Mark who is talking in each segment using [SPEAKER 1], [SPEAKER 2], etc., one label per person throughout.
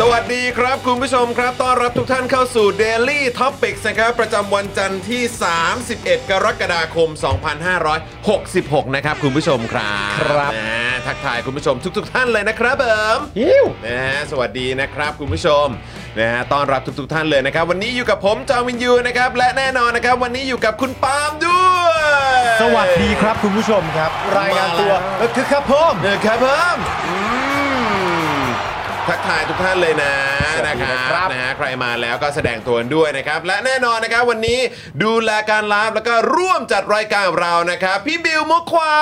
[SPEAKER 1] สวัสดีครับคุณผู้ชมครับ ต้อนรับทุกท่านเข้าสู่ Daily Topics นะครับ ประจำวันจันทร์ที่ 31 กรกฎาคม 2566 นะครับ คุณผู้ชมครับ
[SPEAKER 2] ครับ
[SPEAKER 1] นะทักทายคุณผู้ชมทุกๆทท่านเลยนะครับเอิม
[SPEAKER 2] ยิ้ว
[SPEAKER 1] นะฮะสวัสดีนะครับคุณผู้ชมนะฮะต้อนรับทุกๆทท่านเลยนะครับ วันนี้อยู่กับผมจอห์นวินยูนะครับ และแน่นอนนะครับ วันนี้อยู่กับคุณปาล์มด้วย
[SPEAKER 3] สวัสดีครับคุณผู้ชมครับ รายงานตัวเออคือครับผม
[SPEAKER 1] เออครับเพิ่มอืมทักทายทุกท่านเลยนะ
[SPEAKER 3] สวัส
[SPEAKER 1] นะ
[SPEAKER 3] ดี
[SPEAKER 1] ค
[SPEAKER 3] นะครั
[SPEAKER 1] รับ
[SPEAKER 3] บ
[SPEAKER 1] นะฮะใครมาแล้วก็แสดงตัวกันด้วยนะครับ และแน่นอนนะครับวันนี้ดูแลการไลฟ์แล้วก็ร่วมจัดรายการเรานะครับ พี่บิวมุกควา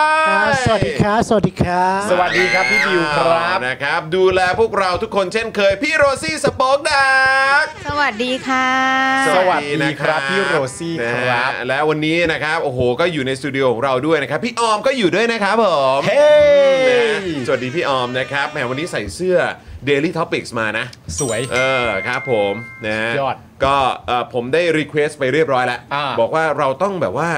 [SPEAKER 1] ย
[SPEAKER 4] สวัสดีครับ สวัสดีครับ
[SPEAKER 3] สวัสดีครับพี่บิวครับ
[SPEAKER 1] นะครับ ดูแลพวกเราทุกคนเช่นเคย พี่โรซี่สป็อกดัก
[SPEAKER 5] สวัสดีค่ะ
[SPEAKER 3] สวัสดีครับพี่โรซี่
[SPEAKER 1] นะครับ ฮะและวันนี้นะครับโอ้โหก็อยู่ในสตูดิโอของเราด้วยนะครับ พี่ออมก็อยู่ด้วยนะครับผม
[SPEAKER 3] เฮ้ย
[SPEAKER 1] นะสวัสดีพี่ออมนะครับแหมวันนี้ใส่เสื้อ Daily Topics มานะ
[SPEAKER 3] สวย
[SPEAKER 1] เออครับผมนะฮะ
[SPEAKER 3] ยอด
[SPEAKER 1] ก็เอ่อผมได้รีเควสไปเรียบร้อยแล้ว
[SPEAKER 3] อ่า
[SPEAKER 1] บอกว่าเราต้องแบบว่า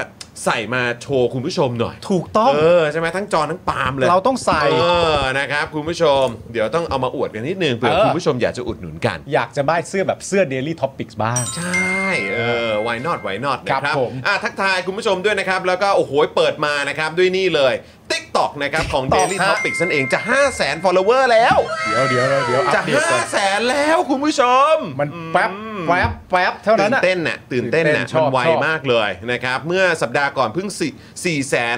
[SPEAKER 1] ใส่มาโชว์คุณผู้ชมหน่อย
[SPEAKER 3] ถูกต้อง
[SPEAKER 1] เออใช่ไหมทั้งจอทั้งปาล์มเลย
[SPEAKER 3] เราต้องใส่
[SPEAKER 1] เออนะครับคุณผู้ชม เดี๋ยวต้องเอามาอวดกันนิดนึงเผื่อ
[SPEAKER 3] เออ
[SPEAKER 1] คุณผู้ชมอยากจะอุดหนุนกัน
[SPEAKER 3] อยากจะได้เสื้อแบบเสื้อ Daily Topics บ้าง
[SPEAKER 1] ใช่ เออ why not why not นะค
[SPEAKER 3] ครั
[SPEAKER 1] รับบ
[SPEAKER 3] ผม
[SPEAKER 1] อ่ะทักทายคุณผู้ชมด้วยนะครับ แล้วก็โอ้โหเปิดมานะครับด้วยนี่เลย TikTok นะครับของ
[SPEAKER 3] TikTok
[SPEAKER 1] Daily
[SPEAKER 3] ฮะ
[SPEAKER 1] Topics นั่นเองจะ 5 0 0 0 0 0 follower แล้ว
[SPEAKER 3] เดี๋ยวเดี๋ยวเดี๋ยวอั
[SPEAKER 1] จะ
[SPEAKER 3] ปเดต
[SPEAKER 1] 5
[SPEAKER 3] ก่อน
[SPEAKER 1] 0 0 0 0 0แล้วคุณผู้ชม
[SPEAKER 3] มันแป๊บแป๊บแป๊บเท่า
[SPEAKER 1] ตื่
[SPEAKER 3] นั้น
[SPEAKER 1] น
[SPEAKER 3] อะ
[SPEAKER 1] เต้นน่ะตื่นเต้นน่ะ
[SPEAKER 3] ตื่นเต้นช
[SPEAKER 1] มั
[SPEAKER 3] อน บ
[SPEAKER 1] ไว
[SPEAKER 3] ชอบ
[SPEAKER 1] มากเลยนะครับ เมื่อสัปดาห์ก่อนเพิ่งสี่สี่แสน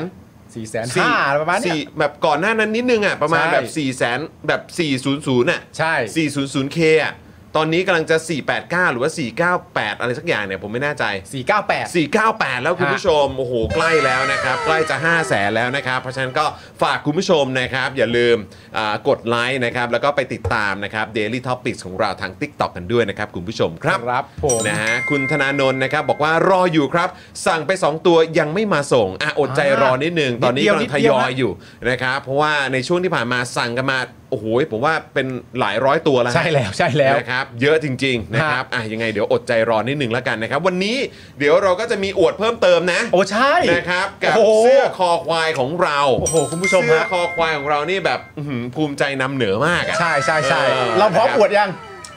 [SPEAKER 3] สี่แสนห้าประมาณเนี้ย
[SPEAKER 1] สี่แบบก่อนหน้านั้นนิดนึงอ่ะประมาณ
[SPEAKER 3] ใช่
[SPEAKER 1] แบบ4ี่แสนแบบ400อ่ะ
[SPEAKER 3] ใช่
[SPEAKER 1] 400 k อ่ะตอนนี้กำลังจะ 489 หรือว่า 498 อะไรสักอย่างเนี่ยผมไม่แน่ใจ
[SPEAKER 3] สี่เก้าแปด
[SPEAKER 1] 498 แล้วคุณผู้ชม โอ้โห ใกล้แล้วนะครับ ใกล้จะ 5 0 0แสนแล้วนะครับ เพราะฉะนั้นก็ฝากคุณผู้ชมนะครับ อย่าลืมอ่ากดไลค์นะครับ แล้วก็ไปติดตามนะครับ Daily Topics ของเราทาง TikTok กันด้วยนะครับ คุณผู้ชมครับ
[SPEAKER 3] ครับผม
[SPEAKER 1] นะฮะคุณธนาโนนนะครับ บอกว่ารออยู่ครับ สั่งไป 2 ตัวยังไม่มาส่งอ่ะอดใจรอนิดนึง ตอนนี้
[SPEAKER 3] นิดเดีย
[SPEAKER 1] กำลังทย
[SPEAKER 3] วนิดเดียว
[SPEAKER 1] อ
[SPEAKER 3] นะ
[SPEAKER 1] ยอยู่นะครับ เพราะว่าในช่วงที่ผ่านมาสั่งกันมา โอ้โห ผมว่าเป็นหลายร้อยตัวแล้วฮะ
[SPEAKER 3] ใช่แล้วใช่แล้ว
[SPEAKER 1] นะครับเยอะจริงๆนะครับอ่ะยังไงเดี๋ยวอดใจรอนิดนึงแล้วกันนะครับ วันนี้เดี๋ยวเราก็จะมีอวดเพิ่มเติมนะ
[SPEAKER 3] โอ้ใช่
[SPEAKER 1] นะครับกับ
[SPEAKER 3] โอ้โห
[SPEAKER 1] เสื้อคอควายของเรา
[SPEAKER 3] โอ้โหคุณผู้ชม
[SPEAKER 1] เสื้อ
[SPEAKER 3] ฮะ
[SPEAKER 1] คอควายของเรานี่แบบอื้อหือภูมิใจนำเหนือมากอ่ะ
[SPEAKER 3] ใช่ใช่ใช่
[SPEAKER 1] เออ
[SPEAKER 3] เราพร้อม
[SPEAKER 1] นะครับ
[SPEAKER 3] อวดยัง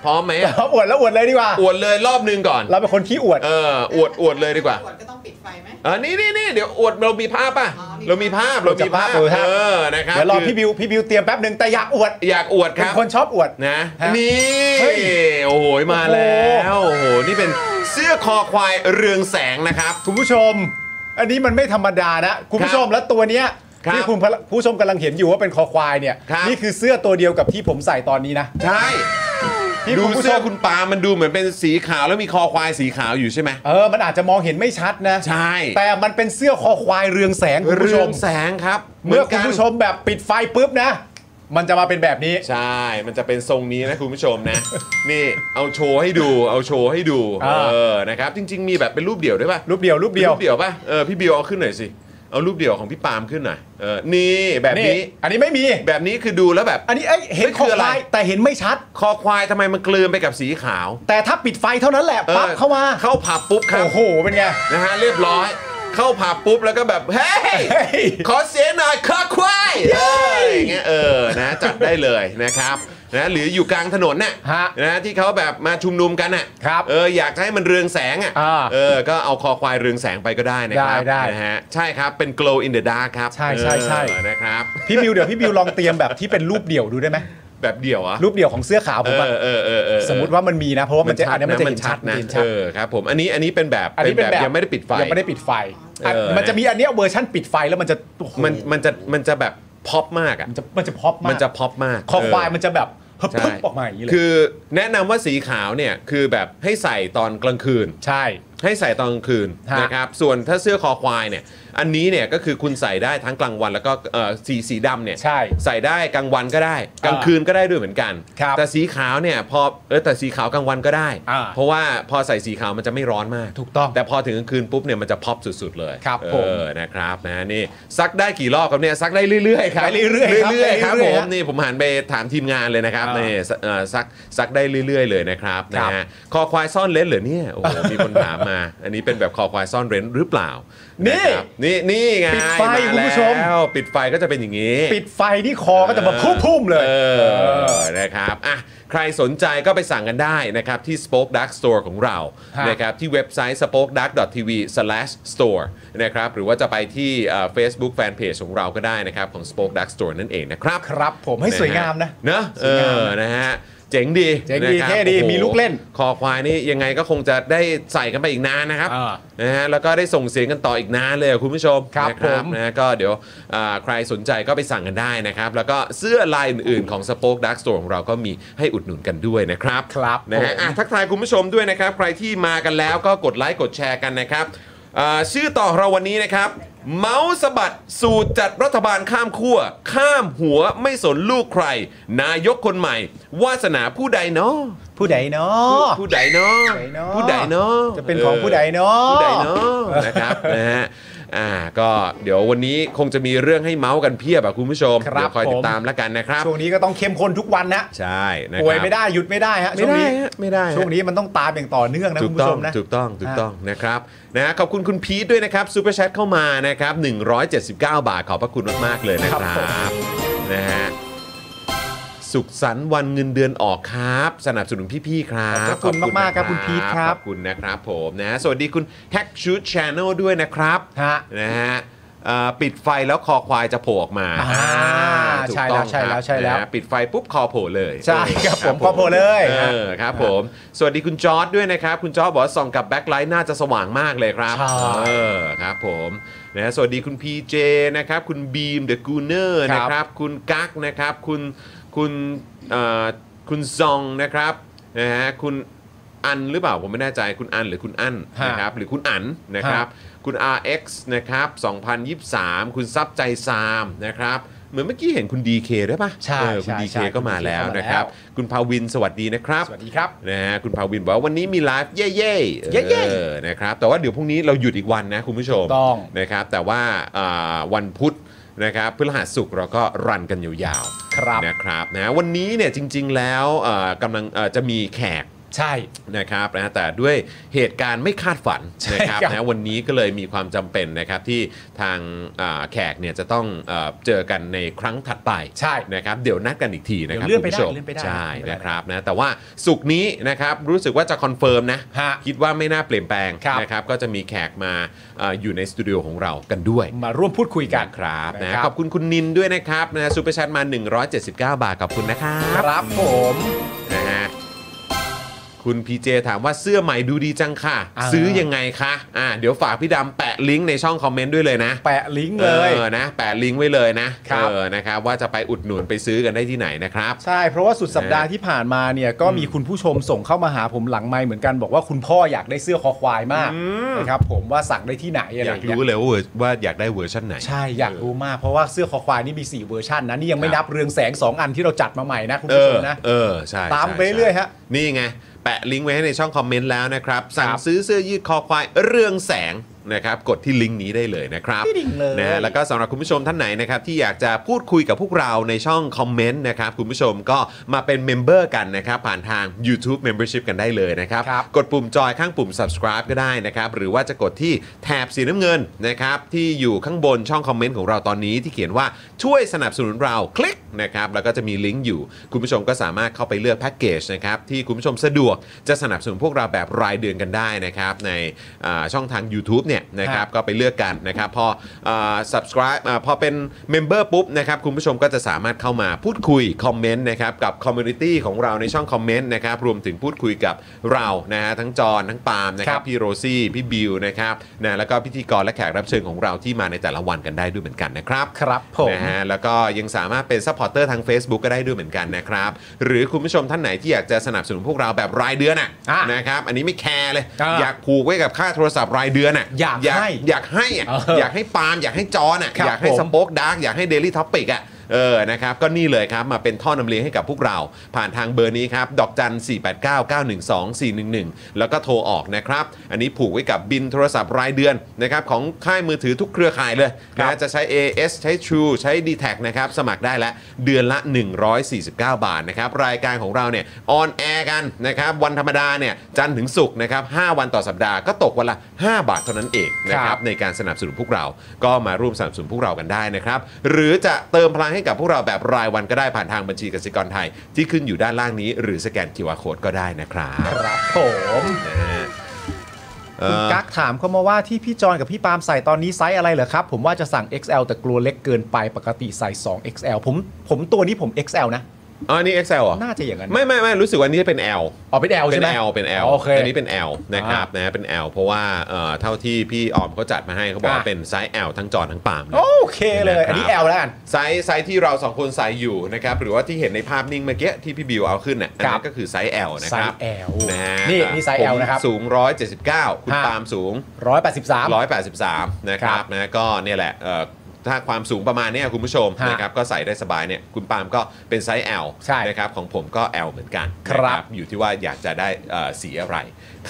[SPEAKER 1] พร้อมไหม
[SPEAKER 3] เราอวดแล้วอวดเลยดีกว่า
[SPEAKER 1] อวดเลยรอบนึงก่อน
[SPEAKER 3] เราเป็นคนขี้อวด
[SPEAKER 1] เอออวดอวดเลยดีกว่า
[SPEAKER 6] ตรวจก็ต้องปิดไฟไหม
[SPEAKER 1] เออนี่นี่นี่เดี๋ยวอวดเรามีภาพป่ะเรามีภาพเรามีภาพ
[SPEAKER 3] เราจะภาพเออครับ
[SPEAKER 1] เออนะครับ
[SPEAKER 3] เดี๋ยวรอพี่บิวพี่บิวเตรียมแป๊บหนึ่งแต่อยากอวด
[SPEAKER 1] อยากอวดค
[SPEAKER 3] เป็น
[SPEAKER 1] รับ
[SPEAKER 3] คนชอบอวด
[SPEAKER 1] นะ
[SPEAKER 3] ฮะ
[SPEAKER 1] นี่
[SPEAKER 3] เฮ้ย
[SPEAKER 1] โอ้โหมา
[SPEAKER 3] โอ้โห
[SPEAKER 1] แล้วโอ้โหนี่เป็นเสื้อคอควายเรืองแสงนะครับ
[SPEAKER 3] คุณผู้ชม อันนี้มันไม่ธรรมดานะคุณผู้ชมแล้วตัวเนี้ย
[SPEAKER 1] ครับ
[SPEAKER 3] ที่คุณพระผู้ชมกำลังเห็นอยู่ว่าเป็นคอควายเนี่ย
[SPEAKER 1] ครับ
[SPEAKER 3] นี่คือเสื้อตัวเดียวกับที่ผมใส่ตอนนี้นะ
[SPEAKER 1] ใช่
[SPEAKER 3] ที่
[SPEAKER 1] ดู
[SPEAKER 3] คุณผู้ช
[SPEAKER 1] เสื้อ
[SPEAKER 3] ม
[SPEAKER 1] คุณปามันดูเหมือนเป็นสีขาวแล้วมีคอควายสีขาวอยู่ใช่ไหม
[SPEAKER 3] เออมันอาจจะมองเห็นไม่ชัดนะ
[SPEAKER 1] ใช่
[SPEAKER 3] แต่มันเป็นเสื้อคอควายเรืองแสงคุณผู้
[SPEAKER 1] เรื
[SPEAKER 3] ช
[SPEAKER 1] อ
[SPEAKER 3] ม
[SPEAKER 1] งแสงครับ
[SPEAKER 3] เมื่อ
[SPEAKER 1] ห
[SPEAKER 3] คุณ
[SPEAKER 1] นกัน
[SPEAKER 3] ผู้ชมแบบปิดไฟปุ๊บนะ มันจะมาเป็นแบบนี้
[SPEAKER 1] ใช่ มันจะเป็นทรงนี้นะคุณผู้ชมนะ นี่เอาโชว์ให้ดูเอาโชว์ให้ดู
[SPEAKER 3] อ่า
[SPEAKER 1] เออนะครับจริง ๆ มีแบบเป็นรูปเดี่ยวด้วยป่ะ
[SPEAKER 3] รูปเดียวรูปเดียว
[SPEAKER 1] รูปเดี่ยวป่ะเออพี่บิวเอาขึ้นหน่อยสิ เอารูปเดี่ยวของพี่ปาล์มขึ้นหน่อยเออนี่แบบนี้
[SPEAKER 7] อันนี้ไม่มี
[SPEAKER 1] แบบนี้คือดูแล้วแบบ
[SPEAKER 7] อันนี้เอ้ยเห็น
[SPEAKER 1] นี่
[SPEAKER 7] ค
[SPEAKER 1] คือ ออะไร
[SPEAKER 7] ควายแต่เห็นไม่ชัด
[SPEAKER 1] คอควายทำไมมันกลืนไปกับสีขาว
[SPEAKER 7] แต่ถ้าปิดไฟเท่านั้นแหละ
[SPEAKER 1] ออ
[SPEAKER 7] ปั๊บเข้ามา
[SPEAKER 1] เข้าผับปุ๊บครับ
[SPEAKER 7] โอ้โหเป็นไง
[SPEAKER 1] นะฮะเรียบร้อย เข้าผับปุ๊บแล้วก็แบบเฮ้ย
[SPEAKER 7] เฮ้ย
[SPEAKER 1] ขอเสียงหน่อยคอควายเอออย่างเงี้ยเออนะจัดได้เลยนะครับนะหรืออยู่กลางถนนน่ะ
[SPEAKER 7] ฮะ
[SPEAKER 1] นะที่เขาแบบมาชุมนุมกันน่ะ
[SPEAKER 7] ครับ
[SPEAKER 1] เอออยากจะให้มันเรืองแสงอ่ะ
[SPEAKER 7] อ่า
[SPEAKER 1] เออก็เอาคอควายเรืองแสงไปก็ได้นะครับ
[SPEAKER 7] ได้ได้
[SPEAKER 1] นะฮะใช่ครับเป็น glow in the dark ครับ
[SPEAKER 7] ใช่ใช่ใช่
[SPEAKER 1] เออนะครับ
[SPEAKER 7] พี่บิวเดี๋ยวพี่บิวลองเตรียมแบบที่เป็นรูปเดี่ยวดูได้ไหม
[SPEAKER 1] แบบเดี่ยวเหรอ่ะ
[SPEAKER 7] รูปเดี่ยวของเสื้อขาวผมอะ
[SPEAKER 1] เออเออเออเออ
[SPEAKER 7] สมมติว่ามันมีนะเพราะว่ามันจะอันนี้มันจะเห็นชัด
[SPEAKER 1] นะ
[SPEAKER 7] เห็นชัด
[SPEAKER 1] เออครับผมอันนี้อันนี้เป็นแบบ
[SPEAKER 7] อันนี้เป็นแบบ
[SPEAKER 1] ยังไม่ได้ปิดไฟ
[SPEAKER 7] ยังไม่ได้ปิดไฟ
[SPEAKER 1] เออ
[SPEAKER 7] มันจะมีอันเนี้ยเวอร์ชั่นปิดไฟแล้วมันจะโอ้โห
[SPEAKER 1] มันมันจะมันจะแบบพอปมากอ่ะ
[SPEAKER 7] มันจะมันจะพอปมาก
[SPEAKER 1] มันจะพอปมาก
[SPEAKER 7] คอควาย
[SPEAKER 1] เ
[SPEAKER 7] มันจะแบบฮึบ
[SPEAKER 1] ใช่
[SPEAKER 7] พึบออกมาอย่างนี้เลย
[SPEAKER 1] คือแนะนำว่าสีขาวเนี่ยคือแบบให้ใส่ตอนกลางคืน
[SPEAKER 7] ใช่
[SPEAKER 1] ให้ใส่ตอนกลางคืน
[SPEAKER 7] ฮะ
[SPEAKER 1] นะครับส่วนถ้าเสื้อคอควายเนี่ยอันนี้เนี่ยก็คือคุณใส่ได้ทั้งกลางวันแล้วก็เอ่อสีสีดำเนี่ย
[SPEAKER 7] ใช่
[SPEAKER 1] ใส่ได้กลางวันก็ได้กลางคืนก็ได้ด้วยเหมือนกัน
[SPEAKER 7] ครับ
[SPEAKER 1] แต่สีขาวเนี่ยพอเออแต่สีขาวกลางวันก็ได้
[SPEAKER 7] อ่า
[SPEAKER 1] เพราะว่าพอใส่สีขาวมันจะไม่ร้อนมาก
[SPEAKER 7] ถูกต้อง
[SPEAKER 1] แต่พอถึงกลางคืนปุ๊บเนี่ยมันจะพอปสุดๆเลย
[SPEAKER 7] ครับ
[SPEAKER 1] เออนะครับนะนี่ซักได้กี่รอบครับเนี่ยซักได้เรื่อยๆครับ
[SPEAKER 7] ไปเรื่อยๆครับ
[SPEAKER 1] เรื่อยๆครับ
[SPEAKER 7] ไปเรื่
[SPEAKER 1] ผ
[SPEAKER 7] อยๆ
[SPEAKER 1] ม
[SPEAKER 7] ฮะ
[SPEAKER 1] นี่ผมหันไปถามทีมงานเลยนะครับ
[SPEAKER 7] อ่า
[SPEAKER 1] นี่สเอ่อซักซักได้เรื่อย ๆ เลยนะครับ
[SPEAKER 7] ค
[SPEAKER 1] นะ
[SPEAKER 7] รับ
[SPEAKER 1] ฮะคอควายซ่อนเลนเหรอเนี่ยโอ้โห มีคนถามมา อันนี้เป็นแบบคอควายซ่อนเลนหรือเปล่า
[SPEAKER 7] นี่
[SPEAKER 1] ะครับนี่นี่ไง
[SPEAKER 7] ปิดไฟคุณผู้ชม
[SPEAKER 1] าแล้วปิดไฟก็จะเป็นอย่างนี้
[SPEAKER 7] ปิดไฟที่คอก็จะแบบพุ่มๆเลย
[SPEAKER 1] เอ
[SPEAKER 7] เอ
[SPEAKER 1] อ
[SPEAKER 7] อ
[SPEAKER 1] นะครับอ่ะใครสนใจก็ไปสั่งกันได้นะครับ ที่ Spoke Dark Store ของเรา
[SPEAKER 7] ฮะ
[SPEAKER 1] นะครับที่เว็บไซต์ spokedark.tv/store นะครับหรือว่าจะไปที่เอ่อ Facebook Fanpage ของเราก็ได้นะครับของ Spoke Dark Store นั่นเองนะครับ
[SPEAKER 7] ครับผมให้สวยงามนะ
[SPEAKER 1] เนอะ
[SPEAKER 7] ส
[SPEAKER 1] เอ
[SPEAKER 7] วยงามนะ
[SPEAKER 1] อนะฮะเจ๋งดี
[SPEAKER 7] เจ๋งดี
[SPEAKER 1] นะครับ
[SPEAKER 7] เท่ดี
[SPEAKER 1] โอ้โห
[SPEAKER 7] มีลูกเล่น
[SPEAKER 1] คอควายนี่ยังไงก็คงจะได้ใส่กันไปอีกนานนะครับ
[SPEAKER 7] อ่า
[SPEAKER 1] นะฮะแล้วก็ได้ส่งเสียงกันต่ออีกนานเลยอะคุณผู้ชม
[SPEAKER 7] ครับ
[SPEAKER 1] นะ
[SPEAKER 7] ผม
[SPEAKER 1] นะฮะก็เดี๋ยวอ่าใครสนใจก็ไปสั่งกันได้นะครับ แล้วก็เสื้อลายอื่นๆ ของสป็อคดักสโตร์ของเราก็มีให้อุดหนุนกันด้วยนะครับ
[SPEAKER 7] ครับ
[SPEAKER 1] นะฮะ
[SPEAKER 7] ผม
[SPEAKER 1] อ่ะทักทายคุณผู้ชมด้วยนะครับ ใครที่มากันแล้วก็กดไลค์กดแชร์กันนะครับอ่าชื่อต่อของเราวันนี้นะครับ เมาส์สะบัดสูตรจัดรัฐบาลข้ามขั้วข้ามหัวไม่สนลูกใคร นายกคนใหม่ วาสนาผู้ใดเนาะ
[SPEAKER 7] ผู้ใดเนาะ
[SPEAKER 1] ผู้ใดเนาะ
[SPEAKER 7] ผู้ใดเนาะ
[SPEAKER 1] ผู้ใดเนาะ
[SPEAKER 7] จะเป็นของผู้ใดเนาะ
[SPEAKER 1] ผู้ใดเนาะ นะครับนะฮะอ่าก็เดี๋ยววันนี้คงจะมีเรื่องให้เมาส์กันเพียบอะคุณผู้ชม
[SPEAKER 7] ครับ
[SPEAKER 1] เดี๋ยวคอยติด
[SPEAKER 7] ผม
[SPEAKER 1] ตามแล้วกันนะครับ
[SPEAKER 7] ช่วงนี้ก็ต้องเข้มข้นทุกวันนะ
[SPEAKER 1] ใช่นะ
[SPEAKER 7] ป่วย
[SPEAKER 1] ครับ
[SPEAKER 7] ไม่ได้หยุดไม่ได้ฮะ
[SPEAKER 1] ไม่
[SPEAKER 7] ช่วง
[SPEAKER 1] ได้
[SPEAKER 7] นี้
[SPEAKER 1] ฮะไม่ได้ฮะ
[SPEAKER 7] ช่วงนี้มันต้องตามอย่างต่อเนื่องนะ
[SPEAKER 1] ถู
[SPEAKER 7] คุ
[SPEAKER 1] ก
[SPEAKER 7] ณ
[SPEAKER 1] ต้อ
[SPEAKER 7] ผู้ช
[SPEAKER 1] ง
[SPEAKER 7] มนะ
[SPEAKER 1] ถูกต้องถูกต้องนะครับนะขอบคุณคุณพีทด้วยนะครับซูเปอร์แชทเข้ามานะครับ 179 บาท ขอบพระคุณมาก ๆ เลยนะค
[SPEAKER 7] ครั
[SPEAKER 1] รั
[SPEAKER 7] บผม
[SPEAKER 1] บนะฮะสุขสันต์วันเงินเดือนออกครับ สนับสนุนพี่ ๆ ครับ
[SPEAKER 7] ขอบพระคุณมากๆครับคุณพีทครับ
[SPEAKER 1] ขอบคุณนะครับผมนะสวัสดีคุณ Hack Shoot Channel ด้วยนะครับ
[SPEAKER 7] ฮะ
[SPEAKER 1] นะฮะเอ่อปิดไฟแล้วคอควายจะโผล่ออกมา
[SPEAKER 7] อ่า
[SPEAKER 1] ถูก
[SPEAKER 7] ใช่แล้ว
[SPEAKER 1] ต้อง
[SPEAKER 7] ใช่
[SPEAKER 1] ค
[SPEAKER 7] แล้ว
[SPEAKER 1] รับ
[SPEAKER 7] ใช่แล้ว
[SPEAKER 1] นะฮะปิดไฟปุ๊บคอโผล่เลย
[SPEAKER 7] ใช่ครับผมคอโผล่เลย
[SPEAKER 1] เออครับผม สวัสดีคุณจอร์ดด้วยนะครับ คุณจอร์ดบอกว่าส่องกับแบ็คไลท์น่าจะสว่างมากเลยครับ
[SPEAKER 7] ใช่
[SPEAKER 1] เออครับผมนะฮะสวัสดีคุณ PJ นะครับ คุณบีมเดอะกูเนอร์
[SPEAKER 7] ครับ
[SPEAKER 1] นะครับ คุณกั๊กนะครับ คุณคุณเอ่อคุณซองนะครับนะฮะคุณอันหรือเปล่าผมไม่แน่ใจคุณอันหรือคุณอันนะครับ หรือคุณอันนะครับ คุณ RX นะครับ 2023 คุณซับใจซามนะครับ เหมือนเมื่อกี้เห็นคุณ DK ด้วยปะ
[SPEAKER 7] ใช่
[SPEAKER 1] เออคุณ
[SPEAKER 7] ใช่
[SPEAKER 1] DK
[SPEAKER 7] ใช่
[SPEAKER 1] ก็มาแล้วนะครับ
[SPEAKER 7] คุณ DK
[SPEAKER 1] คุณภาวินสวัสดีนะครับ
[SPEAKER 7] สวัสดีครับ
[SPEAKER 1] นะฮะคุณภาวินบอกว่าวันนี้มีไลฟ์เย่ๆ
[SPEAKER 7] เย่
[SPEAKER 1] อ
[SPEAKER 7] ๆ
[SPEAKER 1] อนะครับ แต่ว่าเดี๋ยวพรุ่งนี้เราหยุดอีกวันนะคุณผู้ชม
[SPEAKER 7] ถูกต้อง
[SPEAKER 1] นะครับ แต่ว่าอ่าวันพุธนะครับพฤหัสศุกร์เราก็รันกันยาวๆ
[SPEAKER 7] ครับ
[SPEAKER 1] นะครับนะวันนี้เนี่ยจริง ๆ แล้วเอ่อกำลังเอ่อจะมีแขก
[SPEAKER 7] ใช่
[SPEAKER 1] นะครับนะแต่ด้วยเหตุการณ์ไม่คาดฝันนะครับ
[SPEAKER 7] ครับ
[SPEAKER 1] นะวันนี้ก็เลยมีความจำเป็นนะครับที่ทางอ่าแขกเนี่ยจะต้องเอ่อเจอกันในครั้งถัดไป
[SPEAKER 7] ใช่
[SPEAKER 1] นะครับเดี๋ยวนัดกันอีกทีนะครับ
[SPEAKER 7] เดี๋ยวเลื่อนไปได้
[SPEAKER 1] คุณผู้ชม
[SPEAKER 7] เลื่อนไปได้
[SPEAKER 1] ใช่
[SPEAKER 7] เลื่อนไปได้
[SPEAKER 1] นะครับนะแต่ว่าสุกร์นี้นะครับรู้สึกว่าจะคอนเฟิร์มนะ
[SPEAKER 7] ฮะ
[SPEAKER 1] คิดว่าไม่น่าเปลี่ยนแปลง
[SPEAKER 7] ครับ
[SPEAKER 1] นะครับก็จะมีแขกมาเอออยู่ในสตูดิโอของเรากันด้วย
[SPEAKER 7] มาร่วมพูดคุยกัน
[SPEAKER 1] นะครับนะ
[SPEAKER 7] นะครับ
[SPEAKER 1] ขอบคุณคุณนินด้วยนะครับนะซูเปอร์แชทมา 179 บาทขอบคุณนะครับ
[SPEAKER 7] ครับผม
[SPEAKER 1] นะฮะคุณพีเจถามว่าเสื้อใหม่ดูดีจังค่ะ
[SPEAKER 7] อ่า
[SPEAKER 1] ซื้อยังไงคะอ่าเดี๋ยวฝากพี่ดำแปะลิงก์ในช่องคอมเมนต์ด้วยเลยนะ
[SPEAKER 7] แปะลิงก์เลย
[SPEAKER 1] ออนะแปะลิงก์ไว้เลยนะครับ เออนะครับว่าจะไปอุดหนุนไปซื้อกันได้ที่ไหนนะครับ
[SPEAKER 7] ใช่ เพราะว่าสุดสัปดาห์ที่ผ่านมาเนี่ยก็มีคุณผู้ชมส่งเข้ามาหาผมหลังไมค์เหมือนกันบอกว่าคุณพ่ออยากได้เสื้อคอควายมากนะครับผมว่าสั่งได้ที่ไหนอะไรอย
[SPEAKER 1] อาก
[SPEAKER 7] ย่างเงี้
[SPEAKER 1] รู้
[SPEAKER 7] ย
[SPEAKER 1] เลยว่าเวอร์ว่าอยากได้เวอร์ชันไหน
[SPEAKER 7] ใช่อยากรู้มากเพราะว่าเสื้อคอควายนี่มี 4 เวอร์ชันนะนี่ยังไม่
[SPEAKER 1] ครับ
[SPEAKER 7] นับเรืองแสง 2 อันที่เราจัดมาใหม่นะคุณ
[SPEAKER 1] เอ
[SPEAKER 7] ผู้ช
[SPEAKER 1] อ
[SPEAKER 7] มนะ
[SPEAKER 1] เออใช่
[SPEAKER 7] ตามไป
[SPEAKER 1] ใช่
[SPEAKER 7] เรื่อยๆฮะ
[SPEAKER 1] นี่ไง แปะลิงก์ไว้ให้ในช่องคอมเมนต์แล้วนะครับ สั่ง
[SPEAKER 7] ครับ
[SPEAKER 1] ซื้อเสื้อยืดคอควายเรื่องแสง นะครับกดที่ลิงก์นี้ได้เลยนะครับ
[SPEAKER 7] ที่ลิงก์เลย
[SPEAKER 1] นะฮะแล้วก็สำหรับคุณผู้ชมท่านไหนนะครับที่อยากจะพูดคุยกับพวกเราในช่องคอมเมนต์นะครับคุณผู้ชมก็มาเป็นเมมเบอร์กันนะครับผ่านทาง YouTube Membership กันได้เลยนะครับ
[SPEAKER 7] ครับ
[SPEAKER 1] กดปุ่มจอยข้างปุ่ม subscribe ก็ได้นะครับ หรือว่าจะกดที่แถบสีน้ำเงินนะครับ ที่อยู่ข้างบนช่องคอมเมนต์ของเราตอนนี้ที่เขียนว่าช่วยสนับสนุนเราคลิกนะครับ แล้วก็จะมีลิงก์อยู่ คุณผู้ชมก็สามารถเข้าไปเลือกแพ็กเกจนะครับ ที่คุณผู้ชมสะดวกจะสนับสนุนพวกเราแบบรายเดือนกันได้นะครับ ในอ่าช่องทาง YouTube เนี่ยนะครับ ก็ไปเลือกกันนะครับ พออ่า subscribe อ่าพอเป็นเมมเบอร์ปุ๊บนะครับ คุณผู้ชมก็จะสามารถเข้ามาพูดคุย คอมเมนต์นะครับ กับคอมมูนิตี้ของเราในช่องคอมเมนต์นะครับ รวมถึงพูดคุยกับเรานะฮะทั้งจอห์นทั้งปาล์มนะครับ
[SPEAKER 7] ครับ
[SPEAKER 1] พี่โรซี่ พี่บิวนะครับนะแล้วก็พิธีกรและแขกรับเชิญของเราที่มาในแต่ละวันกันได้ด้วยเหมือนกันนะครับ
[SPEAKER 7] ครับผม
[SPEAKER 1] นะฮะแล้วก็ยังสามารถเป็นซัพพอร์เตอร์ทาง Facebook ก็ได้ด้วยเหมือนกันนะครับ หรือคุณผู้ชมท่านไหนที่อยากจะสนับสนุนพวกเราแบบรายเดือนอ่ะ
[SPEAKER 7] อ่ะ
[SPEAKER 1] นะครับอันนี้ไม่แคร์เลย
[SPEAKER 7] อ่ะ
[SPEAKER 1] อยากผูกไว้กับค่าโทรศัพท์รายเดือนอ่ะ
[SPEAKER 7] อยากให้
[SPEAKER 1] อยากให้อ่ะ
[SPEAKER 7] เออ
[SPEAKER 1] อยากให้ปาล์มอยากให้จอนอ่ะ
[SPEAKER 7] ครับ
[SPEAKER 1] อยากให้
[SPEAKER 7] ผม
[SPEAKER 1] สป็อกดาร์กอยากให้เดลี่ท็อปิกอ่ะเออนะครับก็นี่เลยครับมาเป็นท่อนำเลี้ยงให้กับพวกเรา ผ่านทางเบอร์นี้ครับ ดอกจัน 4 8 9 9 1 2 4 1 1 แล้วก็โทรออกนะครับ อันนี้ผูกไว้กับบินโทรศัพท์รายเดือนนะครับของค่ายมือถือทุกเครือข่ายเลย
[SPEAKER 7] ครั
[SPEAKER 1] นะ
[SPEAKER 7] บ
[SPEAKER 1] จะใช้ AS ใช้ True ใช้ d t แทนะครับ สมัครได้แล้วเดือนละ 149 บาทนะครับ รายการของเราเนี่ยออนแอร์กันนะครับ วันธรรมดาเนี่ยจันทร์ถึงศุกร์นะครับ 5 วันต่อสัปดาห์ก็ตกวันละ 5 บาทเท่านั้นเองนะค
[SPEAKER 7] ครั
[SPEAKER 1] รับ
[SPEAKER 7] บ
[SPEAKER 1] ในการสนับสนุนพวกเราก็มาร่วมสนับสนุนพวกเรากันได้นะครับ หรือจะเติมพลังให้กับพวกเราแบบรายวันก็ได้ผ่านทางบัญชีกสิกรไทย ที่ขึ้นอยู่ด้านล่างนี้ หรือสแกน QR Code ก็ได้นะครับ
[SPEAKER 7] ครับผม
[SPEAKER 1] เอ่
[SPEAKER 7] คุณ
[SPEAKER 1] อ
[SPEAKER 7] กั๊กถามเข้ามาว่าที่พี่จอนกับพี่ปาล์มใส่ตอนนี้ไซส์อะไรเหรอครับ ผมว่าจะสั่ง XL แต่กลัวเล็กเกินไปปกติใส่ 2 XL ผมผมตัวนี้ผม XL นะ
[SPEAKER 1] อ๋ออันนี้ XL เหรอ
[SPEAKER 7] น่าจะอย่างนั้นนะ
[SPEAKER 1] ไม่ไม่ไม่รู้สึกว่านี้เป็น L
[SPEAKER 7] อ๋อเป็น L
[SPEAKER 1] เป็น
[SPEAKER 7] ใช่ไหม
[SPEAKER 1] L เป็น L
[SPEAKER 7] โอเค
[SPEAKER 1] นนี้เป็น L นะครับนะเป็น L เพราะว่าเอ่อเท่าที่พี่ออมเขาจัดมาให้เขาบอกว่า
[SPEAKER 7] อ่ะ
[SPEAKER 1] เป็นไซส์ L ทั้งจอทั้งปามนะ
[SPEAKER 7] โอเคเลย อันนี้
[SPEAKER 1] นะครับ
[SPEAKER 7] L แล้วกัน
[SPEAKER 1] ไซส์ไซส์ที่เราสองคนใส่อยู่นะครับหรือว่าที่เห็นในภาพนิ่งเมื่อกี้ที่พี่บิวเอาขึ้นน่ะอัน
[SPEAKER 7] ครั
[SPEAKER 1] นั้
[SPEAKER 7] บ
[SPEAKER 1] นก็คือไซส์ L นะ
[SPEAKER 7] ไซ
[SPEAKER 1] ครับ
[SPEAKER 7] ส์ L
[SPEAKER 1] นะฮะ
[SPEAKER 7] นี่นี่ไซส์
[SPEAKER 1] ผ
[SPEAKER 7] L
[SPEAKER 1] ม
[SPEAKER 7] นะครับ
[SPEAKER 1] สูง 179 คุณ
[SPEAKER 7] ฮะ
[SPEAKER 1] ปาล์มสูง
[SPEAKER 7] 183
[SPEAKER 1] 183 นะครั
[SPEAKER 7] ครับ บ
[SPEAKER 1] นะก็เนี่ยแหละเอ่อถ้าความสูงประมาณเนี้ยคุณผู้ชม
[SPEAKER 7] ฮะ
[SPEAKER 1] นะครับก็ใส่ได้สบายเนี่ยคุณปาล์มก็เป็นไซส์ L
[SPEAKER 7] ใช่
[SPEAKER 1] นะครับของผมก็ L เหมือนกัน
[SPEAKER 7] ครับ
[SPEAKER 1] นะอยู่ที่ว่าอยากจะได้เอ่อสีอะไร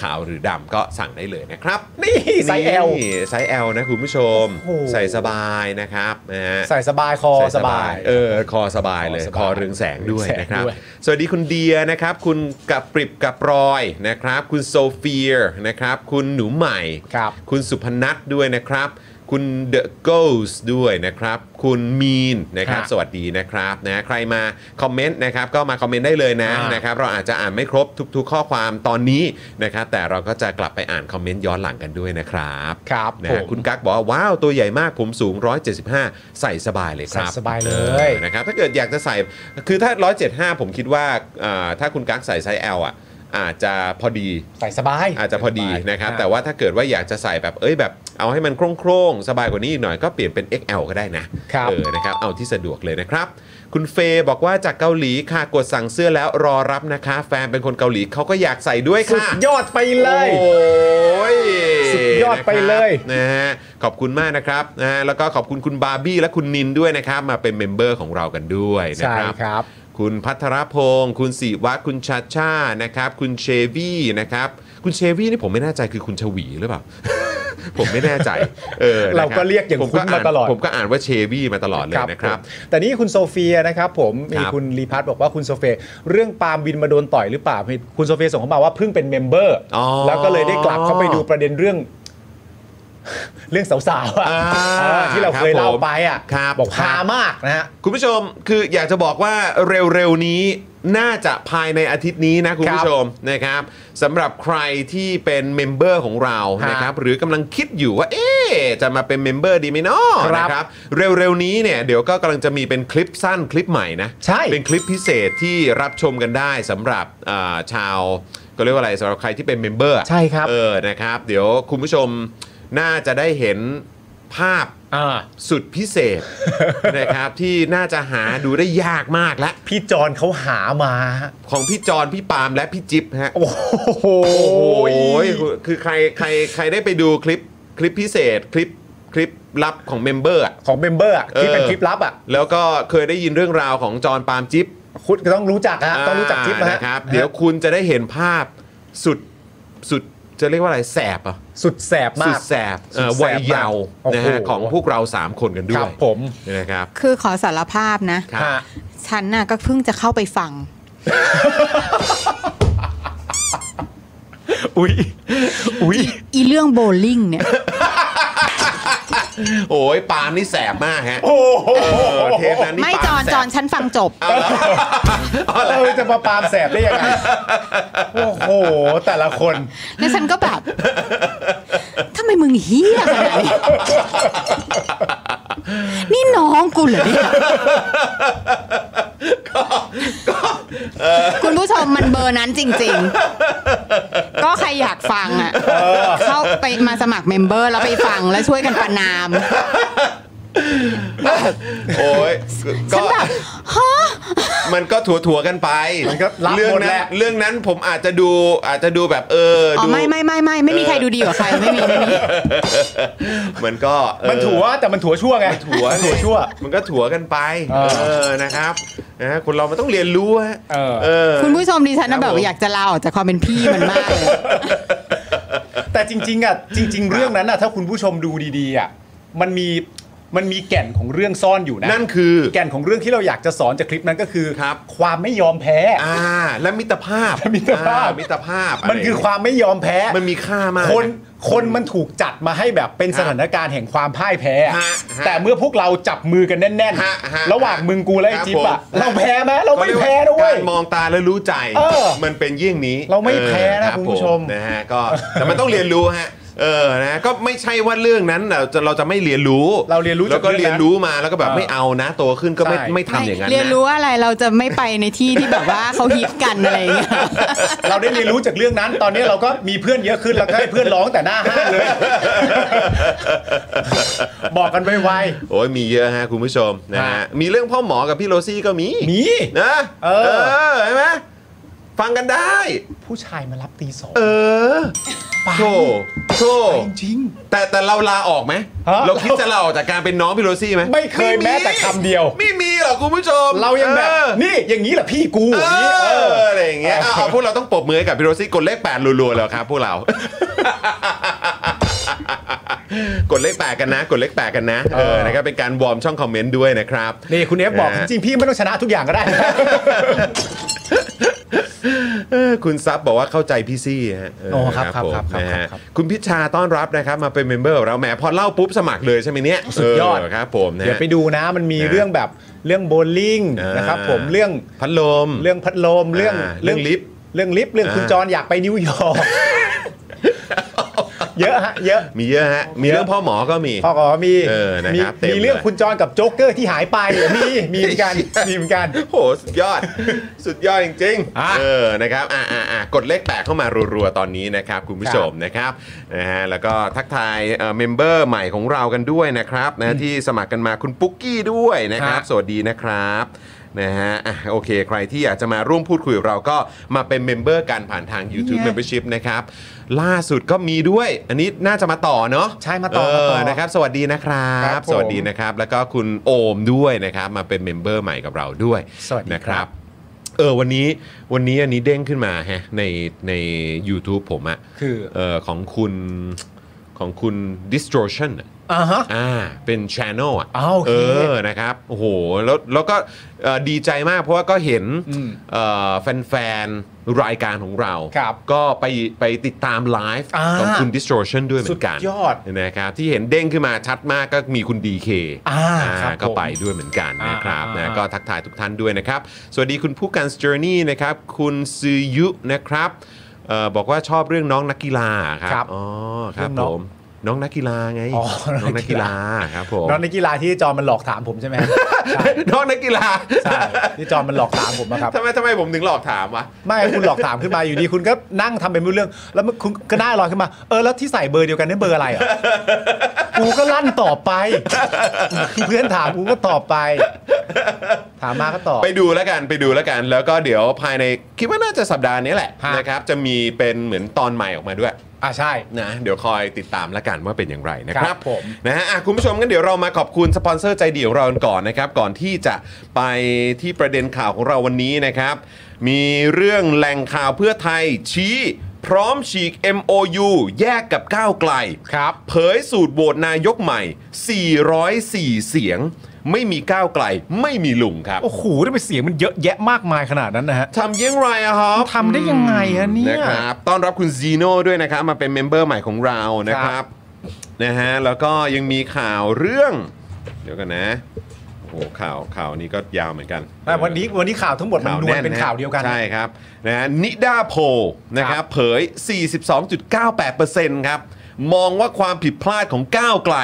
[SPEAKER 1] ขาวหรือดำก็สั่งได้เลยนะครับ
[SPEAKER 7] นี่ไซส์ L
[SPEAKER 1] นี่ไซส์ L นะคุณผู้ชม
[SPEAKER 7] โอ้โห
[SPEAKER 1] ใส่สบายนะครับนะฮะ
[SPEAKER 7] ใส่สบายคอ
[SPEAKER 1] ใ
[SPEAKER 7] สบาย
[SPEAKER 1] เออ คอสบายเลย
[SPEAKER 7] คอสบาย
[SPEAKER 1] คอเรืองแสงด้วย
[SPEAKER 7] เรืองแสง
[SPEAKER 1] นะครับ
[SPEAKER 7] ด้วย
[SPEAKER 1] สวัสดีคุณเดียนะครับ คุณกับปริบกับรอยนะครับ คุณโซเฟียนะครับ คุณหนูใหม่
[SPEAKER 7] ครับ
[SPEAKER 1] คุณสุพนัทด้วยนะครับ คุณเดอะ o ก s ด้วยนะครับ คุณมีนนะครับ
[SPEAKER 7] ฮะ
[SPEAKER 1] สวัสดีนะครับนะ ใครมาคอมเมนต์นะครับ ก็มาคอมเมนต์ได้เลยนะ
[SPEAKER 7] อ่าน
[SPEAKER 1] นะครับ เราอาจจะอ่านไม่ครบทุก ๆ ข้อความตอนนี้นะครับ แต่เราก็จะกลับไปอ่านคอมเมนต์ย้อนหลังกันด้วยนะครับ
[SPEAKER 7] ครับ
[SPEAKER 1] นะ
[SPEAKER 7] ผ
[SPEAKER 1] ฮะ
[SPEAKER 7] ม
[SPEAKER 1] คุณกั๊กบอกว่าว้าวตัวใหญ่มากผมสูง 175 ใส่สบายเลย ครับ
[SPEAKER 7] ใส่สบายเลย
[SPEAKER 1] ออนะครับถ้าเกิดอยากจะใส่คือถ้า 175 ผมคิดว่าอ่าถ้าคุณกั๊กใส่ไซส์ L อ่ะอาจจะพอดี
[SPEAKER 7] ใส่สบาย
[SPEAKER 1] อาจจะพอดีนะครับ แต่
[SPEAKER 7] ว่า
[SPEAKER 1] ว่าถ้าเกิดว่าอยากจะใส่แบบเอ้ยแบบเอาให้มันโคร่งๆ สบายกว่านี้อีกหน่อยก็เปลี่ยนเป็น XL ก็ได้นะครับ เออนะครับเอาที่สะดวกเลยนะครับ คุณเฟย์บอกว่าจากเกาหลีค่ะกดสั่งเสื้อแล้วรอรับนะคะ แฟนเป็นคนเกาหลีเขาก็อยากใส่ด้วย
[SPEAKER 7] สุด
[SPEAKER 1] ค่ะ
[SPEAKER 7] ยอดไปเลย
[SPEAKER 1] โอ้ย
[SPEAKER 7] สุดยอดไปเลย
[SPEAKER 1] นะครับนะฮะขอบคุณมากนะครับนะฮะแล้วก็ขอบคุณคุณบาร์บี้และคุณนินด้วยนะครับ มาเป็นเมมเบอร์ของเรากันด้วยนะครับ
[SPEAKER 7] ใช่ครับ
[SPEAKER 1] คุณพัทรพงศ์คุณศิวะคุณชาชานะครับ คุณเชวี่นะครับ คุณเชวี่นี่ผมไม่แน่ใจคือคุณชวีหรือเปล่า ผมไม่แน่ใจเออนะคบ
[SPEAKER 7] เราก็เรียกอย่าง
[SPEAKER 1] ผ
[SPEAKER 7] คุ้นมาตลอด
[SPEAKER 1] ผมก็อ่านว่าเชวี่มาตลอดเลยนะครับ
[SPEAKER 7] ผมแต่นี่คุณโซเฟียนะครับผมมี
[SPEAKER 1] ครับ
[SPEAKER 7] คุณรีพัทบอกว่าคุณโซเฟียเรื่องปาล์มบินมาโดนต่อยหรือเปล่าคุณโซเฟียส่งเข้ามาว่าเพิ่งเป็นเมมเบอร์
[SPEAKER 1] อ๋อ
[SPEAKER 7] แล้วก็เลยได้กลับเข้าไปดูประเด็นเรื่อง เรื่องสาวๆอะ
[SPEAKER 1] อ่า
[SPEAKER 7] เออที่เราเคย
[SPEAKER 1] บผม
[SPEAKER 7] เล่าไปอ่ะ
[SPEAKER 1] ครับ
[SPEAKER 7] บอกพามากนะฮะ
[SPEAKER 1] คุณผู้ชมคืออยากจะบอกว่าเร็วๆนี้น่าจะภายในอาทิตย์นี้นะคุณผู้ชมนะครับสำหรับใครที่เป็นเมมเบอร์ของเรา
[SPEAKER 7] ฮะ
[SPEAKER 1] นะครับหรือกำลังคิดอยู่ว่า เอ๊ะจะมาเป็นเมมเบอร์ดีไหมเนาะ
[SPEAKER 7] ครับ
[SPEAKER 1] นะครับเร็วๆนี้เนี่ยเดี๋ยวก็กำลังจะมีเป็นคลิปสั้นคลิปใหม่นะ
[SPEAKER 7] ใช่
[SPEAKER 1] เป็นคลิปพิเศษที่รับชมกันได้สำหรับอ่าชาวก็เรียกว่าอะไรสำหรับใครที่เป็นเมมเบอร์
[SPEAKER 7] ใช่ครับ
[SPEAKER 1] เออนะครับ เดี๋ยวคุณผู้ชมน่าจะได้เห็นภาพ
[SPEAKER 7] อ่า
[SPEAKER 1] สุดพิเศษ นะครับที่น่าจะหาดูได้ยากมากและ
[SPEAKER 7] พี่จอนเขาหามา
[SPEAKER 1] ของพี่จอนพี่ปาล์มและพี่จิ๊บฮะ
[SPEAKER 7] โอ้โห
[SPEAKER 1] ยคือใครใครใครได้ไปดูคลิปคลิปพิเศษคลิปคลิปลับของเมมเบอร์อะ
[SPEAKER 7] ของเมมเบอร์อะที่เป็น
[SPEAKER 1] ออ
[SPEAKER 7] คลิปลับอ่ะ
[SPEAKER 1] แล้วก็เคยได้ยินเรื่องราวของจอนปาล์มจิ๊บ
[SPEAKER 7] คุณก็ต้องรู้จักฮะต้องรู้จักคลิปนะ
[SPEAKER 1] อ่า
[SPEAKER 7] ฮะ
[SPEAKER 1] นะครับ เดี๋ยวคุณจะได้เห็นภาพสุดสุด จะเรียกว่าอะไรแสบเหรอ่ะ
[SPEAKER 7] สุดแสบ
[SPEAKER 1] สุ
[SPEAKER 7] มาก
[SPEAKER 1] ดแสบเอ่อ
[SPEAKER 7] สุดแสบ
[SPEAKER 1] วัยเยาว์
[SPEAKER 7] มาก
[SPEAKER 1] นะฮะ
[SPEAKER 7] โอ้โห
[SPEAKER 1] ของพวกเรา 3 คนกันด้
[SPEAKER 7] ควรั
[SPEAKER 1] ย
[SPEAKER 7] บผม
[SPEAKER 1] นะครับ
[SPEAKER 6] คือขอสารภาพนะ
[SPEAKER 1] ครับ
[SPEAKER 7] ฮะ
[SPEAKER 6] ฉันน่ะก็เพิ่งจะเข้าไปฟัง
[SPEAKER 1] อุ้ยอุ้ย
[SPEAKER 6] อีเรื่องโบลิ่งเนี่ย
[SPEAKER 1] โอ้ยปาล์มนี่แสบมากฮะ
[SPEAKER 7] โอ้โห
[SPEAKER 1] เออเทปนั้นนี่
[SPEAKER 6] ไม่
[SPEAKER 1] ปาล์
[SPEAKER 6] จอน
[SPEAKER 1] แสบ
[SPEAKER 6] จอนฉันฟังจบ
[SPEAKER 7] เออจะมาปาล์มแสบได้ยังไงโอ้โห แต่ละคน
[SPEAKER 6] แล้วฉันก็แบบทำไมมึงเฮี้ยขนาดนี้ นี่น้องกูเหรอเนี่ยคุณผู้ชมมันเบอร์นั้นจริง ๆ ก็ใครอยากฟังอ่ะ เข้าไปมาสมัครเมมเบอร์แล้วไปฟังแล้วช่วยกันประนาม
[SPEAKER 1] โอ้ย
[SPEAKER 6] ฉั
[SPEAKER 1] ก็
[SPEAKER 6] นแบบฮะ
[SPEAKER 1] มันก็ถั่วถั่วๆกันไป
[SPEAKER 7] มันก็รับ
[SPEAKER 1] เรื่อง
[SPEAKER 7] หมด
[SPEAKER 1] นั้
[SPEAKER 7] แห
[SPEAKER 1] น
[SPEAKER 7] ละ
[SPEAKER 1] เรื่องนั้นผมอาจจะดูอาจจะดูแบบเออ
[SPEAKER 6] อ๋อ
[SPEAKER 1] ดู
[SPEAKER 6] ไม่ไม่ไม่ไม่ไม่มีใครดูดีกว่าใครไม่มีไม่มี
[SPEAKER 1] มันก็เออ
[SPEAKER 7] มันถั่วแต่มันถั่วชั่วไง
[SPEAKER 1] ถั่ว
[SPEAKER 7] ถั่วชั่ว
[SPEAKER 1] มันก็ถั่วกันไป
[SPEAKER 7] เออ
[SPEAKER 1] เออนะครับนะฮะคนเรามันต้องเรียนรู้ฮะ
[SPEAKER 7] เออ
[SPEAKER 1] เออ
[SPEAKER 6] คุณผู้ชมดิฉันน่ะ
[SPEAKER 1] ครั
[SPEAKER 6] แบบบ
[SPEAKER 1] ผม
[SPEAKER 6] อยากจะลาออกจากความเป็นพี่มันมากเลย
[SPEAKER 7] แต่จริงๆอ่ะจริง ๆ เรื่องนั้นอ่ะถ้าคุณผู้ชมดูดีๆอ่ะมันมีมันมีแก่นของเรื่องซ่อนอยู่นะ
[SPEAKER 1] นั่นคือ
[SPEAKER 7] แก่นของเรื่องที่เราอยากจะสอนจากคลิปนั้นก็คือ
[SPEAKER 1] ครับ
[SPEAKER 7] วามไม่ยอมแพ้
[SPEAKER 1] อ่า และมิตรภาพ
[SPEAKER 7] และมิตรภาพ
[SPEAKER 1] อ่มิตรภาพะไร
[SPEAKER 7] มันคือความไม่ยอมแพ้
[SPEAKER 1] มันมีค่ามาก
[SPEAKER 7] คนคนมันถูกจัดมาให้แบบเป็นสถานการณ์แห่งความพ่ายแพ้อะ
[SPEAKER 1] ฮะฮะ
[SPEAKER 7] แต่เมื่อพวกเราจับมือกันแน่น
[SPEAKER 1] ฮะฮะ
[SPEAKER 7] ระหว่างมึงกูและไอ้
[SPEAKER 1] ครับ
[SPEAKER 7] จิ๊บอะ
[SPEAKER 1] ผม
[SPEAKER 7] เราแพ้ไหมเราไม่แพ้นะเว้
[SPEAKER 1] กาย รมองตาแล้วรู้ใจ
[SPEAKER 7] เออ
[SPEAKER 1] มันเป็นเยี่ยงนี้
[SPEAKER 7] เราไม่แพ้
[SPEAKER 1] เออ
[SPEAKER 7] นะ
[SPEAKER 1] รับ
[SPEAKER 7] คุณผู้ชม
[SPEAKER 1] นะฮะก็แต่มันต้องเรียนรู้ฮะเออนะก็ไม่ใช่ว่าเรื่องนั้นเราจะเราจะไม่เรียนรู้
[SPEAKER 7] เราเรียนรู้
[SPEAKER 1] แล้วก็
[SPEAKER 7] จา
[SPEAKER 1] เรียนรู้มาแล้วก็แบบ
[SPEAKER 7] เออ
[SPEAKER 1] ไม่เอานะโตขึ้นก็ไม่
[SPEAKER 7] ใช่
[SPEAKER 1] ไม่ทำอย่างนั้น
[SPEAKER 6] เรียน
[SPEAKER 1] นะ
[SPEAKER 6] รู้อะไรเราจะไม่ไปในที่ที่แบบว่าเขาฮิตกันอะไรอย่างเงี้ย
[SPEAKER 7] เราได้เรียนรู้จากเรื่องนั้น ตอนนี้เราก็มีเพื่อนเยอะขึ้นแล้วก็ให้เพื่อนร้องแต่หน้าห้างเลย บอกกันไว
[SPEAKER 1] โอ้ยมีเยอะฮะคุณผู้ชมนะฮะ
[SPEAKER 7] ฮะ
[SPEAKER 1] มีเรื่องพ่อหมอกับพี่โรซี่ก็มี
[SPEAKER 7] ๆมี
[SPEAKER 1] นะ
[SPEAKER 7] เออ
[SPEAKER 1] เห็นไหมฟังกันได้
[SPEAKER 7] ผู้ชายมารับตีสอง
[SPEAKER 1] เออโธ่โธ่
[SPEAKER 7] จริง
[SPEAKER 1] แต่แต่เราลาออกไหม
[SPEAKER 7] ฮะ
[SPEAKER 1] เราคิดจะลาออกจากการเป็นน้องพี่โรซี่ไหม
[SPEAKER 7] ๆไม่เคยแม้แต่คำเดียว
[SPEAKER 1] ไม่มีหรอกคุณผู้ชม
[SPEAKER 7] เรายังแบบ
[SPEAKER 1] ออ
[SPEAKER 7] นี่อย่างนี้แหละพี่กู
[SPEAKER 1] เอ
[SPEAKER 7] อย่างนี้เอ
[SPEAKER 1] อ
[SPEAKER 7] อ
[SPEAKER 1] อะไรอย่างเงี้ยเอาเอาพวกเราต้องปรบมือให้กับพี่โรซี่กดเลขแปดรัวๆแล้วครับพวกเรา กดเลขแปดกันนะ กดเลขแปดกันนะเออ
[SPEAKER 7] เออ
[SPEAKER 1] นะครับเป็นการวอร์มช่องคอมเมนต์ด้วยนะครับ
[SPEAKER 7] นี่คุณเอฟบอก
[SPEAKER 1] นะ
[SPEAKER 7] จ
[SPEAKER 1] ฮะ
[SPEAKER 7] ริงๆพี่ไม่ต้องชนะทุกอย่างก็ได้
[SPEAKER 1] เออคุณซับบอกว่าเข้าใจพี่ซี่ฮะเ
[SPEAKER 7] โอ้ครับครับ
[SPEAKER 1] ผม
[SPEAKER 7] ครับครับ
[SPEAKER 1] นะฮะ
[SPEAKER 7] ครับ
[SPEAKER 1] คุณพิชชาต้อนรับนะครับมาเป็นเมมเบอร์ของเราแหมพอเล่าปุ๊บสมัครเลยใช่ไหมเนี่ย
[SPEAKER 7] สุดยอด
[SPEAKER 1] เครับผมนะ
[SPEAKER 7] เดี๋ยว
[SPEAKER 1] ฮะ
[SPEAKER 7] ไปดูนะมันมี
[SPEAKER 1] นะ
[SPEAKER 7] เรื่องแบบเรื่องโบว์ลิ่ง
[SPEAKER 1] อ่าน
[SPEAKER 7] นะครับผมเรื่อง
[SPEAKER 1] พัดลม
[SPEAKER 7] เรื่องพัดลมเรื่อง
[SPEAKER 1] อ่าเรื่องลิฟต์
[SPEAKER 7] เรื่องลิฟต์เรื่อง
[SPEAKER 1] อ่า
[SPEAKER 7] คุณจรอยากไปนิวยอร์กเยอะฮะเยอะ
[SPEAKER 1] มีเยอะฮะมีเรื่องพ่อหมอก็มี
[SPEAKER 7] พ่อขอมี
[SPEAKER 1] เออนะ
[SPEAKER 7] มี
[SPEAKER 1] ครับเต็ม
[SPEAKER 7] มีเรื่อง
[SPEAKER 1] เลย
[SPEAKER 7] คุณจรกับโจ๊กเกอร์ที่หายไปมีมีเหมือนกันมีเหมือนกัน
[SPEAKER 1] โอ้โหสุดยอด สุดยอดจริง
[SPEAKER 7] อ่ะ
[SPEAKER 1] ๆเออนะครับอ่ะอ่ะอ่ะกดเลขแปดเข้ามารัวๆตอนนี้นะครับ คุณผู้ชมนะครับนะฮะแล้วก็ทักทายเอ่อเมมเบอร์ใหม่ของเรากันด้วยนะครับนะที่สมัครกันมาคุณปุ๊กกี้ด้วยนะครับ
[SPEAKER 7] ครับ
[SPEAKER 1] สวัสดีนะครับนะฮะอ่ะโอเค ใครที่อยากจะมาร่วมพูดคุยกับเราก็มาเป็นเมมเบอร์กันผ่านทาง YouTube
[SPEAKER 6] นี่ไง
[SPEAKER 1] Membership นะครับ ล่าสุดก็มีด้วย อันนี้น่าจะมาต่อเนาะ
[SPEAKER 7] ใช่มาต่อ
[SPEAKER 1] เ
[SPEAKER 7] มาต่อ
[SPEAKER 1] นะครับ สวัสดีนะครั
[SPEAKER 7] ครับ บผม
[SPEAKER 1] สวัสดีนะครับ แล้วก็คุณโอมด้วยนะครับ มาเป็นเมมเบอร์ใหม่กับเราด้วย
[SPEAKER 7] สวัสดี
[SPEAKER 1] นะค
[SPEAKER 7] ครั
[SPEAKER 1] รับ
[SPEAKER 7] บ
[SPEAKER 1] เออวันนี้วันนี้อันนี้เด้งขึ้นมาแฮะในใน YouTube ผมอะ
[SPEAKER 7] คือ
[SPEAKER 1] เออของคุณของคุณ distortion อะ
[SPEAKER 7] อ่าฮะ
[SPEAKER 1] อ่าเป็น channel อ่ะ
[SPEAKER 7] อ้าวโอเค
[SPEAKER 1] อนะครับโอ้โหแล้วแล้วก็เอ่อดีใจมากเพราะว่าก็เห็น
[SPEAKER 7] อืม
[SPEAKER 1] เอ่อแฟนๆ รายการของเรา
[SPEAKER 7] ครับ
[SPEAKER 1] ก็ไปไปติดตามไลฟ์
[SPEAKER 7] อ่า
[SPEAKER 1] ของคุณ distortion ด้วยเหมือนกัน
[SPEAKER 7] สุดยอด
[SPEAKER 1] นะครับที่เห็นเด้งขึ้นมาชัดมากก็มีคุณ DK
[SPEAKER 7] อ่าครับ
[SPEAKER 1] ก็
[SPEAKER 7] ผม
[SPEAKER 1] ไปด้วยเหมือนกันนะครับ
[SPEAKER 7] อ่าอ่า
[SPEAKER 1] นะ
[SPEAKER 7] อ่า
[SPEAKER 1] ก็ ก็ทักทายทุกท่านด้วยนะครับ สวัสดีคุณผู้การส j จ u r n e y นะครับ คุณซือยุนะครับเออบอกว่าชอบเรื่องน้องนักกีฬาค
[SPEAKER 7] ครั
[SPEAKER 1] รับบ อ๋อครับ
[SPEAKER 7] เรื่องน้
[SPEAKER 1] ผ
[SPEAKER 7] อง
[SPEAKER 1] ม น้องนักกีฬาไง
[SPEAKER 7] อ๋อ
[SPEAKER 1] น้อง
[SPEAKER 7] นั
[SPEAKER 1] นัก
[SPEAKER 7] กกี
[SPEAKER 1] กีฬา
[SPEAKER 7] ฬา
[SPEAKER 1] ครับผม
[SPEAKER 7] น้องในกกีฬาที่จอมันหลอกถามผมใช่ไหม ใช่
[SPEAKER 1] น้องนักกีฬา
[SPEAKER 7] ใช่ที่จอมันหลอกถามผมนะครับ
[SPEAKER 1] ทำไมทำไมผมถึงหลอกถามวะ
[SPEAKER 7] ไม่คุณหลอกถามขึ้นมาอยู่ดีคุณก็นั่งทำเป็นไม่รู้เรื่อง แล้วมันคุณก็หน้าลอยขึ้นมา เออแล้วที่ใส่เบอร์เดียวกันนี่เบอร์อะไรอ่ะ กูก็ลั่นตอบไป เพื่อนถามกูก็ตอบไป ถามมาก็ตอบ
[SPEAKER 1] ไปดูแล้วกันไปดูแล้วกัน แล้วก็เดี๋ยวภายในคิดว่าน่าจะสัปดาห์นี้แหละ
[SPEAKER 7] ฮะ
[SPEAKER 1] นะครับจะมีเป็นเหมือนตอนใหม่ออกมาด้วย
[SPEAKER 7] อ่ะใช่
[SPEAKER 1] นะเดี๋ยวคอยติดตามแล้วกันว่าเป็นอย่างไรนะค
[SPEAKER 7] ค
[SPEAKER 1] รั
[SPEAKER 7] รั
[SPEAKER 1] บบ
[SPEAKER 7] ผม
[SPEAKER 1] นะฮะอ่ะคุณผู้ชมกันเดี๋ยวเรามาขอบคุณสปอนเซอร์ใจดีของเรากันก่อนนะครับ ก่อนที่จะไปที่ประเด็นข่าวของเราวันนี้นะครับ มีเรื่องแหล่งข่าวเพื่อไทยชี้ พร้อมฉีก MOU แยกกับก้าวไกล
[SPEAKER 7] ครับ
[SPEAKER 1] เผยสูตรโหวตนายกใหม่ 404 เสียง ไม่มีก้าวไกล ไม่มีลุงครับ
[SPEAKER 7] โอ้โหทำไมเสียงมันเยอะแยะมากมายขนาดนั้นนะฮะ
[SPEAKER 1] ทำอยังไรอะครับ
[SPEAKER 7] ทำได้ยังไงอะเนี่ย
[SPEAKER 1] นะครับต้อนรับคุณจีโน่ด้วยนะครับ มาเป็นเมมเบอร์ใหม่ของเรานะค
[SPEAKER 7] ค
[SPEAKER 1] รั
[SPEAKER 7] รั
[SPEAKER 1] บบ นะฮะแล้วก็ยังมีข่าวเรื่อง เดี๋ยวกันนะโอ้โหข่าวข่าวนี้ก็ยาวเหมือนกัน
[SPEAKER 7] แต่วันนี้วันนี้ข่าวทั้งหมดมันนวลเป็นข่าวเดียวกัน
[SPEAKER 1] ใช่ครับนะฮะนิดาโพลนะครับเผย 42.98%ครับ มองว่าความผิดพลาดของก้าวไกล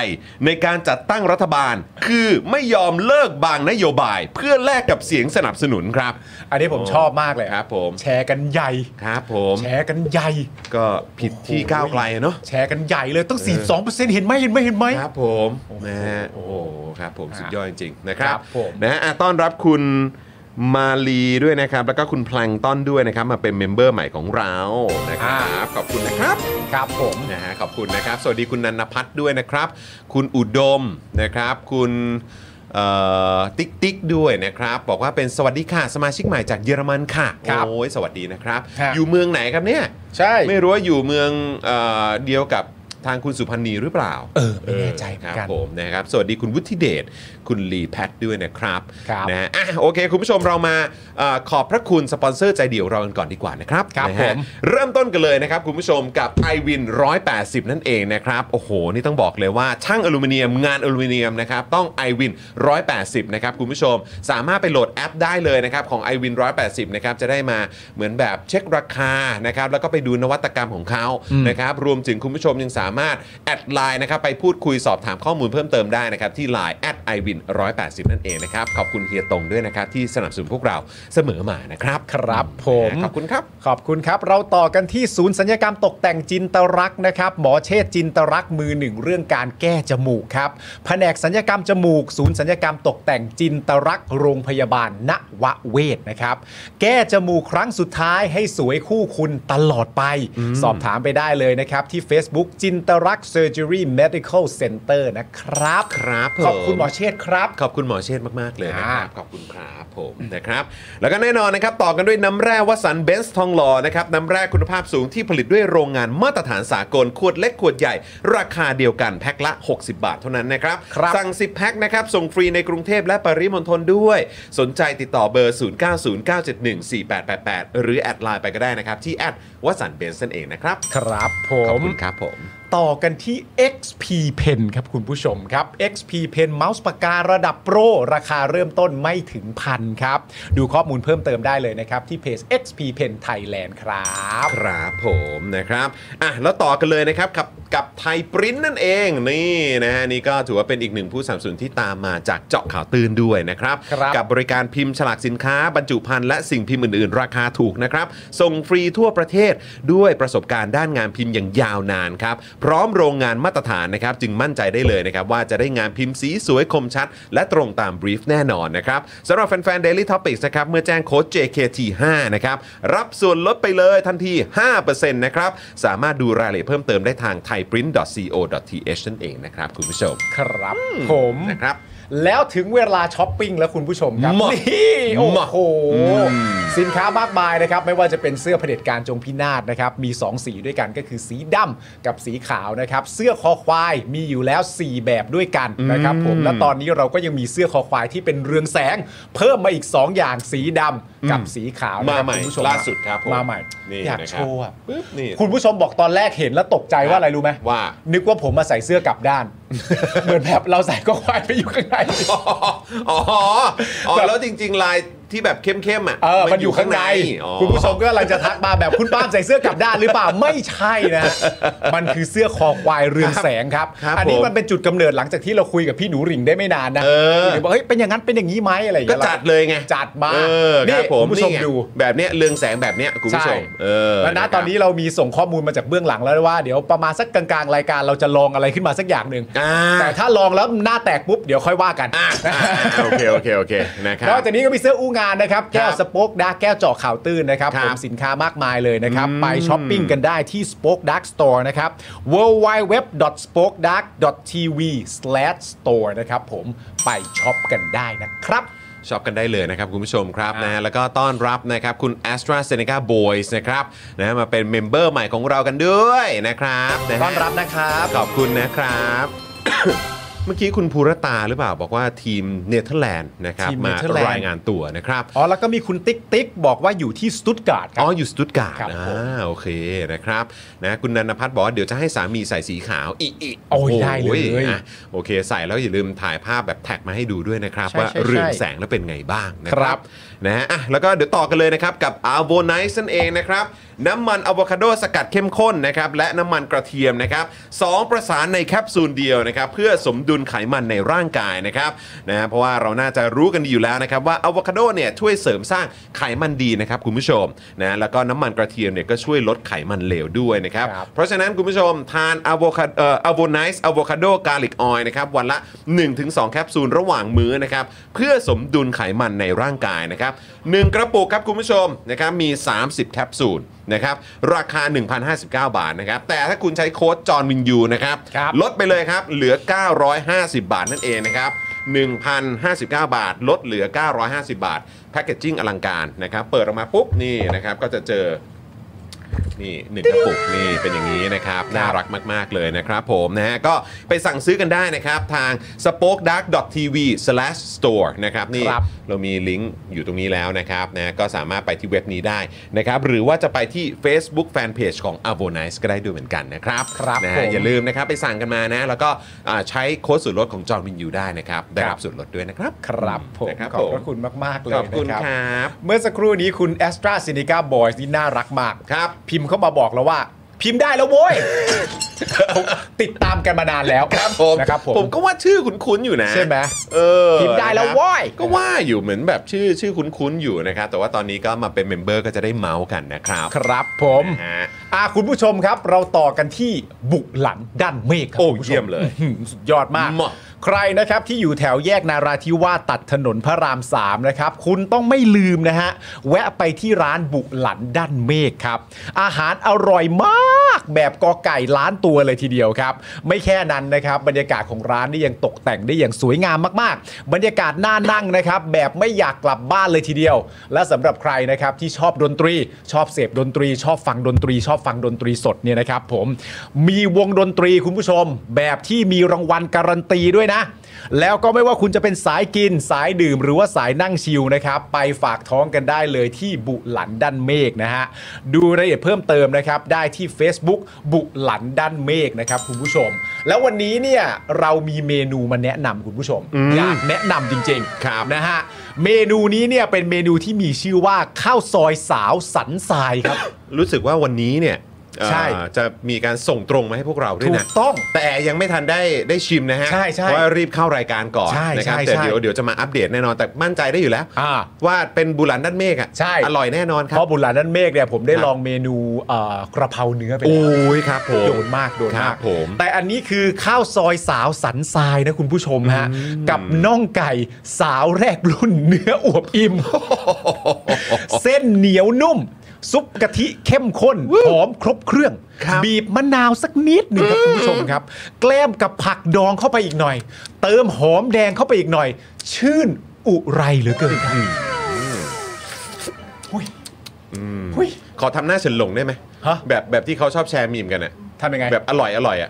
[SPEAKER 1] ในการจัดตั้งรัฐบาล คือไม่ยอมเลิกบางนโยบาย เพื่อแลกกับเสียงสนับสนุนครับ
[SPEAKER 7] อันนี้ผมชอบมากเลย
[SPEAKER 1] ครับผม
[SPEAKER 7] แชร์กันใหญ่
[SPEAKER 1] ครับผม
[SPEAKER 7] แชร์กันใหญ่
[SPEAKER 1] ก็ผิดที่ก้าวไกลอะเนาะ
[SPEAKER 7] แชร์กันใหญ่เลยต้อง 42%เห็นไหมเห็นไหมเห็นไหม
[SPEAKER 1] ครับผม
[SPEAKER 7] โอ้โห
[SPEAKER 1] นะฮะโอ้โหครับผมสุดยอดจริงๆนะครั
[SPEAKER 7] ครับ บผม
[SPEAKER 1] นะฮะอ่ะต้อนรับคุณมาลีด้วยนะครับ แล้วก็คุณแพลงต้อนด้วยนะครับ มาเป็นเมมเบอร์ใหม่ของเรานะครับ
[SPEAKER 7] อ่า
[SPEAKER 1] ขอบคุณนะครับ
[SPEAKER 7] ครับผม
[SPEAKER 1] นะฮะขอบคุณนะครับ สวัสดีคุณนันพัฒน์ด้วยนะครับ คุณอุดมนะครับ คุณเอ่อติ๊กติ๊กด้วยนะครับ บอกว่าเป็นสวัสดีค่ะ สมาชิกใหม่จากเยอรมันค่ะ
[SPEAKER 7] ครับ
[SPEAKER 1] โอ้ยสวัสดีนะครับ
[SPEAKER 7] ฮะ
[SPEAKER 1] อยู่เมืองไหนครับเนี่ย
[SPEAKER 7] ใช่
[SPEAKER 1] ไม่รู้ว่าอยู่เมืองเออเดียวกับทางคุณสุพันธ์นีหรือเปล่า
[SPEAKER 7] เออไม่แน่ใจเหมื
[SPEAKER 1] ค
[SPEAKER 7] อ
[SPEAKER 1] รับ
[SPEAKER 7] นกัน
[SPEAKER 1] ผมนะครับสวัสดีคุณวุฒิเดชคุณลีแพทด้วยนะครับ
[SPEAKER 7] ครับ
[SPEAKER 1] นะฮะอ่ะโอเค คุณผู้ชมเรามาเออขอบพระคุณสปอนเซอร์ใจเดี่ยวเรากันก่อนดีกว่านะครับ
[SPEAKER 7] ครับ
[SPEAKER 1] นะฮะ
[SPEAKER 7] ผม
[SPEAKER 1] เริ่มต้นกันเลยนะครับคุณผู้ชมกับ i w วิน180 นั่นเองนะครับโอ้โห นี่ต้องบอกเลยว่าช่างอลูมิเนียมงานอลูมิเนียมนะครับต้อง i w วิน180 นะครับคุณผู้ชมสามารถไปโหลดแอปได้เลยนะครับของ i w วิน180 นะครับจะได้มาเหมือนแบบเช็คราคานะครับแล้วก็ไปดูนวัตกรรมของเขานะครับรวมถึงคุณผู้ชมยังสามารถแอดไลน์นะครับไปพูดคุยสอบถามข้อมูลเพิ่มเติมได้นะครับที่ Line แอดไอวิน180 นั่นเองนะครับขอบคุณเฮียตงด้วยนะครับที่สนับสนุนพวกเราเสมอมานะครับ
[SPEAKER 7] ครับผม
[SPEAKER 1] ขอบคุณครับ
[SPEAKER 7] ขอบคุณครับ เราต่อกันที่ศูนย์สัญญกรรมตกแต่งจินตรักษณ์นะครับ หมอเชษจินตรักษณ์มือหนึ่งเรื่องการแก้จมูกครับแผนกสัญญกรรมจมูก ศูนย์สัญญกรรมตกแต่งจินตรักษณ์โรงพยาบาลนวเวศนะครับ แก้จมูกครั้งสุดท้ายให้สวยคู่คุณตลอดไป สอบถามไปได้เลยนะครับ ที่ Facebook จินตรักเซอร์เจอรี่เมดิคอลเซ็นเตอร์นะครับ
[SPEAKER 1] ครับผม
[SPEAKER 7] ขอบคุณหมอเชษครับ
[SPEAKER 1] ขอบคุณหมอเชษฐ์มาก ๆ เลยนะครับ
[SPEAKER 7] อ่า
[SPEAKER 1] ขอบคุณครับผมนะครับ แล้วก็แน่นอนนะครับ ต่อกันด้วยน้ำแร่วัสันเบนซ์ทองหล่อนะครับ น้ำแร่คุณภาพสูงที่ผลิตด้วยโรงงานมาตรฐานสากล ขวดเล็กขวดใหญ่ ราคาเดียวกันแพ็คละ 60 บาทเท่านั้นนะครับ
[SPEAKER 7] ครับ
[SPEAKER 1] สั่ง 10 แพ็คนะครับ ส่งฟรีในกรุงเทพและปริมณฑลด้วย สนใจติดต่อเบอร์ 0909714888 หรือแอดไลน์ไปก็ได้นะครับ ที่แอดวัสันเบนซ์นั่นเองนะครับ
[SPEAKER 7] ครับผ
[SPEAKER 1] ขอบ
[SPEAKER 7] ม
[SPEAKER 1] คุณครับผม
[SPEAKER 7] ต่อกันที่ XP Pen ครับคุณผู้ชมครับ XP Pen เมาส์ปากการะดับโปร ราคาเริ่มต้นไม่ถึงพันครับ ดูข้อมูลเพิ่มเติมได้เลยนะครับ ที่เพจ XP Pen Thailand ครับ
[SPEAKER 1] ครับผมนะครับอ่ะแล้วต่อกันเลยนะครับกับกับไทยปริ้นนั่นเองนี่นะฮะนี่ก็ถือว่าเป็นอีกหนึ่งผู้สนับสนุนที่ตามมาจากเจาะข่าวตื่นด้วยนะครับ
[SPEAKER 7] ครับ
[SPEAKER 1] กับบริการพิมพ์ฉลากสินค้าบรรจุภัณฑ์และสิ่งพิมพ์อื่นๆ ราคาถูกนะครับ ส่งฟรีทั่วประเทศด้วยประสบการณ์ด้านงานพิมพ์อย่างยาวนานครับ พร้อมโรงงานมาตรฐานนะครับ จึงมั่นใจได้เลยนะครับ ว่าจะได้งานพิมพ์สีสวยคมชัด และตรงตามบรีฟแน่นอนนะครับสำหรับแฟนๆ Daily Topics นะครับ เมื่อแจ้งโค้ด JKT5 นะครับ รับส่วนลดไปเลยทันที 5%นะครับ สามารถดูรายละเอียดเพิ่มเติมได้ทาง thaiprint.co.th นั่นเองนะครับ คุณผู้ชม
[SPEAKER 7] ครับผม
[SPEAKER 1] นะครับ
[SPEAKER 7] แล้วถึงเวลาช้อปปิ้งแล้วคุณผู้ชมครับ
[SPEAKER 1] หมด
[SPEAKER 7] นี่โอ้
[SPEAKER 1] หมด
[SPEAKER 7] โห สินค้ามากมายนะครับ ไม่ว่าจะเป็นเสื้อเผด็จการจงพินาศนะครับ มี 2 สีด้วยกันก็คือสีดำกับสีขาวนะครับ เสื้อคอควายมีอยู่แล้ว 4 แบบด้วยกันนะครับผมและตอนนี้เราก็ยังมีเสื้อคอควายที่เป็นเรืองแสง เพิ่มมาอีก 2 อย่างสีดำกับสีขาวนะ
[SPEAKER 1] มา
[SPEAKER 7] ครับ
[SPEAKER 1] ใหม่
[SPEAKER 7] คุณผู้ชม
[SPEAKER 1] ล่าสุดครับผ
[SPEAKER 7] มาใหม่
[SPEAKER 1] นี่
[SPEAKER 7] อยาก
[SPEAKER 1] นะค
[SPEAKER 7] โช
[SPEAKER 1] รับ
[SPEAKER 7] ว์อะ
[SPEAKER 1] ปึ๊บนี่
[SPEAKER 7] คุณผู้ชมบอกตอนแรกเห็นแล้วตกใจว่าอะไรรู้ไหม
[SPEAKER 1] ว่า
[SPEAKER 7] นึกว่าผมมาใส่เสื้อกลับด้าน เหมือนแบบเราใส่ก็ควายไปอยู่ข้างใน
[SPEAKER 1] อ๋ออ๋ออ๋อ
[SPEAKER 7] แบบ
[SPEAKER 1] แล้วจริงๆลายที่แบบเข้มๆอ่ะ
[SPEAKER 7] เออ มันอยู่ข้างใน
[SPEAKER 1] อ๋อ
[SPEAKER 7] คุณผู้ชมก็กำลังจะทักมาแบบ คุณป้าล์มใส่เสื้อกลับด้านหรือเปล่า ไม่ใช่นะ มันคือเสื้อคอควายเรืองแสงครับ
[SPEAKER 1] ครับ
[SPEAKER 7] อันี้
[SPEAKER 1] ผม
[SPEAKER 7] มันเป็นจุดกำเนิดหลังจากที่เราคุยกับพี่หนูหริงได้ไม่นานนะ
[SPEAKER 1] เออ
[SPEAKER 7] หรือบอกเฮ้ยเป็นอย่างนั้นเป็นอย่างนี้ไหมอะไรอย่าง
[SPEAKER 1] ก็
[SPEAKER 7] เงี้ย
[SPEAKER 1] จัดเลยไง
[SPEAKER 7] จัดมา
[SPEAKER 1] เออครับผม
[SPEAKER 7] คุณผู้ชม
[SPEAKER 1] นี่ไง
[SPEAKER 7] ดู
[SPEAKER 1] แบบเนี้ยเรืองแสงแบบเนี้ยคุณผู้ชม
[SPEAKER 7] ใช่
[SPEAKER 1] เออ
[SPEAKER 7] แล้ว
[SPEAKER 1] ะค
[SPEAKER 7] นะ
[SPEAKER 1] รับ
[SPEAKER 7] ตอนนี้เรามีส่งข้อมูลมาจากเบื้องหลังแล้วว่าเดี๋ยวประมาณสักกลางๆรายการเราจะลองอะไรขึ้นมาสักอย่างหนึ่ง
[SPEAKER 1] อ่า
[SPEAKER 7] แต่ถ้าลองแล้วหน้าแตกปุ๊บเดี๋ยวค่อยว่ากัน
[SPEAKER 1] อ่ะอ่ะอ่ะโอเคโอเคโอเคนะครั
[SPEAKER 7] น
[SPEAKER 1] บ
[SPEAKER 7] อกจากนี้ก็มีเสื้ออู้งานนะครับ แก้วสป็อกดาร์กแก้วเจาะข่าวตื้นนะครับ
[SPEAKER 1] ครับ
[SPEAKER 7] ผมสินค้ามากมายเลยนะครับ ไปช้อปปิ้งกันได้ที่ Spoke Dark Store นะครับ w w w s p o k e d a r k t v s l a s h store นะครับผมไปช็อปกันได้นะครับ
[SPEAKER 1] ช็อปกันได้เลยนะครับคุณผู้ชมครับนะฮะแล้วก็ต้อนรับนะครับคุณ a s t r a z e ซ e c a Boys นะครับนะฮะมาเป็นเมมเบอร์ใหม่ของเรากันด้วยนะครับะฮะ
[SPEAKER 7] ต้อนรับนะครับ
[SPEAKER 1] ขอบคุณนะครับ เมื่อกี้คุณภูรตาหรือเปล่าบอกว่าทีมเนเธอร์แลนด์นะครับ
[SPEAKER 7] ทีม
[SPEAKER 1] มา
[SPEAKER 7] เนเธอร์แลนด์
[SPEAKER 1] รายงานตัวนะครับ
[SPEAKER 7] อ๋อแล้วก็มีคุณติ๊กติ๊กบอกว่าอยู่ที่สตุตการ์ดครั
[SPEAKER 1] อ๋
[SPEAKER 7] บ
[SPEAKER 1] ออยู่สตุตการ์ด
[SPEAKER 7] ครับผม
[SPEAKER 1] อ่าโอเคนะครับนะคุณนันพัฒน์บอกว่าเดี๋ยวจะให้สามีใส่สีขาวอีอี
[SPEAKER 7] โอ้ยได้เลย
[SPEAKER 1] อ่ะโอเค ใส่แล้วอย่าลืมถ่ายภาพแบบแท็กมาให้ดูด้วยนะครับ
[SPEAKER 7] ใช่
[SPEAKER 1] ว่า
[SPEAKER 7] ใช่
[SPEAKER 1] เรื่อง
[SPEAKER 7] ใช่
[SPEAKER 1] แสงแล้วเป็นไงบ้างนะค
[SPEAKER 7] ครั
[SPEAKER 1] รับบ นะฮะอ่ะแล้วก็เดี๋ยวต่อกันเลยนะครับ กับอาโวไนซ์นั่นเองนะครับ น้ำมันอะโวคาโดสกัดเข้มข้นนะครับ และน้ำมันกระเทียมนะครับสองประสานในแคปซูลเดียวนะครับ เพื่อสมดุลไขมันในร่างกายนะครับนะฮะเพราะว่าเราน่าจะรู้กันดีอยู่แล้วนะครับว่าอะโวคาโดเนี่ยช่วยเสริมสร้างไขมันดีนะครับคุณผู้ชมนะแล้วก็น้ำมันกระเทียมเนี่ยก็ช่วยลดไขมันเหลวด้วยนะครับ
[SPEAKER 7] ครับ
[SPEAKER 1] เพราะฉะนั้นคุณผู้ชมทานอะโวคาเอ่ออะโวไนซ์อะโวคาโดกาลิกออยนะครับวันละ 1-2 แคปซูลระหว่างมื้อนะครับ เพื่อสมดุลไขมันในร่างกายนะครับ 1 กระปุกครับคุณผู้ชมนะครับมี 30 แคปซูลนะครับ ราคา 1,059 บาทนะครับ แต่ถ้าคุณใช้โค้ดจอห์นวินยูนะครับ
[SPEAKER 7] ครับ
[SPEAKER 1] ลดไปเลยครับ เหลือ 950 บาทนั่นเองนะครับ 1,059 บาท ลดเหลือ 950 บาท แพคเกจจิ้งอลังการนะครับ เปิดออกมาปุ๊บนี่นะครับ ก็จะเจอ นี่หนึ่งกระปุกนี่เป็นอย่างนี้นะครับ น่ารักมาก ๆ เลยนะครับผมนะฮะก็ไปสั่งซื้อกันได้นะครับ ทาง spokedark.tv/store นะครับนี่
[SPEAKER 7] ครับ
[SPEAKER 1] เรามีลิงก์อยู่ตรงนี้แล้วนะครับนะก็สามารถไปที่เว็บนี้ได้นะครับ หรือว่าจะไปที่ Facebook Fanpage ของ a v o n i c e ก็ได้ด้วยเหมือนกันนะครับ
[SPEAKER 7] ครับ
[SPEAKER 1] นะ
[SPEAKER 7] ผ
[SPEAKER 1] ฮะ
[SPEAKER 7] ม
[SPEAKER 1] อย่าลืมนะครับไปสั่งกันมานะ แล้วก็อ่าใช้โค้ดส่วนลดของจอห์นวินยูได้นะครับ ได้รับส่วนลดด้วยนะครับ
[SPEAKER 7] ครับผม
[SPEAKER 1] นะครับ
[SPEAKER 7] ขอบ
[SPEAKER 1] ผม
[SPEAKER 7] พระคุณมาก ๆ เลย
[SPEAKER 1] ขอบคุณ
[SPEAKER 7] นะครับ เมื่อสักครู่นี้คุณแอสตราซินิก้าบอยนี่น่ารักมาก
[SPEAKER 1] ครับ
[SPEAKER 7] พิมพ์เข้ามาบอกแล้วว่า พิมพ์ได้แล้วโว้ย ผมติดตามกันมานานแล้ว
[SPEAKER 1] ครับผม
[SPEAKER 7] นะครับผม
[SPEAKER 1] ก็ว่าชื่อคุ้นๆอยู่นะ
[SPEAKER 7] ใช่ไหม
[SPEAKER 1] เออ
[SPEAKER 7] พิมพ์ได้แล้ว
[SPEAKER 1] นะครับ
[SPEAKER 7] ว้าย
[SPEAKER 1] ก็ว่าอยู่เหมือนแบบชื่อชื่อคุ้นๆอยู่นะครับ แต่ว่าตอนนี้ก็มาเป็นเมมเบอร์ก็จะได้เมาส์กันนะครับ
[SPEAKER 7] ครับผม
[SPEAKER 1] นะฮะ
[SPEAKER 7] อาคุณผู้ชมครับ เราต่อกันที่บุกหลังด้านเมฆครับ
[SPEAKER 1] โอ้
[SPEAKER 7] คุณผู้ช
[SPEAKER 1] เยี่ยมเลย
[SPEAKER 7] อื้อหือสุดยอดมาก
[SPEAKER 1] เหมาะ
[SPEAKER 7] ใครนะครับที่อยู่แถวแยกนาราธิวาสตัดถนนพระรามสามนะครับคุณต้องไม่ลืมนะฮะ แวะไปที่ร้านบุหลันด้านเมฆครับ อาหารอร่อยมากแบบกอไก่ล้านตัวเลยทีเดียวครับ ไม่แค่นั้นนะครับ บรรยากาศของร้านนี่ยังตกแต่งได้อย่างสวยงามมากๆ บรรยากาศน่านั่งนะครับ แบบไม่อยากกลับบ้านเลยทีเดียว และสำหรับใครนะครับที่ชอบดนตรี ชอบเสพดนตรี ชอบฟังดนตรี ชอบฟังดนตรีสดเนี่ยนะครับผมมีวงดนตรีคุณผู้ชม แบบที่มีรางวัลการันตีด้วยนะ แล้วก็ไม่ว่าคุณจะเป็นสายกินสายดื่ม หรือว่าสายนั่งชิลนะครับ ไปฝากท้องกันได้เลยที่บุหลันด้านเมฆนะฮะ ดูรายละเอียดเพิ่มเติมนะครับ ได้ที่ Facebook บุหลันด้านเมฆนะครับคุณผู้ชม แล้ววันนี้เนี่ยเรามีเมนูมาแนะนำคุณผู้ชม อยากแนะนำจริงๆ
[SPEAKER 1] ครับ
[SPEAKER 7] นะฮะ เมนูนี้เนี่ยเป็นเมนูที่มีชื่อว่าข้าวซอยสาวสันทรายครับ
[SPEAKER 1] รู้สึกว่าวันนี้เนี่ยเอ่อ
[SPEAKER 7] ใช่
[SPEAKER 1] จะมีการส่งตรงมาให้พวกเราด้วย
[SPEAKER 7] ถู
[SPEAKER 1] นะ
[SPEAKER 7] กต้อง
[SPEAKER 1] แต่ยังไม่ทันได้ได้ชิมนะฮะ
[SPEAKER 7] ใช่ใช่
[SPEAKER 1] เพราะว่ารีบเข้ารายการก่อน
[SPEAKER 7] ใช่
[SPEAKER 1] นะครับ
[SPEAKER 7] ใช่
[SPEAKER 1] แต่
[SPEAKER 7] ใช่
[SPEAKER 1] เดี๋ยวเดี๋ยวจะมาอัปเดตแน่นอนแต่มั่นใจได้อยู่แล้ว
[SPEAKER 7] อ่า
[SPEAKER 1] ว่าเป็นบุหลันด้านเมฆอ่ะ
[SPEAKER 7] ใช่
[SPEAKER 1] อร่อยแน่นอนครับ
[SPEAKER 7] เพราะบุหลันด้านเมฆเนี่ยผมได้ลองเมนูเอ่อกระเพราเนื้อไปแล้ว
[SPEAKER 1] โอ้ยครับผม
[SPEAKER 7] โดนมากโดน
[SPEAKER 1] ครั
[SPEAKER 7] มาก
[SPEAKER 1] บผม
[SPEAKER 7] แต่อันนี้คือข้าวซอยสาวสันทรายนะคุณผู้ชมฮะ กับน่องไก่สาวแรกรุ่นเนื้ออวบ อิ่ม เส้นเหนียวนุ่ม ซุปกะทิเข้มข้นหอมครบเครื่อง
[SPEAKER 1] ครับ
[SPEAKER 7] บีบมะนาวสักนิดหนึ่งครับคุณผู้ชมครับ แกล้มกับผักดองเข้าไปอีกหน่อย เติมหอมแดงเข้าไปอีกหน่อย ชื่นอุไรเหลือเกินครับหุย
[SPEAKER 1] ม
[SPEAKER 7] หุย
[SPEAKER 1] ขอทำหน้าเฉินหลงได้ไหม
[SPEAKER 7] ฮะ
[SPEAKER 1] แบบแบบที่เขาชอบแชร์มีมกันอ่ะ
[SPEAKER 7] ทำยังไง
[SPEAKER 1] แบบอร่อยอร่อยอ่ะ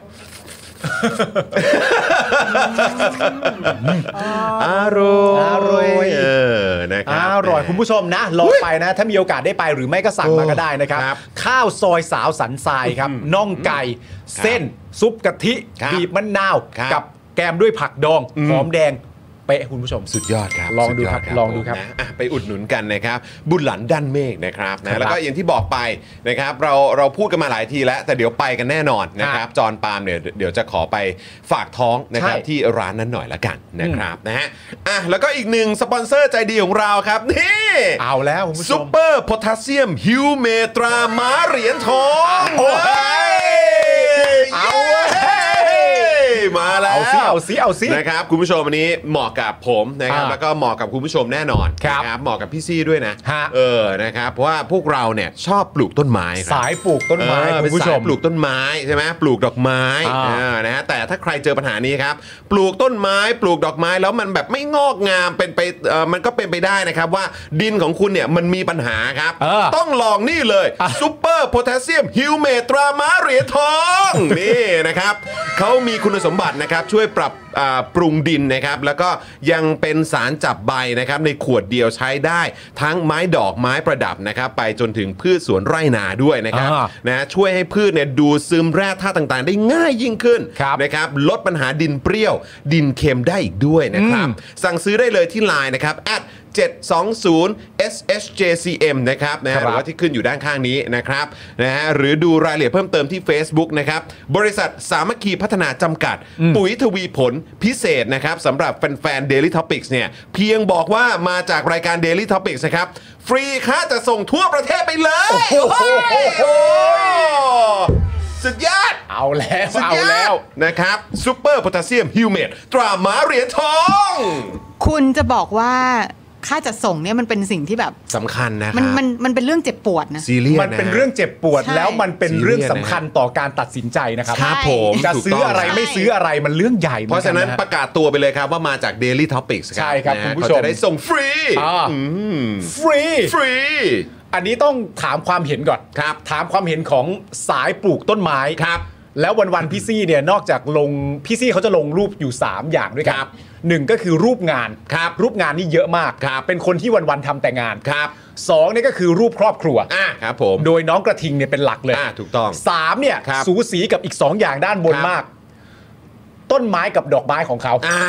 [SPEAKER 1] อร่อย
[SPEAKER 7] อร่อย
[SPEAKER 1] เออนะค
[SPEAKER 7] อ
[SPEAKER 1] รับ
[SPEAKER 7] ร่อยคุณผู้ชมนะลองไปนะ ถ้ามีโอกาสได้ไปหรือไม่ก็สั่งมาก็ได้นะครับ
[SPEAKER 1] ครับ
[SPEAKER 7] ข้าวซอยสาวสันทรายครับน่องไก่ เส้น ซุปกะทิ
[SPEAKER 1] ครับ
[SPEAKER 7] บีบมะนาว
[SPEAKER 1] ครับ
[SPEAKER 7] กับแกมด้วยผักดอง
[SPEAKER 1] อืม
[SPEAKER 7] หอมแดง เป๊ะคุณผู้ชม
[SPEAKER 1] สุดยอดครับ
[SPEAKER 7] ลองดู
[SPEAKER 1] สุย
[SPEAKER 7] ครับลองดูครับ
[SPEAKER 1] ผมนะอ่ะไปอุดหนุนกันนะครับ บุญหลันด้านเมฆนะครับ
[SPEAKER 7] ครั
[SPEAKER 1] นะ
[SPEAKER 7] บ
[SPEAKER 1] แล้วก็อย่างที่บอกไปนะครับ เราเราพูดกันมาหลายทีแล้ว แต่เดี๋ยวไปกันแน่นอนนะครับ จอห์นปาล์มเนี่ยเดี๋ยวจะขอไปฝากท้องนะครับ
[SPEAKER 7] ใช่
[SPEAKER 1] ที่ร้านนั้นหน่อยละกันนะครับนะฮะอ่ะแล้วก็อีกหนึ่งสปอนเซอร์ใจดีของเราครับนี่
[SPEAKER 7] เอาแล้วคุณผู้ช
[SPEAKER 1] ซู
[SPEAKER 7] ม
[SPEAKER 1] เปอร์โพแทสเซียมฮิวเมตราม้าเหรียญทอง
[SPEAKER 7] โอ้ย
[SPEAKER 1] เฮ้ย
[SPEAKER 7] เอาเว้ย
[SPEAKER 1] เย้ มาแล้ว
[SPEAKER 7] เอาซิเอาซิเอาซิ
[SPEAKER 1] นะครับคุณผู้ชมอันนี้เหมาะกับผมนะครับ
[SPEAKER 7] อ่า
[SPEAKER 1] แล้วก็เหมาะกับคุณผู้ชมแน่นอน
[SPEAKER 7] ครับ
[SPEAKER 1] นะเหมาะกับพี่ซี่ด้วยนะ
[SPEAKER 7] ฮะ
[SPEAKER 1] เออนะครับเพราะว่าพวกเราเนี่ยชอบปลูกต้นไม้ครับ
[SPEAKER 7] สายปลูกต้นไม้
[SPEAKER 1] เออ
[SPEAKER 7] คุ
[SPEAKER 1] เป็
[SPEAKER 7] ณ
[SPEAKER 1] น
[SPEAKER 7] ผู้ช
[SPEAKER 1] สาย
[SPEAKER 7] ม
[SPEAKER 1] ปลูกต้นไม้ใช่ไหมปลูกดอกไม้
[SPEAKER 7] อ่า
[SPEAKER 1] เออนะฮะแต่ถ้าใครเจอปัญหานี้ครับปลูกต้นไม้ ปลูกดอกไม้แล้วมันแบบไม่งอกงามเป็นไปเอ่อมันก็เป็นไปได้นะครับว่าดินของคุณเนี่ยมันมีปัญหาครับ
[SPEAKER 7] เออ
[SPEAKER 1] ต้องลองนี่เลย
[SPEAKER 7] อ่ะ
[SPEAKER 1] ซูเปอร์โพแทสเซียมฮิวเมตรามาเหรียญทอง นี่นะครับเขามีคุณสมบัตินะครับช่วยปรับอ่าปรุงดินนะครับ แล้วก็ยังเป็นสารจับใบนะครับในขวดเดียวใช้ได้ ทั้งไม้ดอกไม้ประดับนะครับไปจนถึงพืชสวนไร่นาด้วยนะครับ
[SPEAKER 7] อ่า
[SPEAKER 1] นะช่วยให้พืชเนี่ยดูดซึมแร่ธาตุต่างๆ ได้ง่ายยิ่งขึ้น
[SPEAKER 7] ครับ
[SPEAKER 1] นะครับลดปัญหาดินเปรี้ยว ดินเค็มได้อีกด้วยนะครับ
[SPEAKER 7] อืม
[SPEAKER 1] สั่งซื้อได้เลยที่ไลน์นะครับ 720 SHJCM นะครับนะ
[SPEAKER 7] ครั
[SPEAKER 1] ฮะห
[SPEAKER 7] บ
[SPEAKER 1] รือว่าที่ขึ้นอยู่ด้านข้างนี้นะครับนะฮะหรือดูรายละเอียดเพิ่มเติมที่ Facebook นะครับ บริษัทสามัคคีพัฒนาจำกัด ปุ๋ยทวีผลพิเศษนะครับสำหรับแฟนๆ Daily Topics เนี่ย เพียงบอกว่ามาจากรายการ Daily Topics นะครับ ฟรีค่าจะส่งทั่วประเทศไปเลย
[SPEAKER 7] โอ้โห
[SPEAKER 1] เฮ้ยสุดยอด
[SPEAKER 7] เอาแล้ว
[SPEAKER 1] สุด
[SPEAKER 7] เอา
[SPEAKER 1] ย
[SPEAKER 7] แล้
[SPEAKER 1] อ
[SPEAKER 7] ว
[SPEAKER 1] ดนะครับซูเปอร์โพแทสเซียมฮิวเมตตราหมาเหรียญทอง
[SPEAKER 6] คุณจะบอกว่าค่าจัดส่งเนี่ยมันเป็นสิ่งที่แบบ
[SPEAKER 1] สำคัญนะค
[SPEAKER 6] มั
[SPEAKER 1] รั
[SPEAKER 6] น
[SPEAKER 1] บ
[SPEAKER 6] มันมันเป็นเรื่องเจ็บปวดนะ
[SPEAKER 1] ซีเรียส
[SPEAKER 7] มันเป็น
[SPEAKER 1] นะ
[SPEAKER 7] เรื่องเจ็บปวด
[SPEAKER 6] ใช่
[SPEAKER 7] แล้วมันเป็นเรื่องสำคัญ
[SPEAKER 1] ซีเรียสนะ
[SPEAKER 7] ต่อการตัดสินใจนะครับ
[SPEAKER 1] ครับผม
[SPEAKER 7] จะซื้ออะไร
[SPEAKER 1] ถูกต้ง
[SPEAKER 7] ไม่ซื้ออะไรมันเรื่องใหญ่หมื
[SPEAKER 1] เพ
[SPEAKER 7] อ
[SPEAKER 1] ราะ
[SPEAKER 7] กั
[SPEAKER 1] ฉะนั้น
[SPEAKER 7] ฮ
[SPEAKER 1] ประกาศตัวไปเลยครับว่ามาจาก Daily Topics
[SPEAKER 7] ใช่ครับ
[SPEAKER 1] นะ
[SPEAKER 7] คุ
[SPEAKER 1] ฮะ
[SPEAKER 7] ณผู้ชม
[SPEAKER 1] เขาจะได้ส่งฟรี
[SPEAKER 7] อ่า
[SPEAKER 1] อืม
[SPEAKER 7] ฟรี
[SPEAKER 1] ฟรี
[SPEAKER 7] อันนี้ต้องถามความเห็นก่อน
[SPEAKER 1] ครับ
[SPEAKER 7] ถามความเห็นของสายปลูกต้นไม้
[SPEAKER 1] ครับ
[SPEAKER 7] แล้ววันๆพี่ซี่เนี่ยนอกจากลงพี่ซี่เขาจะลงรูปอยู่ 3 อย่างด้วยกั
[SPEAKER 1] ครับ
[SPEAKER 7] หนึ่งก็คือรูปงาน
[SPEAKER 1] ครับ
[SPEAKER 7] รูปงานนี่เยอะมาก
[SPEAKER 1] ครับ
[SPEAKER 7] เป็นคนที่วันๆทำแต่งาน
[SPEAKER 1] ครับ
[SPEAKER 7] สองเนี่ยก็คือรูปครอบครัว
[SPEAKER 1] อ่ะครับผม
[SPEAKER 7] โดยน้องกระทิงเนี่ยเป็นหลักเลย
[SPEAKER 1] อ่ะถูกต้อง
[SPEAKER 7] สามเนี่ย
[SPEAKER 1] ครับ
[SPEAKER 7] สูสีกับอีก 2 อย่างด้านบน
[SPEAKER 1] ครับ
[SPEAKER 7] มาก ต้นไม้กับดอกไม้ของเขา
[SPEAKER 1] อ่า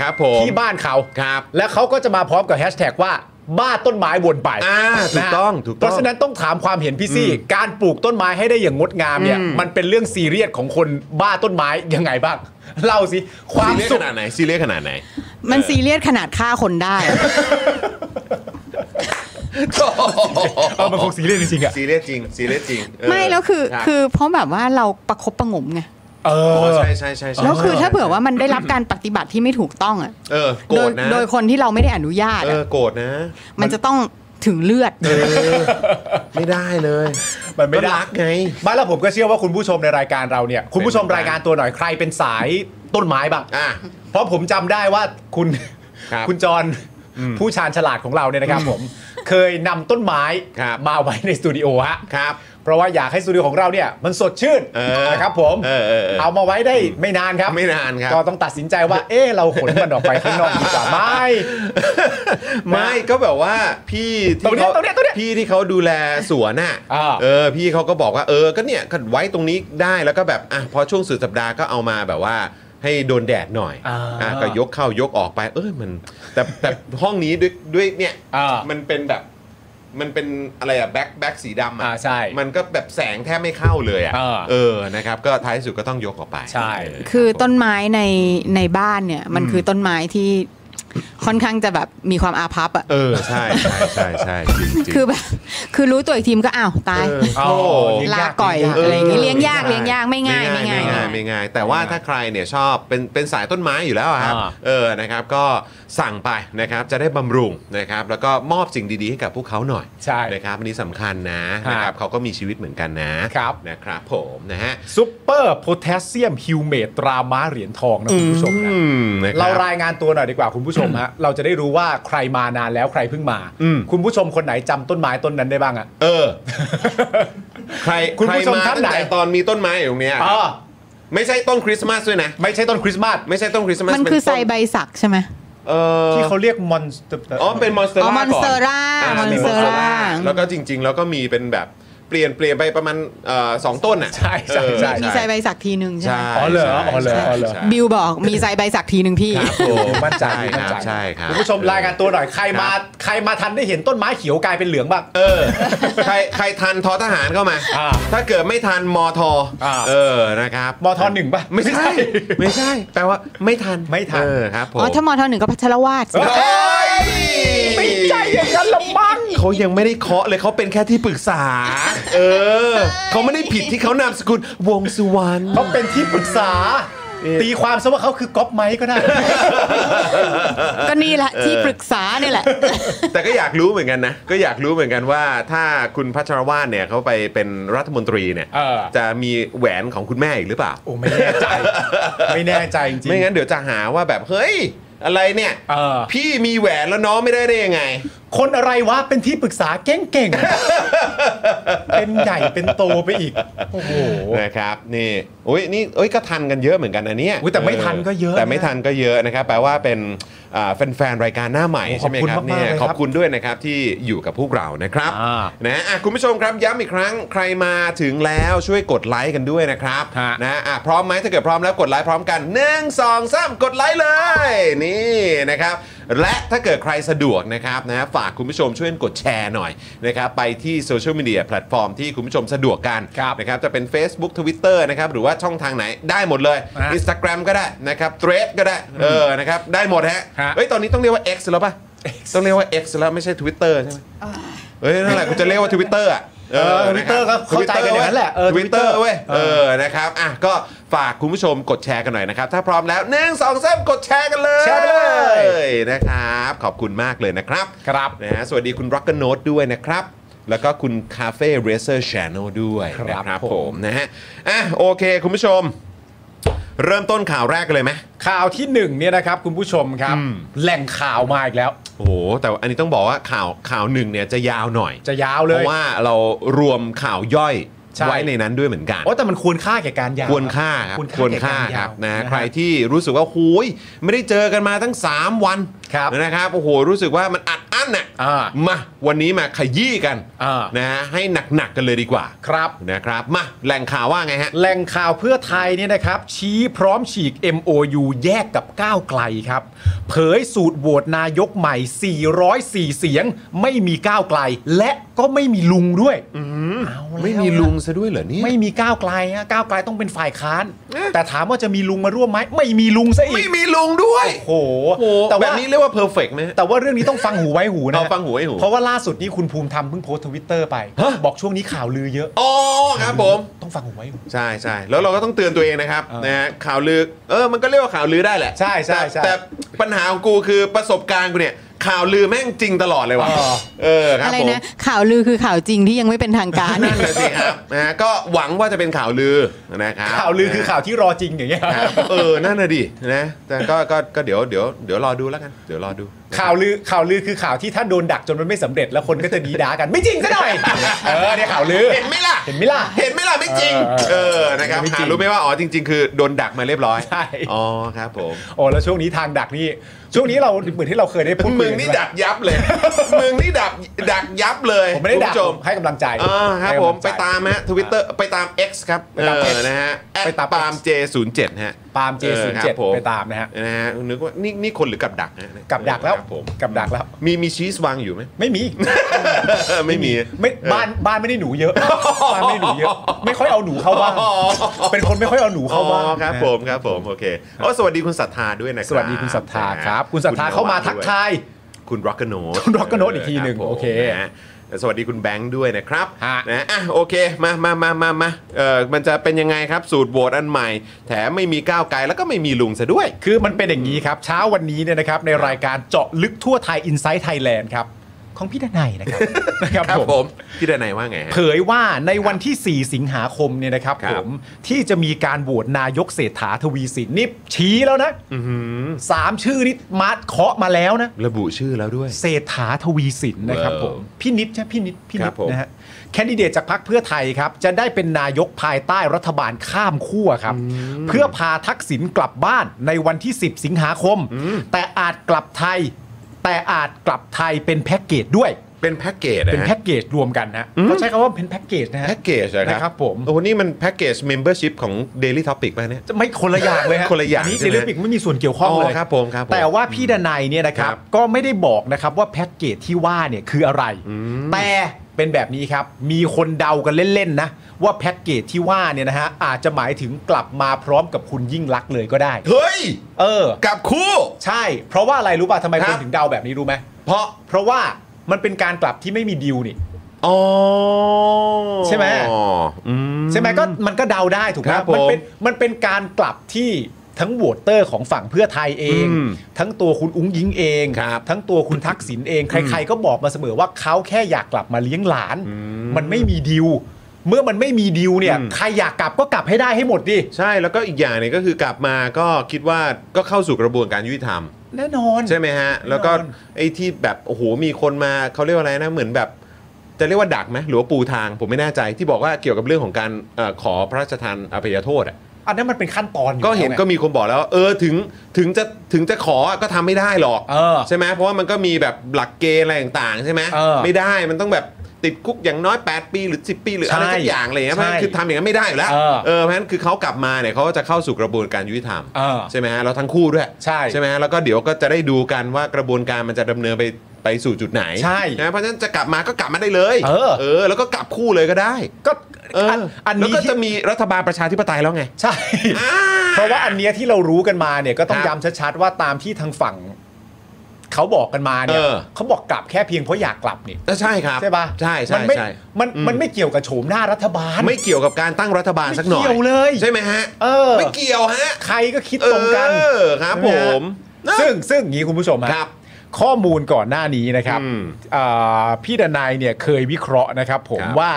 [SPEAKER 1] ครับผม
[SPEAKER 7] ที่บ้านเขา
[SPEAKER 1] ครับ
[SPEAKER 7] และเขาก็จะมาพร้อมกับแฮชแท็กว่า บ้าต้นไม้วนไป
[SPEAKER 1] อ่าถูกต้อง
[SPEAKER 7] นะฮะ
[SPEAKER 1] ถูกต้อง
[SPEAKER 7] เพราะฉะนั้นต้องถามความเห็นพี่ซี่การปลูกต้นไม้ให้ได้อย่างงดงามเนี่ย
[SPEAKER 1] อืม
[SPEAKER 7] มันเป็นเรื่องซีเรียสของคนบ้าต้นไม้ยังไงบ้าง เล่าสิความ
[SPEAKER 1] ซีเรียส
[SPEAKER 7] สุ
[SPEAKER 1] ข
[SPEAKER 7] ข
[SPEAKER 1] นาดไหนซีเรียสขนาดไหน
[SPEAKER 6] มันซีเรียสขนาดฆ่าคนได้
[SPEAKER 7] เออมันคงซีเรียสจริงๆอะ
[SPEAKER 1] ซีเรียสจริงซีเรียสจริงเออ
[SPEAKER 6] ไม่แล้วคือ
[SPEAKER 1] รับ
[SPEAKER 6] คือเพราะแบบว่าเราประคบประหงมไง
[SPEAKER 7] เอ
[SPEAKER 1] โอ้
[SPEAKER 7] อ
[SPEAKER 1] ใช่ใช่ใช่ใช่
[SPEAKER 6] แล้วคือถ้าเผื่อว่ามันได้รับการปฏิบัติที่ไม่ถูกต้องอ่ะ
[SPEAKER 1] เออโกร
[SPEAKER 6] โดย
[SPEAKER 1] ธนะ
[SPEAKER 6] โดยคนที่เราไม่ได้อนุญาต
[SPEAKER 1] เอ
[SPEAKER 6] อะ
[SPEAKER 1] อโกรธนะ
[SPEAKER 6] มันจะต้องถึงเลือด
[SPEAKER 1] เออไม่ได้เลย
[SPEAKER 7] มันไม่ได้
[SPEAKER 1] ก็รักไง
[SPEAKER 7] ไม่แล้วผมก็เชื่อว่าคุณผู้ชมในรายการเราเนี่ย คุณผู้ชมรายการตัวหน่อยใครเป็นสายต้นไม้บ้าง
[SPEAKER 1] อ่ะ
[SPEAKER 7] เพราะผมจำได้ว่าคุณ
[SPEAKER 1] ครับ
[SPEAKER 7] คุณจรผู้ชาญฉลาดของเราเนี่ยนะครับ ผมเคยนำต้นไม้
[SPEAKER 1] ครับ
[SPEAKER 7] มาไว้ในสตูดิโอฮะ
[SPEAKER 1] ครับ
[SPEAKER 7] เพราะว่าอยากให้สตูดิโอของเราเนี่ยมันสดชื่น
[SPEAKER 1] เออ
[SPEAKER 7] นะครับผม
[SPEAKER 1] เออเออเออ
[SPEAKER 7] มาไว้ได้ไม่นานครับ
[SPEAKER 1] ไม่นานครับ
[SPEAKER 7] ก็ต้องตัดสินใจว่า เอ๊ะเราขนมันออกไปข้างนอกดีกว่าไหม
[SPEAKER 1] ไม่ก็แบบว่าพี่
[SPEAKER 7] ตรง
[SPEAKER 1] ที่
[SPEAKER 7] เนี้ยตรงเนี้ยตรงเนี้ย
[SPEAKER 1] พี่ที่เขาดูแลสวนน่ะ
[SPEAKER 7] อ่า
[SPEAKER 1] เออ พี่เขาก็บอกว่าเออก็เนี่ยก็ไว้ตรงนี้ได้แล้วก็แบบอ่ะพอช่วงสุดสัปดาห์ก็เอามาแบบว่า ให้โดนแดดหน่อย
[SPEAKER 7] อ่า
[SPEAKER 1] ะก็ยกเข้ายกออกไป เออมัน แต่แต่ห้องนี้ด้วยด้วยเนี่ย
[SPEAKER 7] อ่ามั
[SPEAKER 1] มันเป็นแบบ มันเป็นอะไรอะแบ็คแบ็คสีดำ
[SPEAKER 7] อ่า
[SPEAKER 1] อะ
[SPEAKER 7] ใช่
[SPEAKER 1] มันก็แบบแสงแทบไม่เข้าเลยอะ
[SPEAKER 7] อ่า
[SPEAKER 1] เออนะครับ ก็ท้ายที่สุดก็ต้องยกออกไป
[SPEAKER 7] ใช่
[SPEAKER 6] คือ
[SPEAKER 1] เรับผม
[SPEAKER 6] ต้นไม้ในในบ้านเนี่ย มันคือต้นไม้ที่ ค่อนข้างจะแบบมีความอาภัพอ่ะ
[SPEAKER 1] เออ ใช่ใช่ใช่ใช่จริงๆ
[SPEAKER 6] คือแบบ คือรู้ตัวอีกทีมก็อ้าวตาย
[SPEAKER 1] เออโอ้โห
[SPEAKER 6] ลาก่อย
[SPEAKER 7] เลี้ยงยาก
[SPEAKER 6] อะไรอย่างงี้เลี้ยงยากเลี้ยงยากไม่ง่ายไม่ง่าย
[SPEAKER 1] ไม่ง่ายไม่ง่าย แต่ว่าถ้าใครเนี่ยชอบเป็นเป็นสายต้นไม้อยู่แล้วอะครับ
[SPEAKER 7] อ่า
[SPEAKER 1] เออนะครับก็สั่งไปนะครับจะได้บำรุงนะครับแล้วก็มอบสิ่งดีๆให้กับพวกเขาหน่อย
[SPEAKER 7] ใช่
[SPEAKER 1] นะครับอันนี้สำคัญนะ
[SPEAKER 7] ฮะ
[SPEAKER 1] นะครับเขาก็มีชีวิตเหมือนกันนะครับ นะครับผมนะฮะ
[SPEAKER 7] ซูเปอร์โพแทสเซียมฮิวเมตตราม้าเหรียญทองนะคุณผู้ชมนะ
[SPEAKER 1] อืมนะค
[SPEAKER 7] เรา
[SPEAKER 1] บ
[SPEAKER 7] รายงานตัวหน่อยดีกว่าคุณผู้ชมฮะ เราจะได้รู้ว่าใครมานานแล้วใครเพิ่งมา
[SPEAKER 1] อืม
[SPEAKER 7] คุณผู้ชมคนไหนจำต้นไม้ต้นนั้นได้บ้าง อะ
[SPEAKER 1] เออ ใคร
[SPEAKER 7] คุณผู้ชม
[SPEAKER 1] ใร
[SPEAKER 7] ท่านไหน
[SPEAKER 1] ตั้งแต่ตอนมีต้นไม้อยู่ตรงเนี้ย
[SPEAKER 7] เออ
[SPEAKER 1] ไม่ใช่ต้นคริสต์มาสด้วยนะ
[SPEAKER 7] ไม่ใช่ต้นคริสต์มาส
[SPEAKER 1] ไม่ใช่ต้นคริสต์มาส
[SPEAKER 6] มันคือไซ
[SPEAKER 1] เป็ต้
[SPEAKER 6] ใบสักใช่ไหม
[SPEAKER 1] เออ
[SPEAKER 7] ที่เขาเรียกมอนสเตอร์
[SPEAKER 1] อ๋อ เป็นมอนสเตอ
[SPEAKER 6] อ๋อ
[SPEAKER 1] ร่าม
[SPEAKER 6] อน
[SPEAKER 1] ก่อ
[SPEAKER 6] เซอน ร่า
[SPEAKER 1] อ่าม
[SPEAKER 6] อน
[SPEAKER 1] มี
[SPEAKER 6] เซอร่า
[SPEAKER 1] Monstera แล้วก็จริง ๆ แล้วก็มีเป็นแบบเปลี่ยนเปลี่ยนไปประมาณเอ่อสองต้นอ่ะ
[SPEAKER 7] ใช่ใช่ใช่
[SPEAKER 1] เออ
[SPEAKER 6] มีไซใบสักทีหนึ่งใช่ไห
[SPEAKER 1] ใช่
[SPEAKER 6] ม
[SPEAKER 7] อ๋อเหรออ๋อเหรออ๋อเหรอ
[SPEAKER 1] ใช่
[SPEAKER 6] บิวบอกมีไซใบสักทีหนึ่งพี่
[SPEAKER 1] ครับผม
[SPEAKER 7] มั่นใจ
[SPEAKER 1] ช่
[SPEAKER 7] มั่น
[SPEAKER 1] ค
[SPEAKER 7] ใจ
[SPEAKER 1] รับใช่ครับ
[SPEAKER 7] คุณผู้ชมรายงานตัวหน่อยใครมา
[SPEAKER 1] ครับ
[SPEAKER 7] ใครมาทันได้เห็นต้นไม้เขียวกลายเป็นเหลืองบ้าง
[SPEAKER 1] เออใครใครทันทอทหารเข้ามา
[SPEAKER 7] อ่า
[SPEAKER 1] ถ้าเกิดไม่ทันมอทอ
[SPEAKER 7] อ่า
[SPEAKER 1] เออนะครับ
[SPEAKER 7] มอทอหนึ่งป่ะ
[SPEAKER 1] ไม่ใช่ ไม่ใช่ แปลว่าไม่ทัน
[SPEAKER 7] ไม่ทัน
[SPEAKER 1] เออครับผม
[SPEAKER 6] อ๋อถ้ามอทอหนึ่งก็พัชรวาดสิ
[SPEAKER 7] เอ้ย
[SPEAKER 1] เอ้ย
[SPEAKER 7] ไม่ใช่อย่างนั้นละมั้ง
[SPEAKER 1] เขายังไม่ได้เคาะเลยเขาเป็นแค่ที่ปรึกษา เออเขาไม่ได้ผิดที่เขานามสกุลวงสุวรรณ
[SPEAKER 7] เขาเป็นที่ปรึกษา ตีความซะว่าเขาคือก๊อปไมค์ก็ได้
[SPEAKER 6] ก็นี่แหละที่ปรึกษานี่แหละ
[SPEAKER 1] แต่ก็อยากรู้เหมือนกันนะ ก็อยากรู้เหมือนกันว่าถ้าคุณพัชรวาทเนี่ยเขาไปเป็นรัฐมนตรีเนี่ย
[SPEAKER 7] เออ
[SPEAKER 1] จะมีแหวนของคุณแม่อีกหรือเปล่า
[SPEAKER 7] โอ้ไม่แน่ใจ ไม่แน่ใจจริงๆ
[SPEAKER 1] ไม่งั้นเดี๋ยวจะหาว่าแบบเฮ้ย อะไรเนี่ย
[SPEAKER 7] เออ
[SPEAKER 1] พี่มีแหวนแล้วน้องไม่ได้ได้ยังไง
[SPEAKER 7] คนอะไรวะเป็นที่ปรึกษาเก่งๆ เป็นใหญ่เป็นโตไปอีก โอ้โห
[SPEAKER 1] นะครับนี่โอ้ยนี่โอ้ยก็ทันกันเยอะเหมือนกันนะเนี่ย
[SPEAKER 7] อุ๊ยแต่ไม่ทันก็เยอะนะ
[SPEAKER 1] แต่ไม่ทันก็เยอะนะครับแปลว่าเป็นอ่าแฟนๆรายการหน้าใหม่
[SPEAKER 7] โอ้
[SPEAKER 1] ใช่ไหมครับ
[SPEAKER 7] ขอบคุณมา
[SPEAKER 1] เนี่
[SPEAKER 7] กๆ
[SPEAKER 1] ย
[SPEAKER 7] เลยครับ
[SPEAKER 1] ขอบคุณด้วยนะครับที่อยู่กับพวกเรานะครับ
[SPEAKER 7] อ่า
[SPEAKER 1] นะอ่ะคุณผู้ชมครับย้ำอีกครั้งใครมาถึงแล้วช่วยกดไลค์กันด้วยนะครับ
[SPEAKER 7] ฮะ
[SPEAKER 1] นะอ่ะพร้อมไหมถ้าเกิดพร้อมแล้วกดไลค์พร้อมกัน 1 2 3 กดไลค์เลย นี่นะครับ และถ้าเกิดใครสะดวกนะครับนะฝากคุณผู้ชมช่วยกดแชร์หน่อยนะครับไปที่โซเชียลมีเดียแพลตฟอร์มที่คุณผู้ชมสะดวกกัน
[SPEAKER 7] ครับ
[SPEAKER 1] นะครับจะเป็น Facebook Twitter นะครับหรือว่าช่องทางไหนได้หมดเลย
[SPEAKER 7] ฮะ
[SPEAKER 1] Instagram ก็ได้นะครับ Thread ก็ได้เออนะครับได้หมดฮะ
[SPEAKER 7] ฮะ
[SPEAKER 1] เฮ้ยตอนนี้ต้องเรียกว่า X แล้วป่ะ ต้องเรียกว่า X แล้วไม่ใช่ Twitter ใช่ไหมเฮ้ยนั่นแหละกูจะเรียกว่า Twitter อ่ะ
[SPEAKER 7] เออ Twitter ก็เข้าใจกันอย่างนั้นแหละเออ
[SPEAKER 1] ทวิตเตอ
[SPEAKER 7] Twitter
[SPEAKER 1] ร์เว้ยเออนะครับอ่ะก็ฝากคุณผู้ชมกดแชร์กันหน่อยนะครับ ถ้าพร้อมแล้วหนึ่งสองสามกดแชร์กันเลย
[SPEAKER 7] แชร์ไปเลย
[SPEAKER 1] นะครับ ขอบคุณมากเลยนะครับ
[SPEAKER 7] ครับ
[SPEAKER 1] นะฮะสวัสดีคุณร็อกเกอร์โนด้วยนะครับ แล้วก็คุณคาเฟ่เรเซอร์ชานลด้วย
[SPEAKER 7] ครับ
[SPEAKER 1] นะครับ
[SPEAKER 7] ผ
[SPEAKER 1] ผม มนะฮะอ่ะโอเค คุณผู้ชม เริ่มต้นข่าวแรกกันเลยไหม
[SPEAKER 7] ข่าวที่หนึ่งเนี่ยนะครับ คุณผู้ชมครับ แหล่งข่าวมาอีกแล้ว
[SPEAKER 1] โอ้โหแต่ว่าอันนี้ต้องบอกว่าข่าวข่าวหนึ่งเนี่ยจะยาวหน่อย
[SPEAKER 7] จะยาวเล
[SPEAKER 1] เพ
[SPEAKER 7] ย
[SPEAKER 1] ราะว่าเรารวมข่าวย่อย
[SPEAKER 7] ใช่
[SPEAKER 1] ไว้ในนั้นด้วยเหมือนกัน
[SPEAKER 7] โอ้แต่มันควรค่าแก่การยาว
[SPEAKER 1] ควรค่าครับ
[SPEAKER 7] ควรค่า
[SPEAKER 1] ควรค่า
[SPEAKER 7] แก่การ
[SPEAKER 1] ค
[SPEAKER 7] ยาว
[SPEAKER 1] รับนะ
[SPEAKER 7] นะฮะ
[SPEAKER 1] ใครที่รู้สึกว่าโอ้ยไม่ได้เจอกันมาตั้ง 3 วัน
[SPEAKER 7] ครับ
[SPEAKER 1] นะครับโอ้โหรู้สึกว่ามันอัดอั้นน่ะ
[SPEAKER 7] อ่า
[SPEAKER 1] มาวันนี้มาขยี้กัน
[SPEAKER 7] อ่าน
[SPEAKER 1] นะฮะให้หนักๆกันเลยดีกว่า
[SPEAKER 7] ครับ
[SPEAKER 1] นะครับมาแหล่งข่าวว่าไงฮะ
[SPEAKER 7] แหล่งข่าวเพื่อไทยเนี่ยนะครับ ชี้พร้อมฉีก MOU แยกกับก้าวไกลครับ เผยสูตรโหวตนายกใหม่ 404 เสียง ไม่มีก้าวไกล และก็ไม่มีลุงด้วยเอาแว
[SPEAKER 1] ไม่มีลุงซะด้วยเหรอเนี่ย
[SPEAKER 7] ไม่มีก้าวไกลฮะก้าวไกลต้องเป็นฝ่ายค้าน แต่ถามว่าจะมีลุงมาร่วมไหมไม่มีลุงซะอี
[SPEAKER 1] ไม่
[SPEAKER 7] ก
[SPEAKER 1] มีลุงด้วย
[SPEAKER 7] โอ้โห
[SPEAKER 1] โอ้โห
[SPEAKER 7] แต่
[SPEAKER 1] แบ
[SPEAKER 7] ว่า
[SPEAKER 1] บนี้เรียกว่าเพอร์เฟกไหมฮะ
[SPEAKER 7] แต่ว่าเรื่องนี้ต้องฟังหูไว้หูนะฮะ
[SPEAKER 1] เอาฟังหูไว้หู
[SPEAKER 7] เพราะว่าล่าสุดนี้คุณภูมิธรรมเพิ่งโพสต์ทวิตเตอร์ไป
[SPEAKER 1] ฮะ
[SPEAKER 7] บอกช่วงนี้ข่าวลือเยอะ
[SPEAKER 1] อ๋อครับผม
[SPEAKER 7] ต้องฟังหูไว้หู
[SPEAKER 1] ใช่ใช่แล้วเราก็ต้องเตือนตัวเองนะครับ
[SPEAKER 7] เออ
[SPEAKER 1] นะฮะข่าวลือเออมันก็เรียกว่าข่าวลือได้แหละ
[SPEAKER 7] ใช่ใช่
[SPEAKER 1] แต่
[SPEAKER 7] ใช่
[SPEAKER 1] แต่ปัญหาของกูคือประสบการณ์กูเนี่ย ข่าวลือแม่งจริงตลอดเลยว่ะ
[SPEAKER 7] เออ
[SPEAKER 1] เออครับ
[SPEAKER 6] อะไร
[SPEAKER 1] ผม
[SPEAKER 6] นะ ข่าวลือคือข่าวจริงที่ยังไม่เป็นทางการ
[SPEAKER 1] นั่นแหละสิครับ นะฮะก็หวังว่าจะเป็นข่าวลือนะครับ
[SPEAKER 7] ข่าวลือคือข่าวที่รอจริงอย่างเงี้ย
[SPEAKER 1] ครับเออนั่นน่ะดินะแต่ก็ก็ก็เดี๋ยวเดี๋ยวเดี๋ยวรอดูแล้วกันเดี๋ยวรอดู
[SPEAKER 7] ข่าวลือข่าวลือคือข่าวที่ถ้าโดนดักจนมันไม่สำเร็จแล้วคนก็จะดีด้ากัน ไม่จริงซะหน่อย เออเนี่ยข่าวลือ
[SPEAKER 1] เห็นไหมล่ะ
[SPEAKER 7] เห็นไหมล่ะ
[SPEAKER 1] เห็นไหมล่ะไม่จริง เอ
[SPEAKER 7] เอ
[SPEAKER 1] อ
[SPEAKER 7] อ
[SPEAKER 1] นะครับ
[SPEAKER 7] ไม่จริ
[SPEAKER 1] หาง รู้ไหมว่าอ๋อจริง ๆ คือโดนดักมาเรียบร้อย
[SPEAKER 7] ใช่
[SPEAKER 1] อ๋อครับผม
[SPEAKER 7] โอ้แล้วช่วงนี้ทางดักนี่ช่วงนี้เราเหมือนที่เราเคยได้พูดคุย
[SPEAKER 1] มึงนี่
[SPEAKER 7] กั
[SPEAKER 1] ดั
[SPEAKER 7] ไว้
[SPEAKER 1] กยับเลยมึงนี่ดักดักยับเลย
[SPEAKER 7] ผมไม่ได้
[SPEAKER 1] คุณ
[SPEAKER 7] ดัก
[SPEAKER 1] ผู้ชม
[SPEAKER 7] ผมให้กำลังใจ
[SPEAKER 1] อ่าครับ
[SPEAKER 7] ให้
[SPEAKER 1] ผ
[SPEAKER 7] กำลั
[SPEAKER 1] ม
[SPEAKER 7] งใจ
[SPEAKER 1] ไปตามฮะทวิตเตอร์ไปตาม X ครับ
[SPEAKER 7] ไปตาม X
[SPEAKER 1] เออนะฮะ
[SPEAKER 7] ไปตาม X
[SPEAKER 1] ปาล์ม J07 ฮะ
[SPEAKER 7] ปาล์ม
[SPEAKER 1] อ
[SPEAKER 7] J07
[SPEAKER 1] อครับผ
[SPEAKER 7] ไปตามนะฮะ
[SPEAKER 1] นะฮะนึกว่านี่นี่คนหรือกับดักฮะ
[SPEAKER 7] กับดักแล้ว
[SPEAKER 1] ครับผม
[SPEAKER 7] กับดักแล้ว
[SPEAKER 1] มีมีชีสวางอยู่ไหม
[SPEAKER 7] ไม่มี
[SPEAKER 1] ไม่มี
[SPEAKER 7] ไม่บ้านบ้านไม่ได้หนูเยอะบ้านไม่ได้หนูเยอะ ไม่ค่อยเอาหนูเข้าบ้านเป็นคนไม่ค่อยเอาหนู
[SPEAKER 1] อ๋
[SPEAKER 7] เข้าบ้าน
[SPEAKER 1] อครับผมครับผมโอเคโอ้สวัสดีคุณศรัทธาด้วยนะครับ
[SPEAKER 7] สวัสดีคุณศรัทธาครับ คุณศรัทธาเข้ามาทักทาย
[SPEAKER 1] คุณร็อกกโน
[SPEAKER 7] คุณ Rock and Note อีกทีหนึ่งโอเค
[SPEAKER 1] สวัสดีคุณแบงค์ด้วยนะครับ
[SPEAKER 7] ฮะ
[SPEAKER 1] นะอ่ะโอเคมามามามามาเออมันจะเป็นยังไงครับสูตรโหวตอันใหม่ แถมไม่มีก้าวไกลแล้วก็ไม่มีลุงซะด้วย
[SPEAKER 7] คือมันเป็นอย่างนี้ครับ เช้าวันนี้เนี่ยนะครับ ในรายการเจาะลึกทั่วไทย i n s i ซ e ์ไทยแลนด์ครับ ของพี่ดนัย นะครับ นะครับ
[SPEAKER 1] ครับ
[SPEAKER 7] ผ
[SPEAKER 1] ผม มพี่ดนัยว่าไงฮะ
[SPEAKER 7] เผยว่าในวันที่ 4 สิงหาคมเนี่ยนะครับ
[SPEAKER 1] ครับ
[SPEAKER 7] ผมที่จะมีการโหวตนายกเศรษฐาทวีสินนี่ชี้แล้วนะสามชื่อนี่มาร์เคาะมาแล้วนะ
[SPEAKER 1] ระบุชื่อแล้วด้วย
[SPEAKER 7] เศรษฐาทวีสินนะครับ
[SPEAKER 1] เออ
[SPEAKER 7] ผมพี่นิดใช่ไหมพี่นิดพี่
[SPEAKER 1] ครั
[SPEAKER 7] นิ
[SPEAKER 1] บ
[SPEAKER 7] ด
[SPEAKER 1] ผม
[SPEAKER 7] นะฮะแคนดิเดตจากพรรคเพื่อไทยครับ จะได้เป็นนายกภายใต้รัฐบาลข้ามขั้วครับ เพื่อพาทักษิณกลับบ้านในวันที่ 10 สิงหาคม แต่อาจกลับไทย แต่อาจกลับไทยเป็นแพ็กเกจด้วย
[SPEAKER 1] เป็นแพ็กเกจ
[SPEAKER 7] เป็น
[SPEAKER 1] นะ
[SPEAKER 7] แพ็
[SPEAKER 1] ฮะ
[SPEAKER 7] กเกจรวมกันนะเขาใช้คำว่าเป็นแพ็กเกจนะฮะ
[SPEAKER 1] แพ็กเกจเหอ
[SPEAKER 7] นะครับผม
[SPEAKER 1] โอ้โหนี่มันแพ็กเกจเมมเบอร์ชิพของ Daily Topic ป่ะเนี่ย
[SPEAKER 7] จะไม่คนละอย่างเลยฮะ
[SPEAKER 1] คนละอย่าง
[SPEAKER 7] นนี้
[SPEAKER 1] ใช่ไห
[SPEAKER 7] เด
[SPEAKER 1] ม
[SPEAKER 7] ลิปิกไม่มีส่วนเกี่ยวข้องเล
[SPEAKER 1] อ๋
[SPEAKER 7] ย
[SPEAKER 1] อครับผมครับผม
[SPEAKER 7] แต่ว่าพี่ดนัยเนี่ยนะครับ
[SPEAKER 1] ครับ
[SPEAKER 7] ก็ไม่ได้บอกนะครับว่าแพ็กเกจที่ว่าเนี่ยคืออะไร แต่เป็นแบบนี้ครับ มีคนเดากันเล่น ๆ นะ ว่าแพ็กเกจที่ว่าเนี่ยนะฮะอาจจะหมายถึงกลับมาพร้อมกับคุณยิ่งรักษณ์เลยก็ได้
[SPEAKER 1] เฮ้ย
[SPEAKER 7] เออ
[SPEAKER 1] กับคู่
[SPEAKER 7] ใช่ เพราะว่าอะไรรู้ป่ะทำไม
[SPEAKER 1] ครั
[SPEAKER 7] ค
[SPEAKER 1] บ
[SPEAKER 7] นถึงเดาแบบนี้รู้ไหม
[SPEAKER 1] เพราะ
[SPEAKER 7] เพราะว่ามันเป็นการกลับที่ไม่มีดิวนี่
[SPEAKER 1] อ๋อ
[SPEAKER 7] ใช่ไหม
[SPEAKER 1] อ๋ออืม
[SPEAKER 7] ใช่ไหมก็มันก็เดาได้ถูกไหม
[SPEAKER 1] ครับผม
[SPEAKER 7] มันเป็นมันเป็นการกลับที่ ทั้งโหวตเตอร์ของฝั่งเพื่อไทยเอง
[SPEAKER 1] อืม
[SPEAKER 7] ทั้งตัวคุณอุ้งยิงเอง
[SPEAKER 1] ครับ
[SPEAKER 7] ทั้งตัวคุณทักษิณเอง ใคร ๆ ก็บอกมาเสมอว่าเขาแค่อยากกลับมาเลี้ยงหลาน มันไม่มีดิว เมื่อมันไม่มีดิวเนี่ย
[SPEAKER 1] อืม
[SPEAKER 7] ใครอยากกลับก็กลับให้ได้ให้หมดดิ
[SPEAKER 1] ใช่แล้วก็อีกอย่างเนี่ยก็คือกลับมาก็คิดว่าก็เข้าสู่กระบวนการยุติธรรม
[SPEAKER 7] แน่นอน
[SPEAKER 1] ใช่ไหมฮะ แล้วก็ไอ้ที่แบบโอ้โหมีคนมาเขาเรียกว่าอะไรนะเหมือนแบบ จะเรียกว่าดักไหมหรือว่าปูทางผมไม่แน่ใจที่บอกว่าเกี่ยวกับเรื่องของการเออขอพระราชทานอภัยโทษอะ
[SPEAKER 7] อันนั้นมันเป็นขั้นตอนอยู่
[SPEAKER 1] ก็เห็น
[SPEAKER 7] แล้วไง
[SPEAKER 1] ก็มีคนบอกแล้วว่าเออถึงถึงจะถึงจะขอก็ทำไม่ได้หรอก
[SPEAKER 7] เออ
[SPEAKER 1] ใช่ไหมเพราะว่ามันก็มีแบบหลักเกณฑ์อะไรต่างๆใช่ไหม
[SPEAKER 7] เออ
[SPEAKER 1] ไม่ได้มันต้องแบบติดคุกอย่างน้อย 8 ปีหรือ 10 ปีหรืออะไร
[SPEAKER 7] ใช่
[SPEAKER 1] สักอย่างอะไรอย่างเงี้ย
[SPEAKER 7] ใช่
[SPEAKER 1] เพราะฉะนั้นคือทำอย่างนั้นไม่ได้อยู่แล้ว
[SPEAKER 7] เออ
[SPEAKER 1] เออเพราะฉะนั้นคือเขากลับมาเนี่ยเขาก็จะเข้าสู่กระบวนการยุติธรรม
[SPEAKER 7] เออ
[SPEAKER 1] ใช่ไหมฮะแล้วทั้งคู่ด้วย
[SPEAKER 7] ใช่
[SPEAKER 1] ใช่ไหมฮะแล้วก็เดี๋ยวก็จะได้ดูกันว่ากระบวนการมันจะดำเนินไปไปสู่จุดไหน
[SPEAKER 7] ใช่
[SPEAKER 1] นะเพราะฉะนั้นจะกลับมาก็กลับมาได้เลย
[SPEAKER 7] เออ
[SPEAKER 1] เออ แล้วก็กลับคู่เลยก็ได้
[SPEAKER 7] ก็
[SPEAKER 1] เออ
[SPEAKER 7] อัน
[SPEAKER 1] อั
[SPEAKER 7] อัน
[SPEAKER 1] แล้ว
[SPEAKER 7] นี้
[SPEAKER 1] ก็
[SPEAKER 7] ที่
[SPEAKER 1] จะมีรัฐบาลประชาธิปไตยแล้วไง
[SPEAKER 7] ใช่ เพราะว่าอันเนี้ยที่เรารู้กันมาเนี่ยก็ต้อง
[SPEAKER 1] ครับ
[SPEAKER 7] ย้ำชัดๆว่าตามที่ทางฝั่งเขาบอกกันมาเนี่ย
[SPEAKER 1] เออ
[SPEAKER 7] เขาบอกกลับแค่เพียงเพราะอยากกลับนี่
[SPEAKER 1] เออใช่ครับ
[SPEAKER 7] ใช่ปะ
[SPEAKER 1] ใช่ใช่
[SPEAKER 7] มันไม่
[SPEAKER 1] ใช่
[SPEAKER 7] มัน
[SPEAKER 1] อืม
[SPEAKER 7] มันไม่เกี่ยวกับโฉมหน้ารัฐบาล
[SPEAKER 1] ไม่เกี่ยวกับการตั้งรัฐบาลสักหน่อย
[SPEAKER 7] ไม่เกี่ยวเลย
[SPEAKER 1] ใช่ไหมฮะ
[SPEAKER 7] เออ
[SPEAKER 1] ไม่เกี่ยวฮะ
[SPEAKER 7] ใครก็คิดตรงกัน
[SPEAKER 1] เออครับ
[SPEAKER 7] ใช่ไห
[SPEAKER 1] ผม
[SPEAKER 7] ฮ
[SPEAKER 1] ม
[SPEAKER 7] ะ
[SPEAKER 1] นะ
[SPEAKER 7] ซึ่งซึ่งอย่างนี้คุณผู้ชมฮะ
[SPEAKER 1] ครับ
[SPEAKER 7] ข้อมูลก่อนหน้านี้นะครับ
[SPEAKER 1] อืม
[SPEAKER 7] อ่าพี่ดนายเนี่ยเคยวิเคราะห์นะครับ ผม
[SPEAKER 1] ครับ
[SPEAKER 7] ว่า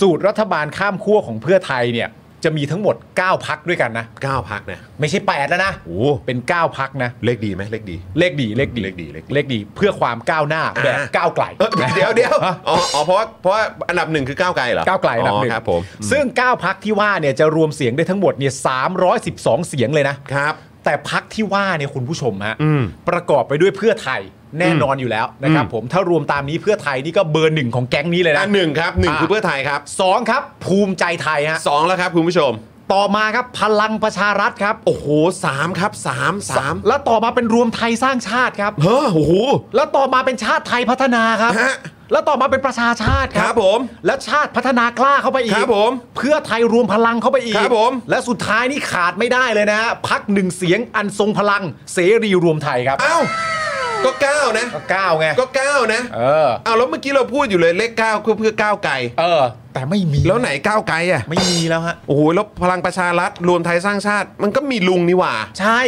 [SPEAKER 7] สูตรรัฐบาลข้ามขั้วของเพื่อไทยเนี่ยจะมีทั้งหมด 9 พักด้วยกันนะ
[SPEAKER 1] เก้าพักนะ
[SPEAKER 7] ไม่ใช่ 8 แล้วนะ
[SPEAKER 1] โอ้
[SPEAKER 7] เป็น 9 พักนะ
[SPEAKER 1] เลขดีไหมเลขดี
[SPEAKER 7] เลขดีเลขดี
[SPEAKER 1] เลขดีเลขดี
[SPEAKER 7] เลขดีเพื่อความก้าวหน้า
[SPEAKER 1] อ่า
[SPEAKER 7] แบบก้าวไกล
[SPEAKER 1] เออเดี๋ยวเดี๋ยวอ๋ออ๋อเพราะว่าเพราะว่าอันดับหนึ่งคือก้าวไกลเหรอ
[SPEAKER 7] ก้าวไกลอันดับหนึ่
[SPEAKER 1] อ๋อ
[SPEAKER 7] ง
[SPEAKER 1] ครับผม
[SPEAKER 7] ซึ่ง 9 พักที่ว่าเนี่ยจะรวมเสียงได้ทั้งหมดเนี่ย312 เสียงเลยนะ
[SPEAKER 1] ครับ
[SPEAKER 7] แต่พักที่ว่าเนี่ยคุณผู้ชมฮะ
[SPEAKER 1] อืม
[SPEAKER 7] ประกอบไปด้วยเพื่อไทยแน่นอนอยู่แล้วนะครับ
[SPEAKER 1] อืม
[SPEAKER 7] ผมถ้ารวมตามนี้เพื่อไทยนี่ก็เบอร์หนึ่งของแก๊งนี้เลยนะ
[SPEAKER 1] อันหนึ่งครับหนึ่ง
[SPEAKER 7] อ่า
[SPEAKER 1] คือเพื่อไทยครับ
[SPEAKER 7] สองครับ ภูมิใจไทยฮะ
[SPEAKER 1] สองแล้วครับคุณผู้ชม
[SPEAKER 7] ต่อมาครับพลังประชารัฐครับ
[SPEAKER 1] โอ้โหสามครับสามสาม
[SPEAKER 7] แล้วต่อมาเป็นรวมไทยสร้างชาติครับ
[SPEAKER 1] เฮ้อโอ้โห
[SPEAKER 7] แล้วต่อมาเป็นชาติไทยพัฒนาครับ
[SPEAKER 1] ฮะ
[SPEAKER 7] แล้วต่อมาเป็นประชาชาติค
[SPEAKER 1] ครั
[SPEAKER 7] รับบ
[SPEAKER 1] ผม
[SPEAKER 7] และชาติพัฒนากล้าเข้าไปอีก
[SPEAKER 1] ครับผม
[SPEAKER 7] เพื่อไทยรวมพลังเข้าไปอีก
[SPEAKER 1] ครับผม
[SPEAKER 7] และสุดท้ายนี่ขาดไม่ได้เลยนะฮะพักหนึ่งเสียงอันทรงพลังเสรีรวมไทยครับ
[SPEAKER 1] เอ้าก็เก้านะ
[SPEAKER 7] ก็เก้าไง
[SPEAKER 1] ก็เก้านะ
[SPEAKER 7] เออ
[SPEAKER 1] เอาแล้วเมื่อกี้เราพูดอยู่เลยเลขเก้าเพื่อเพื่อก้าวไกล
[SPEAKER 7] เออ แต่ไม่มี
[SPEAKER 1] แล้วไหนก้าวไกลอ่ะ
[SPEAKER 7] ไม่มีแล้วฮะ
[SPEAKER 1] โอ้โหแล้วพลังประชารัฐรวมไทยสร้างชาติ มันก็มีลุงนี่หว่า
[SPEAKER 7] ใช่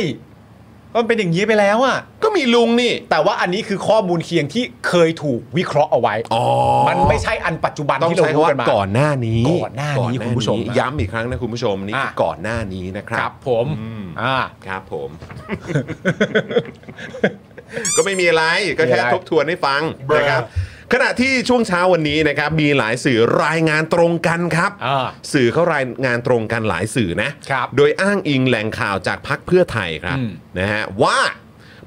[SPEAKER 7] มันเป็นอย่างนี้ไปแล้วอะ
[SPEAKER 1] ก็มีลุงนี่
[SPEAKER 7] แต่ว่าอันนี้คือข้อมูลเคียงที่เคยถูกวิเคราะห์เอาไว้
[SPEAKER 1] อ๋อ
[SPEAKER 7] มันไม่ใช่อันปัจจุบัน
[SPEAKER 1] ต้อง
[SPEAKER 7] ที่เรา
[SPEAKER 1] ใช้
[SPEAKER 7] รู้
[SPEAKER 1] คำ
[SPEAKER 7] กั
[SPEAKER 1] ว่าน
[SPEAKER 7] มา
[SPEAKER 1] ก่อนหน้านี้
[SPEAKER 7] ก่อนหน้านี้คุณผู้ชม
[SPEAKER 1] ย้ำอีกครั้งนะคุณผู้ชมนี่
[SPEAKER 7] อ่ะ
[SPEAKER 1] คือก่อนหน้านี้นะค
[SPEAKER 7] ค
[SPEAKER 1] รั
[SPEAKER 7] รับ บผม
[SPEAKER 1] อืม
[SPEAKER 7] อ่า
[SPEAKER 1] ครับผม ก็ไม่มีอะไรก็
[SPEAKER 7] มี
[SPEAKER 1] แค่
[SPEAKER 7] อะไร
[SPEAKER 1] ทบทวนให้ฟัง
[SPEAKER 7] เบรอ
[SPEAKER 1] นะครับขณะที่ช่วงเช้าวันนี้นะครับมีหลายสื่อรายงานตรงกันครับ
[SPEAKER 7] อ่า
[SPEAKER 1] สื่อเขารายงานตรงกันหลายสื่อนะครับโดยอ้างอิงแหล่งข่าวจากพักเพื่อไทยครับ
[SPEAKER 7] อืม
[SPEAKER 1] นะฮะว่า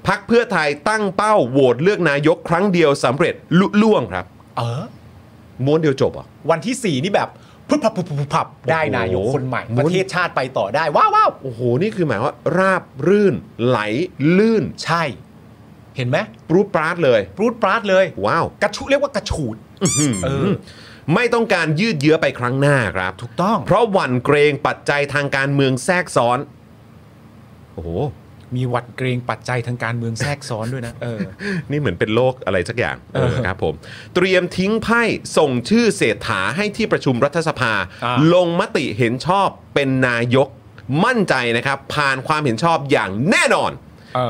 [SPEAKER 1] พักเพื่อไทยตั้งเป้าโหวตเลือกนายกครั้งเดียวสำเร็จลุล่วงครับ
[SPEAKER 7] เออ
[SPEAKER 1] ม้วนเดียวจบเหรอ่ะ
[SPEAKER 7] วันที่ 4 นี่แบบพึบพับพึบพับพึบพับได้นายกคนใหม่
[SPEAKER 1] ม้วน
[SPEAKER 7] ประเทศชาติไปต่อได้ ว้าวว้าว
[SPEAKER 1] โอ้โห นี่คือหมายว่าราบรื่น ไหลลื่น
[SPEAKER 7] ใช่ เห็นไหม
[SPEAKER 1] ปรูดปราดเลย
[SPEAKER 7] ปรูดปราดเลย
[SPEAKER 1] ว้าว
[SPEAKER 7] กระชุเรียกว่ากระฉูด เออ
[SPEAKER 1] ไม่ต้องการยืดเยื้อไปครั้งหน้าครับ
[SPEAKER 7] ถูกต้อง
[SPEAKER 1] เพราะหวั่นเกรงปัจจัยทางการเมืองแทรกซ้อน โอ้โห
[SPEAKER 7] มีหวัดเกรงปัจจัยทางการเมืองแทรกซ้อนด้วยนะเอ อ
[SPEAKER 1] นี่เหมือนเป็นโรคอะไรสัก อย่าง
[SPEAKER 7] เออ
[SPEAKER 1] เออครับผม เตรียมทิ้งไพ่ส่งชื่อเศรษฐาให้ที่ประชุมรัฐสภา
[SPEAKER 7] อ่า
[SPEAKER 1] ลงมติเห็นชอบเป็นนายก มั่นใจนะครับ ผ่านความเห็นชอบอย่างแน่นอน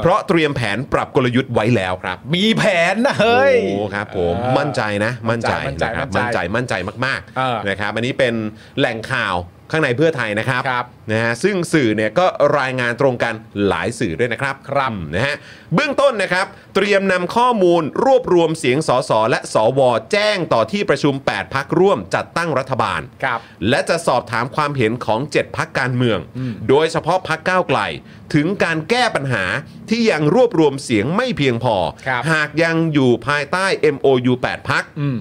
[SPEAKER 1] เพราะเตรียมแผนปรับกลยุทธ์ไว้แล้วครับ
[SPEAKER 7] มีแผนนะเฮ้ย
[SPEAKER 1] โอ้ครับผมมั่นใจนะมั่นใจ
[SPEAKER 7] มั่นใจ
[SPEAKER 1] นะครับ
[SPEAKER 7] มั่
[SPEAKER 1] มั่น
[SPEAKER 7] น
[SPEAKER 1] ใจ
[SPEAKER 7] ใจ
[SPEAKER 1] มั่นใจมาก
[SPEAKER 7] เออ
[SPEAKER 1] ๆนะครับอันนี้เป็นแหล่งข่าวข้างในเพื่อไทยนะครับ
[SPEAKER 7] ครับ
[SPEAKER 1] นะฮะซึ่งสื่อเนี่ยก็รายงานตรงกันหลายสื่อด้วยนะครับ
[SPEAKER 7] ครับ
[SPEAKER 1] อืมนะฮะเบื้องต้นนะครับ เตรียมนำข้อมูลรวบรวมเสียงสสและสวแจ้งต่อที่ประชุม 8 พักร่วมจัดตั้งรัฐบาล
[SPEAKER 7] ครับ
[SPEAKER 1] และจะสอบถามความเห็นของ 7 พักการเมือง โดยเฉพาะพักก้าวไกล ถึงการแก้ปัญหาที่ยังรวบรวมเสียงไม่เพียงพอ
[SPEAKER 7] ครับ
[SPEAKER 1] หากยังอยู่ภายใต้ MOU 8 พัก
[SPEAKER 7] อืม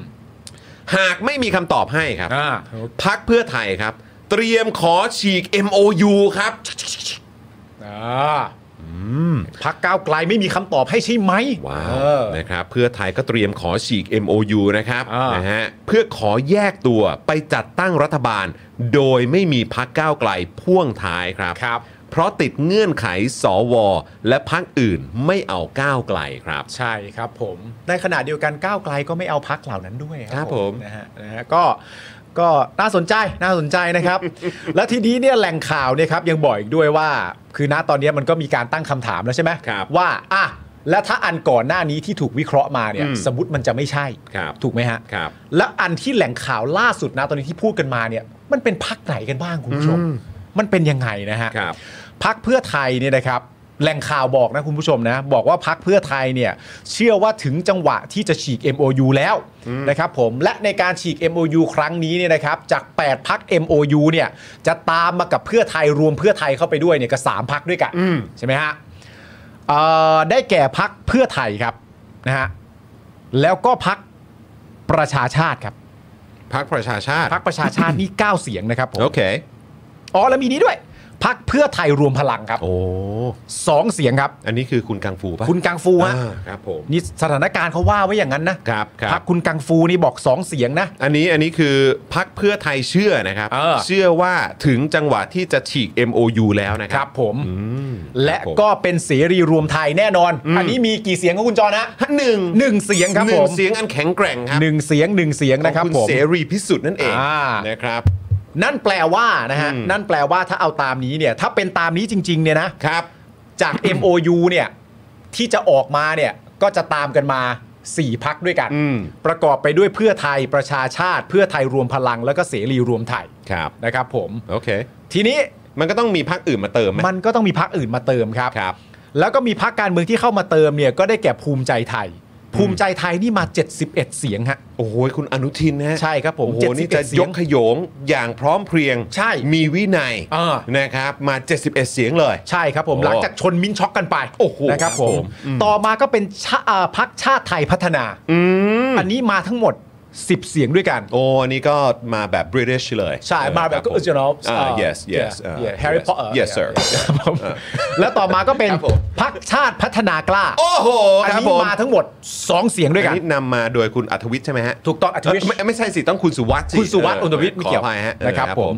[SPEAKER 1] หากไม่มีคำตอบให้ครับ
[SPEAKER 7] อ่า
[SPEAKER 1] พักเพื่อไทยครับ เตรียมขอฉีก MOU ครับ
[SPEAKER 7] อ่าพักก้าวไกลไม่มีคำตอบให้ใช่ไหม
[SPEAKER 1] ว้า
[SPEAKER 7] เอ
[SPEAKER 1] ว
[SPEAKER 7] อ
[SPEAKER 1] นะครับเพื่อไทยก็เตรียมขอฉีก MOU นะครับ
[SPEAKER 7] อ่าน
[SPEAKER 1] นะฮะเพื่อขอแยกตัวไปจัดตั้งรัฐบาล โดยไม่มีพักก้าวไกลพ่วงท้ายครับ
[SPEAKER 7] ครับ
[SPEAKER 1] เพราะติดเงื่อนไขสว และพักอื่นไม่เอาก้าวไกลครับ
[SPEAKER 7] ใช่ครับผม ในขณะเดียวกันก้าวไกลก็ไม่เอาพักเหล่านั้นด้วย
[SPEAKER 1] ครับผม
[SPEAKER 7] นะฮะนะฮะก็ ก็น่าสนใจน่าสนใจนะครับ และทีนี้เนี่ยแหล่งข่าวเนี่ยครับยังบอกอีกด้วยว่า คือณตอนนี้มันก็มีการตั้งคำถามแล้วใช่ไหม
[SPEAKER 1] ครับ
[SPEAKER 7] ว่าอ่ะแล้วถ้าอันก่อนหน้านี้ที่ถูกวิเคราะห์มาเนี่ย
[SPEAKER 1] อืม
[SPEAKER 7] สมมติมันจะไม่ใช่
[SPEAKER 1] ครับ
[SPEAKER 7] ถูกไหมฮะ
[SPEAKER 1] ครับ
[SPEAKER 7] แล้วอันที่แหล่งข่าวล่าสุดนะตอนนี้ที่พูดกันมาเนี่ยมันเป็นพักไหนกันบ้างคุณผู้ชม มันเป็นยังไงนะฮะ
[SPEAKER 1] ครับ
[SPEAKER 7] พักเพื่อไทยเนี่ยนะครับแหล่งข่าวบอกนะคุณผู้ชมนะ บอกว่าพักเพื่อไทยเนี่ยเชื่อว่าถึงจังหวะที่จะฉีก MOU แล้วนะครับผมและในการฉีก MOU ครั้งนี้เนี่ยนะครับจาก 8 พัก MOU เนี่ยจะตามมากับเพื่อไทยรวมเพื่อไทยเข้าไปด้วยเนี่ยก็สามพักด้วยกันใช่ไหมฮะเอ่อได้แก่พักเพื่อไทยครับนะฮะแล้วก็พักประชาชาติครับ
[SPEAKER 1] พักประชาชาติ
[SPEAKER 7] พักประชาชาตินี่ 9 เสียงนะครับผม
[SPEAKER 1] โอเค
[SPEAKER 7] อ๋อแล้วมีนี้ด้วย พักเพื่อไทยรวมพลังครับ
[SPEAKER 1] โอ้
[SPEAKER 7] สองเสียงครับ
[SPEAKER 1] อันนี้คือคุณกังฟูป่ะ
[SPEAKER 7] คุณกังฟูฮะ
[SPEAKER 1] อ่าครับผม
[SPEAKER 7] นี่สถานการณ์เขาว่าไว้อย่างนั้นนะครับ
[SPEAKER 1] ครับ
[SPEAKER 7] พักคุณกังฟูนี่บอก 2 เสียงนะ
[SPEAKER 1] อันนี้อันนี้คือพักเพื่อไทยเชื่อนะครับ
[SPEAKER 7] เออ
[SPEAKER 1] อว่าถึงจังหวะที่จะฉีก MOU แล้วนะค
[SPEAKER 7] ค
[SPEAKER 1] รั
[SPEAKER 7] รั
[SPEAKER 1] บบ
[SPEAKER 7] ผม
[SPEAKER 1] อืม
[SPEAKER 7] และ
[SPEAKER 1] ครับผม
[SPEAKER 7] ก็เป็นเสรีรวมไทยแน่นอน
[SPEAKER 1] อืม
[SPEAKER 7] อันนี้มีกี่เสียงของคุณจอนะ
[SPEAKER 1] หนึ่ง
[SPEAKER 7] หนึ่งเสียงครับ
[SPEAKER 1] หนึ่
[SPEAKER 7] ผ
[SPEAKER 1] ง
[SPEAKER 7] ม
[SPEAKER 1] เสียงอันแข็งแกร่งครับ
[SPEAKER 7] หนึ่งเสียงหนึ่งเสียงนะครับ
[SPEAKER 1] ของณ
[SPEAKER 7] ผม
[SPEAKER 1] เสรีพิสุทธิ์นั่นเอง
[SPEAKER 7] อ่า
[SPEAKER 1] นะครับ
[SPEAKER 7] นั่นแปลว่านะฮะ
[SPEAKER 1] อืม
[SPEAKER 7] นั่นแปลว่าถ้าเอาตามนี้เนี่ยถ้าเป็นตามนี้จริง ๆ เนี่ยนะครับ จาก MOU เนี่ยที่จะออกมาเนี่ยก็จะตามกันมาสี่พักด้วยกัน
[SPEAKER 1] อืม
[SPEAKER 7] ประกอบไปด้วยเพื่อไทยประชาชาติ เพื่อไทยรวมพลังแล้วก็เสรีรวมไทย
[SPEAKER 1] ครับ
[SPEAKER 7] นะครับผม
[SPEAKER 1] โอเค
[SPEAKER 7] ทีนี้
[SPEAKER 1] มันก็ต้องมีพักอื่นมาเติมไหม
[SPEAKER 7] มันก็ต้องมีพักอื่นมาเติมครับ
[SPEAKER 1] ครับ
[SPEAKER 7] แล้วก็มีพักการเมืองที่เข้ามาเติมเนี่ยก็ได้แก่ภูมิใจไทย ภูมิใจไทยนี่มา 71 เสียงฮะ
[SPEAKER 1] โอ้โห คุณอนุทินนะฮะ
[SPEAKER 7] ใช่ครับผม
[SPEAKER 1] โอ้โห
[SPEAKER 7] 71
[SPEAKER 1] นี่จะ
[SPEAKER 7] เสี
[SPEAKER 1] ย
[SPEAKER 7] ยง
[SPEAKER 1] กขยงอย่างพร้อมเพรียง
[SPEAKER 7] ใช่
[SPEAKER 1] มีวินัย
[SPEAKER 7] อ่า
[SPEAKER 1] นะครับ มา 71 เสียงเลย
[SPEAKER 7] ใช่ครับผม
[SPEAKER 1] โอ้
[SPEAKER 7] หลังจากชนมิ้นช็อกกันไป
[SPEAKER 1] โอ้โห
[SPEAKER 7] นะครับ
[SPEAKER 1] ครับ
[SPEAKER 7] ผ
[SPEAKER 1] ผม มอืม
[SPEAKER 7] ต่อมาก็เป็นชะอ่าพักชาติไทยพัฒนา
[SPEAKER 1] อืม
[SPEAKER 7] อันนี้มาทั้งหมด 10 เสียงด้วยกัน
[SPEAKER 1] โอ้อันนี้ก็มาแบบ British เลย
[SPEAKER 7] ใช่มาแบบ
[SPEAKER 1] ครั
[SPEAKER 7] ก็เออ you know
[SPEAKER 1] อ่า
[SPEAKER 7] เอ่อ
[SPEAKER 1] yes yes
[SPEAKER 7] yeah,
[SPEAKER 1] อ่า
[SPEAKER 7] yeah, Harry
[SPEAKER 1] yes.
[SPEAKER 7] Potter
[SPEAKER 1] yes sir
[SPEAKER 7] ครับผมแล้วต่อมาก็เป็น
[SPEAKER 1] ครับผม
[SPEAKER 7] พักชาติพัฒนากล้า
[SPEAKER 1] โอ้โห
[SPEAKER 7] อัน
[SPEAKER 1] ครับ
[SPEAKER 7] นี้
[SPEAKER 1] ผม
[SPEAKER 7] มาทั้งหมด 2 เสียงด้วย
[SPEAKER 1] อั
[SPEAKER 7] กันน
[SPEAKER 1] นี้นำมาโดยคุณอัธวิทย์ใช่ไหมฮะ
[SPEAKER 7] ถูกต้องอธิวิช
[SPEAKER 1] เไม่ไม่ใช่สิ ต้องคุณสุวัสดิ์สิ
[SPEAKER 7] คุณสุวัสดิ์
[SPEAKER 1] เ
[SPEAKER 7] อุตวิทย์ไม่เกี่ยว
[SPEAKER 1] ขออภัยฮะ
[SPEAKER 7] นะครับ
[SPEAKER 1] เออ
[SPEAKER 7] ผม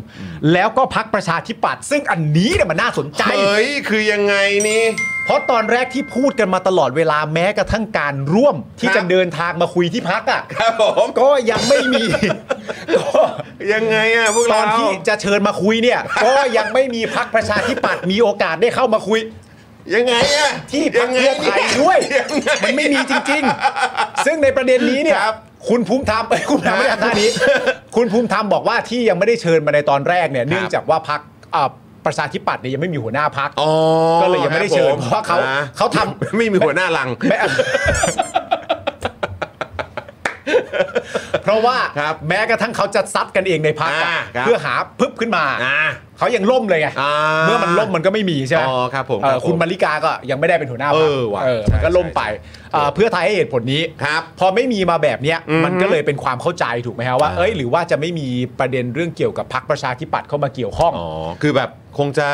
[SPEAKER 7] แล้วก็พักประชาธิปัตย์ซึ่งอันนี้เนี่ยมันน่าสนใจ
[SPEAKER 1] เฮ้ย คือยังไงนี่
[SPEAKER 7] เพราะตอนแรกที่พูดกันมาตลอดเวลาแม้กระทั่งการร่วมที่
[SPEAKER 1] ครับ
[SPEAKER 7] จะเดินทางมาคุยที่พักอ่ะ
[SPEAKER 1] ครับผม
[SPEAKER 7] ก็ยังไม่มี ก็
[SPEAKER 1] ยังไงอ่ะพวก
[SPEAKER 7] ต
[SPEAKER 1] เรา
[SPEAKER 7] อนที่จะเชิญมาคุยเนี่ย ก็ยังไม่มีพักประชาธิปัตย์มีโอกาสได้เข้ามาคุย
[SPEAKER 1] ยังไงอ่ะ
[SPEAKER 7] ที่พักเพื่อไทยด้วย
[SPEAKER 1] งง
[SPEAKER 7] มันไม่มีจริงๆ ซึ่งในประเด็นนี้เนี่ย
[SPEAKER 1] ครับ
[SPEAKER 7] คุณภูมิธรรมเอ้ยคุณภูมิธรรมไม่ได้ทำท่านี้ คุณภูมิธรรมบอกว่าที่ยังไม่ได้เชิญมาในตอนแรกเนี่ยเนื่องจากว่าพักประชาธิปัตย์เนี่ยยังไม่มีหัวหน้าพัก
[SPEAKER 1] อ๋อ
[SPEAKER 7] ก็เลยยังไม่ได้เชิญ
[SPEAKER 1] คบ
[SPEAKER 7] เพราะว่าเขา
[SPEAKER 1] อ่
[SPEAKER 7] เขาทำ
[SPEAKER 1] ไม่มีหัวหน้าลัง
[SPEAKER 7] เพราะว่า
[SPEAKER 1] ครับ
[SPEAKER 7] แม้กระทั่งเขาจะซัดกันเองในพัก
[SPEAKER 1] อ่าครับ
[SPEAKER 7] เพื่อหาพึบขึ้นมา
[SPEAKER 1] อ่า
[SPEAKER 7] เขายังล่มเลยไง
[SPEAKER 1] อ่า
[SPEAKER 7] เมื่อมันล่มมันก็ไม่มีใช่ไหม
[SPEAKER 1] อ๋อครับผม
[SPEAKER 7] เอ่
[SPEAKER 1] ค
[SPEAKER 7] อ
[SPEAKER 1] รับผม
[SPEAKER 7] คุณมาริกาก็ยังไม่ได้เป็นหัวหน้าพรรค
[SPEAKER 1] เออว่ะ
[SPEAKER 7] เออมันก็
[SPEAKER 1] ใช่
[SPEAKER 7] ล่มไป
[SPEAKER 1] ใช่
[SPEAKER 7] เอ่อเพื่อไทยให้เหตุผลนี้
[SPEAKER 1] ครับ
[SPEAKER 7] พอไม่มีมาแบบเนี้ย
[SPEAKER 1] อืม
[SPEAKER 7] มันก็เลยเป็นความเข้าใจถูกไหมฮะว่า
[SPEAKER 1] อ่า
[SPEAKER 7] เอ้ยหรือว่าจะไม่มีประเด็นเรื่องเกี่ยวกับพรรคประชาธิปัตย์เข้ามาเกี่ยวข้อง
[SPEAKER 1] อ๋อ คือแบบคงจะ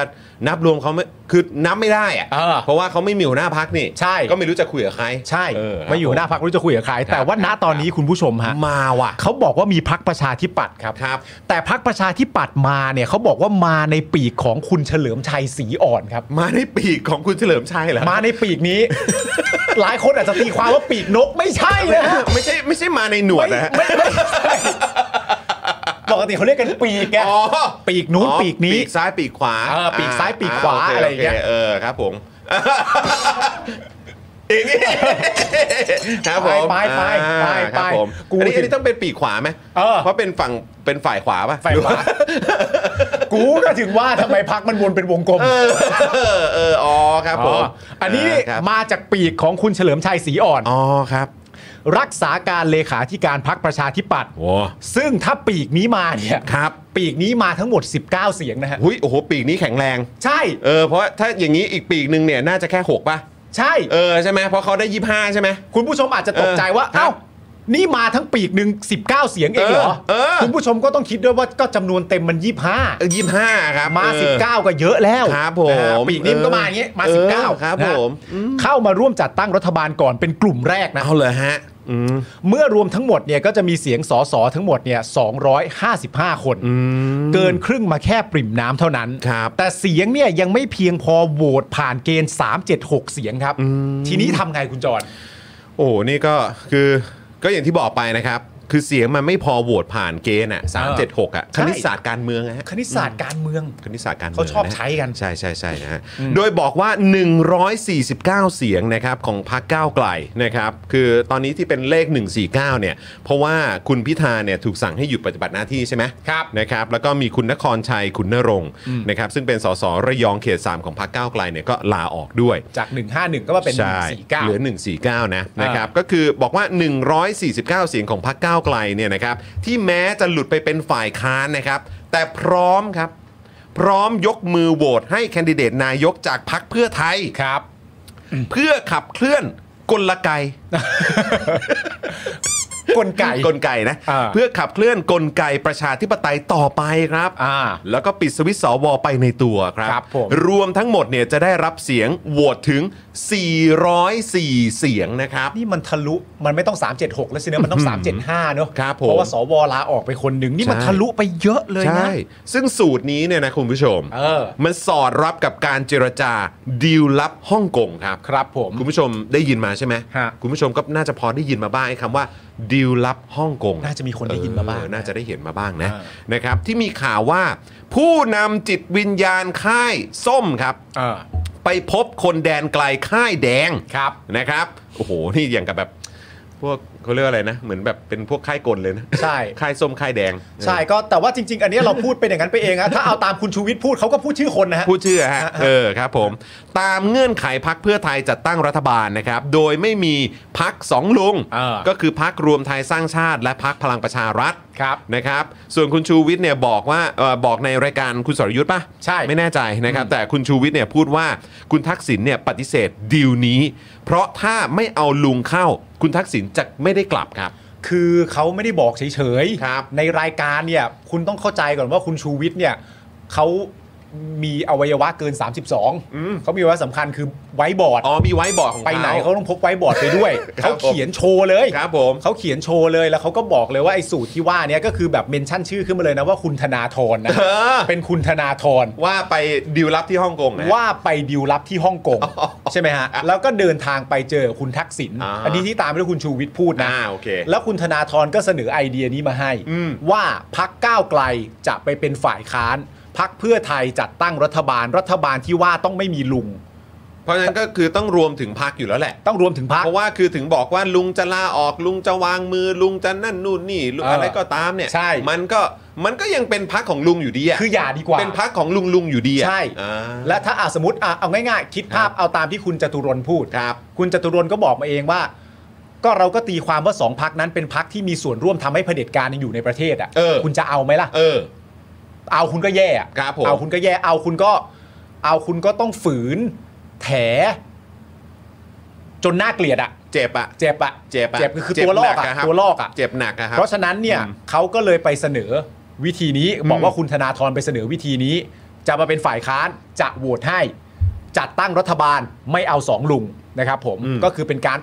[SPEAKER 1] นับรวมเขาไม่ คือนับไม่ได้อ่ะ
[SPEAKER 7] เออ
[SPEAKER 1] เพราะว่าเขาไม่มีหัวหน้าพักนี่
[SPEAKER 7] ใช่
[SPEAKER 1] ก็ไม่รู้จะคุยกับใคร
[SPEAKER 7] ใช่
[SPEAKER 1] เออครับ
[SPEAKER 7] ไม่อยู่หน้าพักรู้จะคุยกับใคร
[SPEAKER 1] ครับ
[SPEAKER 7] แต่ว่าณตอนนี้
[SPEAKER 1] ครับ
[SPEAKER 7] คุณผู้ชมฮะ
[SPEAKER 1] มาว่ะ
[SPEAKER 7] เขาบอกว่ามีพักประชาธิปัตย์ครับ
[SPEAKER 1] ครับ
[SPEAKER 7] แต่พักประชาธิปัตย์มาเนี่ยเขาบอกว่ามาในปีกของคุณเฉลิมชัยศรีอ่อนครับ
[SPEAKER 1] มาในปีกของคุณเฉลิมชัยเหรอ
[SPEAKER 7] มาในปีก นี้ หลายคนอาจจะตีความว่าปีกนกไม่ใช่นะฮะ
[SPEAKER 1] ไม่ใช่ไม่ใช่มาในหนวดนะฮะ
[SPEAKER 7] ไม่ไม่ใช่ปกติเขาเรียกกันปีกแก
[SPEAKER 1] อ๋อ
[SPEAKER 7] ปีกนู้น
[SPEAKER 1] อ๋อ
[SPEAKER 7] ปีกนี้
[SPEAKER 1] ปีกซ้ายปีกขวา
[SPEAKER 7] เออปีกซ้ายปีกขวา
[SPEAKER 1] โค
[SPEAKER 7] อะไรอย่างเงี้ย
[SPEAKER 1] โคเออครับ ผมอีกนี่ครับผม
[SPEAKER 7] ไปไปไป
[SPEAKER 1] อ่าค
[SPEAKER 7] ไป
[SPEAKER 1] รับผม
[SPEAKER 7] กู
[SPEAKER 1] อันนี้อัน
[SPEAKER 7] ถึ
[SPEAKER 1] นี้
[SPEAKER 7] ง
[SPEAKER 1] ต้องเป็นปีกขวาไหม
[SPEAKER 7] เออ
[SPEAKER 1] ราะเป็นฝั่งเป็นฝ่ายขวา ป่ะ
[SPEAKER 7] ไฟฟ้ากูก็ถึงว่าทำไมพักมันวนเป็นวงกลม
[SPEAKER 1] เออเออเอออ๋อครับผม
[SPEAKER 7] อ๋ออันนี้
[SPEAKER 1] าครับ
[SPEAKER 7] มาจากปีกของคุณเฉลิมชัยศรีอ่อน
[SPEAKER 1] อ๋อครับ
[SPEAKER 7] รักษาการเลขาธิการพักประชาธิปัตย์
[SPEAKER 1] โว้
[SPEAKER 7] ซึ่งถ้าปีกนี้มาเนี่ย
[SPEAKER 1] ครับ
[SPEAKER 7] ปีกนี้มาทั้งหมด 19 เสียงนะฮะ
[SPEAKER 1] หุยโอ้โหปีกนี้แข็งแรง
[SPEAKER 7] ใช่
[SPEAKER 1] เออเพราะถ้าอย่างนี้อีกปีกหนึ่งเนี่ยน่าจะแค่หกป่ะ
[SPEAKER 7] ใช่
[SPEAKER 1] เออใช่ไหมเพราะเขาได้ 25 ใช่ไหม
[SPEAKER 7] คุณผู้ชมอาจจะตกใจว่า
[SPEAKER 1] เออครับ
[SPEAKER 7] เอ้า นี่มาทั้งปีกหนึ่ง19 เสียงเองเหรอ
[SPEAKER 1] เออเออ
[SPEAKER 7] คุณผู้ชมก็ต้องคิดด้วยว่าก็จำนวนเต็มมัน 25
[SPEAKER 1] ยี่ห้าครับ
[SPEAKER 7] มา
[SPEAKER 1] เออ
[SPEAKER 7] 19 ก็เยอะแล้ว
[SPEAKER 1] ครับผม
[SPEAKER 7] นะฮะปีกนี้มันก็มาอย่างเงี้ยมา
[SPEAKER 1] เออ
[SPEAKER 7] 19
[SPEAKER 1] ครับ
[SPEAKER 7] นะฮะ
[SPEAKER 1] ผม
[SPEAKER 7] เข้ามาร่วมจัดตั้งรัฐบาลก่อนเป็นกลุ่มแรกนะ
[SPEAKER 1] เอาเลยฮะ อืม
[SPEAKER 7] เมื่อรวมทั้งหมดเนี่ยก็จะมีเสียงสอสอทั้งหมดเนี่ย255 คน เกินครึ่งมาแค่ปริ่มน้ำเท่านั้น
[SPEAKER 1] ครับ
[SPEAKER 7] แต่เสียงเนี่ยยังไม่เพียงพอโหวตผ่านเกณฑ์ 376 เสียงครับ ทีนี้ทำไงคุณจอน
[SPEAKER 1] โอ้โหนี่ก็คือก็อย่างที่บอกไปนะครับ คือเสียงมันไม่พอโหวตผ่านเกณฑ์อ่ะสามเจ็ดหกอ่ะค
[SPEAKER 7] ใช่
[SPEAKER 1] ณิตศาสตร์การเมืองอะฮะ
[SPEAKER 7] คณิตศาสตร์การเมือง
[SPEAKER 1] คณิตศาสตร์การเมือง
[SPEAKER 7] เขาชอบ
[SPEAKER 1] นะ
[SPEAKER 7] ใช้กัน
[SPEAKER 1] ใช่ใช่ใช่นะฮะ โดยบอกว่า 149 เสียงนะครับของพรรคก้าวไกลนะครับ คือตอนนี้ที่เป็นเลข 149 เนี่ย เพราะว่าคุณพิธาเนี่ยถูกสั่งให้หยุดปฏิบัติหน้าที่ใช่ไหมครับนะครับ แล้วก็มีคุณนครชัย ขุนนรงค์นะครับ ซึ่งเป็นสสระยองเขต 3 ของพรรคก้าวไกลเนี่ยก็ลาออกด้วย
[SPEAKER 7] จาก 151 ก็มาเป็น
[SPEAKER 1] ใช่เหลือ
[SPEAKER 7] 149
[SPEAKER 1] 149 นะนะครับก็คือบอกว่า 149 เสียงของพรรคก้าวไกลเนี่ยนะครับที่แม้จะหลุดไปเป็นฝ่ายค้านนะครับ แต่พร้อมครับ พร้อมยกมือโหวตให้แคนดิเดตนายกจากพรรคเพื่อไทยครับ เพื่อขับเคลื่อนกลไก
[SPEAKER 7] กลไก
[SPEAKER 1] กลไกนะ
[SPEAKER 7] อ่า
[SPEAKER 1] เพื่อขับเคลื่อนกลไกประชาธิปไตยต่อไปครับ
[SPEAKER 7] อ่า
[SPEAKER 1] แล้วก็ปิดสวิตช์สวไปในตัวครับ
[SPEAKER 7] ครับผม
[SPEAKER 1] รวมทั้งหมดเนี่ยจะได้รับเสียงโหวตถึง 404 เสียงนะครับ
[SPEAKER 7] นี่มันทะลุ มันไม่ต้อง 376 แล้วสิเนอะมันต้อง 375 เนอะ
[SPEAKER 1] ครับผม
[SPEAKER 7] เพราะว่าสวลาออกไปคนหนึ่งนี่มันทะลุไปเยอะเลย
[SPEAKER 1] ใช่
[SPEAKER 7] นะ
[SPEAKER 1] ซึ่งสูตรนี้เนี่ยนะคุณผู้ชม
[SPEAKER 7] เออ
[SPEAKER 1] มันสอดรับกับการเจรจาดีลลับฮ่องกงครับ
[SPEAKER 7] ครับผม
[SPEAKER 1] คุณผู้ชมได้ยินมาใช่ไหม
[SPEAKER 7] ฮะ
[SPEAKER 1] คุณผู้ชมก็น่าจะพอได้ยินมาบ้างไอ้คำว่าดีลลับฮ่องกง
[SPEAKER 7] น่าจะมีคนได้ยินมาบ้าง
[SPEAKER 1] เออน่าจะได้เห็นมาบ้างนะ
[SPEAKER 7] อ่า
[SPEAKER 1] นะครับที่มีข่าวว่า ผู้นำจิตวิญญาณค่ายส้มครับ
[SPEAKER 7] เออ
[SPEAKER 1] ไปพบคนแดนไกลค่ายแดง
[SPEAKER 7] ครับ
[SPEAKER 1] นะครับ โอ้โห นี่อย่างกับแบบ พวกเขาเรียกว่าอะไรนะ เหมือนแบบเป็นพวกค่ายกลเลยนะ
[SPEAKER 7] ใช่
[SPEAKER 1] ค่ายส้มค่ายแดง
[SPEAKER 7] ใช่ก็แต่ว่าจริง ๆ อันเนี้ยเราพูดเป็นอย่างนั้นไปเองนะถ้าเอาตามคุณชูวิทย์พูดเขาก็พูดชื่อคนนะฮะ
[SPEAKER 1] พูดชื่อฮะ เออครับผม ตามเงื่อนไขพักเพื่อไทยจัดตั้งรัฐบาลนะครับ โดยไม่มีพักสองลุง
[SPEAKER 7] เออ
[SPEAKER 1] ก็คือพักรวมไทยสร้างชาติ และพักพลังประชารัฐ
[SPEAKER 7] ครับ
[SPEAKER 1] นะครับส่วนคุณชูวิทย์เนี่ยบอกว่าเออบอกในรายการคุณสรยุทธ์ป่ะ
[SPEAKER 7] ใช่
[SPEAKER 1] ไม่แน่ใจนะครับ แต่คุณชูวิทย์เนี่ยพูดว่าคุณทักษิณเนี่ยปฏิเสธดีลนี้ เพราะถ้าไม่เอาลุงเข้า คุณทักษิณจะไม่ได้กลับครับ
[SPEAKER 7] คือเขาไม่ได้บอกเฉย
[SPEAKER 1] ครับ
[SPEAKER 7] ในรายการเนี่ยคุณต้องเข้าใจก่อนว่าคุณชูวิทย์เนี่ยเขามีอวัยวะเกิน 32เขามีอวัยวะสำคัญคือไว้บอร์ด
[SPEAKER 1] อ๋อมีไว้บอร์ดของ
[SPEAKER 7] ไปไหนเขา
[SPEAKER 1] เขา
[SPEAKER 7] ต้องพกไว้บอร์ดไป ด้วย
[SPEAKER 1] ครับ
[SPEAKER 7] เขาเขียนโชว์เลย
[SPEAKER 1] ครับผม
[SPEAKER 7] เขาเขียนโชว์เลยแล้วเขาก็บอกเลยว่าไอ้สูตรที่ว่าเนี้ยก็คือแบบเมนชั่นชื่อขึ้นมาเลยนะว่าคุณธนาธ รนะ
[SPEAKER 1] เออ
[SPEAKER 7] เป็นคุณธนาธร
[SPEAKER 1] ว่าไปดีลลับที่ฮ่องกงนะ
[SPEAKER 7] ว่าไปดิวลับที่ฮ่องกง
[SPEAKER 1] อ๋อ
[SPEAKER 7] ใช่ไหมฮะแล้วก็เดินทางไปเจอคุณทักษิณ
[SPEAKER 1] อ่า
[SPEAKER 7] อันนี้ที่ตามไปด้วยคุณชูวิทย์พูดนะ
[SPEAKER 1] อ่าโอเค
[SPEAKER 7] แล้วคุณธนาธรก็เสนอไอเดียนี้มาให้
[SPEAKER 1] อืม
[SPEAKER 7] ว่าพักก้าวไกลจะไปเป็นฝ่ายค้านพักเพื่อไทยจัดตั้งรัฐบาลรัฐบาลที่ว่าต้องไม่มีลุง
[SPEAKER 1] เพราะฉะนั้นก็คือต้องรวมถึงพักอยู่แล้วแหละ
[SPEAKER 7] ต้องรวมถึงพัก
[SPEAKER 1] เพราะว่าคือถึงบอกว่าลุงจะลาออกลุงจะวางมือลุงจะนั่นนู่นนี่ลุง
[SPEAKER 7] เอออ
[SPEAKER 1] อะไรก็ตามเนี่ย
[SPEAKER 7] ใช่
[SPEAKER 1] มันก็มันก็ยังเป็นพักของลุงอยู่ดีอะ
[SPEAKER 7] คืออย่าดีกว่า
[SPEAKER 1] เป็นพักของลุงลุงอยู่ดีอะ
[SPEAKER 7] ใช่
[SPEAKER 1] อ่า
[SPEAKER 7] และถ้าอ่ะสมมติอ่ะเอาง่ายๆ คิดภาพเอาตามที่คุณจตุรนต์พูด
[SPEAKER 1] ครับ
[SPEAKER 7] คุณจตุรนต์ก็บอกมาเองว่า ก็เราก็ตีความว่าสองพักนั้นเป็นพักที่มีส่วนร่วมทำให้เผด็จการยังอยู่ในประเทศอ่ะ
[SPEAKER 1] เออ
[SPEAKER 7] คุณจะเอาไหมล่ะ
[SPEAKER 1] เออ
[SPEAKER 7] เอาคุณก็แย่อะ
[SPEAKER 1] ครับผม
[SPEAKER 7] เอาคุณก็แย่ เอาคุณก็ เอาคุณก็ต้องฝืน แถ จนน่าเกลียดอ่ะ
[SPEAKER 1] เจ็บอะ
[SPEAKER 7] เจ็บอ่ะ
[SPEAKER 1] เจ็บอะ
[SPEAKER 7] เจ็บคือตัวลอก
[SPEAKER 1] เจ็บหนั
[SPEAKER 7] อ่ะ
[SPEAKER 1] ครับ
[SPEAKER 7] ตัวลอกอ่ะ
[SPEAKER 1] เจ็บหนักอะครับ
[SPEAKER 7] เพราะฉะนั้นเนี่ย
[SPEAKER 1] อืม
[SPEAKER 7] เขาก็เลยไปเสนอวิธีนี้บอกว่าคุณธนาธรไปเสนอวิธีนี้ จะมาเป็นฝ่ายค้านจะโหวตให้ จัดตั้งรัฐบาลไม่เอาสองลุงนะครับผม
[SPEAKER 1] อืม
[SPEAKER 7] ก็คือเป็นการ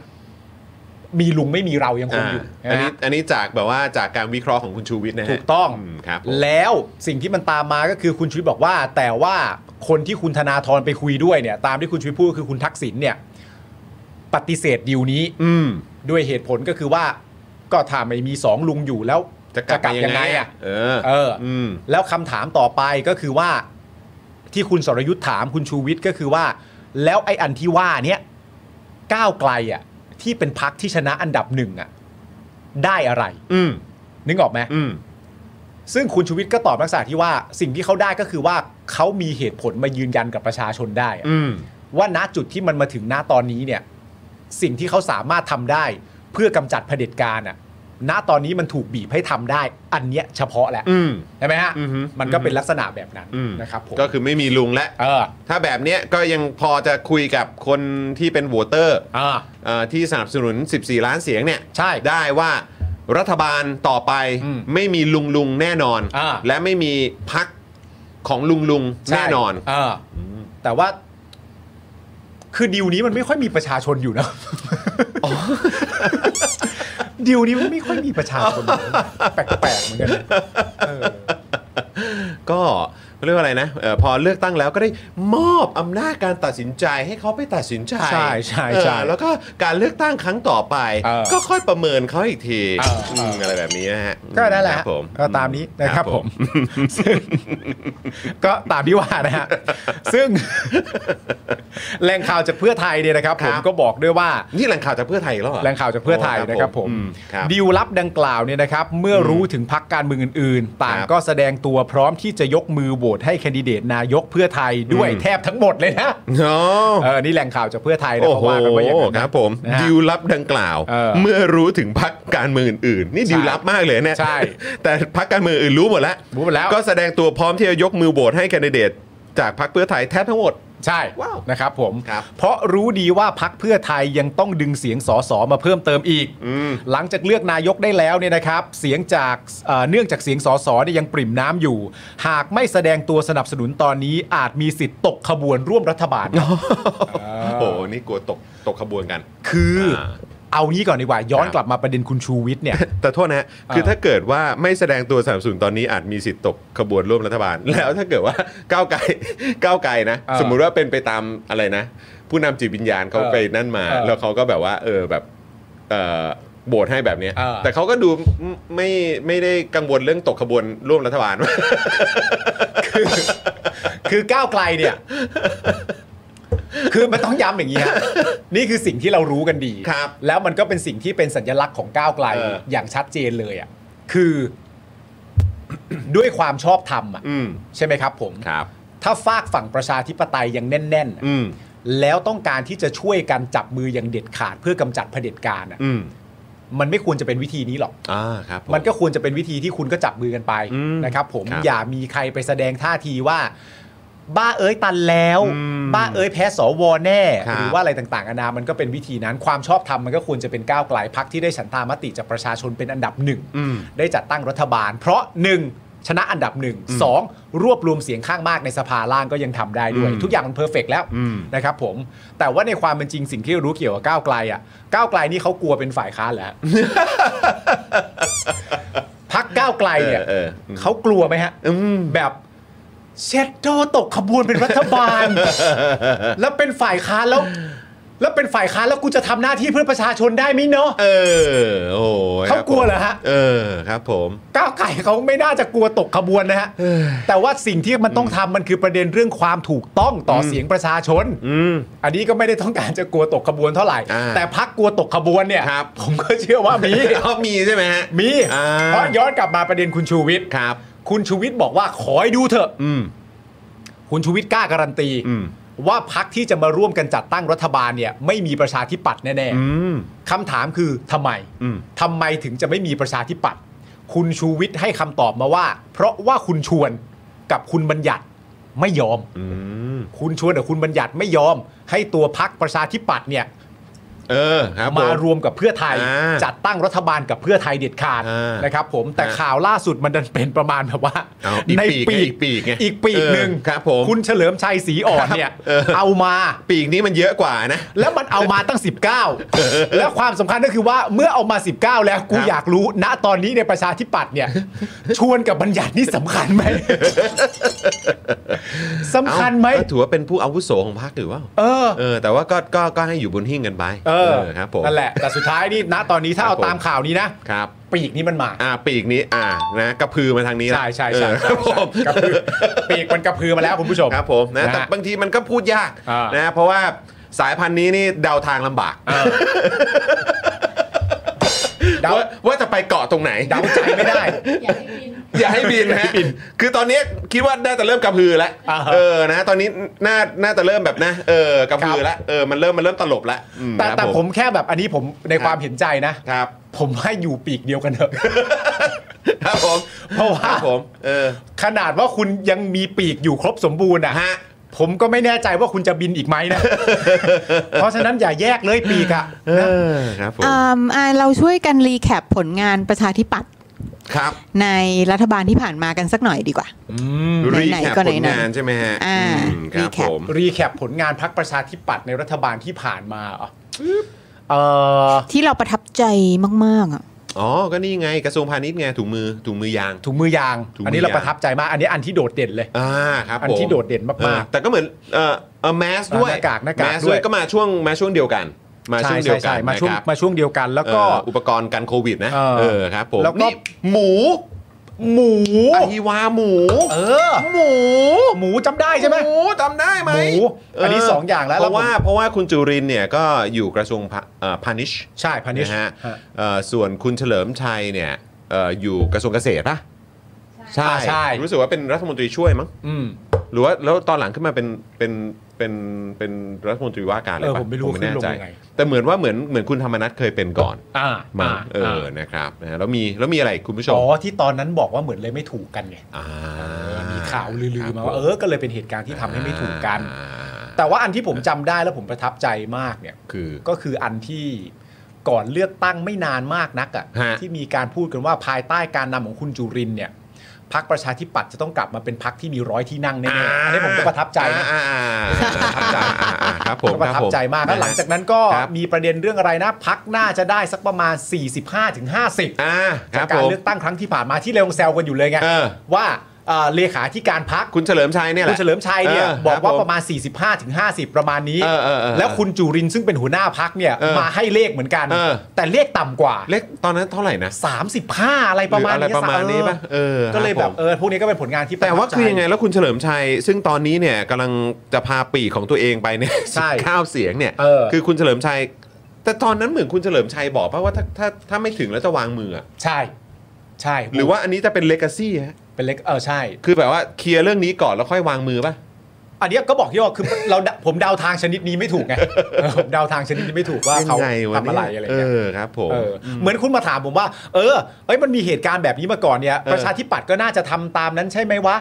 [SPEAKER 7] มีลุงไม่มีเรายังคง
[SPEAKER 1] อ่า
[SPEAKER 7] อยู่
[SPEAKER 1] อัน
[SPEAKER 7] นะ
[SPEAKER 1] นี้
[SPEAKER 7] ฮะ
[SPEAKER 1] อันนี้จากแบบว่าจากการวิเคราะห์ของคุณชูวิทย์นะฮะ
[SPEAKER 7] ถูกต้อง
[SPEAKER 1] มครับผม
[SPEAKER 7] แล้วสิ่งที่มันตามมาก็คือคุณชุวิตบอกว่า แต่ว่าคนที่คุณธนาธรไปคุยด้วยเนี่ย ตามที่คุณชุวิตพูดก็คือคุณทักษิณเนี่ย ปฏิเสธดีลนี้
[SPEAKER 1] อืม
[SPEAKER 7] ด้วยเหตุผลก็คือว่าก็ถ้าไม่มีสองลุงอยู่แล้ว
[SPEAKER 1] จะกลับไปยังไงอะเออ
[SPEAKER 7] เออ
[SPEAKER 1] อืม
[SPEAKER 7] แล้วคำถามต่อไปก็คือว่าที่คุณสรยุทธ์ถามคุณชูวิทย์ก็คือว่า แล้วไอ้อันที่ว่าเนี้ยก้าวไกลอ่ะที่เป็นพักที่ชนะอันดับหนึ่งอ่ะได้อะไร
[SPEAKER 1] อืม
[SPEAKER 7] นึกออกไหม
[SPEAKER 1] อืม
[SPEAKER 7] ซึ่งคุณชูวิทย์ก็ตอบลักษณะที่ว่า สิ่งที่เขาได้ก็คือว่าเขามีเหตุผลมายืนยันกับประชาชนได้อะ
[SPEAKER 1] อืม
[SPEAKER 7] ว่าณจุดที่มันมาถึงณตอนนี้เนี่ย สิ่งที่เขาสามารถทำได้ เพื่อกำจัดเผด็จการอ่ะ ณตอนนี้มันถูกบีบให้ทำได้ อันเนี้ยเฉพาะแหละ
[SPEAKER 1] อืม
[SPEAKER 7] ใช่ไหมฮะ
[SPEAKER 1] อือฮึ
[SPEAKER 7] มันก็เป็นลักษณะแบบนั้น
[SPEAKER 1] อืม
[SPEAKER 7] นะครับผม
[SPEAKER 1] ก็คือไม่มีลุงและ
[SPEAKER 7] เออ
[SPEAKER 1] ถ้าแบบเนี้ยก็ยังพอจะคุยกับคนที่เป็นโหวตเตอร์
[SPEAKER 7] อ่า
[SPEAKER 1] เอ่อที่สนับสนุน 14 ล้านเสียงเนี่ย
[SPEAKER 7] ใช่
[SPEAKER 1] ได้ว่ารัฐบาลต่อไป
[SPEAKER 7] อืม
[SPEAKER 1] ไม่มีลุงลุงแน่นอน
[SPEAKER 7] อ่า
[SPEAKER 1] และไม่มีพักของลุงลุงแน่นอน
[SPEAKER 7] เอออแต่ว่า คือดีลนี้มันไม่ค่อยมีประชาชนอยู่นะดีลนี้มันไม่ค่อยมีประชาชนอยู่นะแปลกๆเหมือนกันนะ
[SPEAKER 1] ก็ เขาเรียกว่าอะไรนะเอ่อพอเลือกตั้งแล้วก็ได้มอบอำนาจการตัดสินใจให้เขาไปตัดสินใจ
[SPEAKER 7] ใช่ใช่ใช่
[SPEAKER 1] เออแล้วก็การเลือกตั้งครั้งต่อไป
[SPEAKER 7] เออ
[SPEAKER 1] ก็ค่อยประเมินเขาอีกที
[SPEAKER 7] เอออื
[SPEAKER 1] มอะไรแบบนี้นะฮะ
[SPEAKER 7] ก็นั่นแหละ
[SPEAKER 1] ครับผม
[SPEAKER 7] ก็ตามนี้นะครับผม ซึ่งก็ตามที่ว่านะฮะ ซึ่ง แรงข่าวจากเพื่อไทยเนี่ยนะครับ
[SPEAKER 1] ครั
[SPEAKER 7] ผ
[SPEAKER 1] บ
[SPEAKER 7] มก็บอกด้วยว่า
[SPEAKER 1] นี่แหล่งข่าวจากเพื่อไทยอีกแล้วเหรอ
[SPEAKER 7] แหล่งข่าวจากเพื่อไทย
[SPEAKER 1] โอ้ครับ
[SPEAKER 7] นะครับผ
[SPEAKER 1] ผม
[SPEAKER 7] ม
[SPEAKER 1] อืมครับ
[SPEAKER 7] ดีลลับดังกล่าวเนี่ยนะครับ เมื่อรู้ถึงพักการเมืองอื่น ๆ ต่าง
[SPEAKER 1] ครับ
[SPEAKER 7] ก็แสดงตัวพร้อมที่จะยกมือโหวตให้แคนดิเดตนายกเพื่อไทยด้วย
[SPEAKER 1] อืม
[SPEAKER 7] แทบทั้งหมดเลยนะ
[SPEAKER 1] เนาะ
[SPEAKER 7] เออนี่แหล่งข่าวจากเพื่อไทยนะ
[SPEAKER 1] โอ้
[SPEAKER 7] เพ
[SPEAKER 1] โห
[SPEAKER 7] ราะว่ากันว่าอย่างนั้น
[SPEAKER 1] ค
[SPEAKER 7] นะ
[SPEAKER 1] รับผม
[SPEAKER 7] นะฮะ
[SPEAKER 1] ดิวลับดังกล่าว
[SPEAKER 7] เออ
[SPEAKER 1] เมื่อรู้ถึงพักการเมืองอื่นๆนี่
[SPEAKER 7] ใช่
[SPEAKER 1] ดิวลับมากเลยเนี่ย
[SPEAKER 7] ใช่
[SPEAKER 1] แต่พักการเมืองอื่นรู้หมดแล้ว
[SPEAKER 7] รู้หมดแล้ว
[SPEAKER 1] ก็แสดงตัวพร้อมที่จะยกมือโหวตให้แคนดิเดตจากพักเพื่อไทยแทบทั้งหมด
[SPEAKER 7] ใช่
[SPEAKER 1] ว้าว
[SPEAKER 7] นะครับผม
[SPEAKER 1] ครับ
[SPEAKER 7] เพราะรู้ดีว่าพักเพื่อไทยยังต้องดึงเสียงสอสอมาเพิ่มเติมอีก หลังจากเลือกนายกได้แล้วเนี่ยนะครับ เสียงจากเอ่อเนื่องจากเสียงสอสอเนี่ยยังปริ่มน้ำอยู่ หากไม่แสดงตัวสนับสนุนตอนนี้อาจมีสิทธิ์ตกขบวนร่วมรัฐบาลครับ
[SPEAKER 1] โอ้โหนี่กลัวตกตกขบวนกัน
[SPEAKER 7] คือ
[SPEAKER 1] อ่า
[SPEAKER 7] เอางี้ก่อนดีกว่าย้อนกลับมาประเด็นคุณชูวิทย์เนี่ย
[SPEAKER 1] แต่โทษนะฮะคือถ้าเกิดว่าไม่แสดงตัวสนับสนุนตอนนี้อาจมีสิทธิ์ตกขบวนร่วมรัฐบาล แล้วถ้าเกิดว่า ก้าวไกล ก้าวไกลนะ
[SPEAKER 7] เออ
[SPEAKER 1] สมมุติว่าเป็นไปตามอะไรนะ ผู้นำจิตวิญญาณเขา
[SPEAKER 7] เออ
[SPEAKER 1] ไปนั่นมา
[SPEAKER 7] เออ
[SPEAKER 1] แล้วเขาก็แบบว่า เออแบบเออโบสให้แบบเนี้ย
[SPEAKER 7] เออ
[SPEAKER 1] แต่เขาก็ดูไม่ไม่ไม่ได้กังวลเรื่องตกขบวนร่วมรัฐบาล
[SPEAKER 7] คือก้าวไกลเนี่ย คือมันต้องย้ำอย่างนี้ฮะนี่คือสิ่งที่เรารู้กันดี
[SPEAKER 1] ครับ
[SPEAKER 7] แล้วมันก็เป็นสิ่งที่เป็นสัญลักษณ์ของก้าวไกล
[SPEAKER 1] เอออ
[SPEAKER 7] อย่างชัดเจนเลยอ่ะ คือ ด้วยความชอบธรรมอ่ะ
[SPEAKER 1] อืม
[SPEAKER 7] ใช่ไหมครับผม
[SPEAKER 1] ครับ
[SPEAKER 7] ถ้าฝากฝั่งประชาธิปไตยยังแน่นๆอะ
[SPEAKER 1] อืม
[SPEAKER 7] แล้วต้องการที่จะช่วยกันจับมืออย่างเด็ดขาดเพื่อกำจัดเผด็จการอ่ะ
[SPEAKER 1] อืม
[SPEAKER 7] มันไม่ควรจะเป็นวิธีนี้หรอก
[SPEAKER 1] อ่าครับผ
[SPEAKER 7] มันก็ควรจะเป็นวิธีที่คุณก็จับมือกันไป
[SPEAKER 1] อืม
[SPEAKER 7] นะครับผม
[SPEAKER 1] ครับ
[SPEAKER 7] อย่ามีใครไปแสดงท่าทีว่า บ้าเอ้ยตันแล้ว
[SPEAKER 1] อืม
[SPEAKER 7] บ้าเอ้ยแพ้สวแน่
[SPEAKER 1] ครับ
[SPEAKER 7] หรือว่าอะไรต่างๆนานามันก็เป็นวิธีนั้น ความชอบธรรมมันก็ควรจะเป็นก้าวไกลพักที่ได้ฉันทามติจากประชาชนเป็นอันดับหนึ่ง
[SPEAKER 1] อืม
[SPEAKER 7] ได้จัดตั้งรัฐบาล เพราะหนึ่งชนะอันดับหนึ่งสองรวบรวมเสียงข้างมากในสภาล่างก็ยังทำได้ด้วย ทุกอย่างมันเพอร์เฟกแล้วนะครับผมแต่ว่าในความเป็นจริงสิ่งที่รู้เกี่ยวกับก้าวไกลอ่ะก้าวไกลนี่เขากลัวเป็นฝ่ายค้านแล้ว พักก้าวไกลเนี่ย
[SPEAKER 1] เออเออ
[SPEAKER 7] เขากลัวไหมฮะแบบเชดโดตกขบวนเป็นรัฐบา ล แล้วเป็นฝ่ายค้านแล้ว แล้วเป็นฝ่ายค้านแล้วกูจะทำหน้าที่เพื่อประชาชนได้ไหมเนาะ
[SPEAKER 1] เออโอ้ย
[SPEAKER 7] เขากลัวเหรอฮะ
[SPEAKER 1] เออครับผม
[SPEAKER 7] ก้าวไก่เขาไม่น่าจะกลัวตกขบวนนะฮะแต่ว่าสิ่งที่มันต้องทำมันคือประเด็นเรื่องความถูกต้องต่ออเสียงประชาชนอันนี้ก็ไม่ได้ต้องการจะกลัวตกขบวนเท่าไหร่
[SPEAKER 1] อ่า
[SPEAKER 7] แต่พักกลัวตกขบวนเนี่ย
[SPEAKER 1] ครับ
[SPEAKER 7] ผมก็เชื่อว่า มี
[SPEAKER 1] เขามีใช่ไหมฮะ
[SPEAKER 7] มี
[SPEAKER 1] อ่า
[SPEAKER 7] เพราะย้อนกลับมาประเด็นคุณชูวิทย์
[SPEAKER 1] ครับ
[SPEAKER 7] คุณชูวิทย์บอกว่าขอให้ดูเถอะ
[SPEAKER 1] อืม
[SPEAKER 7] คุณชูวิทย์กล้าการันตี
[SPEAKER 1] อืม
[SPEAKER 7] ว่าพักที่จะมาร่วมกันจัดตั้งรัฐบาลเนี่ย ไม่มีประชาธิปัตย์แน่
[SPEAKER 1] อืม
[SPEAKER 7] ๆคำถามคือทำไม
[SPEAKER 1] อืม
[SPEAKER 7] ทำไมถึงจะไม่มีประชาธิปัตย์คุณชูวิทย์ให้คำตอบมาว่า เพราะว่าคุณชวนกับคุณบัญญัติไม่ยอม
[SPEAKER 1] อืม
[SPEAKER 7] คุณชวนกับคุณบัญญัติไม่ยอม ให้ตัวพักประชาธิปัตย์เนี่ย
[SPEAKER 1] เออครับผม
[SPEAKER 7] าม รวมกับเพื่อไทย
[SPEAKER 1] อ่า
[SPEAKER 7] จัดตั้งรัฐบาลกับเพื่อไทยเด็ดขาด
[SPEAKER 1] อ่าน
[SPEAKER 7] นะครับ ผมแต่ข่าวล่าสุดมันดันเป็นประมาณแบบว่า
[SPEAKER 1] เอาอีก
[SPEAKER 7] ใน
[SPEAKER 1] ปีกไงอีกปีกไง
[SPEAKER 7] อีกปีกหนึ่ง
[SPEAKER 1] เออครับผม
[SPEAKER 7] คุณเฉลิมชัยศรีอ่อนเนี่
[SPEAKER 1] ครั
[SPEAKER 7] ย
[SPEAKER 1] บเออ
[SPEAKER 7] เอามา
[SPEAKER 1] ปีกนี้มันเยอะกว่านะ
[SPEAKER 7] แล้วมันเอามาตั้ง 19 และความสำคัญก็คือว่าเมื่อเอามา 19 แล้ว
[SPEAKER 1] ค
[SPEAKER 7] กู
[SPEAKER 1] รับ
[SPEAKER 7] อยากรู้ณตอนนี้ในประชาธิปัต ย์เนี่ย ชวนกับบัญญัตินี่สำคัญไหมสำคัญไหม
[SPEAKER 1] เอ้าก็ถือว่าเป็นผู้อาวุโสของพรรคหรือว่า
[SPEAKER 7] เออ
[SPEAKER 1] เออ แต่ว่าก็ก็ก็ให้อยู่บนหิ้งกันไป
[SPEAKER 7] เออ
[SPEAKER 1] ครับผม
[SPEAKER 7] นั่นแหละ แต่สุดท้ายนี่ณตอนนี้ถ้าเอา
[SPEAKER 1] ครับผม
[SPEAKER 7] ตามข่าวนี้นะ
[SPEAKER 1] ครับ
[SPEAKER 7] ปีกนี่มันมา
[SPEAKER 1] อ่าปีกนี้อ่านะกระพือมาทางนี้ละ
[SPEAKER 7] ใช่ใช่ใช่
[SPEAKER 1] เออค
[SPEAKER 7] ใช่
[SPEAKER 1] รับผม
[SPEAKER 7] กระพือปีกมันกระพือมาแล้วคุณผู้ชม
[SPEAKER 1] ครับผมนะแต่
[SPEAKER 7] ฮ
[SPEAKER 1] บางทีมันก็พูดยาก
[SPEAKER 7] อ่าน
[SPEAKER 1] นะเพราะว่าสายพันธุ์นี้นี่เดาทางลำบาก
[SPEAKER 7] เดา
[SPEAKER 1] ว่าว่าจะไปเกาะตรงไหน
[SPEAKER 7] เดาใจไม่ได้
[SPEAKER 1] อย่าให้บินนะฮะคือตอนนี้คิดว่าน่าจะเริ่มกระพือแล้ว
[SPEAKER 7] อ่าฮะ
[SPEAKER 1] เออ นะ ตอนนี้น่า น่าจะเริ่มแบบนะ เออ กระพือแล้ว เออ มันเริ่ม มันเริ่มตลบแล้วอืม
[SPEAKER 7] แต่
[SPEAKER 1] ครับ
[SPEAKER 7] แต่
[SPEAKER 1] ผ
[SPEAKER 7] ผม มแค่แบบอันนี้ผมในความ
[SPEAKER 1] ครับ
[SPEAKER 7] เห็นใจนะ
[SPEAKER 1] ครับ
[SPEAKER 7] ผมว่าอยู่ปีกเดียวกันเถอะ
[SPEAKER 1] ครับผม
[SPEAKER 7] เพราะว่า
[SPEAKER 1] คบผม เออ
[SPEAKER 7] ขนาดว่าคุณยังมีปีกอยู่ครบสมบูรณ์อะ
[SPEAKER 1] ฮะ
[SPEAKER 7] ผมก็ไม่แน่ใจว่าคุณจะบินอีกไหม นะ เพราะฉะนั้นอย่าแยกเลยปีกอะ
[SPEAKER 1] เออ ครับผม
[SPEAKER 6] อ่าอ่าเราช่วยกันรีแคปผลงานประชาธิปัตย์
[SPEAKER 1] ครับ
[SPEAKER 6] ในรัฐบาลที่ผ่านมากันสักหน่อยดีกว่า ไห
[SPEAKER 1] รี
[SPEAKER 6] นๆ
[SPEAKER 1] แคป
[SPEAKER 6] ก็
[SPEAKER 1] ผ
[SPEAKER 6] ไหน
[SPEAKER 1] ล
[SPEAKER 6] ๆ
[SPEAKER 1] งานใช่ไหมฮะ
[SPEAKER 6] อ่า
[SPEAKER 1] อืมครับ
[SPEAKER 6] รีแค
[SPEAKER 1] ผ
[SPEAKER 6] ป
[SPEAKER 1] ม
[SPEAKER 7] รีแคปผลงานพักประชาธิปัตย์ในรัฐบาลที่ผ่านมาเหรอเออ
[SPEAKER 6] ที่เราประทับใจมากๆอ่ะ
[SPEAKER 1] อ๋อ ก็นี่ไงกระทรวงพาณิชย์ไงถุงมือถุงมือยาง
[SPEAKER 7] ถุงมือยาง
[SPEAKER 1] ถุงมืออั
[SPEAKER 7] อันนี้เราประทับใจมาก อันนี้อันที่โดดเด่นเลย
[SPEAKER 1] อ่าครับผม
[SPEAKER 7] อันที่โดดเด่นมากๆ
[SPEAKER 1] ออแต่ก็เหมือนเอ่อเอ่อแมสด้วย
[SPEAKER 7] หน้ากากหน้ากาก
[SPEAKER 1] แมสด้วย
[SPEAKER 7] ด้วย
[SPEAKER 1] ก็มาช่วงมาช่วงเดียวกัน มาช่วงเดียวกัน
[SPEAKER 7] ใช่ๆๆมาช่วง
[SPEAKER 1] นะครับ
[SPEAKER 7] มาช่วงเดียวกันแล้วก็
[SPEAKER 1] เอ่ออุปกรณ์กันโควิดนะ
[SPEAKER 7] เออ
[SPEAKER 1] ครับผม
[SPEAKER 7] แล้วก็
[SPEAKER 1] นี่หมู
[SPEAKER 7] หมู
[SPEAKER 1] อฮีวาหมู
[SPEAKER 7] เออ
[SPEAKER 1] หมู
[SPEAKER 7] หมูจำได้ใช่ไหม
[SPEAKER 1] หมูจำได้ไหม
[SPEAKER 7] หมูอันนี้สองอย่างแล้ว
[SPEAKER 1] เพราะ
[SPEAKER 7] แล้วผม
[SPEAKER 1] ว่าเพราะว่าคุณจุรินทร์เนี่ยก็อยู่กระทรวงพาเอ่อพาณิชย์
[SPEAKER 7] ใช่พานิช
[SPEAKER 1] นะฮะเอ่อส่วนคุณเฉลิมชัยเนี่ยเอ่ออยู่กระทรวงเกษตรปะใช่
[SPEAKER 7] อ่าใช่
[SPEAKER 1] รู้สึกว่าเป็นรัฐมนตรีช่วยมั้ง
[SPEAKER 7] อืม
[SPEAKER 1] หรือว่าแล้วตอนหลังขึ้นมาเป็นเป็นเป็นเป็นรัฐมนตรีว่าการเลย
[SPEAKER 7] เอ
[SPEAKER 1] ปะ
[SPEAKER 7] อผมไม่รู้
[SPEAKER 1] แน่ใจ
[SPEAKER 7] ขึ้นลงยังไง
[SPEAKER 1] แต่เหมือนว่าเหมือนเหมือนคุณธรรมนัทเคยเป็นก่อน
[SPEAKER 7] อ่า
[SPEAKER 1] มา
[SPEAKER 7] า
[SPEAKER 1] เออนะครับนะฮะแล้วมีแล้วมีอะไรคุณผู้ชม
[SPEAKER 7] อ๋อที่ตอนนั้นบอกว่าเหมือนเลยไม่ถูกกันไง
[SPEAKER 1] า
[SPEAKER 7] มีข่าวลือๆมาว่าเออก็เลยเป็นเหตุการณ์ที่ทำให้ไม่ถูกกัน
[SPEAKER 1] อ่า
[SPEAKER 7] แต่ว่าอันที่ผมจำได้แล้วผมประทับใจมากเนี่ย
[SPEAKER 1] คือ
[SPEAKER 7] ก็คืออันที่ก่อนเลือกตั้งไม่นานมากนักอะ
[SPEAKER 1] ฮะ
[SPEAKER 7] ่ะที่มีการพูดกันว่าภายใต้การนำของคุณจุรินทร์เนี่ยพักประชาธิปัตย์จะต้องกลับมาเป็นพักที่มีร้อยที่นั่งแน่ๆอันนี้ผมก็ประทับใจนะ
[SPEAKER 1] อ่าอ่าอ่าประทับใจอ่าอ่าครับผม
[SPEAKER 7] ก็ประทับใจมากแล้วหลังจากนั้นก็
[SPEAKER 1] ครับ
[SPEAKER 7] มีประเด็นเรื่องอะไรนะพักน่าจะได้สักประมาณ 45-50ถึง50
[SPEAKER 1] อ่าค
[SPEAKER 7] จาก
[SPEAKER 1] รับ
[SPEAKER 7] กา
[SPEAKER 1] ผ
[SPEAKER 7] ร
[SPEAKER 1] ม
[SPEAKER 7] เลือกตั้งครั้งที่ผ่านมาที่เรายังแซวกันอยู่เลยไง
[SPEAKER 1] เออ
[SPEAKER 7] ว่าเอ่อเลขาธิการพัก
[SPEAKER 1] คุณเฉลิมชัยเนี่ยแห
[SPEAKER 7] คุ
[SPEAKER 1] ละ
[SPEAKER 7] ณเฉลิมชัยเนี่ย
[SPEAKER 1] ค
[SPEAKER 7] บอกว่า
[SPEAKER 1] ผ
[SPEAKER 7] ประมาณ 45-50ถึง50 ประมาณนี้
[SPEAKER 1] เออเออเออ
[SPEAKER 7] แล้วคุณจุรินทร์ซึ่งเป็นหัวหน้าพักเนี่ย
[SPEAKER 1] เออ
[SPEAKER 7] มาให้เลขเหมือนกัน
[SPEAKER 1] เออ
[SPEAKER 7] แต่เลขต่ำกว่า
[SPEAKER 1] เล็กตอนนั้นเท่าไหร่นะ
[SPEAKER 7] 35 อะไรประมาณ
[SPEAKER 1] หออะไร
[SPEAKER 7] นี้
[SPEAKER 1] ประมาณนี้ป่ะเออ
[SPEAKER 7] ก็เลย
[SPEAKER 1] ค
[SPEAKER 7] แบ
[SPEAKER 1] รั
[SPEAKER 7] บบ
[SPEAKER 1] ผม
[SPEAKER 7] เออพวกนี้ก็เป็นผลงานที่
[SPEAKER 1] แต่ว่า
[SPEAKER 7] ประทับใจ
[SPEAKER 1] คือยังไงแล้วคุณเฉลิมชัย ซึ่งตอนนี้เนี่ยกำลังจะพาปีกของตัวเองไปเนี่ย
[SPEAKER 7] ใช่
[SPEAKER 1] ข้าวเสียงเนี่ย
[SPEAKER 7] เออ
[SPEAKER 1] คือคุณเฉลิมชัย แต่ตอนนั้นเหมือนคุณเฉลิมชัยบอกป่ะว่าถ้าถ้าถ้าไม่ถึงแล้วจะวางมืออะ
[SPEAKER 7] ใช่ ใช่
[SPEAKER 1] หรือว่าอันนี้จะเป็นเลกาซี่ฮะ
[SPEAKER 7] เป็นเลขเออใช่
[SPEAKER 1] คือแบบว่าเคลียร์เรื่องนี้ก่อนแล้วค่อยวางมือป่ะ
[SPEAKER 7] อันเนี้ยก็บอกที่ว่าคือ เราผมเดาทางชนิดนี้ไม่ถูกไง เออผมเดาทางชนิดนี้ไม่ถูกว่าเขา
[SPEAKER 1] ยังไงว
[SPEAKER 7] ทำอะไร
[SPEAKER 1] เนี่ย
[SPEAKER 7] อะไร
[SPEAKER 1] เอ
[SPEAKER 7] เงี้ย
[SPEAKER 1] อครับผม
[SPEAKER 7] เออเหมือนคุณมาถามผมว่า เออเอ้ยมันมีเหตุการณ์แบบนี้มาก่อนเนี่ย
[SPEAKER 1] เออ
[SPEAKER 7] ประชาธิปัตย์ก็น่าจะทำตามนั้นใช่ไหมวะ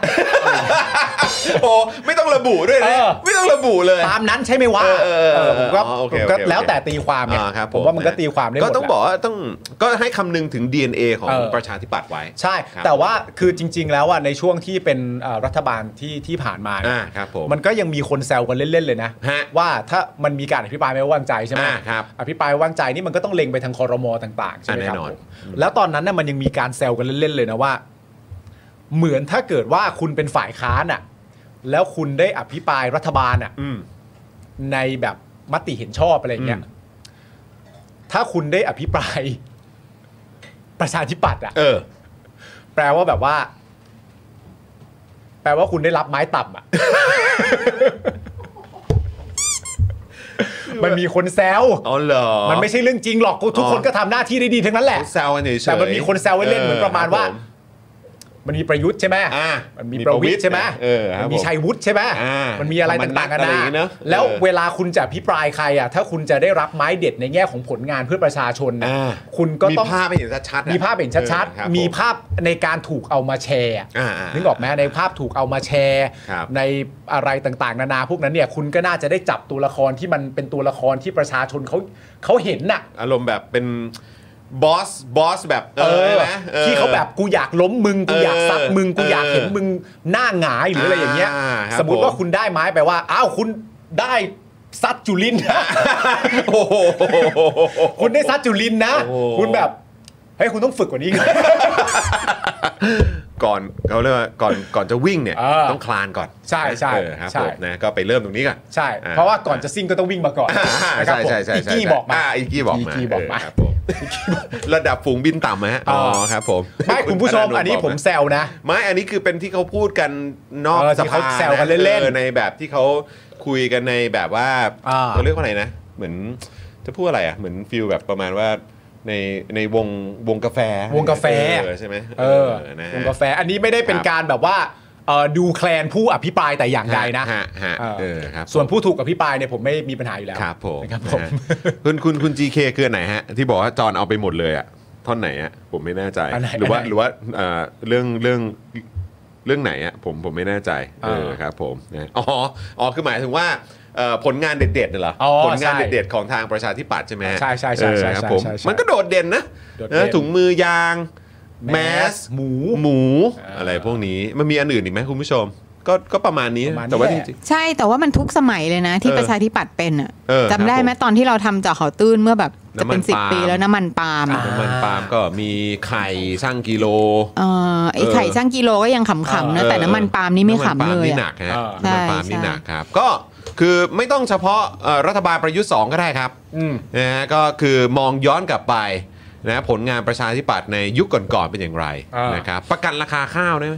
[SPEAKER 1] โอ้ไม่ต้องระบุด้วยนะ
[SPEAKER 7] เออ
[SPEAKER 1] ไม่ต้องระบุเลย
[SPEAKER 7] ตามนั้นใช่ไหมวะ
[SPEAKER 1] เออเออเออ
[SPEAKER 7] เออผมก็
[SPEAKER 1] อ๋อโอเค
[SPEAKER 7] ผมก็
[SPEAKER 1] โอเคโอเค
[SPEAKER 7] แล้วแต่ตีความเนี่ย
[SPEAKER 1] อ่าครับ
[SPEAKER 7] ผมว่ามันก็ตีความได้หมด
[SPEAKER 1] ก็ต้อง
[SPEAKER 7] แหละ
[SPEAKER 1] บอกว่าต้องก็ให้คำนึงถึง DNA ของ
[SPEAKER 7] เออ
[SPEAKER 1] ประชาธิปัตย์ไว้
[SPEAKER 7] ใช่
[SPEAKER 1] ครับ
[SPEAKER 7] แต่ว่าคือจริง ๆ แล้วอ่ะในช่วงที่เป็นเอ่อรัฐบาลที่ที่ผ่านมาเนี่ย
[SPEAKER 1] อ่าครับผม
[SPEAKER 7] มันก็ยังมีคนแซวกันเล่น ๆ เลยนะ
[SPEAKER 1] ฮะ
[SPEAKER 7] ว่าถ้ามันมีการอภิปรายไม่ไว้วางใจใช่ไหม
[SPEAKER 1] อ่าครับ
[SPEAKER 7] อภิปรายไม่ไว้วางใจนี่มันก็ต้องเล็งไปทางคอรมอต่างๆใช่ไห
[SPEAKER 1] อ่า
[SPEAKER 7] ม
[SPEAKER 1] แน่
[SPEAKER 7] ครับ
[SPEAKER 1] นอน
[SPEAKER 7] ผมแล้วตอนนั้นน่ะมันยังมีการแซวกันเล่น ๆ เลยนะว่า เหมือนถ้าเกิดว่าคุณเป็นฝ่ายค้านอ่ะแล้วคุณได้อภิปรายรัฐบาลอ่ะ
[SPEAKER 1] อืม
[SPEAKER 7] ในแบบมติเห็นชอบอะไรอย่างเงี้ย
[SPEAKER 1] อืม
[SPEAKER 7] ถ้าคุณได้อภิปราย ประชาธิปัตย์อ่ะ
[SPEAKER 1] เออ
[SPEAKER 7] แปลว่าแบบว่า แปลว่าคุณได้รับไม้ต่ำอ่ะ มันมีคนแซว
[SPEAKER 1] อ๋อเหรอ
[SPEAKER 7] มันไม่ใช่เรื่องจริงหรอกกูทุกคน
[SPEAKER 1] อ๋อ
[SPEAKER 7] ก็ทำหน้าที่ได้ดีทั้งนั้นแหละ
[SPEAKER 1] เขาแซวกันเฉยๆ
[SPEAKER 7] แต่มันมีคนแซวไว้เล่นเหมือนประมาณว่า
[SPEAKER 1] คบผ
[SPEAKER 7] มันมีประยุทธ์ใช่ไหม
[SPEAKER 1] อ่ามั
[SPEAKER 7] มันมีประวิทย์ใช่ไหม
[SPEAKER 1] เออครับ
[SPEAKER 7] มันมีชัยวุฒิใช่ไหม
[SPEAKER 1] อ่ามั
[SPEAKER 7] มันมีอะไร
[SPEAKER 1] มัน
[SPEAKER 7] ต่างๆกั
[SPEAKER 1] อะไรอย่างงี้
[SPEAKER 7] น
[SPEAKER 1] เน
[SPEAKER 7] นะ
[SPEAKER 1] อะ
[SPEAKER 7] แล้ว
[SPEAKER 1] เออ
[SPEAKER 7] เวลาคุณจะพิปรายใครอ่ะ ถ้าคุณจะได้รับไม้เด็ดในแง่ของผลงานเพื่อประชาชนนะ
[SPEAKER 1] อ่า
[SPEAKER 7] คุณก็
[SPEAKER 1] มี
[SPEAKER 7] ต้อง
[SPEAKER 1] ภาพให้เห็นชัดๆอะ
[SPEAKER 7] มีภาพเห็นชัด
[SPEAKER 1] ออครับผ
[SPEAKER 7] ๆ มีภาพในการถูกเอามาแชร์อะ
[SPEAKER 1] อ่าๆ
[SPEAKER 7] นึกออกไหมในภาพถูกเอามาแชร์
[SPEAKER 1] ครับ
[SPEAKER 7] ในอะไรต่างๆ นานาพวกนั้นเนี่ย คุณก็น่าจะได้จับตัวละครที่มันเป็นตัวละครที่ประชาชนเขาเขาเห็นน่ะ
[SPEAKER 1] อารมณ์แบบเป็นบอสบอสแบบ
[SPEAKER 7] เออ
[SPEAKER 1] นะออ
[SPEAKER 7] ที่เขาแบบกูอยากล้มมึง กูอยากซัดมึง กูอยากเห็นมึงหน้าหงายหรืออะไรอย่างเงี้ย
[SPEAKER 1] อ่าครับ
[SPEAKER 7] สมมติว่า
[SPEAKER 1] ผม
[SPEAKER 7] คุณได้ไม้แปลว่า อ้าวคุณได้ซัดจุลินนะ
[SPEAKER 1] โอ้โห
[SPEAKER 7] คุณได้ซัดจุลินนะ
[SPEAKER 1] โอ้โห
[SPEAKER 7] คุณแบบเฮ้ยคุณต้องฝึกกว่านี้
[SPEAKER 1] ก่อนเขาเรียกว่าก่อนก่อนจะวิ่งเนี่ย
[SPEAKER 7] เออ
[SPEAKER 1] ต้องคลานก่อน
[SPEAKER 7] ใช่ใช่
[SPEAKER 1] เออครับ
[SPEAKER 7] ใช่
[SPEAKER 1] ผมนะก็ไปเริ่มตรงนี้ก่อน
[SPEAKER 7] ใช่
[SPEAKER 1] อ่า
[SPEAKER 7] เพราะว่าก่อนจะซิ่งก็ต้องวิ่งมาก่อนนะครั
[SPEAKER 1] ใช่
[SPEAKER 7] บผม
[SPEAKER 1] ใช่ใช่
[SPEAKER 7] อีกกี้บอกมา
[SPEAKER 1] อีกกี้บอกมา
[SPEAKER 7] อีกกี้บอกมา
[SPEAKER 1] เครับผมระดับฝูงบินต่ำไหมฮะอ๋อครับผม
[SPEAKER 7] ไม่คุณผู้ชม
[SPEAKER 1] ธา
[SPEAKER 7] อันนี้
[SPEAKER 1] บก
[SPEAKER 7] ผม
[SPEAKER 1] มา
[SPEAKER 7] แซวนะ
[SPEAKER 1] ไม่ อันนี้คือเป็นที่เขาพูดกันนอก
[SPEAKER 7] เออที่
[SPEAKER 1] ส
[SPEAKER 7] เขา
[SPEAKER 1] ภาะ
[SPEAKER 7] แซวกันเล่นๆ
[SPEAKER 1] ออในแบบที่เขาคุยกันในแบบว่า
[SPEAKER 7] อ่า
[SPEAKER 1] เขาเรียกว่าอะไรนะ เหมือนจะพูดอะไรอ่ะ เหมือนฟิลแบบประมาณว่าในในวงวงกาแฟ
[SPEAKER 7] วงกาแฟ
[SPEAKER 1] เออใช่ไหม
[SPEAKER 7] เออ
[SPEAKER 1] นะฮะ
[SPEAKER 7] วงกาแฟอันนี้ไม่ได้เป็น
[SPEAKER 1] ครับ
[SPEAKER 7] การแบบว่าเอ่อดูแคลนผู้อภิปรายแต่อย่างใดนะ
[SPEAKER 1] ฮะฮะ
[SPEAKER 7] เออ
[SPEAKER 1] เออครับ
[SPEAKER 7] ส่วนผู้ถูกอภิปรายเนี่ยผมไม่มีปัญหาอยู่แล้ว
[SPEAKER 1] ครับผม
[SPEAKER 7] นะครับผม
[SPEAKER 1] นะฮะคุณคุณคุณ GK คืออันไหนฮะ ที่บอกว่าจอนเอาไปหมดเลยอ่ะท่อนไหนอ่ะผมไม่แน่ใจ
[SPEAKER 7] อันไหน
[SPEAKER 1] หรือว่า
[SPEAKER 7] อันไหน
[SPEAKER 1] หรือว่าเอ่อเรื่องเรื่องเรื่องไหนอ่ะผมผมไม่แน่ใจเออ
[SPEAKER 7] เออ
[SPEAKER 1] ครับผมนะอ๋ออ๋อคือหมายถึงว่าเอ่อผลงานเด็ดๆเนี่ยเหรอ
[SPEAKER 7] อ๋อ
[SPEAKER 1] ผลงาน
[SPEAKER 7] ใช่
[SPEAKER 1] เด็ดๆของทางประชาธิปัตย์ใช่ไหมฮะ
[SPEAKER 7] ใช่ใช่ใช่
[SPEAKER 1] เออ
[SPEAKER 7] ใช่
[SPEAKER 1] ครับผม
[SPEAKER 7] ใช่ใช่
[SPEAKER 1] มันก็โดดเด่นนะ
[SPEAKER 7] โดดเด่น
[SPEAKER 1] เออถุงมือยาง แม
[SPEAKER 7] แม
[SPEAKER 1] ส
[SPEAKER 7] สหมู
[SPEAKER 1] หมู
[SPEAKER 7] อ่า
[SPEAKER 1] อะไรพวกนี้มันมีอันอื่นอีกไหมคุณผู้ชม ก็ก็ประมาณนี้
[SPEAKER 7] ประมาณนี้
[SPEAKER 1] แต่ว่าจ
[SPEAKER 7] แหละ
[SPEAKER 1] ริง
[SPEAKER 6] ใช่แต่ว่ามันทุกสมัยเลยนะ ที่
[SPEAKER 1] เออ
[SPEAKER 6] ประชาธิปัตย์เป็นอ่ะ
[SPEAKER 1] เออ
[SPEAKER 6] จำได้ไหม
[SPEAKER 1] ครับผม
[SPEAKER 6] ตอนที่เราทำเจาะเขาตื้นเมื่อแบบจะเป็น
[SPEAKER 1] น้ำมัน
[SPEAKER 6] สิบ
[SPEAKER 1] ปาล์ม
[SPEAKER 6] ปีแล้วน้ำมันปาล์ม
[SPEAKER 1] ๆ
[SPEAKER 6] อะ
[SPEAKER 1] น้ำมันปาล์มก็มีไข่ช่างกิโล
[SPEAKER 6] เออไอ
[SPEAKER 1] เออ
[SPEAKER 6] ไข่ช่างกิโลก็ยังขำๆนะ
[SPEAKER 1] เออ
[SPEAKER 6] แต่น้ำมันปาล์มนี่ไม่
[SPEAKER 1] ำน
[SPEAKER 6] ขำเลย
[SPEAKER 1] นี่หนั
[SPEAKER 6] อะ
[SPEAKER 1] กฮะ
[SPEAKER 7] อ่า
[SPEAKER 1] น้ำมันปาล์ม
[SPEAKER 6] ใช่
[SPEAKER 1] นี่
[SPEAKER 6] ใช่
[SPEAKER 1] หนักครับ ก็คือไม่ต้องเฉพาะเอ่อรัฐบาลประยุทธ์2ก็ได้ครับนะฮะก็คือมองย้อนกลับไปนะผลงานประชาธิปัตย์ในยุคก่อนๆเป็นอย่างไร
[SPEAKER 7] อ่าน
[SPEAKER 1] นะครับประกันราคาข้าวได้ไหม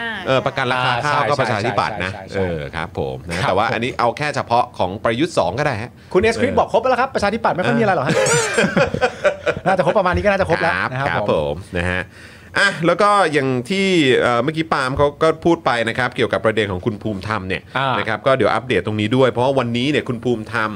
[SPEAKER 6] อ่า
[SPEAKER 1] เออประกันราคา
[SPEAKER 7] อ่า
[SPEAKER 1] ข้าว
[SPEAKER 7] ใช่
[SPEAKER 1] ก็ประชาธิปัตย์นะ
[SPEAKER 7] ใช่ใช่ใช่
[SPEAKER 1] เออครับผมนะครับ แต่ว่า
[SPEAKER 7] ผม
[SPEAKER 1] อันนี้เอาแค่เฉพาะของประยุทธ์2ก็ได้ฮะ
[SPEAKER 7] คุณเอสคริปบอกครบแล้วครับประชาธิปัตย์ไม่ค่อยมีอะไรหร อกฮะ น่าจะครบประมาณนี้ก็น่าจะครบแล้วนะครับ
[SPEAKER 1] ครับ
[SPEAKER 7] ผ
[SPEAKER 1] ผม มนะฮะอ่ะแล้วก็อย่างที่เอ่อเมื่อกี้ปาล์มเขาก็พูดไปนะครับ เกี่ยวกับประเด็นของคุณภูมิธรรมเนี่ย
[SPEAKER 7] อ่าน
[SPEAKER 1] นะครับก็เดี๋ยวอัปเดตตรงนี้ด้วย เพราะว่าวันนี้เนี่ยคุณภูมิธรรม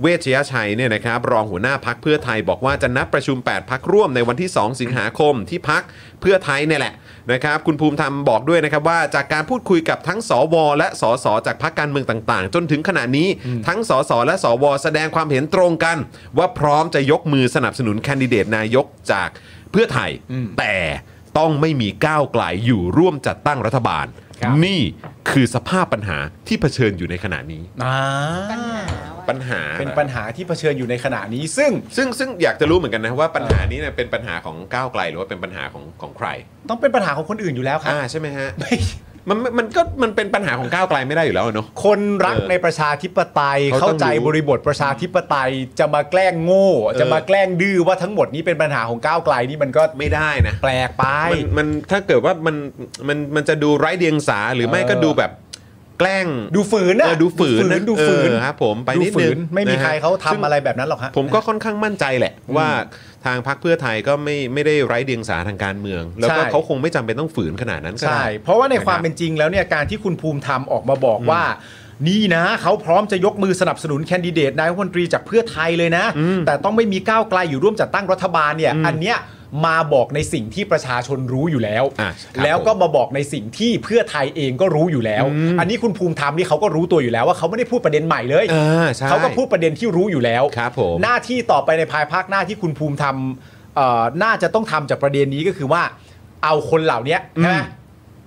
[SPEAKER 1] เวชยชัยเนี่ยนะครับรองหัวหน้าพักเพื่อไทยบอกว่าจะนัดประชุม 8 พักร่วมในวันที่ 2 สิงหาคมที่พักเพื่อไทยเนี่ยแหละนะครับคุณภูมิธรรมบอกด้วยนะครับว่าจากการพูดคุยกับทั้งสวและสสจากพักการเมืองต่างๆ จนถึงขณะนี้ทั้งสสและสวแสดงความเห็นตรงกัน ว่าพร้อมจะยกมือสนับสนุนแคนดิเดตนายกจากเพื่อไทย แต่ต้องไม่มีก้าวไกลอยู่ร่วมจัดตั้งรัฐบาล
[SPEAKER 7] ครับ
[SPEAKER 1] นี่คือสภาพปัญหาที่เผชิญอยู่ในขณะนี้
[SPEAKER 7] อ่า
[SPEAKER 6] ปัญหาว่า
[SPEAKER 1] ปัญหา
[SPEAKER 7] เป็นปัญหาที่เผชิญอยู่ในขณะนี้ ซึ่ง
[SPEAKER 1] ซึ่งซึ่งอยากจะรู้เหมือนกันนะว่าปัญหานี้เนี่ยเป็นปัญหาของก้าวไกลหรือว่าเป็นปัญหาของของใคร
[SPEAKER 7] ต้องเป็นปัญหาของคนอื่นอยู่แล้วครับ
[SPEAKER 1] อ่าใช่ไหม ฮะ
[SPEAKER 7] ไม่
[SPEAKER 1] มันมันมันก็มันเป็นปัญหาของก้าวไกลไม่ได้อยู่แล้วอะเนาะ
[SPEAKER 7] คนรัก
[SPEAKER 1] เออ
[SPEAKER 7] ในประชาธิปไตย
[SPEAKER 1] เขาต้อง
[SPEAKER 7] เข้าใจ
[SPEAKER 1] รู้
[SPEAKER 7] บริบทประชาธิปไตยจะมาแกล้งโง่ จะมาแกล้งดื้อว่าทั้งหมดนี้เป็นปัญหาของก้าวไกลนี่มันก็
[SPEAKER 1] ไม่ได้นะ
[SPEAKER 7] แปลกไป
[SPEAKER 1] มันมันถ้าเกิดว่ามันมันมันจะดูไร้เดียงสาหรือไม่
[SPEAKER 7] เออ
[SPEAKER 1] ก็ดูแบบแกล้ง
[SPEAKER 7] ดูฝืนนะ
[SPEAKER 1] เออดูฝืนนะ
[SPEAKER 7] ดูฝืน
[SPEAKER 1] เออครับผมไป
[SPEAKER 7] ดู
[SPEAKER 1] นิด
[SPEAKER 7] ฝื
[SPEAKER 1] นึง
[SPEAKER 7] นไม่มี
[SPEAKER 1] นะฮะ
[SPEAKER 7] ใครเขาทำ
[SPEAKER 1] ซึ่ง
[SPEAKER 7] อะไรแบบนั้นหรอกฮะ
[SPEAKER 1] ผมก็ค่อนข้างมั่นใจแหละ ว่าทางพรรคเพื่อไทยก็ไม่ไม่ได้ไร้เดียงสาทางการเมือง แล้วก็
[SPEAKER 7] ใช่
[SPEAKER 1] เขาคงไม่จำเป็นต้องฝืนขนาดนั้นก็
[SPEAKER 7] ใช่
[SPEAKER 1] ได้
[SPEAKER 7] เพราะว่าใน
[SPEAKER 1] นะครับ
[SPEAKER 7] ความเป็นจริงแล้วเนี่ยการที่คุณภูมิธรรมออกมาบอกว่า นี่นะเขาพร้อมจะยกมือสนับสนุนแคนดิเดตนายกรัฐมนตรีจากเพื่อไทยเลยนะ แต่ต้องไม่มีก้าวไกลอยู่ร่วมจัดตั้งรัฐบาลเนี่ย อันเนี้ยมาบอกในสิ่งที่ประชาชนรู้อยู่แล้ว
[SPEAKER 1] อ่ะครับ
[SPEAKER 7] แล้วก็มาบอกในสิ่งที่เพื่อไทยเองก็รู้อยู่แล้ว อันนี้คุณภูมิธรรมนี่เขาก็รู้ตัวอยู่แล้วว่าเขาไม่ได้พูดประเด็นใหม่เลย
[SPEAKER 1] อ่าใช่
[SPEAKER 7] เขาก็พูดประเด็นที่รู้อยู่แล้ว
[SPEAKER 1] ครับผม
[SPEAKER 7] หน้าที่ต่อไปในภายภาคหน้าที่คุณภูมิทำเอ่อน่าจะต้องทำจากประเด็นนี้ก็คือว่าเอาคนเหล่านี้ใช่ไหม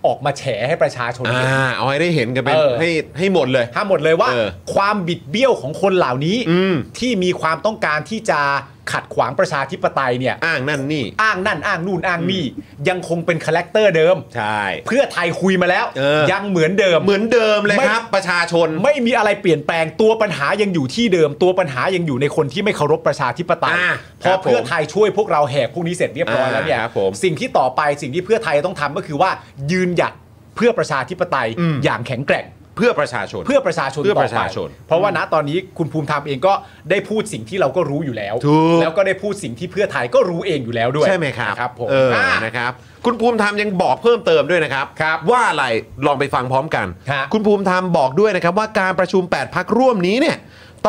[SPEAKER 7] ออกมาแฉให้ประชาชน
[SPEAKER 1] อ่า
[SPEAKER 7] เห็น
[SPEAKER 1] เอาให้ได้เห็นกันเป็น
[SPEAKER 7] เออ
[SPEAKER 1] ให้ให้หมดเลย
[SPEAKER 7] ห้ามหมดเลยว่า
[SPEAKER 1] เออ
[SPEAKER 7] ความบิดเบี้ยวของคนเหล่านี้
[SPEAKER 1] อืม
[SPEAKER 7] ที่มีความต้องการที่จะขัดขวางประชาธิปไตยเนี่ย
[SPEAKER 1] อ้างนั่นนี่
[SPEAKER 7] อ้างนั่นอ้างนู่นอ้างนี่ยังคงเป็นคาแรคเตอร์เดิม
[SPEAKER 1] ใช่
[SPEAKER 7] เพื่อไทยคุยมาแล้ว
[SPEAKER 1] เออ
[SPEAKER 7] ยังเหมือนเดิม
[SPEAKER 1] เหมือนเดิมเลยครับ ประชาชน
[SPEAKER 7] ไม่มีอะไรเปลี่ยนแปลงตัวปัญหายังอยู่ที่เดิม ตัวปัญหายังอยู่ในคนที่ไม่เคารพประชาธิปไตย
[SPEAKER 1] อ่า
[SPEAKER 7] พ
[SPEAKER 1] ครั
[SPEAKER 7] อบ เพื่อไทยช่วยพวกเราแหกพวกนี้เสร็จเรียบร้อยแล้วเนี่ย
[SPEAKER 1] อ่าครับผม
[SPEAKER 7] สิ่งที่ต่อไปสิ่งที่เพื่อไทยต้องทำก็คือว่า ยืนหยัดเพื่อประชาธิปไตย
[SPEAKER 1] อืม
[SPEAKER 7] อย่างแข็งแกร่ง
[SPEAKER 1] เพื่อประชาชน
[SPEAKER 7] เพื่อประชาชน
[SPEAKER 1] เพื่อ
[SPEAKER 7] ต่
[SPEAKER 1] ประชาชน
[SPEAKER 7] ไปเพราะว่าณตอนนี้คุณภูมิธรรมเองก็ได้พูดสิ่งที่เราก็รู้อยู่แล้ว
[SPEAKER 1] ถูก
[SPEAKER 7] แล้วก็ได้พูดสิ่งที่เพื่อไทยก็รู้เองอยู่แล้วด้วย
[SPEAKER 1] ใช่ไหมครับ
[SPEAKER 7] นะครับผม
[SPEAKER 1] เออ
[SPEAKER 7] อ่า
[SPEAKER 1] นะครับ คุณภูมิธรรมยังบอกเพิ่มเติมด้วยนะครับ
[SPEAKER 7] ครับ
[SPEAKER 1] ว่าอะไรลองไปฟังพร้อมกัน
[SPEAKER 7] ฮะ
[SPEAKER 1] คุณภูมิธรรมบอกด้วยนะครับว่าการประชุม 8 พักร่วมนี้เนี่ย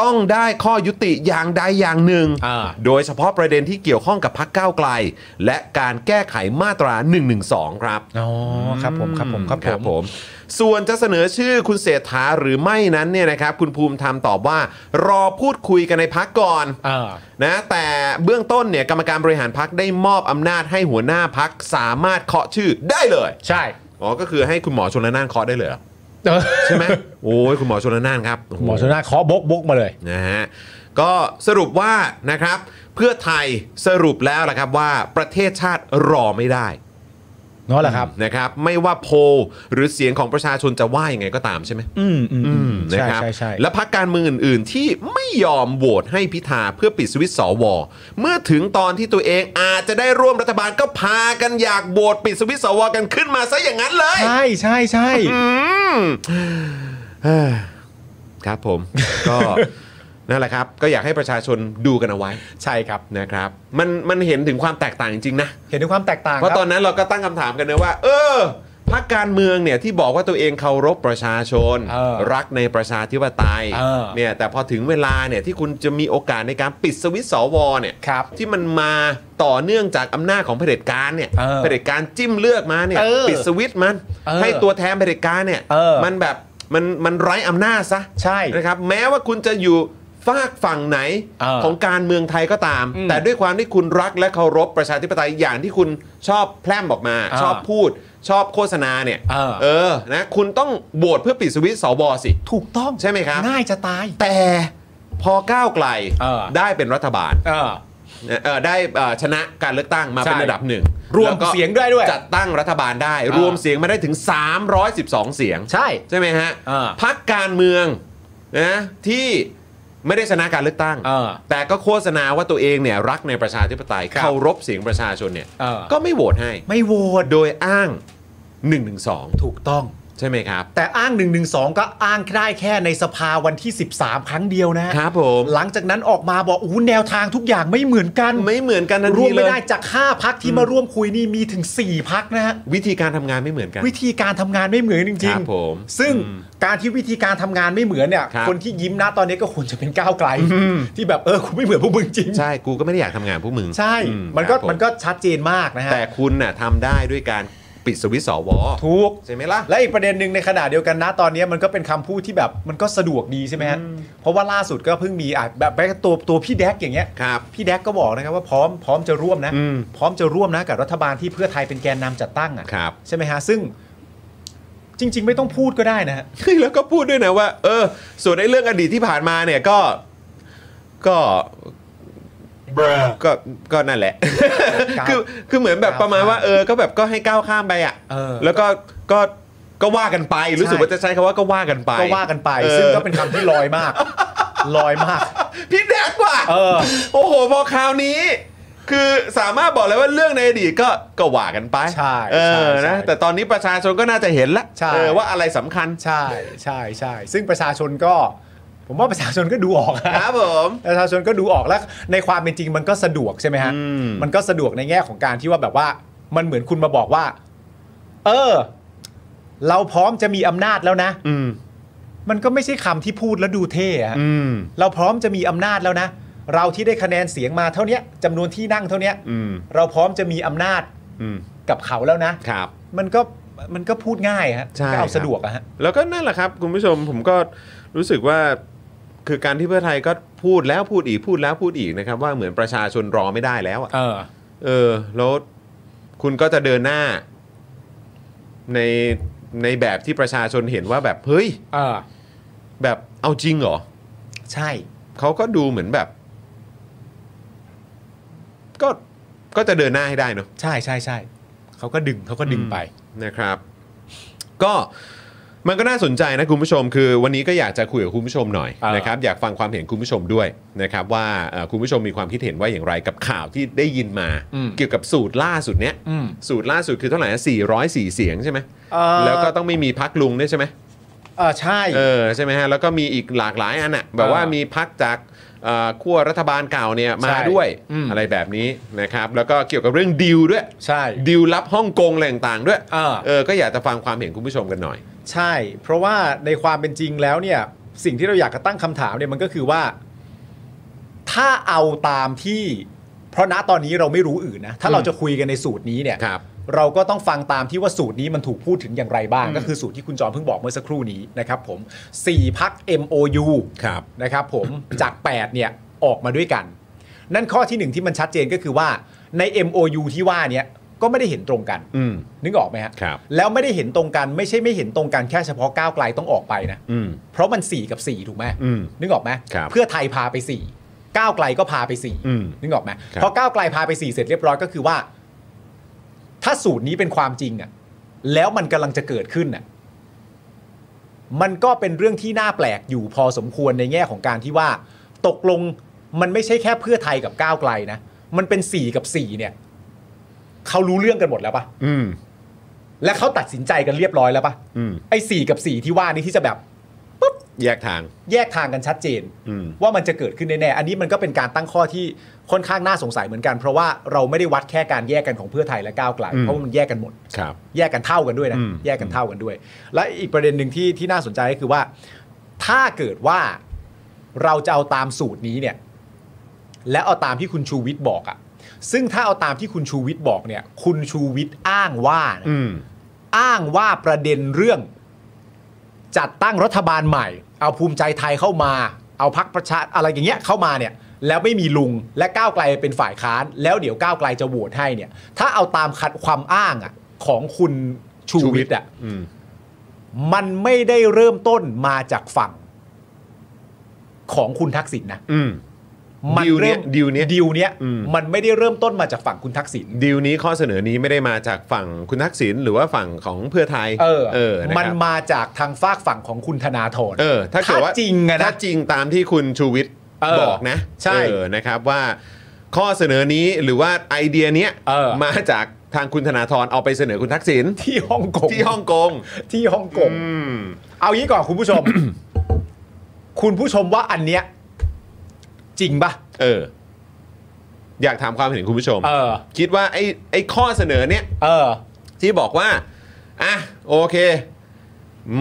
[SPEAKER 1] ต้องได้ข้อยุติอย่างใดอย่างหนึ่ง
[SPEAKER 7] อ่า
[SPEAKER 1] โดยเฉพาะประเด็นที่เกี่ยวข้องกับพักก้าวไกล และการแก้ไขมาตรา 112 ครับ
[SPEAKER 7] อ๋อครับผมครับผมครับ
[SPEAKER 1] ค
[SPEAKER 7] ผ
[SPEAKER 1] รับ
[SPEAKER 7] ม
[SPEAKER 1] ผมส่วนจะเสนอชื่อคุณเศรษฐาหรือไม่นั้นเนี่ยนะครับคุณภูมิธรรมตอบว่า รอพูดคุยกันในพักก่อน
[SPEAKER 7] อ่า
[SPEAKER 1] นะแต่เบื้องต้นเนี่ยกรรมการบริหารพักได้มอบอำนาจให้หัวหน้าพักสามารถเคาะชื่อได้เลย
[SPEAKER 7] ใช่
[SPEAKER 1] อ๋อก็คือให้คุณหมอชนละนานเคาะได้เลยเหรอใช่ไหม โอ้ยคุณหมอชนละนานครับโโ
[SPEAKER 7] หมอชนน่านข อบกบกมาเลย
[SPEAKER 1] นะฮะก็สรุปว่านะครับเพื่อไทยสรุปแล้วนะครับว่าประเทศชาติรอไม่ได้
[SPEAKER 7] เนาะแหละครับ
[SPEAKER 1] นะครับไม่ว่าโพลหรือเสียงของประชาชนจะว่ายังไงก็ตามใช่ไหม
[SPEAKER 7] อืมอืมอืม
[SPEAKER 1] นะ
[SPEAKER 7] ใช่
[SPEAKER 1] ครับ
[SPEAKER 7] ใช่ใช่
[SPEAKER 1] และพักการเมืองอื่น ๆ ที่ไม่ยอมโหวตให้พิธาเพื่อปิดสวิตช์สวเมื่อถึงตอนที่ตัวเองอาจจะได้ร่วมรัฐบาลก็พากันอยากโหวตปิดสวิตช์สวกันขึ้นมาซะอย่างนั้นเลย
[SPEAKER 7] ใช่ใช่ใช่
[SPEAKER 1] อืมเอ้อครับผม ก็นั่นแหละครับ ก็อยากให้ประชาชนดูกันเอาไว้
[SPEAKER 7] ใช่ครับ
[SPEAKER 1] นะครับ มันมันเห็นถึงความแตกต่างจริงๆนะ
[SPEAKER 7] เห็นถึงความแตกต่าง
[SPEAKER 1] เพราะ
[SPEAKER 7] คบ
[SPEAKER 1] ตอนนั้นเราก็ตั้งคำถามกันนะว่า เออพักการเมืองเนี่ยที่บอกว่าตัวเองเคารพประชาชน
[SPEAKER 7] เออ
[SPEAKER 1] รักในประชาธิปไตย
[SPEAKER 7] เออ
[SPEAKER 1] เนี่ยแต่พอถึงเวลาเนี่ยที่คุณจะมีโอกาสในการปิดสวิตช์สวเนี่ย
[SPEAKER 7] ครับ
[SPEAKER 1] ที่มันมาต่อเนื่องจากอำนาจของเผด็จการเนี่ย
[SPEAKER 7] เออ
[SPEAKER 1] เผด็จการจิ้มเลือกมาเนี่ย
[SPEAKER 7] เออ
[SPEAKER 1] ปิดสวิตช์มัน
[SPEAKER 7] เออ
[SPEAKER 1] ให้ตัวแทนเผด็จการเนี่ย
[SPEAKER 7] เออ
[SPEAKER 1] มันแบบมันมันไร้อำนาจซะ
[SPEAKER 7] ใช่
[SPEAKER 1] นะครับแม้ว่าคุณจะอยู่ฝากฝั่งไหน
[SPEAKER 7] เออ
[SPEAKER 1] ของการเมืองไทยก็ตาม
[SPEAKER 7] อืม
[SPEAKER 1] แต่ด้วยความที่คุณรักและเคารพประชาธิปไตยอย่างที่คุณชอบแพร่มออกมา
[SPEAKER 7] อ่า
[SPEAKER 1] ชอบพูด ชอบโฆษณาเนี่ย
[SPEAKER 7] เอ
[SPEAKER 1] อ
[SPEAKER 7] อ
[SPEAKER 1] นะคุณต้องโหวตเพื่อปิดสวิตช์สวสิ
[SPEAKER 7] ถูกต้อง
[SPEAKER 1] ใช่ไหมครับ
[SPEAKER 7] ง่ายจะตาย
[SPEAKER 1] แต่พอก้าวไกล
[SPEAKER 7] เออ
[SPEAKER 1] ได้เป็นรัฐบาล
[SPEAKER 7] เออ
[SPEAKER 1] เอ่อได้เอ่อชนะการเลือกตั้งมา
[SPEAKER 7] ใช่
[SPEAKER 1] เป็นระดับหนึ่ง
[SPEAKER 7] รวม
[SPEAKER 1] แล้ก็
[SPEAKER 7] เสียงด้วยด้วย
[SPEAKER 1] จัดตั้งรัฐบาลได้
[SPEAKER 7] อ่าร ร
[SPEAKER 1] วมเสียงมาได้ถึง 312 เสียง
[SPEAKER 7] ใช่
[SPEAKER 1] ใช่ไหมฮะ
[SPEAKER 7] อ่า
[SPEAKER 1] พักการเมืองนะที่ไม่ได้ชนะการเลือกตั้ง
[SPEAKER 7] อ่า
[SPEAKER 1] แต่ก็โฆษณาว่าตัวเองเนี่ยรักในประชาธิปไตย
[SPEAKER 7] ครับ
[SPEAKER 1] เคารพเสียงประชาชนเนี่ย
[SPEAKER 7] อ่า
[SPEAKER 1] ก็ไม่โหวตให้
[SPEAKER 7] ไม่โหวต
[SPEAKER 1] โดยอ้าง1นึ
[SPEAKER 7] ถูกต้อง
[SPEAKER 1] ใช่ไหมครับ
[SPEAKER 7] แต่อ้าง1นึก็อ้างได้แค่ในสภาวันที่ 13 ครั้งเดียวนะครับ
[SPEAKER 1] ผม
[SPEAKER 7] หลังจากนั้นออกมาบอกอู้แนวทางทุกอย่างไม่เหมือนกัน
[SPEAKER 1] ไม่เหมือนกันทัน
[SPEAKER 7] ร่
[SPEAKER 1] ที
[SPEAKER 7] วม
[SPEAKER 1] เล
[SPEAKER 7] ไม่
[SPEAKER 1] ย
[SPEAKER 7] ได้จาก 5พักที่มาร่วมคุยนี่มีถึง 4พักนะฮะ
[SPEAKER 1] วิธีการทำงานไม่เหมือนกัน
[SPEAKER 7] วิธีการทำงานไม่เหมือน
[SPEAKER 1] ค
[SPEAKER 7] จริ
[SPEAKER 1] รั
[SPEAKER 7] ง
[SPEAKER 1] บผม
[SPEAKER 7] ซึ่งการที่วิธีการทำงานไม่เหมือนเนี่ย
[SPEAKER 1] ครับ
[SPEAKER 7] คนที่ยิ้มนะตอนนี้ก็คว รจะเป็นก้าวไกล ที่แบบเออคุณไม่เหมือนพวกมึงจริง
[SPEAKER 1] ใช่กูก็ไม่ได้อยากทำงานพวกมึง
[SPEAKER 7] ใช่
[SPEAKER 1] อื
[SPEAKER 7] มันก็
[SPEAKER 1] ครับผ
[SPEAKER 7] มันก็ชัดเจนมากนะฮะ
[SPEAKER 1] แต่คุณน่ะทำได้ด้วยการปิดสวิตช์สว
[SPEAKER 7] ถูก
[SPEAKER 1] ใช่ไหมล่ะ
[SPEAKER 7] และอีกประเด็นหนึ่งในขณะเดียวกันนะตอนนี้มันก็เป็นคำพูดที่แบบมันก็สะดวกดีใช่ไหมฮะเพราะว่าล่าสุดก็เพิ่งมีอ่ะแบบแบบตัวตัวพี่แดกอย่างเงี้ย
[SPEAKER 1] ครับ
[SPEAKER 7] พี่แดกก็บอกนะครับว่าพร้อมพร้อมจะร่วมนะ
[SPEAKER 1] อืม
[SPEAKER 7] พร้อมจะร่วมนะกับรัฐบาลที่เพื่อไทยเป็นแกนนำจัดตั้งอ่ะ
[SPEAKER 1] ครับ
[SPEAKER 7] ใช่ไหมฮะซึ่งจริง ๆ ไม่ต้องพูดก็ได้นะฮะ
[SPEAKER 1] แล้วก็พูดด้วยนะว่า เออ ส่วนในเรื่องอดีตที่ผ่านมาเนี่ยก็ก็ก็ก็นั่นแหละ
[SPEAKER 7] ก้าว
[SPEAKER 1] คือคือเหมือนแบบประมาณว่า เออ ก็แบบก็ให้ก้าวข้ามไปอ่ะ
[SPEAKER 7] เออ
[SPEAKER 1] แล้วก็ก็ก็ว่ากันไปรู้สึกว่าจะใช้คำว่าก็ว่ากันไป
[SPEAKER 7] ก็ว่ากันไป
[SPEAKER 1] ออ
[SPEAKER 7] ซึ่งก็เป็นคำที่ลอยมาก ลอยมาก
[SPEAKER 1] พี่แดกว่ะ
[SPEAKER 7] เออ
[SPEAKER 1] โอ้โหพอคราวนี้ คือสามารถบอกเลยว่าเรื่องในอดีตก็ก็ว่ากันไป
[SPEAKER 7] ใช่
[SPEAKER 1] เอ
[SPEAKER 7] ใช่
[SPEAKER 1] อ
[SPEAKER 7] ใช่
[SPEAKER 1] นะแต่ตอนนี้ประชาชนก็น่าจะเห็นละ
[SPEAKER 7] ใช่
[SPEAKER 1] เออว่าอะไรสำคัญ
[SPEAKER 7] ใช่ใช่ใช่ซึ่งประชาชนก็ ผมว่าประชาชนก็ดูออก
[SPEAKER 1] ค
[SPEAKER 7] นะ
[SPEAKER 1] รับผม
[SPEAKER 7] ประชาชนก็ดูออกแล้วในความเป็นจริงมันก็สะดวกใช่ไหมฮะ
[SPEAKER 1] อืม
[SPEAKER 7] นก็สะดวกในแง่ของการที่ว่าแบบว่า มันเหมือนคุณมาบอกว่า เออ เราพร้อมจะมีอำนาจแล้วนะ
[SPEAKER 1] อืม
[SPEAKER 7] มันก็ไม่ใช่คำที่พูดแล้วดูเท่อะฮะ
[SPEAKER 1] อืม
[SPEAKER 7] เราพร้อมจะมีอำนาจแล้วนะเราที่ได้คะแนนเสียงมาเท่าเนี้ยจำนวนที่นั่งเท่าเนี้ย
[SPEAKER 1] อืม
[SPEAKER 7] เราพร้อมจะมีอำนาจ
[SPEAKER 1] อืม
[SPEAKER 7] กับเขาแล้วนะครับ มันก็มันก็พูดง่ายฮะ
[SPEAKER 1] ใช่
[SPEAKER 7] ก็
[SPEAKER 1] ค
[SPEAKER 7] เอา
[SPEAKER 1] รับ
[SPEAKER 7] สะดวกอะฮะ
[SPEAKER 1] แล้วก็นั่นแหละครับ คุณผู้ชมผมก็รู้สึกว่า คือการที่เพื่อไทยก็พูดแล้วพูดอีกพูดแล้วพูดอีกนะครับ ว่าเหมือนประชาชนรอไม่ได้แล้วอะ
[SPEAKER 7] เออ
[SPEAKER 1] เออ แล้วคุณก็จะเดินหน้า ในในแบบที่ประชาชนเห็นว่าแบบเฮ้ย
[SPEAKER 7] เออ
[SPEAKER 1] แบบเอาจริงเหรอ
[SPEAKER 7] ใช่
[SPEAKER 1] เขาก็ดูเหมือนแบบ ก็ก็จะเดินหน้าให้ได้เนอะ
[SPEAKER 7] ใช่ใช่ใช่เขาก็ดึงเขาก็ดึงไป
[SPEAKER 1] นะครับ ก็มันก็น่าสนใจนะคุณผู้ชม คือวันนี้ก็อยากจะคุยกับคุณผู้ชมหน่อย
[SPEAKER 7] อ่าน
[SPEAKER 1] นะครับอยากฟังความเห็นคุณผู้ชมด้วยนะครับ ว่าเอ่อคุณผู้ชมมีความคิดเห็นว่าอย่างไรกับข่าวที่ได้ยินมา
[SPEAKER 7] อืม
[SPEAKER 1] เกี่ยวกับสูตรล่าสุดเนี้ย
[SPEAKER 7] อืม
[SPEAKER 1] สูตรล่าสุดคือเท่าไหร่นะ404 เสียงใช่ไหม
[SPEAKER 7] เอ่อ
[SPEAKER 1] แล้วก็ต้องไม่มีพักลุงด้วยใช่ไหม
[SPEAKER 7] เออใช่
[SPEAKER 1] เออใช่ไหมฮะแล้วก็มีอีกหลากหลายอันอ่ะแบบว่ามีพักจากเอ่อขั้วรัฐบาลเก่าเนี่ยมา
[SPEAKER 7] ใช่
[SPEAKER 1] ด้วย
[SPEAKER 7] อืม
[SPEAKER 1] อะไรแบบนี้นะครับแล้วก็เกี่ยวกับเรื่องดิวด้วย
[SPEAKER 7] ใช่
[SPEAKER 1] ดิวลับฮ่องกงอะไรต่างๆด้วย
[SPEAKER 7] อ่า
[SPEAKER 1] เออ ก็อยากจะฟังความเห็นคุณผู้ชมกันหน่อย
[SPEAKER 7] ใช่ เพราะว่าในความเป็นจริงแล้วเนี่ย สิ่งที่เราอยากจะตั้งคำถามเนี่ยมันก็คือว่า ถ้าเอาตามที่ เพราะณตอนนี้เราไม่รู้อื่นนะ ถ้าเราจะคุยกันในสูตรนี้เนี่ย
[SPEAKER 1] ครับ
[SPEAKER 7] เราก็ต้องฟังตามที่ว่าสูตรนี้มันถูกพูดถึงอย่างไรบ้าง ก็คือสูตรที่คุณจอมเพิ่งบอกเมื่อสักครู่นี้นะครับผม4พัก MOU
[SPEAKER 1] ครับ
[SPEAKER 7] นะครับผม จาก 8 เนี่ย ออกมาด้วยกัน นั่นข้อที่หนึ่งที่มันชัดเจนก็คือว่าใน MOU ที่ว่าเนี้ยก็ไม่ได้เห็นตรงกัน
[SPEAKER 1] อืม
[SPEAKER 7] นึกออกไหมฮะ
[SPEAKER 1] ครับ
[SPEAKER 7] แล้วไม่ได้เห็นตรงกันไม่ใช่ไม่เห็นตรงกันแค่เฉพาะก้าวไกลต้องออกไปนะ
[SPEAKER 1] อืม
[SPEAKER 7] เพราะมัน 4 กับ 4 ถูกไหม
[SPEAKER 1] อืม
[SPEAKER 7] นึกออกไหม
[SPEAKER 1] ครับ
[SPEAKER 7] เพื่อไทยพาไป 4 ก้าวไกลก็พาไป
[SPEAKER 1] อืม
[SPEAKER 7] 4 นึกออกไหม
[SPEAKER 1] ครับ
[SPEAKER 7] พอก้าวไกลพาไป 4 เสร็จเรียบร้อยก็คือว่า ถ้าสูตรนี้เป็นความจริงอะแล้วมันกำลังจะเกิดขึ้นน่ะมันก็เป็นเรื่องที่น่าแปลกอยู่พอสมควรในแง่ของการที่ว่า ตกลงมันไม่ใช่แค่เพื่อไทยกับก้าวไกลนะมันเป็น 4 กับ 4 เนี่ยเขารู้เรื่องกันหมดแล้วปะ
[SPEAKER 1] อืม
[SPEAKER 7] และเขาตัดสินใจกันเรียบร้อยแล้วปะ
[SPEAKER 1] อืม
[SPEAKER 7] ไอ้สี่กับสี่ที่ว่านี่ที่จะแบบ
[SPEAKER 1] แยกทาง
[SPEAKER 7] แยกทางกันชัดเจน
[SPEAKER 1] อืม
[SPEAKER 7] ว่ามันจะเกิดขึ้นแน่ๆอันนี้มันก็เป็นการตั้งข้อที่ค่อนข้างน่าสงสัยเหมือนกัน เพราะว่าเราไม่ได้วัดแค่การแยกกันของเพื่อไทยและก้าวไกล เพราะว่ามันแยกกันหมด
[SPEAKER 1] ครับ
[SPEAKER 7] แยกกันเท่ากันด้วยนะ
[SPEAKER 1] อืม
[SPEAKER 7] แยกกันเท่ากันด้วย และอีกประเด็นหนึ่งที่ที่น่าสนใจก็คือว่า ถ้าเกิดว่าเราจะเอาตามสูตรนี้เนี่ย และเอาตามที่คุณชูวิทย์บอกอะซึ่งถ้าเอาตามที่คุณชูวิทย์บอกเนี่ย คุณชูวิทย์อ้างว่านะ
[SPEAKER 1] อืม
[SPEAKER 7] อ้างว่าประเด็นเรื่องจัดตั้งรัฐบาลใหม่ เอาภูมิใจไทยเข้ามา เอาพักประชาอะไรอย่างเงี้ยเข้ามาเนี่ย แล้วไม่มีลุงและก้าวไกลเป็นฝ่ายค้าน แล้วเดี๋ยวก้าวไกลจะโหวตให้เนี่ย ถ้าเอาตามคัดความอ้างอะของคุณ ชูวิทย์อ่ะมันไม่ได้เริ่มต้นมาจากฝั่งของคุณทักษิณนะ
[SPEAKER 1] อืม
[SPEAKER 7] มั
[SPEAKER 1] ดีลเนี้ยดีลเนี้ย
[SPEAKER 7] ดีลเนี้ย
[SPEAKER 1] อืม
[SPEAKER 7] มันไม่ได้เริ่มต้นมาจากฝั่งคุณทักษิณ
[SPEAKER 1] ดีลนี้ข้อเสนอนี้ไม่ได้มาจากฝั่งคุณทักษิณหรือว่าฝั่งของเพื่อไทย
[SPEAKER 7] เออ
[SPEAKER 1] เออนะครับ
[SPEAKER 7] มันมาจากทางฝากฝั่งของคุณธนาธร
[SPEAKER 1] เออถ้าเกิดว่า
[SPEAKER 7] ถ้าจริงอะนะ
[SPEAKER 1] ถ้าจริงตามที่คุณชูวิทย์
[SPEAKER 7] เออ
[SPEAKER 1] บอกนะ
[SPEAKER 7] ใช่
[SPEAKER 1] เออนะครับว่า ข้อเสนอนี้หรือว่าไอเดียเนี้ย
[SPEAKER 7] เออ
[SPEAKER 1] มาจากทางคุณธนาธรเอาไปเสนอคุณทักษิณ
[SPEAKER 7] ที่ฮ่องกง
[SPEAKER 1] ที่ฮ่องกง
[SPEAKER 7] ที่ฮ่องกง
[SPEAKER 1] อืม
[SPEAKER 7] เอางี้ก่อนคุณผู้ชม คุณผู้ชมว่าอันเนี้ย จริงปะ
[SPEAKER 1] เออ อยากถามความเห็นคุณผู้ชม
[SPEAKER 7] เออ
[SPEAKER 1] คิดว่าไอ้ไอ้ข้อเสนอเนี้ย
[SPEAKER 7] เออ
[SPEAKER 1] ที่บอกว่าอ่ะโอเค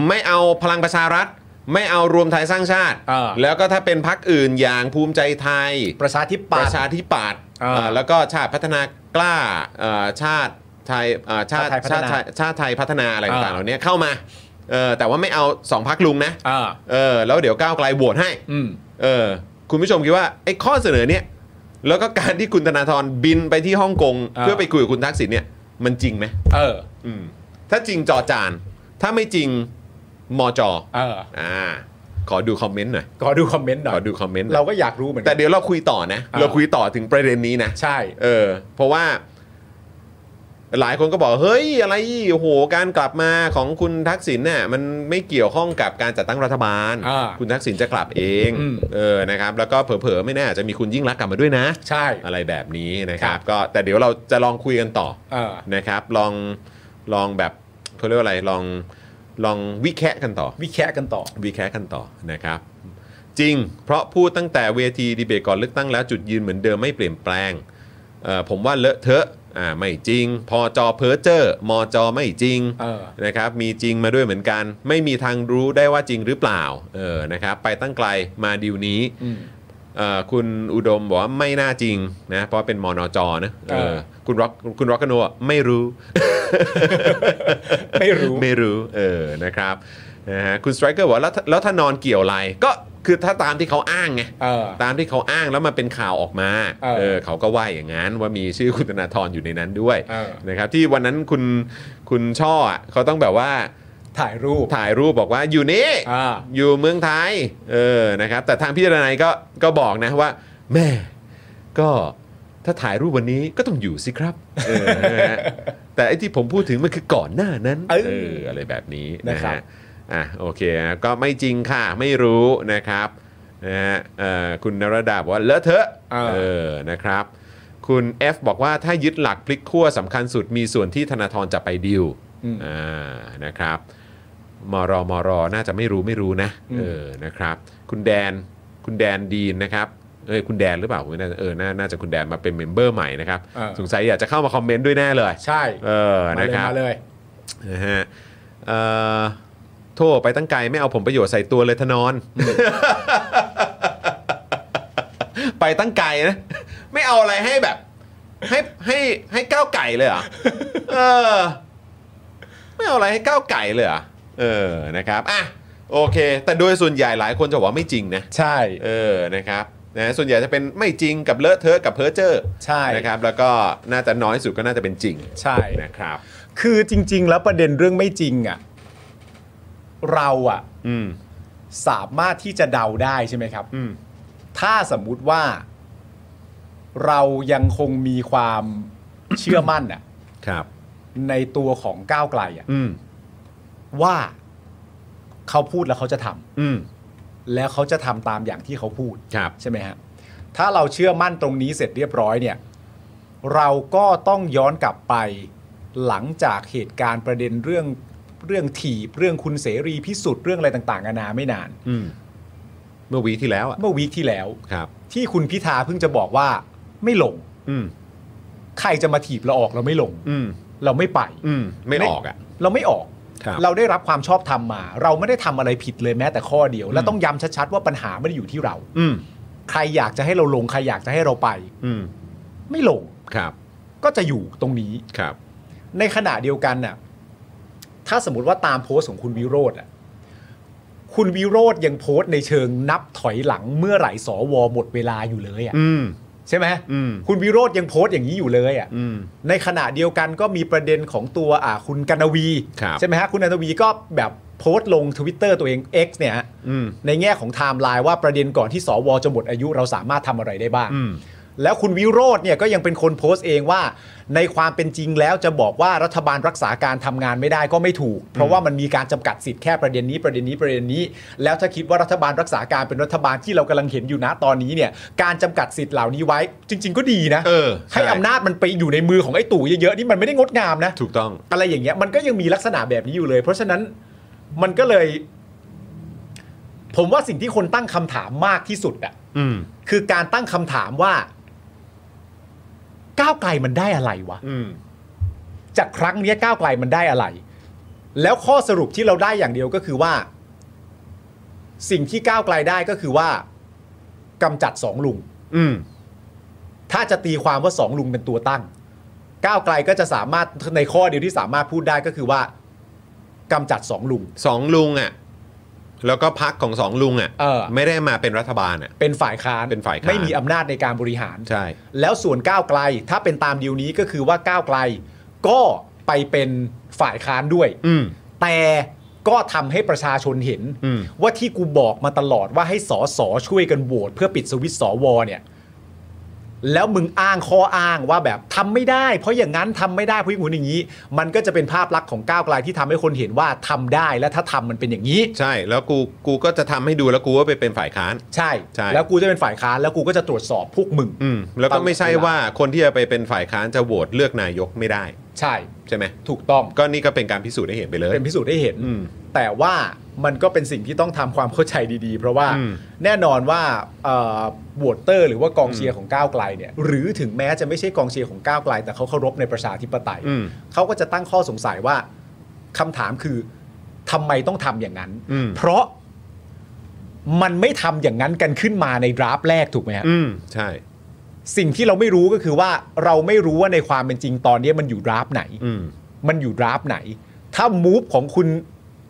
[SPEAKER 1] ไม่เอาพลังประชารัฐ ไม่เอารวมไทยสร้างชาติ
[SPEAKER 7] เออ
[SPEAKER 1] แล้วก็ถ้าเป็นพักอื่นอย่างภูมิใจไทย
[SPEAKER 7] ประชาธิ
[SPEAKER 1] ป
[SPEAKER 7] ปัต
[SPEAKER 1] ระ
[SPEAKER 7] ย์
[SPEAKER 1] ชาธิปัตย์
[SPEAKER 7] อ่า
[SPEAKER 1] เอ่อแล้วก็ชาติพัฒนากล้าเอ่อชาติไทยเอ่อชาติชา
[SPEAKER 7] ชาติ
[SPEAKER 1] ติไทยชาติ
[SPEAKER 7] ไทยพัฒนา
[SPEAKER 1] ไทยพัฒนาอะไรต่างๆ
[SPEAKER 7] อ่า
[SPEAKER 1] เหล่านี้เข้ามาเออแต่ว่าไม่เอาสองพักลุงนะ
[SPEAKER 7] เออ
[SPEAKER 1] เออแล้วเดี๋ยวก้าวไกลโหวตให้
[SPEAKER 7] อืม
[SPEAKER 1] เออคุณผู้ชมคิดว่าไอ้ข้อเสนอเนี้ยแล้วก็การที่คุณธนาธรบินไปที่ฮ่องกง
[SPEAKER 7] อ่า
[SPEAKER 1] เพื่อไปคุยกับคุณทักษิณเนี่ยมันจริงไหม
[SPEAKER 7] เออ
[SPEAKER 1] อืมถ้าจริงจอจาน ถ้าไม่จริงมอจอ
[SPEAKER 7] เออ
[SPEAKER 1] อ่าขอดูคอมเมนต์หน่อย
[SPEAKER 7] ขอดูคอมเมนต์หน่อ
[SPEAKER 1] ขอย ดูคอมเมนต์หน่
[SPEAKER 7] เรา
[SPEAKER 1] อย
[SPEAKER 7] ก็อยากรู้เหมือน
[SPEAKER 1] แต่
[SPEAKER 7] กัน
[SPEAKER 1] เดี๋ยวเราคุยต่อนะ
[SPEAKER 7] อ่า
[SPEAKER 1] เราคุยต่อถึงประเด็นนี้นะ
[SPEAKER 7] ใช่
[SPEAKER 1] เออเพราะว่าหลายคนก็บอกเฮ้ยอะไรโอ้โหการกลับมาของคุณทักษิณเนี่ยมันไม่เกี่ยวข้องกับการจัดตั้งรัฐบาล
[SPEAKER 7] อ่า
[SPEAKER 1] คุณทักษิณจะกลับเอง
[SPEAKER 7] อืม
[SPEAKER 1] เออนะครับ แล้วก็เผลอๆไม่แน่อาจจะมีคุณยิ่งรักษณ์กลับมาด้วยนะ
[SPEAKER 7] ใช่
[SPEAKER 1] อะไรแบบนี้นะครั
[SPEAKER 7] ครับ บ
[SPEAKER 1] ก็แต่เดี๋ยวเราจะลองคุยกันต่อ
[SPEAKER 7] เออ
[SPEAKER 1] นะครับ ลองลองแบบเขาเรียกว่าอะไรลองลองวิแคะกันต่อ
[SPEAKER 7] วิแคกันต่อ
[SPEAKER 1] วีแคสกันต่อนะครับ จริง เพราะพูดตั้งแต่เวทีดีเบตก่อนเลือกตั้งแล้วจุดยืนเหมือนเดิมไม่เปลี่ยนแปลงเอ่อผมว่าเลอะเทอะอ่าไม่จริง พอจอเพอเจอร์มอจอไม่จริง
[SPEAKER 7] เออ
[SPEAKER 1] นะครับมีจริงมาด้วยเหมือนกัน ไม่มีทางรู้ได้ว่าจริงหรือเปล่าเออนะครับไปตั้งไกลมาดีลนี้
[SPEAKER 7] อืม
[SPEAKER 1] เอ่อคุณอุดมบอกว่าไม่น่าจริงนะเพราะว่าเป็นมอนอจอนะเอ
[SPEAKER 7] เอ
[SPEAKER 1] อ
[SPEAKER 7] อ
[SPEAKER 1] คุณร็อกคุณร็อกกโนบอกไม่รู้
[SPEAKER 7] ไม่รู้
[SPEAKER 1] ไม่รู้เออนะครับนะฮะคุณสไตรเกอร์บอกว่าแล้วถ้าแล้วถ้านอนเกี่ยวอะไรก็คือถ้าตามที่เขาอ้างไง
[SPEAKER 7] เออ
[SPEAKER 1] ตามที่เขาอ้างแล้วมันเป็นข่าวออกมา
[SPEAKER 7] เออ
[SPEAKER 1] เขาก็ว่าอย่างนั้นว่ามีชื่อ คุณธนาธรอยู่ในนั้นด้วย
[SPEAKER 7] เออ
[SPEAKER 1] นะครับที่วันนั้นคุณคุณช่ออ่ะเขาต้องแบบว่า
[SPEAKER 7] ถ่ายรูป
[SPEAKER 1] ถ่ายรูปบอกว่าอยู่นี่
[SPEAKER 7] อ่า
[SPEAKER 1] อยู่เมืองไทยเออนะครับแต่ทางพี่ดนายก็ก็บอกนะว่าแม่ก็ถ้าถ่ายรูปวันนี้ก็ต้องอยู่สิครับเออนะฮะแต่ไอ้ที่ผมพูดถึงมันคือก่อนหน้านั้น
[SPEAKER 7] เออ
[SPEAKER 1] เอออะไรแบบนี้นะ
[SPEAKER 7] นะครับ
[SPEAKER 1] ฮะอ่ะโอเคนะก็ไม่จริงค่ะไม่รู้นะครับนะฮะเอ่อคุณนรดาบอกว่าเลอะเทอะ
[SPEAKER 7] อ่า
[SPEAKER 1] เออนะครับ คุณ F บอกว่าถ้ายึดหลักพลิกขั้วสำคัญสุดมีส่วนที่ธนาธรจะไปดิวอ่านะครับมรมรน่าจะไม่รู้ไม่รู้นะเออนะครับ คุณแดนคุณแดนดีนนะครับเอ้ยคุณแดนหรือเปล่าผมไม่แน่ใจเออน่าน่าจะคุณแดนมาเป็นเมมเบอร์ใหม่นะครับ
[SPEAKER 7] เออ
[SPEAKER 1] สงสัยอยากจะเข้ามาคอมเมนต์ด้วยแน่เลย
[SPEAKER 7] ใช่
[SPEAKER 1] เออ
[SPEAKER 7] มา
[SPEAKER 1] นะ
[SPEAKER 7] เลย
[SPEAKER 1] ครับ
[SPEAKER 7] มาเลย
[SPEAKER 1] นะฮะเอ่อโทษไปตั้งไกลไม่เอาผมประโยชน์ใส่ตัวเลยทนอน ไปตั้งไกลนะ ไม่เอาอะไรให้แบบ ให้ให้ให้ก้าวไก่เลยเหรอเออ ไม่เอาอะไรให้ก้าวไก่เลยเหรอเออนะครับอ่ะโอเค แต่โดยส่วนใหญ่หลายคนจะบอกว่าไม่จริงนะ
[SPEAKER 7] ใช่
[SPEAKER 1] เออ นะครับ นะ ส่วนใหญ่จะเป็นไม่จริงกับเลอะเทอะกับเพ้อเจ้อ
[SPEAKER 7] ใช่
[SPEAKER 1] นะครับ แล้วก็น่าจะน้อยสุดก็น่าจะเป็นจริง
[SPEAKER 7] ใช่นะ
[SPEAKER 1] นะครับ
[SPEAKER 7] คือจริง ๆ แล้วประเด็นเรื่องไม่จริงอ่ะเราอ่ะ
[SPEAKER 1] อืม
[SPEAKER 7] สามารถที่จะเดาได้ใช่ไหมครับ
[SPEAKER 1] อืม
[SPEAKER 7] ถ้าสมมุติว่า เรายังคงมีความ เชื่อมั่นอ่ะ
[SPEAKER 1] ครับ
[SPEAKER 7] ในตัวของก้าวไกลอ่ะ
[SPEAKER 1] อืม
[SPEAKER 7] ว่าเขาพูดแล้วเขาจะทำ
[SPEAKER 1] อืม
[SPEAKER 7] แล้วเขาจะทำตามอย่างที่เขาพูด
[SPEAKER 1] ครับ
[SPEAKER 7] ใช่ไหมฮะถ้าเราเชื่อมั่นตรงนี้เสร็จเรียบร้อยเนี่ย เราก็ต้องย้อนกลับไป หลังจากเหตุการณ์ประเด็นเรื่องเรื่องถีบเรื่องคุณเสรีพิสุทธิ์เรื่องอะไรต่างๆนานาไม่นาน
[SPEAKER 1] อืม เมื่อวีคที่แล้วอ่ะ
[SPEAKER 7] เมื่อวีคที่แล้ว
[SPEAKER 1] ครับ
[SPEAKER 7] ที่คุณพิธาเพิ่งจะบอกว่าไม่ลง
[SPEAKER 1] อืม
[SPEAKER 7] ใครจะมาถีบเราออกเราไม่ลง
[SPEAKER 1] อืม
[SPEAKER 7] เราไม่ไป
[SPEAKER 1] อืม ไม่ออกอ่ะ
[SPEAKER 7] เราไม่ออก
[SPEAKER 1] ครับ
[SPEAKER 7] เราได้รับความชอบธรรมมา เราไม่ได้ทำอะไรผิดเลยแม้แต่ข้อเดียว และต้องย้ำชัดๆว่าปัญหาไม่ได้อยู่ที่เรา
[SPEAKER 1] อืม
[SPEAKER 7] ใครอยากจะให้เราลง ใครอยากจะให้เราไป
[SPEAKER 1] อืม
[SPEAKER 7] ไม่ลง
[SPEAKER 1] ครับ
[SPEAKER 7] ก็จะอยู่ตรงนี้
[SPEAKER 1] ครับ
[SPEAKER 7] ในขณะเดียวกันน่ะ ถ้าสมมติว่าตามโพสต์ของคุณวิโรธอ่ะ คุณวิโรธยังโพสต์ในเชิงนับถอยหลังเมื่อไหร่สวหมดเวลาอยู่เลยอ่ะ
[SPEAKER 1] อืม
[SPEAKER 7] ใช่ไหม
[SPEAKER 1] อืม
[SPEAKER 7] คุณวิโรธยังโพสต์อย่างนี้อยู่เลยอ่ะ
[SPEAKER 1] อืม
[SPEAKER 7] ในขณะเดียวกันก็มีประเด็นของตัวอ่าคุณกันวี
[SPEAKER 1] ครับ
[SPEAKER 7] ใช่ไหมฮะ คุณกันวีก็แบบโพสต์ลง Twitter ตัวเอง X เนี่ยฮะ
[SPEAKER 1] อืม
[SPEAKER 7] ในแง่ของไทม์ไลน์ว่าประเด็นก่อนที่สวจะหมดอายุเราสามารถทำอะไรได้บ้าง
[SPEAKER 1] อืม
[SPEAKER 7] แล้วคุณวิโรธเนี่ยก็ยังเป็นคนโพสต์เองว่า ในความเป็นจริงแล้วจะบอกว่ารัฐบาลรักษาการทำงานไม่ได้ก็ไม่ถูก เพราะว่ามันมีการจำกัดสิทธิ์แค่ประเด็นนี้ประเด็นนี้ประเด็นนี้ แล้วถ้าคิดว่ารัฐบาลรักษาการเป็นรัฐบาลที่เรากำลังเห็นอยู่นะตอนนี้เนี่ยการจำกัดสิทธิ์เหล่านี้ไว้ จริง ๆ ก็ดีนะ
[SPEAKER 1] เออใช่
[SPEAKER 7] ให้อำนาจมันไปอยู่ในมือของไอ้ตู่เยอะๆนี่มันไม่ได้งดงามนะ
[SPEAKER 1] ถูกต้อง
[SPEAKER 7] อะไรอย่างเงี้ยมันก็ยังมีลักษณะแบบนี้อยู่เลย เพราะฉะนั้นมันก็เลย ผมว่าสิ่งที่คนตั้งคำถามมากที่สุดอะ
[SPEAKER 1] อืม
[SPEAKER 7] คือการตั้งคำถามว่า ก้าวไกลมันได้อะไรวะ
[SPEAKER 1] อืม
[SPEAKER 7] จากครั้งเนี้ยก้าวไกลมันได้อะไร แล้วข้อสรุปที่เราได้อย่างเดียวก็คือว่า สิ่งที่ก้าวไกลได้ก็คือว่ากำจัดสองลุง
[SPEAKER 1] อืม
[SPEAKER 7] ถ้าจะตีความว่าสองลุงเป็นตัวตั้ง ก้าวไกลก็จะสามารถในข้อเดียวที่สามารถพูดได้ก็คือว่ากำจัดสองลุง
[SPEAKER 1] สองลุงอ่ะ แล้วก็พักของสองลุงอ่ะ
[SPEAKER 7] เออ
[SPEAKER 1] ไม่ได้มาเป็นรัฐบาลอ่ะ
[SPEAKER 7] เป็นฝ่ายค้าน
[SPEAKER 1] เป็นฝ่ายค้าน
[SPEAKER 7] ไม่มีอำนาจในการบริหาร
[SPEAKER 1] ใช่
[SPEAKER 7] แล้วส่วนก้าวไกลถ้าเป็นตามดีลนี้ก็คือว่าก้าวไกล ก็ไปเป็นฝ่ายค้านด้วย
[SPEAKER 1] อืม
[SPEAKER 7] แต่ก็ทำให้ประชาชนเห็น
[SPEAKER 1] อืม
[SPEAKER 7] ว่าที่กูบอกมาตลอดว่าให้สอสอช่วยกันโหวตเพื่อปิดสวิตช์สอวอเนี่ย แล้วมึงอ้างข้ออ้างว่าแบบทำไม่ได้ เพราะอย่างนั้นทำไม่ได้เพราะอย่างนู้นอย่างนี้ มันก็จะเป็นภาพลักษณ์ของก้าวไกลที่ทำให้คนเห็นว่าทำได้และถ้าทำมันเป็นอย่างนี้
[SPEAKER 1] ใช่ แล้วกู กูก็จะทำให้ดูแล้วกูว่าไปเป็นฝ่ายค้าน
[SPEAKER 7] ใช่
[SPEAKER 1] ใช่
[SPEAKER 7] แล้วกูจะเป็นฝ่ายค้านแล้วกูก็จะตรวจสอบพวกมึง
[SPEAKER 1] อืม แล้วก็ไม่ใช่ว่าคนที่จะไปเป็นฝ่ายค้านจะโหวตเลือกนายกไม่ได้
[SPEAKER 7] ใช่
[SPEAKER 1] ใช่ไหม
[SPEAKER 7] ถูกต้อง
[SPEAKER 1] ก็นี่ก็เป็นการพิสูจน์ให้เห็นไปเลย
[SPEAKER 7] เป็นพิสูจน์ให้เห็น
[SPEAKER 1] อืม
[SPEAKER 7] แต่ว่ามันก็เป็นสิ่งที่ต้องทำความเข้าใจดีๆ เพราะว่า
[SPEAKER 1] อืม
[SPEAKER 7] แน่นอนว่าเอ่อโหวตเตอร์หรือว่ากองเชียร์ของก้าวไกลเนี่ย หรือถึงแม้จะไม่ใช่กองเชียร์ของก้าวไกล แต่เขาเคารพในประชาธิปไตย
[SPEAKER 1] อืม
[SPEAKER 7] เขาก็จะตั้งข้อสงสัยว่าคำถามคือทำไมต้องทำอย่างนั้น
[SPEAKER 1] อืม
[SPEAKER 7] เพราะมันไม่ทำอย่างนั้นกันขึ้นมาในดราฟต์แรกถูกไหมฮะ
[SPEAKER 1] อืม ใช่
[SPEAKER 7] สิ่งที่เราไม่รู้ก็คือว่าเราไม่รู้ว่าในความเป็นจริงตอนนี้มันอยู่ดราฟต์ไหน
[SPEAKER 1] อืม
[SPEAKER 7] มันอยู่ดราฟต์ไหน ถ้ามูฟของคุณ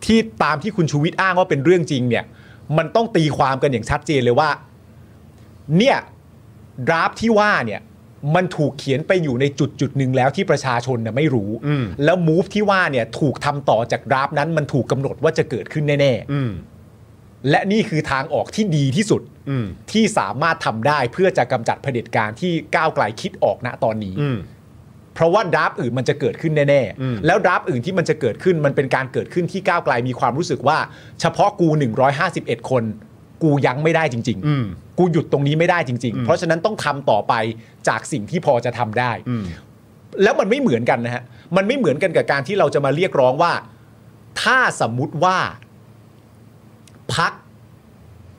[SPEAKER 7] ที่ตามที่คุณชูวิทย์อ้างว่าเป็นเรื่องจริงเนี่ย มันต้องตีความกันอย่างชัดเจนเลยว่า เนี่ยดราฟต์ที่ว่าเนี่ย มันถูกเขียนไปอยู่ในจุดจุดหนึ่งแล้วที่ประชาชนน่ะไม่รู้
[SPEAKER 1] อืม
[SPEAKER 7] แล้วมูฟที่ว่าเนี่ยถูกทำต่อจากดราฟต์นั้นมันถูกกำหนดว่าจะเกิดขึ้นแน่
[SPEAKER 1] อืม
[SPEAKER 7] ๆ และนี่คือทางออกที่ดีที่สุด
[SPEAKER 1] อืม
[SPEAKER 7] ที่สามารถทำได้เพื่อจะกำจัดเผด็จการที่ก้าวไกลคิดออกณตอนนี้
[SPEAKER 1] อืม
[SPEAKER 7] เพราะว่าดราฟต์อื่นมันจะเกิดขึ้นแน่
[SPEAKER 1] อืม
[SPEAKER 7] ๆ แล้วดราฟต์อื่นที่มันจะเกิดขึ้นมันเป็นการเกิดขึ้นที่ก้าวไกลมีความรู้สึกว่า เฉพาะกู 151 คน กูยังไม่ได้จริง
[SPEAKER 1] อืม
[SPEAKER 7] ๆ กูหยุดตรงนี้ไม่ได้จริง ๆ เพราะฉะนั้นต้องทำต่อไปจากสิ่งที่พอจะทำได้
[SPEAKER 1] อืม
[SPEAKER 7] แล้วมันไม่เหมือนกันนะฮะ มันไม่เหมือนกันกับการที่เราจะมาเรียกร้องว่า ถ้าสมมุติว่าพัก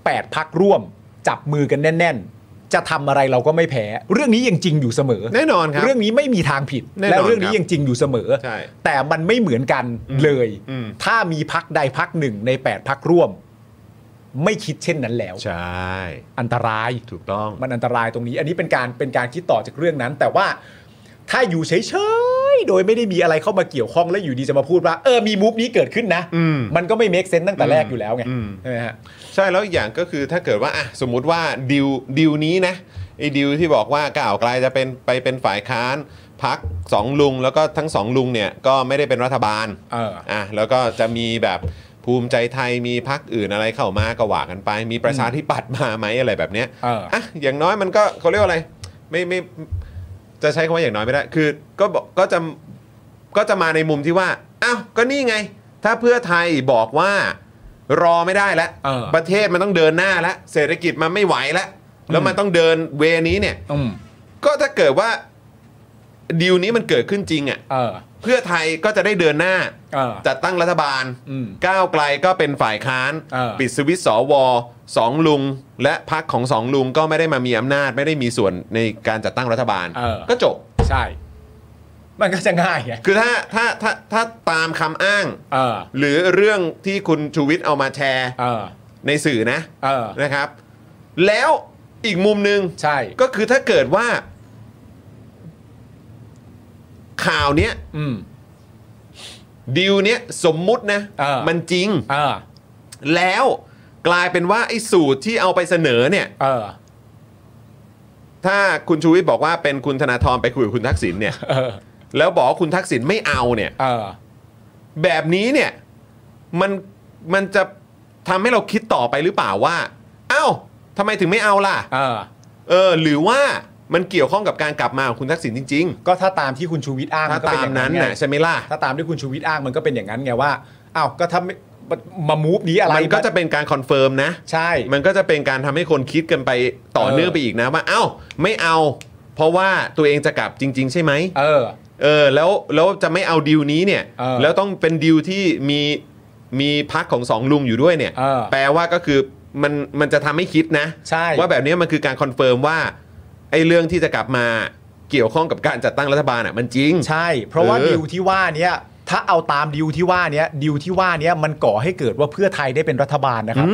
[SPEAKER 7] แปดพักร่วม จับมือกันแน่น ๆ จะทำอะไรเราก็ไม่แพ้ เรื่องนี้ยังจริงอยู่เสมอ
[SPEAKER 1] แน่นอนครับ
[SPEAKER 7] เรื่องนี้ไม่มีทางผิด
[SPEAKER 1] แน่นอน
[SPEAKER 7] และเรื่องนี้
[SPEAKER 1] ครับ
[SPEAKER 7] ยังจริงอยู่เสมอ
[SPEAKER 1] ใช่
[SPEAKER 7] แต่มันไม่เหมือนกันเลย
[SPEAKER 1] อืม
[SPEAKER 7] ถ้ามีพักใดพักหนึ่งใน 8 พักร่วม ไม่คิดเช่นนั้นแล้ว
[SPEAKER 1] ใช่
[SPEAKER 7] อันตราย
[SPEAKER 1] ถูกต้อง
[SPEAKER 7] มันอันตรายตรงนี้ อันนี้เป็นการเป็นการคิดต่อจากเรื่องนั้น แต่ว่าถ้าอยู่เฉยๆโดยไม่ได้มีอะไรเข้ามาเกี่ยวข้องแล้วอยู่ดีจะมาพูดว่าเออมีมูฟนี้เกิดขึ้นนะ
[SPEAKER 1] อืม
[SPEAKER 7] นก็ไม่เมคเซนต์ตั้งแต่แรก
[SPEAKER 1] อืม
[SPEAKER 7] อยู่แล้วไง
[SPEAKER 1] อืม
[SPEAKER 7] ใช่ไหมฮะ
[SPEAKER 1] ใช่แล้วอีกอย่างก็คือถ้าเกิดว่าอ่ะสมมุติว่าดิวดิวนี้นะไอ้ดิวที่บอกว่าก้าวไกลจะเป็นไปเป็นฝ่ายค้านพักสองลุง แล้วก็ทั้งสองลุงเนี่ยก็ไม่ได้เป็นรัฐบาล
[SPEAKER 7] เออ
[SPEAKER 1] อ่ะแล้วก็จะมีแบบภูมิใจไทยมีพักอื่นอะไรเข้ามาก็ว่ากันไป มีประชาธิปัตย์มาไหมอะไรแบบเนี้ย
[SPEAKER 7] เอออ่
[SPEAKER 1] ะอย่างน้อยมันก็เขาเรียกว่าอะไร ไม่ไม่จะใช้คำว่าอย่างน้อยไม่ได้ คือก็บอกก็จะ ก็จะมาในมุมที่ว่า อ้าว ก็นี่ไง ถ้าเพื่อไทยบอกว่ารอไม่ได้แล้ว
[SPEAKER 7] เออ
[SPEAKER 1] ประเทศมันต้องเดินหน้าแล้ว เศรษฐกิจมันไม่ไหวแล้ว แล้วมันต้องเดินเวนี้เนี่ย
[SPEAKER 7] อืม
[SPEAKER 1] ก็ถ้าเกิดว่าดีลนี้มันเกิดขึ้นจริงอะ่ะ
[SPEAKER 7] เออ
[SPEAKER 1] เพื่อไทยก็จะได้เดินหน้า
[SPEAKER 7] เออ
[SPEAKER 1] จัดตั้งรัฐบาล
[SPEAKER 7] อืม
[SPEAKER 1] ก้าวไกลก็เป็นฝ่ายค้าน
[SPEAKER 7] เออ
[SPEAKER 1] ปิดสวิตช์สวสองลุง และพักของสองลุงก็ไม่ได้มามีอำนาจ ไม่ได้มีส่วนในการจัดตั้งรัฐบาล
[SPEAKER 7] เออ
[SPEAKER 1] ก็จบ
[SPEAKER 7] ใช่ มันก็จะง่ายไง
[SPEAKER 1] คือถ้าถ้าถ้าถ้าตามคำอ้าง
[SPEAKER 7] เออ
[SPEAKER 1] หรือเรื่องที่คุณชูวิทย์เอามาแชร์
[SPEAKER 7] เออ
[SPEAKER 1] ในสื่อนะ
[SPEAKER 7] เออ
[SPEAKER 1] นะครับ แล้วอีกมุมหนึ่ง
[SPEAKER 7] ใช่
[SPEAKER 1] ก็คือถ้าเกิดว่า ข่าวเนี้ย
[SPEAKER 7] อืม
[SPEAKER 1] ดีลเนี้ยสมมุตินะ
[SPEAKER 7] เออ
[SPEAKER 1] มันจริง
[SPEAKER 7] เออ
[SPEAKER 1] แล้วกลายเป็นว่าไอ้สูตรที่เอาไปเสนอเนี่ย
[SPEAKER 7] เออ
[SPEAKER 1] ถ้าคุณชูวิทย์บอกว่าเป็นคุณธนาธรไปคุยกับคุณทักษิณเนี่ย
[SPEAKER 7] เออ
[SPEAKER 1] แล้วบอกว่าคุณทักษิณไม่เอาเนี่ย
[SPEAKER 7] เออ
[SPEAKER 1] แบบนี้เนี่ยมันมันจะทำให้เราคิดต่อไปหรือเปล่าว่า เอ้าทำไมถึงไม่เอาล่ะ
[SPEAKER 7] เออ
[SPEAKER 1] เออ หรือว่ามันเกี่ยวข้องกับการกลับมาของคุณทักษิณจริง
[SPEAKER 7] ก็ถ้าตามที่คุณชูวิทย์อ้าง
[SPEAKER 1] ๆ ถ้า
[SPEAKER 7] ก็เป็
[SPEAKER 1] ตาม
[SPEAKER 7] อย่ง
[SPEAKER 1] นั้น
[SPEAKER 7] ไง
[SPEAKER 1] น่ะใช่ไหมล่ะ
[SPEAKER 7] ถ้าตามที่คุณชูวิทย์อ้างมันก็เป็นอย่างนั้นไงว่าอ้าวก็ถ้าไม่มามูฟนี้อะไร
[SPEAKER 1] มันก็จะเป็นการคอนเฟิร์มนะ
[SPEAKER 7] ใช่
[SPEAKER 1] มันก็จะเป็นการทำให้คนคิดกันไปต่อ
[SPEAKER 7] เออ
[SPEAKER 1] เนื่องไปอีกนะว่า เอ้า ไม่เอา เพราะว่าตัวเองจะกลับจริง ๆ ใช่ไหม
[SPEAKER 7] เออ
[SPEAKER 1] เออแล้วแล้วจะไม่เอาดีลนี้เนี่ย
[SPEAKER 7] เออ
[SPEAKER 1] แล้วต้องเป็นดีลที่มีมีพักของสองลุงอยู่ด้วยเนี่ย
[SPEAKER 7] เออ
[SPEAKER 1] แปลว่าก็คือมันมันจะทำให้คิดนะ
[SPEAKER 7] ใช่
[SPEAKER 1] ว่าแบบนี้มันคือการคอนเฟิร์มว่าไอ้เรื่องที่จะกลับมาเกี่ยวข้องกับการจัดตั้งรัฐบาลอ่ะมันจริง
[SPEAKER 7] ใช่ เพราะว่า
[SPEAKER 1] เออ
[SPEAKER 7] ดิวที่ว่าเนี้ยถ้าเอาตามดิวที่ว่าเนี้ยดิวที่ว่าเนี้ยมันก่อให้เกิดว่าเพื่อไทยได้เป็นรัฐบาลนะครับ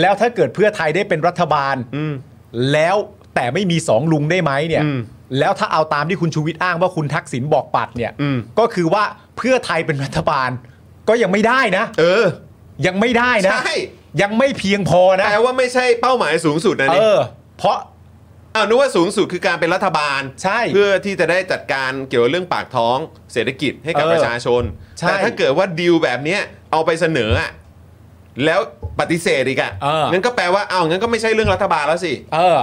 [SPEAKER 7] แล้วถ้าเกิดเพื่อไทยได้เป็นรัฐบาล
[SPEAKER 1] อืม
[SPEAKER 7] แล้วแต่ไม่มีสองลุงได้ไหมเนี่ย
[SPEAKER 1] อืม
[SPEAKER 7] แล้วถ้าเอาตามที่คุณชูวิทย์อ้างว่าคุณทักษิณบอกปัดเนี่ย
[SPEAKER 1] อืม
[SPEAKER 7] ก็คือว่าเพื่อไทยเป็นรัฐบาล ก็ยังไม่ได้นะ
[SPEAKER 1] เออ
[SPEAKER 7] ยังไม่ได้นะ
[SPEAKER 1] ใช่
[SPEAKER 7] ยังไม่เพียงพอนะ
[SPEAKER 1] แปลว่าไม่ใช่เป้าหมายสูงสุดนะ
[SPEAKER 7] เอ
[SPEAKER 1] นี่
[SPEAKER 7] อ เพราะ
[SPEAKER 1] อ้าวนึกว่าสูงสุดคือการเป็นรัฐบาล
[SPEAKER 7] ใช่
[SPEAKER 1] เพื่อที่จะได้จัดการเกี่ยวกับเรื่องปากท้องเศรษฐกิจให้กับ
[SPEAKER 7] เออ
[SPEAKER 1] ประชาชน
[SPEAKER 7] ใช่
[SPEAKER 1] แต่ถ้าเกิดว่าดีลแบบเนี้ยเอาไปเสนออะแล้วปฏิเสธอีกอะ
[SPEAKER 7] เออ
[SPEAKER 1] งั้นก็แปลว่าเอางั้นก็ไม่ใช่เรื่องรัฐบาลแล้วสิ
[SPEAKER 7] เออ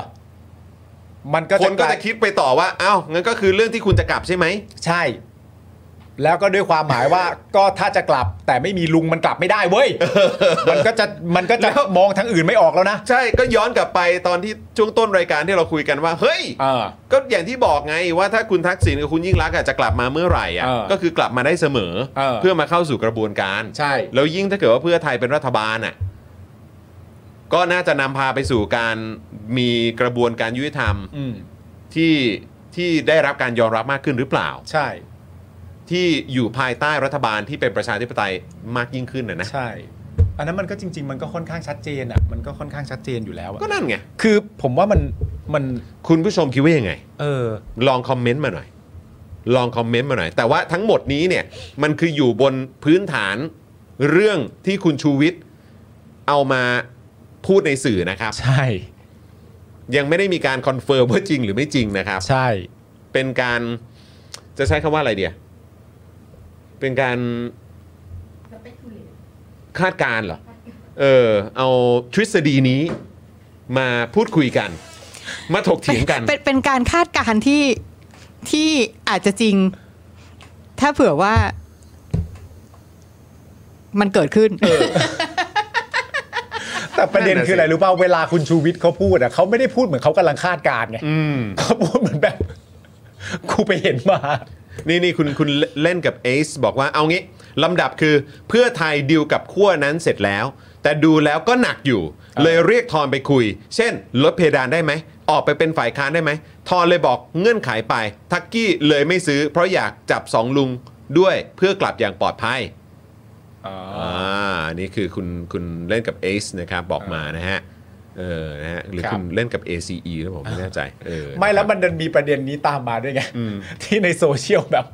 [SPEAKER 7] มันก็
[SPEAKER 1] คนก็
[SPEAKER 7] ลาย
[SPEAKER 1] จะคิดไปต่อว่าเอ้างั้นก็คือเรื่องที่คุณจะกลับใช่ไหม
[SPEAKER 7] ใช่ แล้วก็ด้วยความหมายว่า ก็ถ้าจะกลับแต่ไม่มีลุงมันกลับไม่ได้เว้ย มันก็จะมันก็จะ
[SPEAKER 1] แล้ว
[SPEAKER 7] มองทางอื่นไม่ออกแล้วนะ
[SPEAKER 1] ใช่ก็ย้อนกลับไปตอนที่ช่วงต้นรายการที่เราคุยกันว่า เฮ้ย
[SPEAKER 7] เออ
[SPEAKER 1] ก็อย่างที่บอกไงว่าถ้าคุณทักษิณกับคุณยิ่งรักษณ์อะจะกลับมาเมื่อไหร่อะ
[SPEAKER 7] เออ
[SPEAKER 1] ก็คือกลับมาได้เสมอ
[SPEAKER 7] เออ
[SPEAKER 1] อมาเข้าสู่กระบวนการ
[SPEAKER 7] ใช่
[SPEAKER 1] แล้วยิ่งถ้าเกิดว่าเพื่อไทยเป็นรัฐบาลน่ะก็น่าจะนำพาไปสู่การมีกระบวนการยุติธรรม
[SPEAKER 7] อืม
[SPEAKER 1] ที่ที่ได้รับการยอมรับมากขึ้นหรือเปล่า
[SPEAKER 7] ใช่
[SPEAKER 1] ที่อยู่ภายใต้รัฐบาลที่เป็นประชาธิปไตยมากยิ่งขึ้นนะนะ
[SPEAKER 7] ใช่ อันนั้นมันก็จริง ๆ มันก็ค่อนข้างชัดเจนอ่ะมันก็ค่อนข้างชัดเจนอยู่แล้วอะ
[SPEAKER 1] ก็นั่นไง
[SPEAKER 7] คือผมว่ามันมัน
[SPEAKER 1] คุณผู้ชมคิดว่ายังไง
[SPEAKER 7] เออ
[SPEAKER 1] ลองคอมเมนต์มาหน่อย ลองคอมเมนต์มาหน่อย แต่ว่าทั้งหมดนี้เนี่ย มันคืออยู่บนพื้นฐานเรื่องที่คุณชูวิทย์เอามาพูดในสื่อนะครับ
[SPEAKER 7] ใช่
[SPEAKER 1] ยังไม่ได้มีการคอนเฟิร์มว่าจริงหรือไม่จริงนะครับ
[SPEAKER 7] ใช่
[SPEAKER 1] เป็นการจะใช้คำว่าอะไรเดียเป็นการคาดการณ์เหรอ เออ เอาทฤษฎีนี้มาพูดคุยกัน มาถกเถียงกัน
[SPEAKER 6] เป็นเป็นการคาดการณ์ที่ที่อาจจะจริง ถ้าเผื่อว่า มันเกิดขึ้น
[SPEAKER 7] แต่ประเด็น
[SPEAKER 1] นั่นน่ะสิ
[SPEAKER 7] คืออะไรรู้ป่าวเวลาคุณชูวิทย์เขาพูดอ่ะเขาไม่ได้พูดเหมือนเขากำลังคาดการณ์ไง
[SPEAKER 1] อืม
[SPEAKER 7] เขาพูดเหมือนแบบ กูไปเห็นมา
[SPEAKER 1] นี่นี่คุณคุณเล่นกับเอซบอกว่าเอางี้ลำดับคือเพื่อไทยดิวกับขั้วนั้นเสร็จแล้ว แต่ดูแล้วก็หนักอยู่ เลยเรียกทอนไปคุย เช่น ลดเพดานได้ไหม ออกไปเป็นฝ่ายค้านได้ไหมทอนเลยบอกเงื่อนไขไป ทักกี้เลยไม่ซื้อ เพราะอยากจับสองลุงด้วยเพื่อกลับอย่างปลอดภัยอ่านี่คือคุณคุณเล่นกับเอซนะครับบอกมานะฮะเออนะฮะหรือ
[SPEAKER 7] ครับ
[SPEAKER 1] คุณเล่นกับ ACE หรือผมไม่แน่ใจเออ
[SPEAKER 7] ไม่แล้วมันดันมีประเด็นนี้ตามมาด้วยไง ที่ในโซเชียลแบบ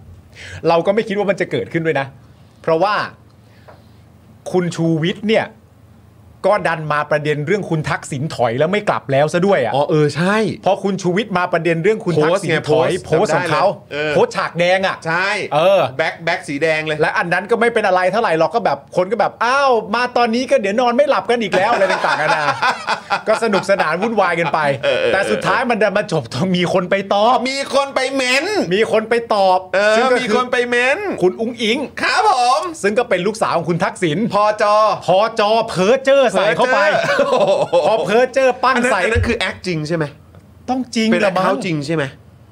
[SPEAKER 7] เราก็ไม่คิดว่ามันจะเกิดขึ้นด้วยนะ เพราะว่าคุณชูวิทย์เนี่ย ก็ดันมาประเด็นเรื่องคุณทักษิณถอยแล้วไม่กลับแล้วซะด้วย
[SPEAKER 1] อ๋อ
[SPEAKER 7] อ่ะ
[SPEAKER 1] เออใช่
[SPEAKER 7] พอคุณชูวิทย์มาประเด็นเรื่องคุณทักษิณ
[SPEAKER 1] โพสต์ไง
[SPEAKER 7] ถอยโพ
[SPEAKER 1] โพส
[SPEAKER 7] ส
[SPEAKER 1] ต์
[SPEAKER 7] ต์ของเขา
[SPEAKER 1] จำได้เลยเออ
[SPEAKER 7] โพสต์ฉากแดงอ่ะ
[SPEAKER 1] ใช่
[SPEAKER 7] เออ
[SPEAKER 1] แบ็คแบ็คสีแดงเลย
[SPEAKER 7] และอันนั้นก็ไม่เป็นอะไรเท่าไหร่หรอกก็แบบคนก็แบบอ้าวมาตอนนี้ก็เดี๋ยวนอนไม่หลับกันอีกแล้วอะไรต่างๆกันานาก็สนุกสนานวุ่นวายกันไป แต่สุดท้ายมันดันมาจบตรงมีคนไปตอบ
[SPEAKER 1] มีคนไปเม้น
[SPEAKER 7] มีคนไปตอบ
[SPEAKER 1] เอ
[SPEAKER 7] ซึ่ง
[SPEAKER 1] อ
[SPEAKER 7] ก็
[SPEAKER 1] มี
[SPEAKER 7] อ
[SPEAKER 1] คนไปเม้น
[SPEAKER 7] คุณอุ้งอิง
[SPEAKER 1] ครับผม
[SPEAKER 7] ซึ่งก็เป็นลูกสาวของคุณทักษิณ
[SPEAKER 1] พอจอ
[SPEAKER 7] พอจอเพอเจอร์ใส่เข้าไป พอเพอเจอร์ปั้น
[SPEAKER 1] อันนั้น
[SPEAKER 7] ใส่
[SPEAKER 1] อันนั้นคือแอคจริงใช่ไหม
[SPEAKER 7] ต้องจริง
[SPEAKER 1] เป็นแอ
[SPEAKER 7] ละ
[SPEAKER 1] ค
[SPEAKER 7] มั้
[SPEAKER 1] เคาง จริงใช่ไหม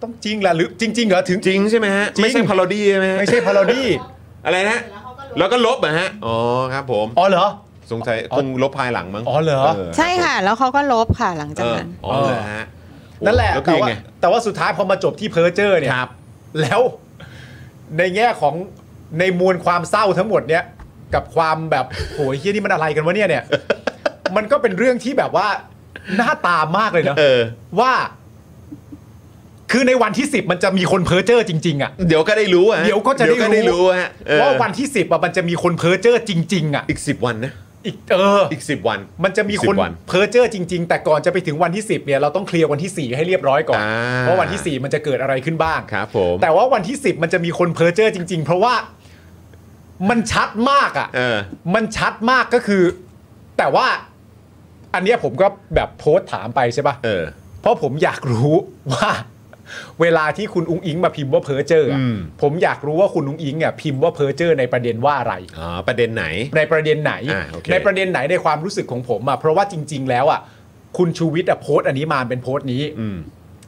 [SPEAKER 7] ต้องจริงละหรือจริง ๆ เหรอถึง
[SPEAKER 1] จริงใช่ไหมฮะ
[SPEAKER 7] จริง
[SPEAKER 1] ไม่ใช่พาโรดี้ใช่ไหมฮะ
[SPEAKER 7] ไม่ใช่พาราดี้
[SPEAKER 1] อะไรนะฮะแล้วก็ลบเหรอฮะ อ๋อครับผม
[SPEAKER 7] อ๋อเหรอ
[SPEAKER 1] สงสัยคงลบภายหลังมั้ง
[SPEAKER 7] อ๋อเหรอ
[SPEAKER 6] ใช่ค่ะ แล้วเขาก็ลบค่ะหลังจา
[SPEAKER 1] เอก อ
[SPEAKER 6] นั้น
[SPEAKER 1] อ๋อเหรอฮะ
[SPEAKER 7] นั่นแหละ
[SPEAKER 1] แล้วคื
[SPEAKER 7] แต่
[SPEAKER 1] อยั
[SPEAKER 7] ว่าง
[SPEAKER 1] ไง
[SPEAKER 7] แต่ว่าสุดท้ายพอมาจบที่เพอเจอร์เนี่ย
[SPEAKER 1] ครับ
[SPEAKER 7] แล้วในแง่ของในมวลความเศร้าทั้งหมดเนี่ย กับความแบบโหยเฮี้ยนี่มันอะไรกันวะเนี่ยเนี่ย มันก็เป็นเรื่องที่แบบว่าน่าตามมากเลยนะ
[SPEAKER 1] เออ
[SPEAKER 7] ว่า คือในวันที่ 10 มันจะมีคนเพ้อเจ้อจริง ๆ อ่ะ
[SPEAKER 1] เดี๋ยวก็ได้รู้อะฮะ
[SPEAKER 7] เดี๋ยวก็จะได้
[SPEAKER 1] เดี๋ย
[SPEAKER 7] รู้
[SPEAKER 1] วก็ได้รู้ฮะเออ
[SPEAKER 7] ว่าวันที่ 10อ่ะมันจะมีคนเพ้อเจ้อจริง ๆ อ่ะ
[SPEAKER 1] อีกสิบวันนะ
[SPEAKER 7] อีกเออ
[SPEAKER 1] อีก 10 วัน
[SPEAKER 7] มันจะมีคน
[SPEAKER 1] 10วัน
[SPEAKER 7] เพอร์เจอร์จริง ๆ แต่ก่อนจะไปถึงวันที่ 10เนี่ยเราต้องเคลียร์วันที่ 4 ให้เรียบร้อยก่อน
[SPEAKER 1] อ่า
[SPEAKER 7] เพราะวันที่ 4 มันจะเกิดอะไรขึ้นบ้าง
[SPEAKER 1] ครับผม
[SPEAKER 7] แต่ว่าวันที่ 10 มันจะมีคนเพอร์เจอร์จริง ๆ เพราะว่ามันชัดมากอ่ะ
[SPEAKER 1] เออ
[SPEAKER 7] มันชัดมากก็คือ แต่ว่าอันเนี้ยผมก็แบบโพสต์ถามไปใช่ปะ
[SPEAKER 1] เออ
[SPEAKER 7] เพราะผมอยากรู้ ว่า เวลาที่คุณอุ้งอิงมาพิมพ์ว่าเพอร์เจอร์อะ
[SPEAKER 1] อืม
[SPEAKER 7] ผมอยากรู้ว่าคุณอุ้งอิงอ่ะพิมพ์ว่าเพอร์เจอร์ในประเด็นว่าอะไร
[SPEAKER 1] อ๋อประเด็นไหน
[SPEAKER 7] ในประเด็นไหน
[SPEAKER 1] อ่าโอเค
[SPEAKER 7] ในประเด็นไหนในความรู้สึกของผมอ่ะเพราะว่าจริง ๆ แล้วอ่ะคุณชูวิทย์อ่ะโพสต์อันนี้มาเป็นโพสต์นี้
[SPEAKER 1] อืม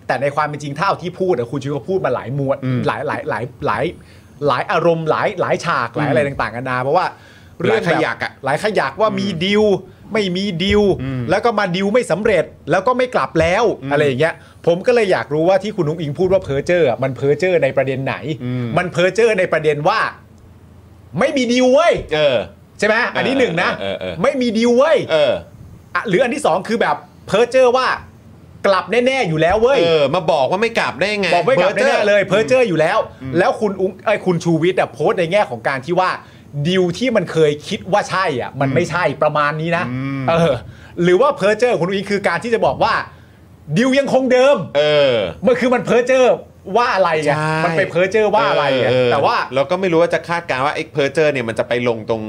[SPEAKER 7] แต่ในความเป็นจริงถ้าเอาที่พูดอะคุณชูวิทย์ก็พูดมาหลายหมวด
[SPEAKER 1] อืม
[SPEAKER 7] หลายหลายหลายหลายหลายอารมณ์หลายหลายฉากหลายอะไรต่างๆกันานาเพราะว่าเรื่อง
[SPEAKER 1] หลายขยัก
[SPEAKER 7] แบบ
[SPEAKER 1] อะ
[SPEAKER 7] หลายขยักว่ามีดิวไม่มีดิว
[SPEAKER 1] อืม
[SPEAKER 7] แล้วก็มาดิวไม่สำเร็จแล้วก็ไม่กลับแล้ว
[SPEAKER 1] อืม
[SPEAKER 7] อะไรอย่างเงี้ย ผมก็เลยอยากรู้ว่าที่คุณนุ้งอิงพูดว่าเพอเจอร์มันเพอเจอร์ในประเด็นไหน
[SPEAKER 1] อืม
[SPEAKER 7] มันเพอเจอร์ในประเด็นว่า ไม่มีดิวเว้ย
[SPEAKER 1] เออ
[SPEAKER 7] ใช่ไหมอันนี้หนึ่งนะ
[SPEAKER 1] เออเออเออ
[SPEAKER 7] ไม่มีดิวเว้ย
[SPEAKER 1] เออ
[SPEAKER 7] อ่ะหรืออันที่สองคือแบบเพอเจอร์ว่ากลับแน่ๆอยู่แล้วเว้ย
[SPEAKER 1] เออ มาบอกว่าไม่กลับได้ไง
[SPEAKER 7] บอกไม่กลับ
[SPEAKER 1] Berger
[SPEAKER 7] แน่ๆเลยเพอร์เจอร์อยู่แล้ว แล้วคุณอุ้งไอ้ยคุณชูวิทย์อะโพสต์ในแง่ของการที่ว่าดิวที่มันเคยคิดว่าใช่อ่ะมันไม่ใช่ประมาณนี้นะเออหรือว่าเพอร์เจอร์คุณอุ้งคือการที่จะบอกว่าดิวยังคงเดิม
[SPEAKER 1] เออ
[SPEAKER 7] มันคือมันเพอร์เจอร์ว่าอะไรไง
[SPEAKER 1] ใช่
[SPEAKER 7] มันไปเพอร์เจอร์ว่าอะไรไง
[SPEAKER 1] เออ
[SPEAKER 7] แต่ว่า
[SPEAKER 1] เราก็ไม่รู้ว่าจะคาดการณ์ว่าไอ้เพอร์เจอร์เนี่ยมันจะไปลงตรง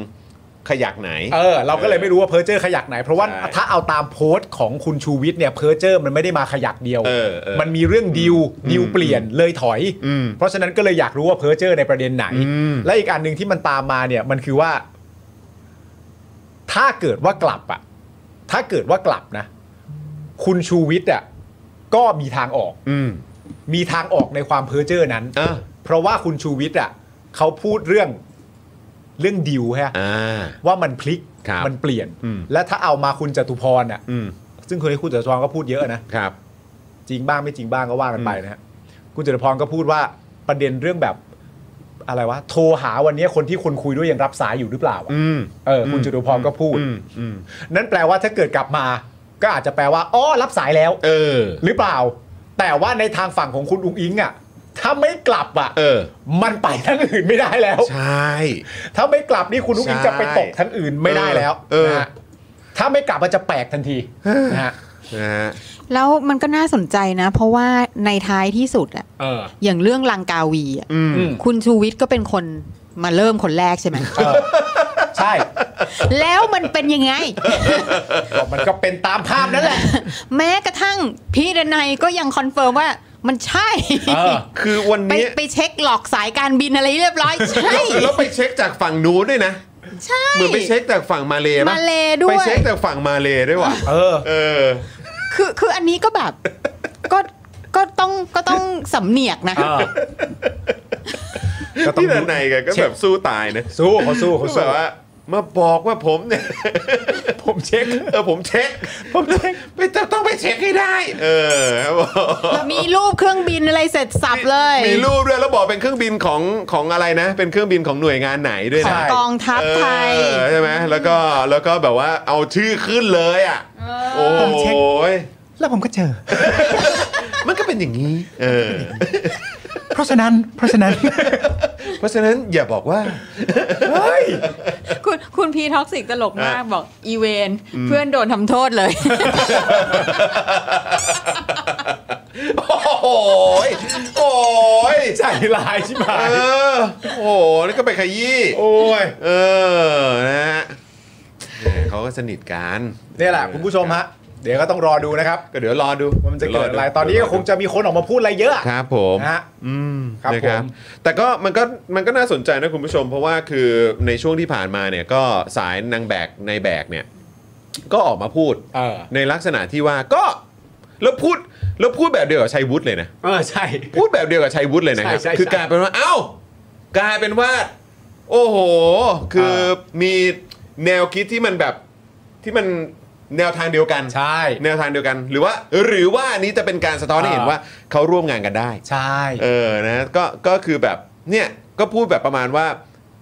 [SPEAKER 1] ขยักไหน
[SPEAKER 7] เออเราก็เลยไม่รู้ว่าเพอร์เจอร์ขยักไหน เพราะว่า
[SPEAKER 1] ใช่
[SPEAKER 7] ถ้าเอาตามโพสต์ของคุณชูวิทย์เนี่ยเพอร์เจอร์มันไม่ได้มาขยักเดียว
[SPEAKER 1] เออเออ
[SPEAKER 7] มันมีเรื่องดิวดิวเปลี่ยนเลยถอย
[SPEAKER 1] อืม
[SPEAKER 7] เพราะฉะนั้นก็เลยอยากรู้ว่าเพอร์เจอร์ในประเด็นไหน
[SPEAKER 1] อืม
[SPEAKER 7] และอีกอันหนึ่งที่มันตามมาเนี่ยมันคือว่า ถ้าเกิดว่ากลับอะถ้าเกิดว่ากลับนะ คุณชูวิทย์อะก็มีทางออก
[SPEAKER 1] อืม
[SPEAKER 7] มีทางออกในความเพอร์เจอร์นั้น
[SPEAKER 1] อ่ะ
[SPEAKER 7] เพราะว่าคุณชูวิทย์อะเขาพูดเรื่องเรื่องดิวฮะ
[SPEAKER 1] อ่า
[SPEAKER 7] ว่ามันพลิก
[SPEAKER 1] ครับ
[SPEAKER 7] มันเปลี่ยน
[SPEAKER 1] อืม
[SPEAKER 7] และถ้าเอามาคุณจตุพรอ่ะ
[SPEAKER 1] อืม
[SPEAKER 7] ซึ่งเคยคุณจตุพรก็พูดเยอะนะ
[SPEAKER 1] ครับ
[SPEAKER 7] จริงบ้างไม่จริงบ้างก็ว่ากันไปนะฮะ คุณจตุพรก็พูดว่าประเด็นเรื่องแบบอะไรวะ โทรหาวันนี้คนที่คุณคุยด้วยยังรับสายอยู่หรือเปล่าอะ
[SPEAKER 1] อืม
[SPEAKER 7] เออ คุณจตุพรก็พูด
[SPEAKER 1] อืมอืม
[SPEAKER 7] นั่นแปลว่าถ้าเกิดกลับมา ก็อาจจะแปลว่า อ๋อ รับสายแล้ว
[SPEAKER 1] เออ
[SPEAKER 7] หรือเปล่า แต่ว่าในทางฝั่งของคุณอุ้งอิงอ่ะ ถ้าไม่กลับอ่ะ
[SPEAKER 1] เออ
[SPEAKER 7] มันไปทางอื่นไม่ได้แล้ว
[SPEAKER 1] ใช่
[SPEAKER 7] ถ้าไม่กลับนี่คุณลูกอิงจะไปตกทั้งอื่นไม่ได้แล้ว
[SPEAKER 1] เออ
[SPEAKER 7] นะฮะถ้าไม่กลับมันจะแปลกทันทีนะฮะ
[SPEAKER 1] นะฮะ
[SPEAKER 6] แล้วมันก็น่าสนใจนะ เพราะว่าในท้ายที่สุดอะ
[SPEAKER 7] เออ
[SPEAKER 6] อย่างเรื่องลังกาวีอะ
[SPEAKER 1] อืม
[SPEAKER 7] อืม
[SPEAKER 6] คุณชูวิทย์ก็เป็นคนมาเริ่มคนแรกใช่ไหม
[SPEAKER 7] เออใช่
[SPEAKER 6] แล้วมันเป็นยังไง
[SPEAKER 7] บอกมันก็เป็นตามภาพนั่นแหละ
[SPEAKER 6] แม้กระทั่งพี่ดนัยก็ยังคอนเฟิร์มว่ามันใช่
[SPEAKER 7] เออ
[SPEAKER 1] คือวัน
[SPEAKER 6] ไป
[SPEAKER 1] นี้
[SPEAKER 6] ไปเช็คหลอกสายการบินอะไรเรียบร้อย ใช่
[SPEAKER 1] แล้วไปเช็คจากฝั่งนู้นด้วยนะ
[SPEAKER 6] ใช่
[SPEAKER 1] เหมือนไปเช็คจากฝั่งมาเลปะ
[SPEAKER 6] มาเลด้
[SPEAKER 1] ไป
[SPEAKER 6] วย
[SPEAKER 1] เช็คจากฝั่งมาเลด้วยว่ะ
[SPEAKER 7] เออ
[SPEAKER 1] เออ
[SPEAKER 6] คือคืออันนี้ก็แบบ ก็ก็ต้องก็ต้องสำเนียกนะ
[SPEAKER 7] ก็ต้อง
[SPEAKER 1] พี่ดนัยแกก็
[SPEAKER 7] เช็
[SPEAKER 1] แบ
[SPEAKER 7] ค
[SPEAKER 1] บสู้ตายนะ
[SPEAKER 7] สู้เขาสู้เขา
[SPEAKER 1] ก็
[SPEAKER 7] สู้
[SPEAKER 1] แบบว่ามาบอกว่าผมเนี่ย
[SPEAKER 7] ผมเช็ค
[SPEAKER 1] เออผมเช็ค ผมเช็คไปจะต้องไปเช็คให้ได้ เออครับผม
[SPEAKER 6] มีรูปเครื่องบินอะไรเสร็จสับเลย
[SPEAKER 1] มีรูปด้วยแล้วบอกเป็นเครื่องบินของของอะไรนะ เป็นเครื่องบินของหน่วยงานไหนด้วย
[SPEAKER 6] ขอ
[SPEAKER 1] นะ
[SPEAKER 6] งกองทัพไทย
[SPEAKER 1] เออใช่ไหมแล้วก็แล้วก็แบบว่าเอาชื่อขึ้นเลยอ่ะโอ้
[SPEAKER 7] ผมเช็ค
[SPEAKER 1] ย
[SPEAKER 7] แล้วผมก็เจอ
[SPEAKER 1] มันก็เป็นอย่างนี้ เออ
[SPEAKER 7] เพราะฉะนั้น เพราะฉะนั้น
[SPEAKER 1] เพราะฉะนั้นอย่าบอกว่า
[SPEAKER 7] เฮ้ย
[SPEAKER 6] คุณคุณพีท็อกซิกตลกมากบอกอีเวนเพื่อนโดนทำโทษเลย
[SPEAKER 1] โอ้โหยโอ้ย
[SPEAKER 7] ใจร้ายชิบหา
[SPEAKER 1] เอยอ โอ้โห นี่ก็ไปขยี้
[SPEAKER 7] โอ้ย
[SPEAKER 1] เออ นะฮะแหมเขาก็สนิทกัน
[SPEAKER 7] เนี่ยแหละคุณผู้ชมฮะ เดี๋ยวก็ต้องรอดูนะครับ
[SPEAKER 1] ก็เดี๋ยวรอดู
[SPEAKER 7] ว่ามันจะเกิดอะไร ตอนนี้ก็คงจะมีคนออกมาพูดอะไรเยอะอะ
[SPEAKER 1] ครับผม
[SPEAKER 7] นะฮะ
[SPEAKER 1] อืม
[SPEAKER 7] ครับ
[SPEAKER 1] นะครับ
[SPEAKER 7] ผม
[SPEAKER 1] แต่ก็มันก็มันก็น่าสนใจนะคุณผู้ชม เพราะว่าคือในช่วงที่ผ่านมาเนี่ยก็สายนางแบกในแบกเนี่ย ก็ออกมาพูด
[SPEAKER 7] เออ
[SPEAKER 1] ในลักษณะที่ว่าก็แล้วพูดแล้วพูดแบบเดียวกับชัยวุฒิเลยนะ
[SPEAKER 7] เออใช่
[SPEAKER 1] พูดแบบเดียวกับชัยวุฒิเลยนะครับ
[SPEAKER 7] ใช่ใช่
[SPEAKER 1] คือกลายเป็นว่า เอ้า กลายเป็นว่า โอ้โห คือ
[SPEAKER 7] เออ
[SPEAKER 1] มีแนวคิดที่มันแบบที่มันแนวทางเดียวกัน
[SPEAKER 7] ใช่
[SPEAKER 1] แนวทางเดียวกัน หรือว่า หรือว่าอันนี้จะเป็นการสะท้อนให้เห็น
[SPEAKER 7] เออ
[SPEAKER 1] ว่าเขาร่วมงานกันได้
[SPEAKER 7] ใช่
[SPEAKER 1] เออ นะ ก็ ก็คือแบบ เนี่ย ก็พูดแบบประมาณว่า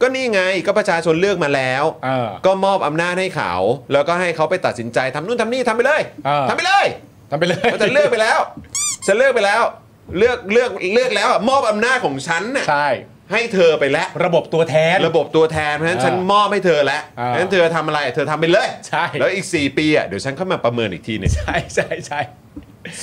[SPEAKER 1] ก็นี่ไง ก็ประชาชนเลือกมาแล้ว
[SPEAKER 7] เออ
[SPEAKER 1] ก็มอบอำนาจให้เขา แล้วก็ให้เขาไปตัดสินใจทำนู่นทำนี่ทำไปเลย
[SPEAKER 7] เออ
[SPEAKER 1] ทำไปเลย
[SPEAKER 7] ทำไปเลย
[SPEAKER 1] เพราะฉันเลือกไปแล้ว ฉันเลือกไปแล้ว เลือกเลือกเลือกแล้วอะมอบอำนาจของฉันน่ะ
[SPEAKER 7] ใช่
[SPEAKER 1] ให้เธอไปแล้ว
[SPEAKER 7] ระบบตัวแทน
[SPEAKER 1] ระบบตัวแทน เพราะฉะนั้น
[SPEAKER 7] อ่า
[SPEAKER 1] ฉันมอบให้เธอแล้วเพ
[SPEAKER 7] อ่า
[SPEAKER 1] ราะฉะนั้นเธอทำอะไรเธอทำไปเลย
[SPEAKER 7] ใช่
[SPEAKER 1] แล้วอีก 4 ปีอ่ะเดี๋ยวฉันเข้ามาประเมินอีกทีหนึง
[SPEAKER 7] ใช่ใช่ใช่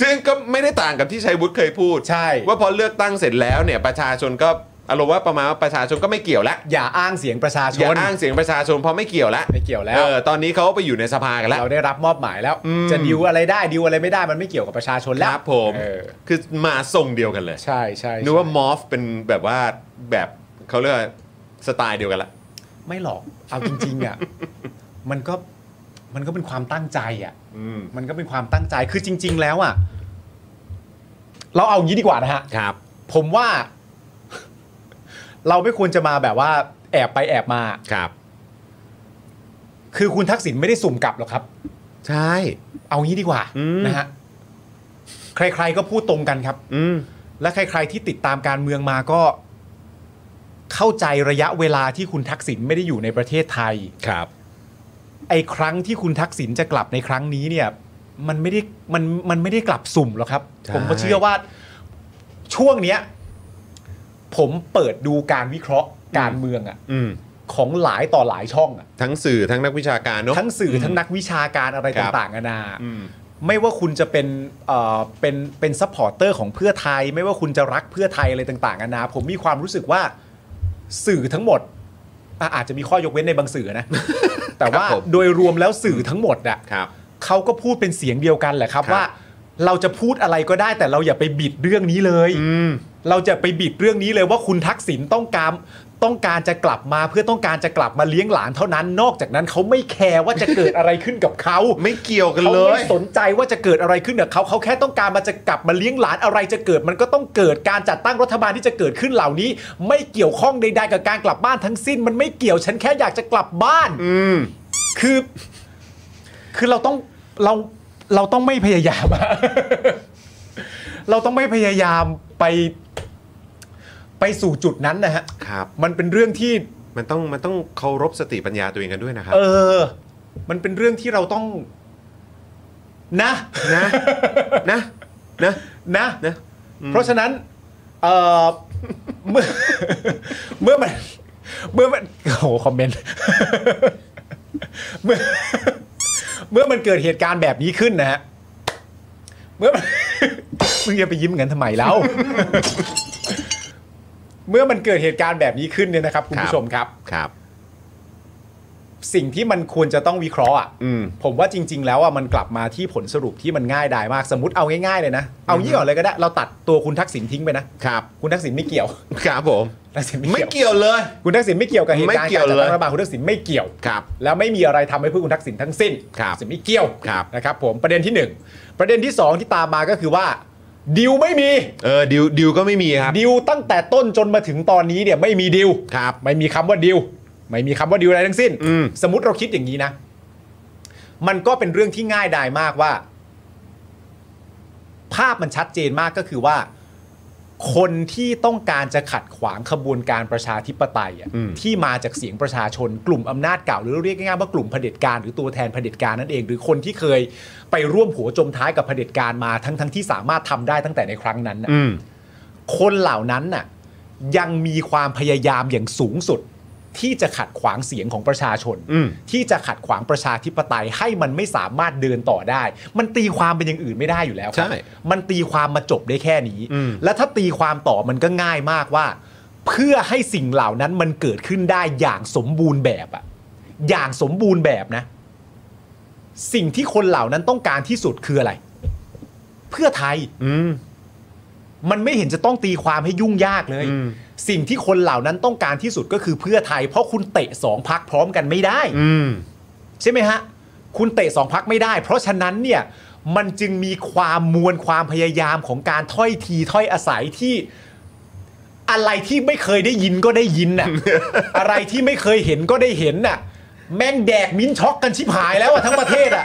[SPEAKER 1] ซึ่งก็ไม่ได้ต่างกับที่ชัยวุฒิเคยพูด
[SPEAKER 7] ใช่
[SPEAKER 1] ว่าพอเลือกตั้งเสร็จแล้วเนี่ยประชาชนก็อารมณ์ว่าประมาณว่าประชาชนก็ไม่เกี่ยวละ
[SPEAKER 7] อย่าอ้างเสียงประชาช
[SPEAKER 1] อย่าน อ้างเสียงประชาชนเพราะไม่เกี่ยวละ
[SPEAKER 7] ไม่เกี่ยวแล้ว
[SPEAKER 1] เออตอนนี้เขาไปอยู่ในสภากันแล้ว
[SPEAKER 7] เราได้รับมอบหมายแล้ว จะดิวอะไรได้ดิวอะไรไม่ได้มันไม่เกี่ยวกับประชาชน
[SPEAKER 1] ค
[SPEAKER 7] แล้ว
[SPEAKER 1] รับผม
[SPEAKER 7] เออ
[SPEAKER 1] คือมาทรงเดียวกันเลย
[SPEAKER 7] ใช่ใช่
[SPEAKER 1] นึกว่ามอฟเป็นแบบว่าแบบเขาเรียกว่าสไตล์เดียวกันละ
[SPEAKER 7] ไม่หรอก เอาจริงๆอ่ะ มันก็มันก็เป็นความตั้งใจอ่ะ
[SPEAKER 1] อืม
[SPEAKER 7] มันก็เป็นความตั้งใจคือจริง ๆ แล้วอ่ะ เราเอางี้ดีกว่านะฮะ
[SPEAKER 1] ครับ
[SPEAKER 7] ผมว่า เราไม่ควรจะมาแบบว่าแอบไปแอบมา
[SPEAKER 1] ครับ
[SPEAKER 7] คือคุณทักษิณไม่ได้สุ่มกลับหรอกครับ
[SPEAKER 1] ใช่
[SPEAKER 7] เอางี้ดีกว่า
[SPEAKER 1] อืม
[SPEAKER 7] นะฮะใคร ๆก็พูดตรงกันครับ
[SPEAKER 1] อืม
[SPEAKER 7] และใคร ๆ ที่ติดตามการเมืองมาก็ เข้าใจระยะเวลาที่คุณทักษิณไม่ได้อยู่ในประเทศไทย
[SPEAKER 1] ครับ
[SPEAKER 7] ไอ้ครั้งที่คุณทักษิณจะกลับในครั้งนี้เนี่ย มันไม่ได้มันมันไม่ได้กลับสุ่มหรอกครับ
[SPEAKER 1] ใช่
[SPEAKER 7] ผมก็เชื่อว่าช่วงเนี้ย ผมเปิดดูการวิเคราะห์การเมืองอะ
[SPEAKER 1] อืม
[SPEAKER 7] ของหลายต่อหลายช่องอะ
[SPEAKER 1] ทั้งสื่อทั้งนักวิชาการเนอะ
[SPEAKER 7] ทั้งสื่อทั้งนักวิชาการอะไร
[SPEAKER 1] ครับ
[SPEAKER 7] ต่างๆนานา
[SPEAKER 1] อืม
[SPEAKER 7] ไม่ว่าคุณจะเป็นเอ่อเป็นเป็นซัพพอร์เตอร์ของเพื่อไทย ไม่ว่าคุณจะรักเพื่อไทยอะไรต่างๆนานาผมมีความรู้สึกว่าสื่อทั้งหมดอ่ะอาจจะมีข้อยกเว้นในบางสื่ อนะ แต่ว่า
[SPEAKER 1] ครับผม
[SPEAKER 7] โดยรวมแล้วสื่อทั้งหมดอ่ะ
[SPEAKER 1] ครับ
[SPEAKER 7] เขาก็พูดเป็นเสียงเดียวกันแหละครับ
[SPEAKER 1] ครับ
[SPEAKER 7] ว่า เราจะพูดอะไรก็ได้แต่เราอย่าไปบิดเรื่องนี้เลย
[SPEAKER 1] อืม
[SPEAKER 7] เราจะไปบิดเรื่องนี้เลยว่าคุณทักษิณต้องการต้องการจะกลับมาเพื่อต้องการจะกลับมาเลี้ยงหลานเท่านั้น นอกจากนั้นเขาไม่แคร์ว่าจะเกิดอะไรขึ้นกับเขา
[SPEAKER 1] ไม่เกี่ยวกัน
[SPEAKER 7] เขา
[SPEAKER 1] เล
[SPEAKER 7] ไม่
[SPEAKER 1] ย
[SPEAKER 7] สนใจว่าจะเกิดอะไรขึ้นกับเขาเขาแค่ต้องการมาจะกลับมาเลี้ยงหลานอะไรจะเกิด มันก็ต้องเกิดการจัดตั้งรัฐบาลที่จะเกิดขึ้นเหล่านี้ ไม่เกี่ยวข้องใดๆกับการกลับบ้านทั้งสิ้น มันไม่เกี่ยวฉันแค่อยากจะกลับบ้าน
[SPEAKER 1] อืม
[SPEAKER 7] คือ คือเราต้องเราเราต้องไม่พยายามอะ เราต้องไม่พยายามไป ไปสู่จุดนั้นนะฮะ
[SPEAKER 1] ครับ
[SPEAKER 7] มันเป็นเรื่องที่
[SPEAKER 1] มันต้องมันต้องเคารพสติปัญญาตัวเองกันด้วยนะครับ
[SPEAKER 7] เออ มันเป็นเรื่องที่เราต้อง นะ
[SPEAKER 1] นะนะนะ
[SPEAKER 7] นะ
[SPEAKER 1] นะ
[SPEAKER 7] เพราะฉะนั้นเอ่อ เมื่อ เมื่อมันเมื่อมันโอ้โหคอมเมนต์ เมื่อเมื่อมันเกิดเหตุการณ์แบบนี้ขึ้นนะฮะเมื่อมัน มึงจะไปยิ้มงั้นทำไมแล้ว เมื่อมันเกิดเหตุการณ์แบบนี้ขึ้นเนี่ยนะครับคุณผู้ชมครับ
[SPEAKER 1] ครับ
[SPEAKER 7] สิ่งที่มันควรจะต้องวิเคราะห์อ่ะ
[SPEAKER 1] อืม
[SPEAKER 7] ผมว่าจริง ๆ แล้วอ่ะมันกลับมาที่ผลสรุปที่มันง่ายดายมากสมมติเอาง่ายๆเลยนะ เอางี้ก่อนเลยก็ได้ เราตัดตัวคุณทักษิณทิ้งไปนะ
[SPEAKER 1] ครับ
[SPEAKER 7] คุณทักษิณไม่เกี่ยว
[SPEAKER 1] ครับผม
[SPEAKER 7] ทักษิณ
[SPEAKER 1] ไม่
[SPEAKER 7] ไม่เกี่ยว
[SPEAKER 1] เกี่ยวเลย
[SPEAKER 7] คุณทักษิณไม่เกี่ยวกับเหตุการ
[SPEAKER 1] ไม่
[SPEAKER 7] ณ์
[SPEAKER 1] เกี่ย
[SPEAKER 7] กาว รจัด
[SPEAKER 1] เลย
[SPEAKER 7] ตั้งรัฐบาลคุณทักษิณไม่เกี่ยว
[SPEAKER 1] ครับ
[SPEAKER 7] แล้วไม่มีอะไรทำให้เพื่อคุณทักษิณทั้งสิ้น
[SPEAKER 1] ครับ
[SPEAKER 7] ทักษิณไม่เกี่ยว
[SPEAKER 1] ครับ
[SPEAKER 7] นะครับ ผมประเด็นที่หนึ่งประเด็นที่สองที่ตามมาก็คือว่าดิวไม่มี
[SPEAKER 1] เออดิวดิวก็ไม่มีครับ
[SPEAKER 7] ดิวตั้งแต่ต้นจนมาถึงตอนนี้เนี่ยไม่มีดิว
[SPEAKER 1] ครับ
[SPEAKER 7] ไม่มีคำว่าดิวไม่มีคำว่าดิวอะไรทั้งสิ้น
[SPEAKER 1] อืม
[SPEAKER 7] สมมติเราคิดอย่างนี้นะ มันก็เป็นเรื่องที่ง่ายดายมากว่า ภาพมันชัดเจนมากก็คือว่า คนที่ต้องการจะขัดขวางขบวนการประชาธิปไตยอะที่มาจากเสียงประชาชน กลุ่มอำนาจเก่าหรือเรียกง่ายๆว่ากลุ่มเผด็จการหรือตัวแทนเผด็จการนั่นเอง หรือคนที่เคยไปร่วมหัวจมท้ายกับเผด็จการมาทั้งๆที่สามารถทำได้ตั้งแต่ในครั้งนั้นน่ะ
[SPEAKER 1] อืม
[SPEAKER 7] คนเหล่านั้นน่ะยังมีความพยายามอย่างสูงสุด ที่จะขัดขวางเสียงของประชาชน
[SPEAKER 1] อืม
[SPEAKER 7] ที่จะขัดขวางประชาธิปไตยให้มันไม่สามารถเดินต่อได้ มันตีความเป็นอย่างอื่นไม่ได้อยู่แล้วครั
[SPEAKER 1] ใช่
[SPEAKER 7] มันตีความมาจบได้แค่นี้
[SPEAKER 1] อืม
[SPEAKER 7] และถ้าตีความต่อมันก็ง่ายมากว่า เพื่อให้สิ่งเหล่านั้นมันเกิดขึ้นได้อย่างสมบูรณ์แบบอะอย่างสมบูรณ์แบบนะ สิ่งที่คนเหล่านั้นต้องการที่สุดคืออะไร เพื่อไทย
[SPEAKER 1] อืม
[SPEAKER 7] มันไม่เห็นจะต้องตีความให้ยุ่งยากเลย
[SPEAKER 1] อืม
[SPEAKER 7] สิ่งที่คนเหล่านั้นต้องการที่สุดก็คือเพื่อไทย เพราะคุณเตะสองพักพร้อมกันไม่ได้
[SPEAKER 1] อืม
[SPEAKER 7] ใช่ไหมฮะ คุณเตะสองพักไม่ได้ เพราะฉะนั้นเนี่ยมันจึงมีความมวลความพยายามของการถ้อยทีถ้อยอาศัยที่อะไรที่ไม่เคยได้ยินก็ได้ยิน น่ะ อะไรที่ไม่เคยเห็นก็ได้เห็นน่ะ แม่งแดกมิ้นช็อกกันชิบหายแล้วอะทั้งประเทศอะ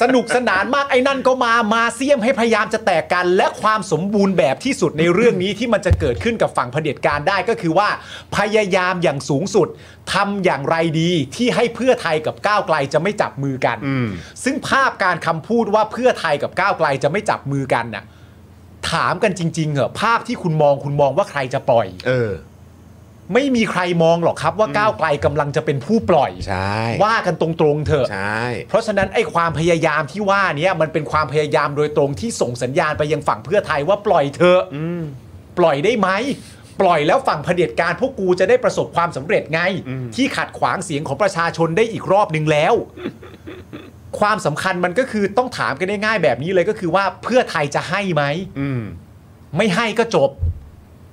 [SPEAKER 7] สนุกสนานมากไอ้นั่นก็มามาเสียมให้พยายามจะแตกกัน และความสมบูรณ์แบบที่สุดในเรื่องนี้ที่มันจะเกิดขึ้นกับฝั่งเผด็จการได้ก็คือว่า พยายามอย่างสูงสุดทำอย่างไรดีที่ให้เพื่อไทยกับก้าวไกลจะไม่จับมือกัน
[SPEAKER 1] อืม
[SPEAKER 7] ซึ่งภาพการคำพูดว่าเพื่อไทยกับก้าวไกลจะไม่จับมือกันน่ะถามกันจริง ๆเหอะภาพที่คุณมองคุณมองว่าใครจะปล่อย
[SPEAKER 1] เออ
[SPEAKER 7] ไม่มีใครมองหรอกครับว่าก้าวไกลกำลังจะเป็นผู้ปล่อย
[SPEAKER 1] ใช่
[SPEAKER 7] ว่ากันตรงๆเถอะ
[SPEAKER 1] ใช่
[SPEAKER 7] เพราะฉะนั้นไอ้ความพยายามที่ว่าเนี้ยมันเป็นความพยายามโดยตรงที่ส่งสัญญาณไปยังฝั่งเพื่อไทยว่าปล่อยเธอะปล่อยได้ไหม ปล่อยแล้วฝั่งเผด็จการพวกกูจะได้ประสบความสำเร็จไง ที่ขัดขวางเสียงของประชาชนได้อีกรอบหนึ่งแล้ว ความสำคัญมันก็คือต้องถามกันง่ายๆแบบนี้เลยก็คือว่าเพื่อไทยจะให้ไหม
[SPEAKER 1] อืม
[SPEAKER 7] ไม่ให้ก็จบ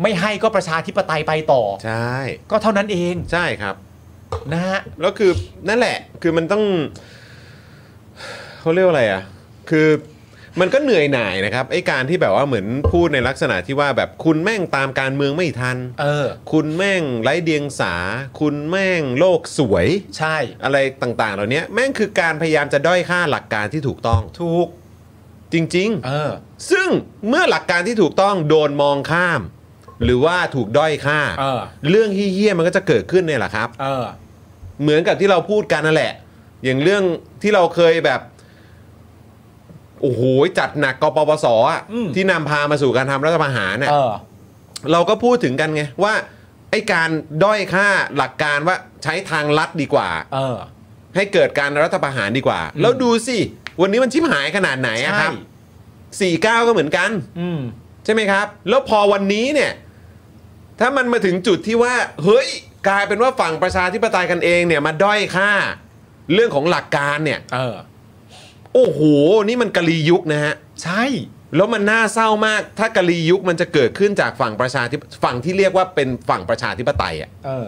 [SPEAKER 7] ไม่ให้ก็ประชาธิปไตยไปต่อ
[SPEAKER 1] ใช่
[SPEAKER 7] ก็เท่านั้นเอง
[SPEAKER 1] ใช่ครับ
[SPEAKER 7] นะฮะ
[SPEAKER 1] แล้วคือนั่นแหละคือมันต้องเขาเรียกว่าอะไรอ่ะ คือมันก็เหนื่อยหน่ายนะครับไอ้การที่แบบว่าเหมือนพูดในลักษณะที่ว่าแบบคุณแม่งตามการเมืองไม่ทัน
[SPEAKER 7] เออ
[SPEAKER 1] คุณแม่งไร้เดียงสา คุณแม่งโลกสวย
[SPEAKER 7] ใช่
[SPEAKER 1] อะไรต่างๆ เหล่านี้แม่งคือการพยายามจะด้อยค่าหลักการที่ถูกต้อง
[SPEAKER 7] ถูก
[SPEAKER 1] จริง
[SPEAKER 7] เออ
[SPEAKER 1] ๆ ซึ่งเมื่อหลักการที่ถูกต้องโดนมองข้าม หรือว่าถูกด้อยค่า
[SPEAKER 7] เออ
[SPEAKER 1] องเฮี้ยๆมันก็จะเกิดขึ้นเนี่ยแหละครับ
[SPEAKER 7] เออ
[SPEAKER 1] เหมือนกับที่เราพูดกันนั่นแหละ อย่างเรื่องที่เราเคยแบบ โอ้โห จัดหนักกปปสอ่ะ
[SPEAKER 7] อืม
[SPEAKER 1] ที่นำพามาสู่การทำรัฐประหารเนี่ย
[SPEAKER 7] เออ
[SPEAKER 1] เราก็พูดถึงกันไง ว่า ไอ้การด้อยค่าหลักการว่าใช้ทางลัดดีกว่า
[SPEAKER 7] เออ
[SPEAKER 1] ให้เกิดการรัฐประหารดีกว่า
[SPEAKER 7] อืม
[SPEAKER 1] แล้วดูสิ วันนี้มันชิบหายขนาดไหนอะครับสี่เก้าก็เหมือนกัน
[SPEAKER 7] อืม
[SPEAKER 1] ใช่ไหมครับ แล้วพอวันนี้เนี่ย ถ้ามันมาถึงจุดที่ว่า เฮ้ย กลายเป็นว่าฝั่งประชาธิปไตยกันเองเนี่ยมาด้อยค่า เรื่องของหลักการเนี่ย
[SPEAKER 7] เออ
[SPEAKER 1] โอ้โห นี่มันกะลียุคนะฮะ
[SPEAKER 7] ใช่
[SPEAKER 1] แล้วมันน่าเศร้ามาก ถ้ากะลียุคมันจะเกิดขึ้นจากฝั่งประชาธิปฝั่งที่เรียกว่าเป็นฝั่งประชาธิปไตยอ่ะ
[SPEAKER 7] เออ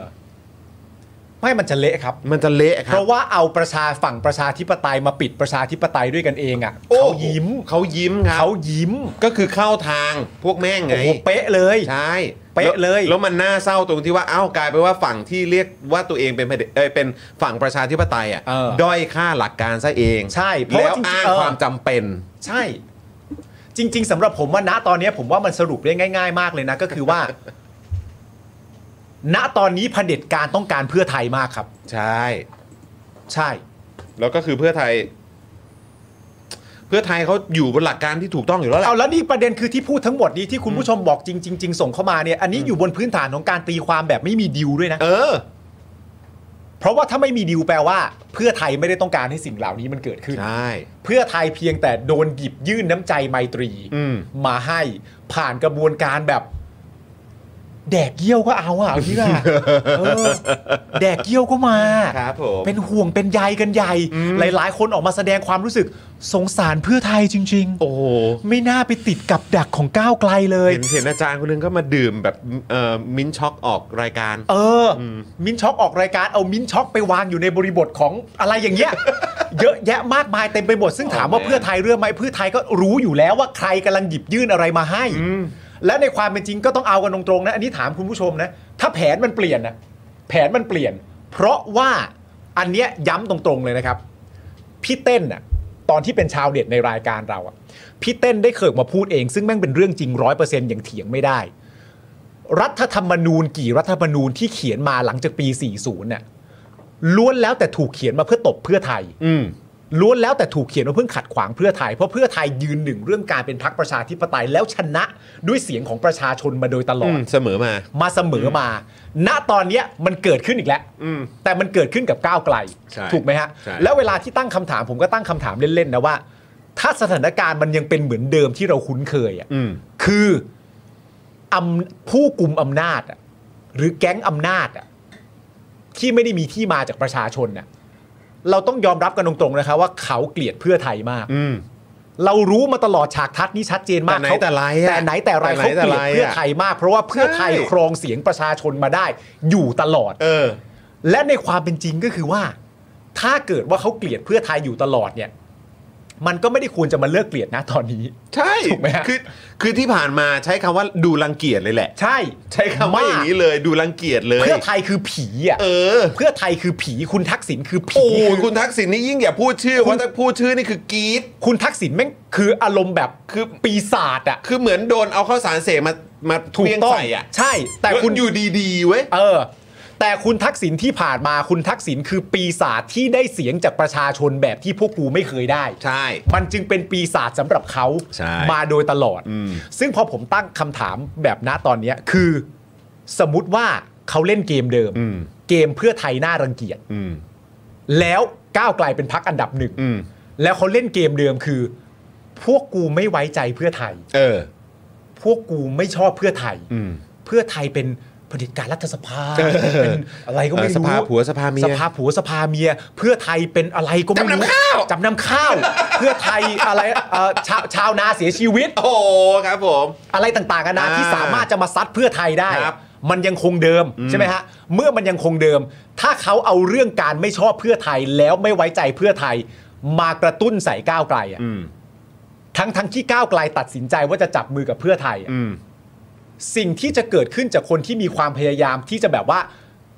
[SPEAKER 7] ไม่มันจะเละครับ
[SPEAKER 1] มันจะเละค
[SPEAKER 7] เพ
[SPEAKER 1] รับ
[SPEAKER 7] ราะว่าเอาประชาฝั่งประชาธิปไตยมาปิดประชาธิปไตยด้วยกันเองอ่ะ
[SPEAKER 1] โอ้
[SPEAKER 7] เขา
[SPEAKER 1] โห
[SPEAKER 7] ยิ้ม
[SPEAKER 1] เขายิ้มครับ
[SPEAKER 7] เขายิ้ม
[SPEAKER 1] ก็คือเข้าทางพวกแม่งไง
[SPEAKER 7] โอ้โหเป๊ะเลย
[SPEAKER 1] ใช่
[SPEAKER 7] เป๊ะเลย
[SPEAKER 1] แวแล้วมันน่าเศร้าตรงที่ว่าเอ้ากลายไปนว่าฝั่งที่เรียกว่าตัวเองเป็นเผด็จเอ้ยเป็นฝั่งประชาธิปไตยอ่ะ
[SPEAKER 7] เออ
[SPEAKER 1] ด้อยค่าหลักการซะเอง
[SPEAKER 7] ใช่เพราะ
[SPEAKER 1] แล้ว
[SPEAKER 7] ว่าจริงๆ
[SPEAKER 1] อ้าง
[SPEAKER 7] เออ
[SPEAKER 1] ความจำเป็น
[SPEAKER 7] ใช่ จริง ๆสำหรับผมว่าณตอนนี้ผมว่ามันสรุปได้ง่าย ๆ มากเลยนะ ก็คือว่า ณตอนนี้เผด็จการต้องการเพื่อไทยมากครับ
[SPEAKER 1] ใช่
[SPEAKER 7] ใช่
[SPEAKER 1] แล้วก็คือเพื่อไทย เพื่อไทยเขาอยู่บนหลักการที่ถูกต้องอยู่แล้วแหละ
[SPEAKER 7] เอาแล้วนี่ประเด็นคือที่พูดทั้งหมดนี้ที่คุณผู้ชมบอกจริงๆจริงๆส่งเข้ามาเนี่ยอันนี้อยู่บนพื้นฐานของการตีความแบบไม่มีดิวด้วยนะ
[SPEAKER 1] เออ
[SPEAKER 7] เพราะว่าถ้าไม่มีดิวแปลว่า เพื่อไทยไม่ได้ต้องการให้สิ่งเหล่านี้มันเกิดขึ้น
[SPEAKER 1] ใช่
[SPEAKER 7] เพื่อไทยเพียงแต่โดนหยิบยื่นน้ำใจไมตรี
[SPEAKER 1] อืม
[SPEAKER 7] มาให้ผ่านกระบวนการแบบ แดกเยี่ยวก็เอาอ่ะเอาที่ละเออแดกเยี่ยวก็มา
[SPEAKER 1] ครับผม
[SPEAKER 7] เป็นห่วงเป็นใยกันใหญ่ หลายๆ คนออกมาแสดงความรู้สึก สงสารเพื่อไทยจริง ๆ
[SPEAKER 1] โอ้โห
[SPEAKER 7] ไม่น่าไปติดกับดักของก้าวไกลเลย
[SPEAKER 1] เห็นเห็นอาจารย์คนนึงก็มาดื่มแบบเอ่อมิ้นช็อกออกรายการ
[SPEAKER 7] เออ มิ้นช็อกออกรายการเอามิ้นช็อกไปวางอยู่ในบริบทของอะไรอย่างเงี้ย เยอะแยะมากมายเต็มไปหมดซึ่งถามว่า
[SPEAKER 1] man
[SPEAKER 7] เพื่อไทยเรื่องไหมเพื่อไทยก็รู้อยู่แล้วว่าใครกำลังหยิบยื่นอะไรมาให้ และในความเป็นจริงก็ต้องเอากันตรงๆนะ อันนี้ถามคุณผู้ชมนะ ถ้าแผนมันเปลี่ยนนะแผนมันเปลี่ยน เพราะว่าอันเนี้ยย้ำตรงๆเลยนะครับ พี่เต้นน่ะตอนที่เป็นชาวเด็ดในรายการเราอะพี่เต้นได้เคยออกมาพูดเอง ซึ่งแม่งเป็นเรื่องจริงร้อยเปอร์เซ็นต์อย่างเถียงไม่ได้ รัฐธรรมนูญกี่รัฐธรรมนูญที่เขียนมาหลังจากปี 40น่ะล้วนแล้วแต่ถูกเขียนมาเพื่อตบเพื่อไทย
[SPEAKER 1] อืม
[SPEAKER 7] ล้วนแล้วแต่ถูกเขียนว่าเพื่อขัดขวางเพื่อไทย เพราะเพื่อไทยยืนหนึ่งเรื่องการเป็นพรรคประชาธิปไตยแล้วชนะด้วยเสียงของประชาชนมาโดยตลอด
[SPEAKER 1] เสมอมา
[SPEAKER 7] มาเสมอมา ณ ตอนเนี้ยมันเกิดขึ้นอีกแล้ว
[SPEAKER 1] อืม
[SPEAKER 7] แต่มันเกิดขึ้นกับก้าวไกล
[SPEAKER 1] ใช่
[SPEAKER 7] ถูกไหมฮะ
[SPEAKER 1] ใช่
[SPEAKER 7] แล้วเวลาที่ตั้งคำถามผมก็ตั้งคำถามเล่น ๆ นะว่า ถ้าสถานการณ์มันยังเป็นเหมือนเดิมที่เราคุ้นเคยอ่ะ
[SPEAKER 1] อืม
[SPEAKER 7] คืออำผู้กลุ่มอำนาจอะหรือแก๊งอำนาจอะที่ไม่ได้มีที่มาจากประชาชนน่ะเราต้องยอมรับกันตรงๆนะครับว่าเขาเกลียดเพื่อไทยมาก
[SPEAKER 1] อืม
[SPEAKER 7] เรารู้มาตลอดฉากทัศน์นี้ชัดเจนมาก
[SPEAKER 1] แต่ไหน
[SPEAKER 7] เขา
[SPEAKER 1] แต่ไรอะ
[SPEAKER 7] แต่ไหนแต่ไร
[SPEAKER 1] แต่ไหน
[SPEAKER 7] เขา
[SPEAKER 1] แต่
[SPEAKER 7] เกลียด
[SPEAKER 1] ไรอะ
[SPEAKER 7] เพื่อไทยมาก เพราะว่าเพื่อไทย
[SPEAKER 1] ใช่
[SPEAKER 7] ครองเสียงประชาชนมาได้ อยู่ตลอด
[SPEAKER 1] เออ
[SPEAKER 7] และในความเป็นจริงก็คือว่า ถ้าเกิดว่าเขาเกลียดเพื่อไทยอยู่ตลอดเนี่ย มันก็ไม่ได้ควรจะมาเลิกเกลียดนะตอนนี้
[SPEAKER 1] ใช่
[SPEAKER 7] ถูกไหมฮะ
[SPEAKER 1] คือคือที่ผ่านมาใช้คำว่าดูรังเกียจเลยแหละ
[SPEAKER 7] ใช่
[SPEAKER 1] ใช้คำว่าอย่างนี้เลยดูรังเกียจเลย
[SPEAKER 7] เพื่อไทยคือผีอ่ะ
[SPEAKER 1] เออ
[SPEAKER 7] เพื่อไทยคือผีคุณทักษิณคือผี
[SPEAKER 1] โอ้โห
[SPEAKER 7] คือ
[SPEAKER 1] คุณทักษิณนี่ยิ่งอย่าพูดชื่อว่าะถ้าพูดชื่อนี่คือกรีด
[SPEAKER 7] คุณทักษิณแม่งคืออารมณ์แบบ
[SPEAKER 1] คือ
[SPEAKER 7] ปีศาจอะ
[SPEAKER 1] คือเหมือนโดนเอาข้าวสารเสพมามา
[SPEAKER 7] ถูก
[SPEAKER 1] เพี้ยง
[SPEAKER 7] ต้อง
[SPEAKER 1] ใส่อ่ะ
[SPEAKER 7] ใช่ แต่
[SPEAKER 1] ล้ว
[SPEAKER 7] คุณ
[SPEAKER 1] อยู่ดีๆเว้ย
[SPEAKER 7] เออ แต่คุณทักษิณที่ผ่านมาคุณทักษิณคือปีศาจที่ได้เสียงจากประชาชนแบบที่พวกกูไม่เคยได้
[SPEAKER 1] ใช่
[SPEAKER 7] มันจึงเป็นปีศาจสำหรับเขา
[SPEAKER 1] ใช่
[SPEAKER 7] มาโดยตลอด
[SPEAKER 1] อืม
[SPEAKER 7] ซึ่งพอผมตั้งคำถามแบบณตอนเนี้ยคือสมมติว่า เขาเล่นเกมเดิม
[SPEAKER 1] อืม
[SPEAKER 7] เกมเพื่อไทยน่ารังเกียจ
[SPEAKER 1] อืม
[SPEAKER 7] แล้วก้าวไกลเป็นพักอันดับหนึ่ง
[SPEAKER 1] อืม
[SPEAKER 7] แล้วเขาเล่นเกมเดิมคือ พวกกูไม่ไว้ใจเพื่อไทย
[SPEAKER 1] เออ
[SPEAKER 7] พวกกูไม่ชอบเพื่อไทย
[SPEAKER 1] อืม
[SPEAKER 7] เพื่อไทยเป็นเผด็จการรัฐส ภา
[SPEAKER 1] เออ
[SPEAKER 7] เป็นอะไรก็ไม่
[SPEAKER 1] เอ
[SPEAKER 7] รู้
[SPEAKER 1] อสภาผัวสภาเมีย
[SPEAKER 7] สภาผัวสภาเมีย เพื่อไทยเป็นอะไรก็ไม่
[SPEAKER 1] จำ
[SPEAKER 7] รู้
[SPEAKER 1] นำข้าว
[SPEAKER 7] จำนำข้าว เพื่อไทยอะไรเอ่อชาวชาวนาเสียชีวิต
[SPEAKER 1] โอ้โหครับผม
[SPEAKER 7] อะไรต่างๆกันานะ
[SPEAKER 1] อ่า
[SPEAKER 7] ที่สามารถจะมาซัดเพื่อไทยได้
[SPEAKER 1] ครับ
[SPEAKER 7] มันยังคงเดิมใช่ไหมฮะเมื่อมันยังคงเดิม ถ้าเขาเอาเรื่องการไม่ชอบเพื่อไทยแล้วไม่ไว้ใจเพื่อไทย มากระตุ้นใส่ก้าวไกลอะ
[SPEAKER 1] อืม
[SPEAKER 7] ทั้งทั้งๆที่ก้าวไกลตัดสินใจว่าจะจับมือกับเพื่อไทยอะ
[SPEAKER 1] อืม
[SPEAKER 7] สิ่งที่จะเกิดขึ้นจากคนที่มีความพยายามที่จะแบบว่า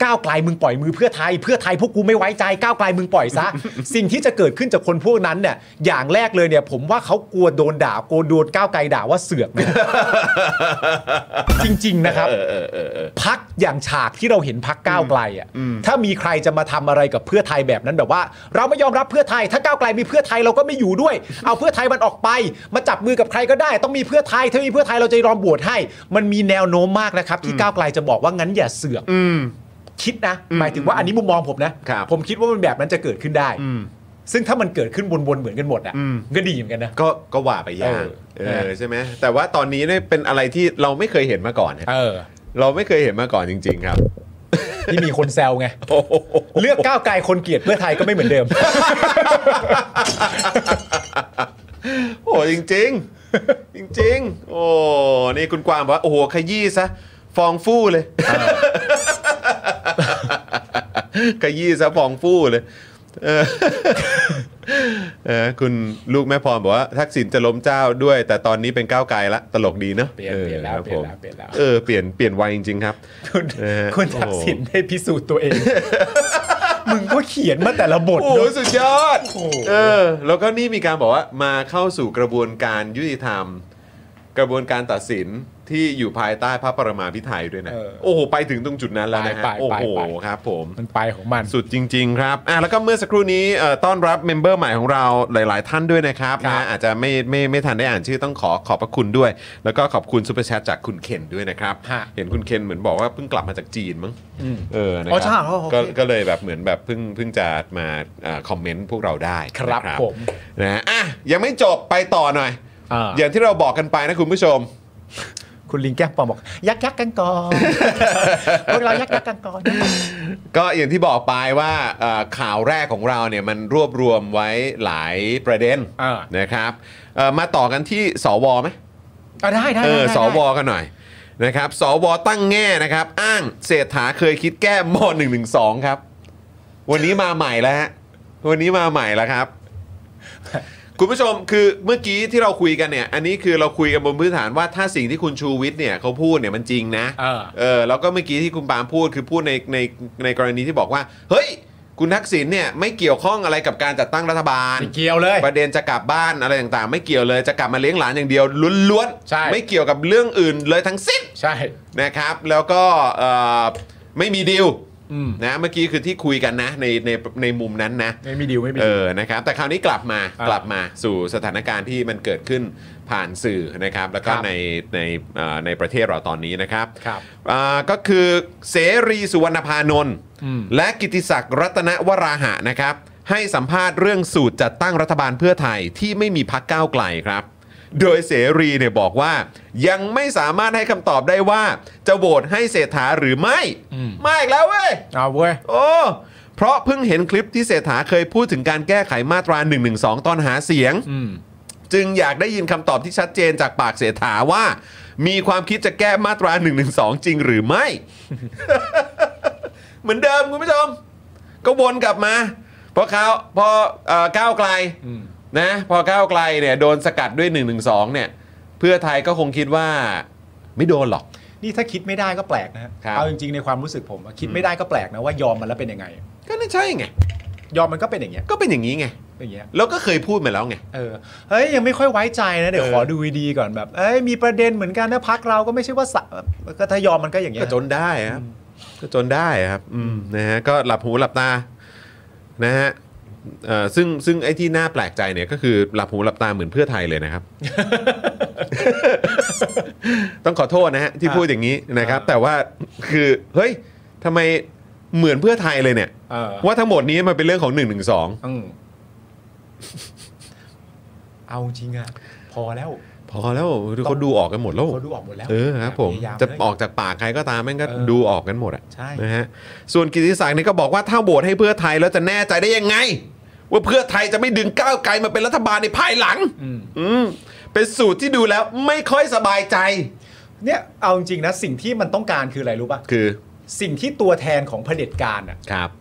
[SPEAKER 7] ก้าวไกลมึงปล่อยมือเพื่อไทย เพื่อไทยพวกกูไม่ไว้ใจก้าวไกลมึงปล่อย ซะ สิ่งที่จะเกิดขึ้นจากคนพวกนั้นเนี่ยอย่างแรกเลยเนี่ย ผมว่าเขากลัวโดนด่ากลัวโดนก้าวไกลด่าว่าเสือกนะ จริงๆนะครับ
[SPEAKER 1] เออเออเออเออ
[SPEAKER 7] พักอย่างฉากที่เราเห็นพักก้าวไกลอ่ะถ้ามีใครจะมาทำอะไรกับเพื่อไทยแบบนั้นแบบว่า เราไม่ยอมรับเพื่อไทย ถ้าก้าวไกลมีเพื่อไทยเราก็ไม่อยู่ ด้วย เอาเพื่อไทยมันออกไป มาจับมือกับใครก็ได้ ต้องมีเพื่อไทย ถ้ามีเพื่อไทยเราจะยอมบวชให้ มันมีแนวโน้มมากนะครับ ที่ก้าวไกลจะบอกว่างั้นอย่าเสือก
[SPEAKER 1] อืม
[SPEAKER 7] คิดนะ หมายถึงว่าอันนี้มุมมองผมนะ
[SPEAKER 1] ครับ
[SPEAKER 7] ผมคิดว่ามันแบบนั้นจะเกิดขึ้นได้
[SPEAKER 1] อืม
[SPEAKER 7] ซึ่งถ้ามันเกิดขึ้นวนๆเหมือนกันหมดอ่ะ
[SPEAKER 1] อืม
[SPEAKER 7] ก็ดีเหมือนกันนะ
[SPEAKER 1] ก็ก็ว่าไปอย่าง
[SPEAKER 7] เอ
[SPEAKER 1] เออ
[SPEAKER 7] อ
[SPEAKER 1] ใช่ไหมแต่ว่าตอนนี้เนี่ยเป็นอะไรที่เราไม่เคยเห็นมาก่อนฮะ
[SPEAKER 7] เออ
[SPEAKER 1] เราไม่เคยเห็นมาก่อนจริง ๆ ครับ
[SPEAKER 7] ที่มีคนแซวไง เลือกก้าวไกลคนเกลียดเพื่อไทยก็ไม่เหมือนเดิม
[SPEAKER 1] โอ้จริง ๆ จริง ๆ โอ้นี่คุณกวางบอกว่า โอ้โหขยี้ซะ ฟองฟู่เลย ขยี้ซะฟองฟู่เลย เออเออคุณลูกแม่พรบอกว่า ทักษิณจะล้มเจ้าด้วย แต่ตอนนี้เป็นก้าวไกลละตลกดีเนาะ
[SPEAKER 7] เปลี่ยนเปลี่ยนแล้ว
[SPEAKER 1] ออครับผม
[SPEAKER 7] เปลี่ยนแล้ว
[SPEAKER 1] เออเปลี่ยนเปลี่ยนไวจริง ๆ ครับ
[SPEAKER 7] คุณ
[SPEAKER 1] เออ
[SPEAKER 7] คุณทักษิณได้พิสูจน์ตัวเอง มึงก็เขียนมาแต่ละบท
[SPEAKER 1] โอ้โห
[SPEAKER 7] เนอะ
[SPEAKER 1] สุดยอด
[SPEAKER 7] โอ้โห
[SPEAKER 1] เออ แล้วก็นี่มีการบอกว่ามาเข้าสู่กระบวนการยุติธรรม กระบวนการตัดสินที่อยู่ภายใต้พระปรมาภิไธยด้วยนะ
[SPEAKER 7] เออ
[SPEAKER 1] โอ้โห ไปถึงตรงจุดนั้นแล้วนะฮะ
[SPEAKER 7] ไปไป
[SPEAKER 1] โอ้
[SPEAKER 7] ไป
[SPEAKER 1] โห
[SPEAKER 7] ไป
[SPEAKER 1] ครับผม
[SPEAKER 7] มันไปของมัน
[SPEAKER 1] สุดจริง ๆ ครับอ่ะแล้วก็เมื่อสักครู่นี้เอ่อต้อนรับเมมเบอร์ใหม่ของเราหลาย ๆ ท่านด้วยนะครับ
[SPEAKER 7] ครับ
[SPEAKER 1] นะอาจจะไม่ไม่ไม่ทันได้อ่านชื่อต้องขอขอบพระคุณด้วย แล้วก็ขอบคุณซูเปอร์แชทจากคุณเคนด้วยนะครับ
[SPEAKER 7] ฮะ
[SPEAKER 1] เห็นคุณเคนเหมือนบอกว่าเพิ่งกลับมาจากจีนมั้ง
[SPEAKER 7] อืม
[SPEAKER 1] เออนะ
[SPEAKER 7] อ๋อ
[SPEAKER 1] ค
[SPEAKER 7] ใช่
[SPEAKER 1] รั
[SPEAKER 7] เหรอโอเค
[SPEAKER 1] ก็ก็เลยแบบเหมือนแบบเพิ่งเพิ่งจะมาคอมเมนต์พวกเราได้
[SPEAKER 7] ครับ
[SPEAKER 1] นะ
[SPEAKER 7] ผม
[SPEAKER 1] นะฮะอ่ะยังไม่จบไปต่อหน่อย
[SPEAKER 7] อ่า
[SPEAKER 1] อย่างที่เราบอกกันไปนะคุณผู้ชม
[SPEAKER 7] คุณลิงแก้มปอมบอก ยักยักกันก่อน พวกเรายักยักกันก่อน
[SPEAKER 1] ก็อย่างที่บอกไปว่าเอ่อข่าวแรกของเราเนี่ยมันรวบรวมไว้หลายประเด็น
[SPEAKER 7] อ่า
[SPEAKER 1] นะครับเอ่อมาต่อกันที่สวไหม
[SPEAKER 7] เอาได้ได้
[SPEAKER 1] เอ
[SPEAKER 7] ได้
[SPEAKER 1] อ
[SPEAKER 7] ได้
[SPEAKER 1] สวกันหน่อยนะครับ สวตั้งแง่นะครับ อ้างเศรษฐาเคยคิดแก้มอ112 ครับ วันนี้มาใหม่แล้วฮะวันนี้มาใหม่แล้วครับ คุณผู้ชมคือเมื่อกี้ที่เราคุยกันเนี่ย อันนี้คือเราคุยกันบนพื้นฐานว่าถ้าสิ่งที่คุณชูวิทย์เนี่ยเขาพูดเนี่ยมันจริงนะ
[SPEAKER 7] เออ
[SPEAKER 1] เออแล้วก็เมื่อกี้ที่คุณปาล์มพูดคือพูดในในในกรณีที่บอกว่า เฮ้ย คุณทักษิณเนี่ยไม่เกี่ยวข้องอะไรกับการจัดตั้งรัฐบาล
[SPEAKER 7] ไม่เกี่ยวเลย
[SPEAKER 1] ประเด็นจะกลับบ้านอะไรต่างๆ ไม่เกี่ยวเลยจะกลับมาเลี้ยงหลานอย่างเดียวล้วน
[SPEAKER 7] ใช่
[SPEAKER 1] ๆไม่เกี่ยวกับเรื่องอื่นเลยทั้งสิ้น
[SPEAKER 7] ใช่
[SPEAKER 1] นะครับ แล้วก็เอ่อไม่มีดีล
[SPEAKER 7] อืม
[SPEAKER 1] นะเมื่อกี้คือที่คุยกันนะในในในมุมนั้นนะ
[SPEAKER 7] ไม่มีดิวไม่มี
[SPEAKER 1] เอ
[SPEAKER 7] ดิว
[SPEAKER 1] อนะครับแต่คราวนี้กลับมา
[SPEAKER 7] อ่าก ก
[SPEAKER 1] ลับมาสู่สถานการณ์ที่มันเกิดขึ้นผ่านสื่อนะครับ แล้วก็
[SPEAKER 7] ครับ
[SPEAKER 1] ในในเอ่อในประเทศเราตอนนี้นะครับ
[SPEAKER 7] ครับ
[SPEAKER 1] อ่าก็คือเสรีสุวรรณพานนท์
[SPEAKER 7] อืม
[SPEAKER 1] และกิติศักดิ์รัตนวราหะนะครับ ให้สัมภาษณ์เรื่องสูตรจัดตั้งรัฐบาลเพื่อไทยที่ไม่มีพักก้าวไกลครับ โดยเสรีเนี่ยบอกว่า ยังไม่สามารถให้คำตอบได้ว่า จะโหวตให้เศรษฐาหรือไม่ไม่อีกแล้วเว้ย
[SPEAKER 7] เอาเว้ย
[SPEAKER 1] โอ้ เพราะเพิ่งเห็นคลิปที่เศรษฐาเคยพูดถึงการแก้ไขมาตรา 112 ตอนหาเสียง
[SPEAKER 7] อืม
[SPEAKER 1] จึงอยากได้ยินคำตอบที่ชัดเจนจากปากเศรษฐาว่า มีความคิดจะแก้มาตรา 112 จริงหรือไม่ เหมือนเดิมคุณผู้ชม ก็วนกลับมา เพราะเขาพอเอ่อก้าวไกลนะพอก้าวไกลเนี่ยโดนสกัดด้วย 112 เนี่ย เพื่อไทยก็คงคิดว่าไม่โดนหรอก
[SPEAKER 7] นี่ถ้าคิดไม่ได้ก็แปลกนะฮะ
[SPEAKER 1] ครับ
[SPEAKER 7] เอาจริงๆในความรู้สึกผมอะคิดไม่ได้ก็แปลกนะว่ายอมมันแล้วเป็นยังไง
[SPEAKER 1] ก็นั่นใช่ไง
[SPEAKER 7] ยอมมันก็เป็นอย่างเงี้ย
[SPEAKER 1] ก็เป็นอย่างนี้ไง
[SPEAKER 7] อย่างเงี้ย
[SPEAKER 1] แล้วก็เคยพูดมาแล้วไง
[SPEAKER 7] เออเฮ้ยยังไม่ค่อยไว้ใจนะเดี๋ยวขอดูดีๆก่อนแบบเอ้ยมีประเด็นเหมือนกันนะพักเราก็ไม่ใช่ว่าสะก็ถ้ายอมมันก็อย่างเงี้
[SPEAKER 1] ก็
[SPEAKER 7] ย
[SPEAKER 1] จนได้ครับก็จนได้ครับอืมนะฮะก็หลับหูหลับตานะฮะเอ่อซึ่งซึ่งไอ้ที่น่าแปลกใจเนี่ยก็คือหลับหูหลับตาเหมือนเพื่อไทยเลย นะครับ ต้องขอโทษนะฮะที่
[SPEAKER 7] อ่า
[SPEAKER 1] พูดอย่างนี้นะครับ แต่ว่าคือเฮ้ย ทำไมเหมือนเพื่อไทยเลยเนี่ย
[SPEAKER 7] เออ
[SPEAKER 1] ว่าทั้งหมดนี้มันเป็นเรื่องของ1นึ
[SPEAKER 7] อืม เอาจริงอะพอแล้ว
[SPEAKER 1] พอแล้วเขาดูออกกันหมดแล้ว
[SPEAKER 7] เขาดูออกหมดแล้ว
[SPEAKER 1] เออครับผม
[SPEAKER 7] พยายา
[SPEAKER 1] จะ
[SPEAKER 7] เลย
[SPEAKER 1] ออกจากปากใครก็ตามแม่งก็
[SPEAKER 7] เออ
[SPEAKER 1] ดูออกกันหมดอ่ะ
[SPEAKER 7] ใช่
[SPEAKER 1] นะฮะส่วนกิติศักดิ์เนี่ยก็บอกว่าถ้าโหวตให้เพื่อไทยแล้วจะแน่ใจได้ยังไง ว่าเพื่อไทยจะไม่ดึงก้าวไกลมาเป็นรัฐบาลในภายหลัง
[SPEAKER 7] อืม
[SPEAKER 1] อืมเป็นสูตรที่ดูแล้วไม่ค่อยสบายใจ
[SPEAKER 7] เนี่ยเอาจริงๆนะสิ่งที่มันต้องการคืออะไรรู้ป่ะ
[SPEAKER 1] คือ
[SPEAKER 7] สิ่งที่ตัวแทนของเผด็จการอ่ะ
[SPEAKER 1] ครับ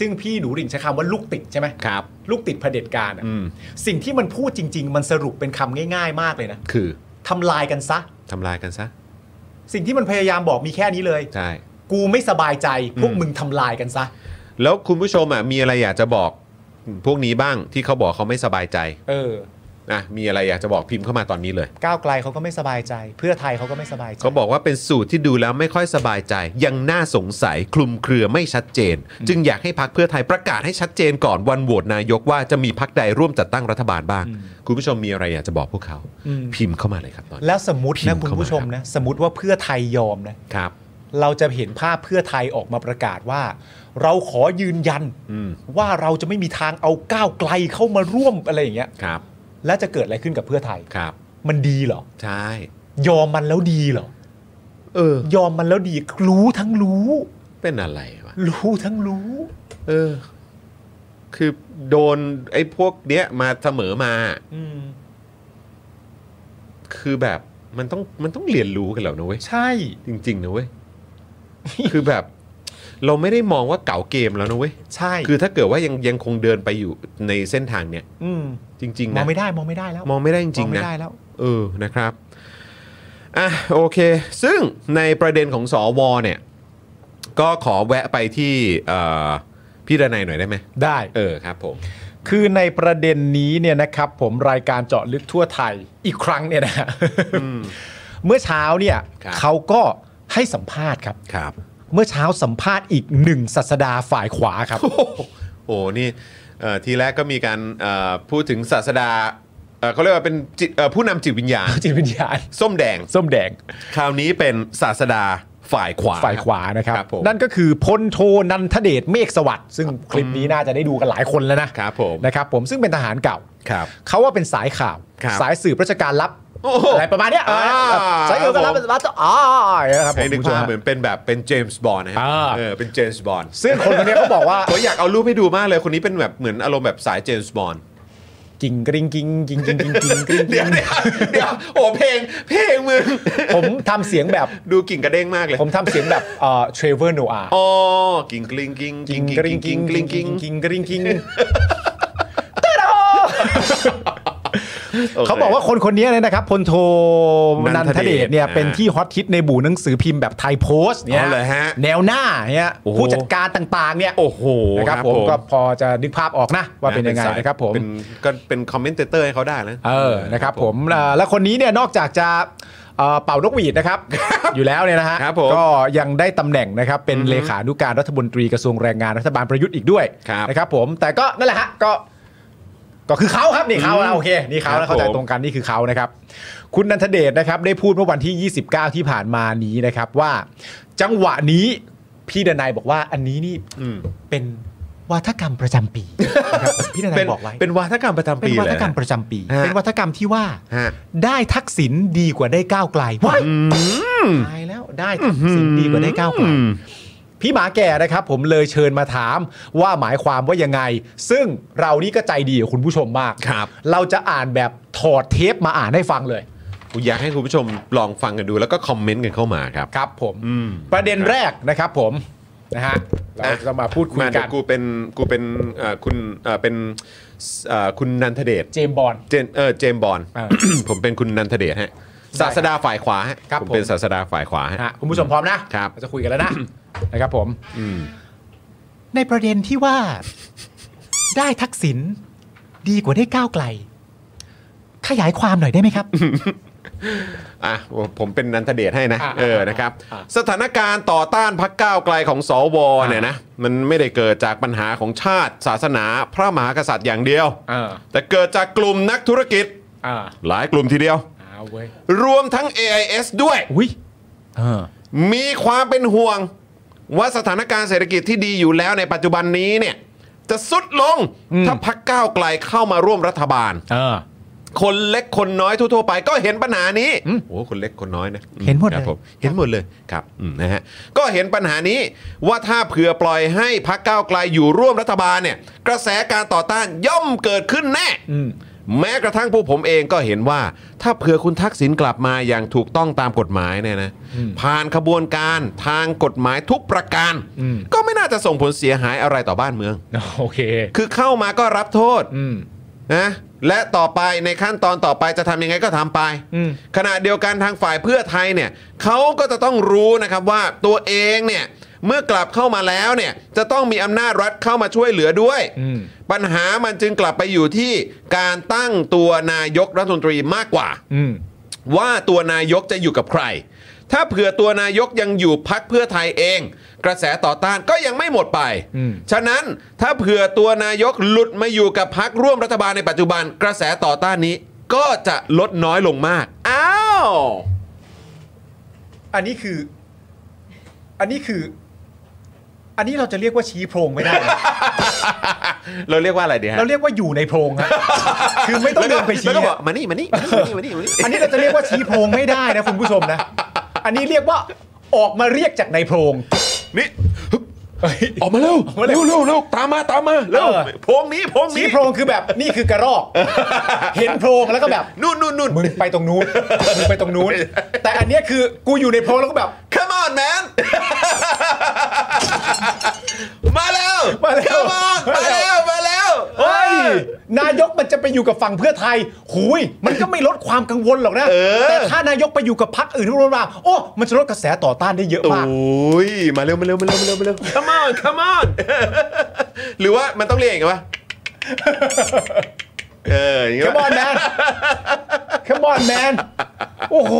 [SPEAKER 7] ซึ่งพี่หนูริ่งใช้คำว่าลูกติดใช่ไหม
[SPEAKER 1] ครับ
[SPEAKER 7] ลูกติดเผด็จการอ่ะ
[SPEAKER 1] อืม
[SPEAKER 7] สิ่งที่มันพูดจริง ๆ มันสรุปเป็นคำง่าย ๆ มากเลยนะ
[SPEAKER 1] คือ
[SPEAKER 7] ทำลายกันซะ
[SPEAKER 1] ทำลายกันซะ
[SPEAKER 7] สิ่งที่มันพยายามบอกมีแค่นี้เลย
[SPEAKER 1] ใช่
[SPEAKER 7] กูไม่สบายใจพวก
[SPEAKER 1] อืม
[SPEAKER 7] มึงทำลายกันซะ
[SPEAKER 1] แล้วคุณผู้ชมอ่ะมีอะไรอยากจะบอกพวกนี้บ้างที่เขาบอกเขาไม่สบายใจ
[SPEAKER 7] เออ
[SPEAKER 1] นะมีอะไรอยากจะบอกพิมพ์เข้ามาตอนนี้เลย
[SPEAKER 7] ก้าวไกลเขาก็ไม่สบายใจ เพื่อไทยเขาก็ไม่สบายใจ
[SPEAKER 1] เขาบอกว่าเป็นสูตรที่ดูแล้วไม่ค่อยสบายใจ ยังน่าสงสัยคลุมเครือไม่ชัดเจน จึงอยากให้พักเพื่อไทยประกาศให้ชัดเจนก่อนวันโหวตนายกว่าจะมีพักใดร่วมจัดตั้งรัฐบาลบ้าง คุณผู้ชมมีอะไรอยากจะบอกพวกเขา พิมพ์เข้ามาเลยครับตอนนี้
[SPEAKER 7] แล้วสมมติ
[SPEAKER 1] พิ
[SPEAKER 7] นะ
[SPEAKER 1] มพ์
[SPEAKER 7] คุณ
[SPEAKER 1] เข้ามา
[SPEAKER 7] ผู้ชมนะสมมติว่าเพื่อไทยยอมนะครับ เราจะเห็นภาพเพื่อไทยออกมาประกาศว่า เราขอยืนยัน
[SPEAKER 1] อืม
[SPEAKER 7] ว่าเราจะไม่มีทางเอาก้าวไกลเข้ามาร่วมอะไรอย่างเงี้ย
[SPEAKER 1] ครับ
[SPEAKER 7] แล้วจะเกิดอะไรขึ้นกับเพื่อไทย
[SPEAKER 1] ครับ
[SPEAKER 7] มันดีเหรอ
[SPEAKER 1] ใช่
[SPEAKER 7] ยอมมันแล้วดีเหรอ
[SPEAKER 1] เออ
[SPEAKER 7] ยอมมันแล้วดี รู้ทั้งรู้
[SPEAKER 1] เป็นอะไรวะ
[SPEAKER 7] รู้ทั้งรู้
[SPEAKER 1] เออ คือโดนไอ้พวกเนี้ยมาเสมอมา
[SPEAKER 7] อืม
[SPEAKER 1] คือแบบมันต้องมันต้องเรียนรู้กันแล้วนะเว้ย
[SPEAKER 7] ใช่
[SPEAKER 1] จริงๆนะเว้ย คือแบบ เราไม่ได้มองว่าเก่าเกมแล้วนะเว้ย
[SPEAKER 7] ใช่
[SPEAKER 1] คือถ้าเกิดว่ายังยังคงเดินไปอยู่ในเส้นทางเนี่ย
[SPEAKER 7] อืม
[SPEAKER 1] จริง ๆ
[SPEAKER 7] มอ
[SPEAKER 1] นะ
[SPEAKER 7] งไม่ได้มองไม่ได้แล้ว
[SPEAKER 1] มองไม่ได้จริง
[SPEAKER 7] ม
[SPEAKER 1] ๆ
[SPEAKER 7] ไม่
[SPEAKER 1] นะ
[SPEAKER 7] ได้แล้ว
[SPEAKER 1] เออนะครับ อ่ะโอเค ซึ่งในประเด็นของสอวเนี่ย ก็ขอแวะไปที่เอ่อพี่ดนัยหน่อยได้ไหม
[SPEAKER 7] ได้
[SPEAKER 1] เออครับผม
[SPEAKER 7] คือในประเด็นนี้เนี่ยนะครับ ผมรายการเจาะลึกทั่วไทยอีกครั้งเนี่ยนะฮะเมื่อเช้าเนี่ย
[SPEAKER 1] ครับ
[SPEAKER 7] เขาก็ให้สัมภาษณ์ครับ
[SPEAKER 1] ครับ
[SPEAKER 7] เมื่อเช้าสัมภาษณ์อีกหนึ่งศาสดาฝ่ายขวาครับ
[SPEAKER 1] โอ้โหนี่เอ่อทีแรกก็มีการเอ่อพูดถึงศาสดาเอ่อเขาเรียกว่าเป็นจิตเอ่อผู้นำจิตวิญญาณ
[SPEAKER 7] จิตวิญญาณ
[SPEAKER 1] ส้มแดง
[SPEAKER 7] ส้มแดง
[SPEAKER 1] คราวนี้เป็นศาสดาฝ่ายขวา
[SPEAKER 7] ฝ่ายขวานะครับ
[SPEAKER 1] ครับผม
[SPEAKER 7] นั่นก็คือพลโทนันทเดชเมฆสวัสดิ์ซึ่งคลิปนี้น่าจะได้ดูกันหลายคนแล้วนะครับ
[SPEAKER 1] ผม
[SPEAKER 7] นะครับผมซึ่งเป็นทหารเก่า
[SPEAKER 1] ครับ
[SPEAKER 7] เขาว่าเป็นสายข่าว
[SPEAKER 1] ครับ
[SPEAKER 7] สายสืบราชการลับ
[SPEAKER 1] โอ้โห
[SPEAKER 7] อะไรประมาณเนี้ย
[SPEAKER 1] อ่า
[SPEAKER 7] สายสืบราชการลับลับอ๋อนะครับผม
[SPEAKER 1] ให้นึก
[SPEAKER 7] คุณผู้ช
[SPEAKER 1] ภาพ
[SPEAKER 7] ม
[SPEAKER 1] เหมื
[SPEAKER 7] ฮะ
[SPEAKER 1] อนเป็นแบบเป็นเจมส์บอลนะฮะ
[SPEAKER 7] อ่า
[SPEAKER 1] เออเป็นเจมส์บอล
[SPEAKER 7] ซึ่งคนคนเนี้ยเขาบอกว่า
[SPEAKER 1] ผมอยากเอารูปให้ดูมากเลยคนนี้เป็นแบบเหมือนอารมณ์แบบสายเจมส์บอล
[SPEAKER 7] กิงกริงกิงกิงกิงกิงกิงกิง
[SPEAKER 1] เดี๋ยวเดี๋ยวเดี๋ยวโอ้เพลงเพลงมึง
[SPEAKER 7] ผมทำเสียงแบบ
[SPEAKER 1] ดูกิ่งกระเด้งมากเลย
[SPEAKER 7] ผมทำเสียงแบบเอ่อเทรเวอร์โนอา
[SPEAKER 1] อ๋อกิ่งกลิงกิ่ง
[SPEAKER 7] กิ
[SPEAKER 1] กิ่
[SPEAKER 7] ง
[SPEAKER 1] ง
[SPEAKER 7] ก
[SPEAKER 1] ก
[SPEAKER 7] ริ
[SPEAKER 1] ลิ
[SPEAKER 7] ง
[SPEAKER 1] ง
[SPEAKER 7] กิ
[SPEAKER 1] กิ่
[SPEAKER 7] ง
[SPEAKER 1] งก
[SPEAKER 7] กริ
[SPEAKER 1] ลิง
[SPEAKER 7] งกิ
[SPEAKER 1] กิ่
[SPEAKER 7] ง
[SPEAKER 1] ง
[SPEAKER 7] กิงกริงกิง
[SPEAKER 1] โค
[SPEAKER 7] เขาบอกว่าคนคนนี้เนี่ยนะครับพลโท
[SPEAKER 1] นั
[SPEAKER 7] นัน
[SPEAKER 1] น
[SPEAKER 7] ท
[SPEAKER 1] ท
[SPEAKER 7] เด
[SPEAKER 1] เด
[SPEAKER 7] ช
[SPEAKER 1] ช
[SPEAKER 7] เนี่ย
[SPEAKER 1] อ่า
[SPEAKER 7] เป็นที่ฮอตฮิตในบู่หนังสือพิมพ์แบบไทยโพสต์เนี่
[SPEAKER 1] อ๋
[SPEAKER 7] ย
[SPEAKER 1] อเหรอฮะ
[SPEAKER 7] แนวหน้าเนี่ย
[SPEAKER 1] โอ้โห
[SPEAKER 7] ผู้จัดการต่างๆเนี่ย
[SPEAKER 1] โอ้โห
[SPEAKER 7] นะครับผมก็พอจะนึกภาพออกนะ ว่าเป็นยังไง
[SPEAKER 1] สาย
[SPEAKER 7] นะครับผม
[SPEAKER 1] เป็นก็เป็นคอมเมนเตอร์ให้เขาได้นะ
[SPEAKER 7] เออนะครับผมเอ่อแล้วคนนี้เนี่ยนอกจากจะเอ่อเป่านกหวีดนะครับ อยู่แล้วเนี่ยนะฮะ
[SPEAKER 1] ครับผม
[SPEAKER 7] ก็ยังได้ตำแหน่งนะครับเป็นเลขานุการรัฐมนตรีกระทรวงแรงงานรัฐบาลประยุทธ์อีกด้วย
[SPEAKER 1] ครับ
[SPEAKER 7] นะครับผมแต่ก็นั่นแหละฮะก็ ก็คือเขาครับนี่เขานะโอเคนี่เขา
[SPEAKER 1] ครั
[SPEAKER 7] นะ
[SPEAKER 1] บ
[SPEAKER 7] เข้าใจ
[SPEAKER 1] ผม
[SPEAKER 7] ตรงกันนี่คือเขานะครับ คุณนันทเดชนะครับได้พูดเมื่อวันที่ 29 ที่ผ่านมานี้นะครับว่า จังหวะนี้พี่ดนายบอกว่าอันนี้นี่
[SPEAKER 1] อืม
[SPEAKER 7] เป็นวาทกรรมประจำปีนะครับ ผมพี่ดนาย
[SPEAKER 1] เป็น
[SPEAKER 7] บอกไว้
[SPEAKER 1] เป็นวาทกรรมประจำ
[SPEAKER 7] เป็น
[SPEAKER 1] ปี
[SPEAKER 7] วา
[SPEAKER 1] เล
[SPEAKER 7] ท
[SPEAKER 1] ย
[SPEAKER 7] กรรม
[SPEAKER 1] นะ
[SPEAKER 7] ประจำปี
[SPEAKER 1] ฮะ
[SPEAKER 7] เป็นวาทกรรมที่ว่า
[SPEAKER 1] ฮะ
[SPEAKER 7] ได้ทักษิณดีกว่าได้ก้าวไกลว้ายตายแล้วได้ทักษิณดีกว่าได้ก้าวไกล
[SPEAKER 1] อืม
[SPEAKER 7] พี่หมาแก่นะครับ ผมเลยเชิญมาถามว่าหมายความว่ายังไง ซึ่งเรานี่ก็ใจดีกับคุณผู้ชมมาก
[SPEAKER 1] ครับ
[SPEAKER 7] เราจะอ่านแบบถอดเทปมาอ่านให้ฟังเลย
[SPEAKER 1] อยากให้คุณผู้ชมลองฟังกันดูแล้วก็คอมเมนต์กันเข้ามาครับ
[SPEAKER 7] ครับ ผม
[SPEAKER 1] อืม
[SPEAKER 7] ประเด็นแรกนะครับ ผมนะฮะเราจะมาพูดคุย
[SPEAKER 1] มา
[SPEAKER 7] กั
[SPEAKER 1] เดี๋ย
[SPEAKER 7] น
[SPEAKER 1] วกูเป็นกูเป็นเอ่อคุณเอ่อเป็นเอ่อคุณนันทเดช
[SPEAKER 7] เจมส์บอล
[SPEAKER 1] เจนเออเจมส์บอล
[SPEAKER 7] อ่า
[SPEAKER 1] ผมเป็นคุณนันทเดชฮะศาสดาฝ่ายขวาฮะ
[SPEAKER 7] ครับ
[SPEAKER 1] ผม
[SPEAKER 7] ผม
[SPEAKER 1] เป็นศาสดาฝ่ายขวาฮะ
[SPEAKER 7] ฮะคุณผู้ชมพร้อมนะครับ เาจะคุยกันแล้วนะ นะครับผมในประเด็นที่ว่า ได้ทักษิณดีกว่าได้ก้าวไกล ขยายความหน่อยได้ไหมครับ
[SPEAKER 1] อ่ะผมเป็นนันทเดชให้นะ
[SPEAKER 7] อ่ะ
[SPEAKER 1] เออนะครับ
[SPEAKER 7] อ่ะ
[SPEAKER 1] สถานการณ์ต่อต้านพักก้าวไกลของสว
[SPEAKER 7] อ่ะ
[SPEAKER 1] เนี่ยนะมันไม่ได้เกิดจากปัญหาของชาติ ศาสนาพระมหากษัตริย์อย่างเดียว
[SPEAKER 7] อ่า
[SPEAKER 1] แต่เกิดจากกลุ่มนักธุรกิจ
[SPEAKER 7] อ่า
[SPEAKER 1] หลายกลุ่มทีเดียว
[SPEAKER 7] เอาเว้ย
[SPEAKER 1] รวมทั้ง AIS ด้วย
[SPEAKER 7] อุ้ยเออ
[SPEAKER 1] มีความเป็นห่วง ว่าสถานการณ์เศรษฐกิจที่ดีอยู่แล้วในปัจจุบันนี้เนี่ยจะสุดลงถ้าพักก้าวไกลเข้ามาร่วมรัฐบาล
[SPEAKER 7] เออ
[SPEAKER 1] คนเล็กคนน้อยทั่วๆไปก็เห็นปัญหานี้โอ้คนเล็กคนน้อยนะ
[SPEAKER 7] เห็นหมด
[SPEAKER 1] ครับ
[SPEAKER 7] เลย
[SPEAKER 1] ผเห็นหมดเลยครับอืมนะฮะก็เห็นปัญหานี้ว่าถ้าเผื่อปล่อยให้พักก้าวไกลอยู่ร่วมรัฐบาลเนี่ยกระแสการต่อต้านย่อมเกิดขึ้นแน่
[SPEAKER 7] อืม
[SPEAKER 1] แม้กระทั่งผู้ผมเองก็เห็นว่า ถ้าเผื่อคุณทักษิณกลับมาอย่างถูกต้องตามกฎหมายเนี่ยนะผ่านขบวนการทางกฎหมายทุกประการ
[SPEAKER 7] อืม
[SPEAKER 1] ก็ไม่น่าจะส่งผลเสียหายอะไรต่อบ้านเมือง
[SPEAKER 7] โอเค
[SPEAKER 1] คือเข้ามาก็รับโทษ
[SPEAKER 7] อืม
[SPEAKER 1] นะและต่อไปในขั้นตอนต่อไปจะทำยังไงก็ทำไป
[SPEAKER 7] อืม
[SPEAKER 1] ขณะเดียวกันทางฝ่ายเพื่อไทยเนี่ยเขาก็จะต้องรู้นะครับว่าตัวเองเนี่ยเมื่อกลับเข้ามาแล้วเนี่ยจะต้องมีอำนาจรัฐเข้ามาช่วยเหลือด้วย
[SPEAKER 7] อืม
[SPEAKER 1] ปัญหามันจึงกลับไปอยู่ที่การตั้งตัวนายกรัฐมนตรีมากกว่า
[SPEAKER 7] อืม
[SPEAKER 1] ว่าตัวนายกจะอยู่กับใคร ถ้าเผื่อตัวนายกยังอยู่พักเพื่อไทยเอง กระแสต่อต้านก็ยังไม่หมดไป
[SPEAKER 7] อืม
[SPEAKER 1] ฉะนั้นถ้าเผื่อตัวนายกหลุดมาอยู่กับพักร่วมรัฐบาลในปัจจุบัน กระแสต่อต้านนี้ก็จะลดน้อยลงมาก อ้าว
[SPEAKER 7] อันนี้คือ อันนี้คือ อันนี้เราจะเรียกว่าชี้โพรงไม่ได้ นะ
[SPEAKER 1] เราเรียกว่าอะไรดีฮะ
[SPEAKER 7] เราเรียกว่าอยู่ในโพรง ฮะ คือไม่ต้องเดินไปชี้
[SPEAKER 1] แล้วก็บอ
[SPEAKER 7] อะ
[SPEAKER 1] กมานี่มานี่มา นี่มานี่มานี่
[SPEAKER 7] อันนี้เราจะเรียกว่าชี้โพรงไม่ได้นะคุณผู้ชมนะ อันนี้เรียกว่าออกมาเรียกจากในโพรง
[SPEAKER 1] นี่
[SPEAKER 7] เฮ้ย
[SPEAKER 1] ออกมาเร็ว
[SPEAKER 7] ออกมาเร็
[SPEAKER 1] เร็
[SPEAKER 7] ว
[SPEAKER 1] วเร็วเร็วตามมาตามมาเร็ว
[SPEAKER 7] เออ
[SPEAKER 1] โพรงนี้โพรง
[SPEAKER 7] ชี้
[SPEAKER 1] นี้
[SPEAKER 7] โพรงคือแบบนี่คือกระรอก เห็นโพรงแล้วก็แบบ
[SPEAKER 1] นู่นนู่นนู่น
[SPEAKER 7] มึงไปตรงนู้น มึงไปตรงนู้น แต่อันเนี้ยคือกูอยู่ในโพรงแล้วก็แบบ
[SPEAKER 1] Come on man มาแล้ว
[SPEAKER 7] มาแล้ว
[SPEAKER 1] Come on มาแล้วมาแล้ว
[SPEAKER 7] เฮ้ย นายกมันจะไปอยู่กับฝั่งเพื่อไทยหุยมันก็ไม่ลดความกังวลหรอกนะ แต่ถ้านายกไปอยู่กับพรรคอื่นที่ร่วมมาโอ้ มันจะลดกระแสต่อต้านได้เยอะ
[SPEAKER 1] โอ
[SPEAKER 7] มาก
[SPEAKER 1] ้ยมาเร็วมาเร็วมาเร็วมาเร็ว มาเร็ว Come on Come on หรือว่ามันต้องเรียกอย่าง ไงวะเอออย่างเงี้ย
[SPEAKER 7] Come on man Come on man โอ้โห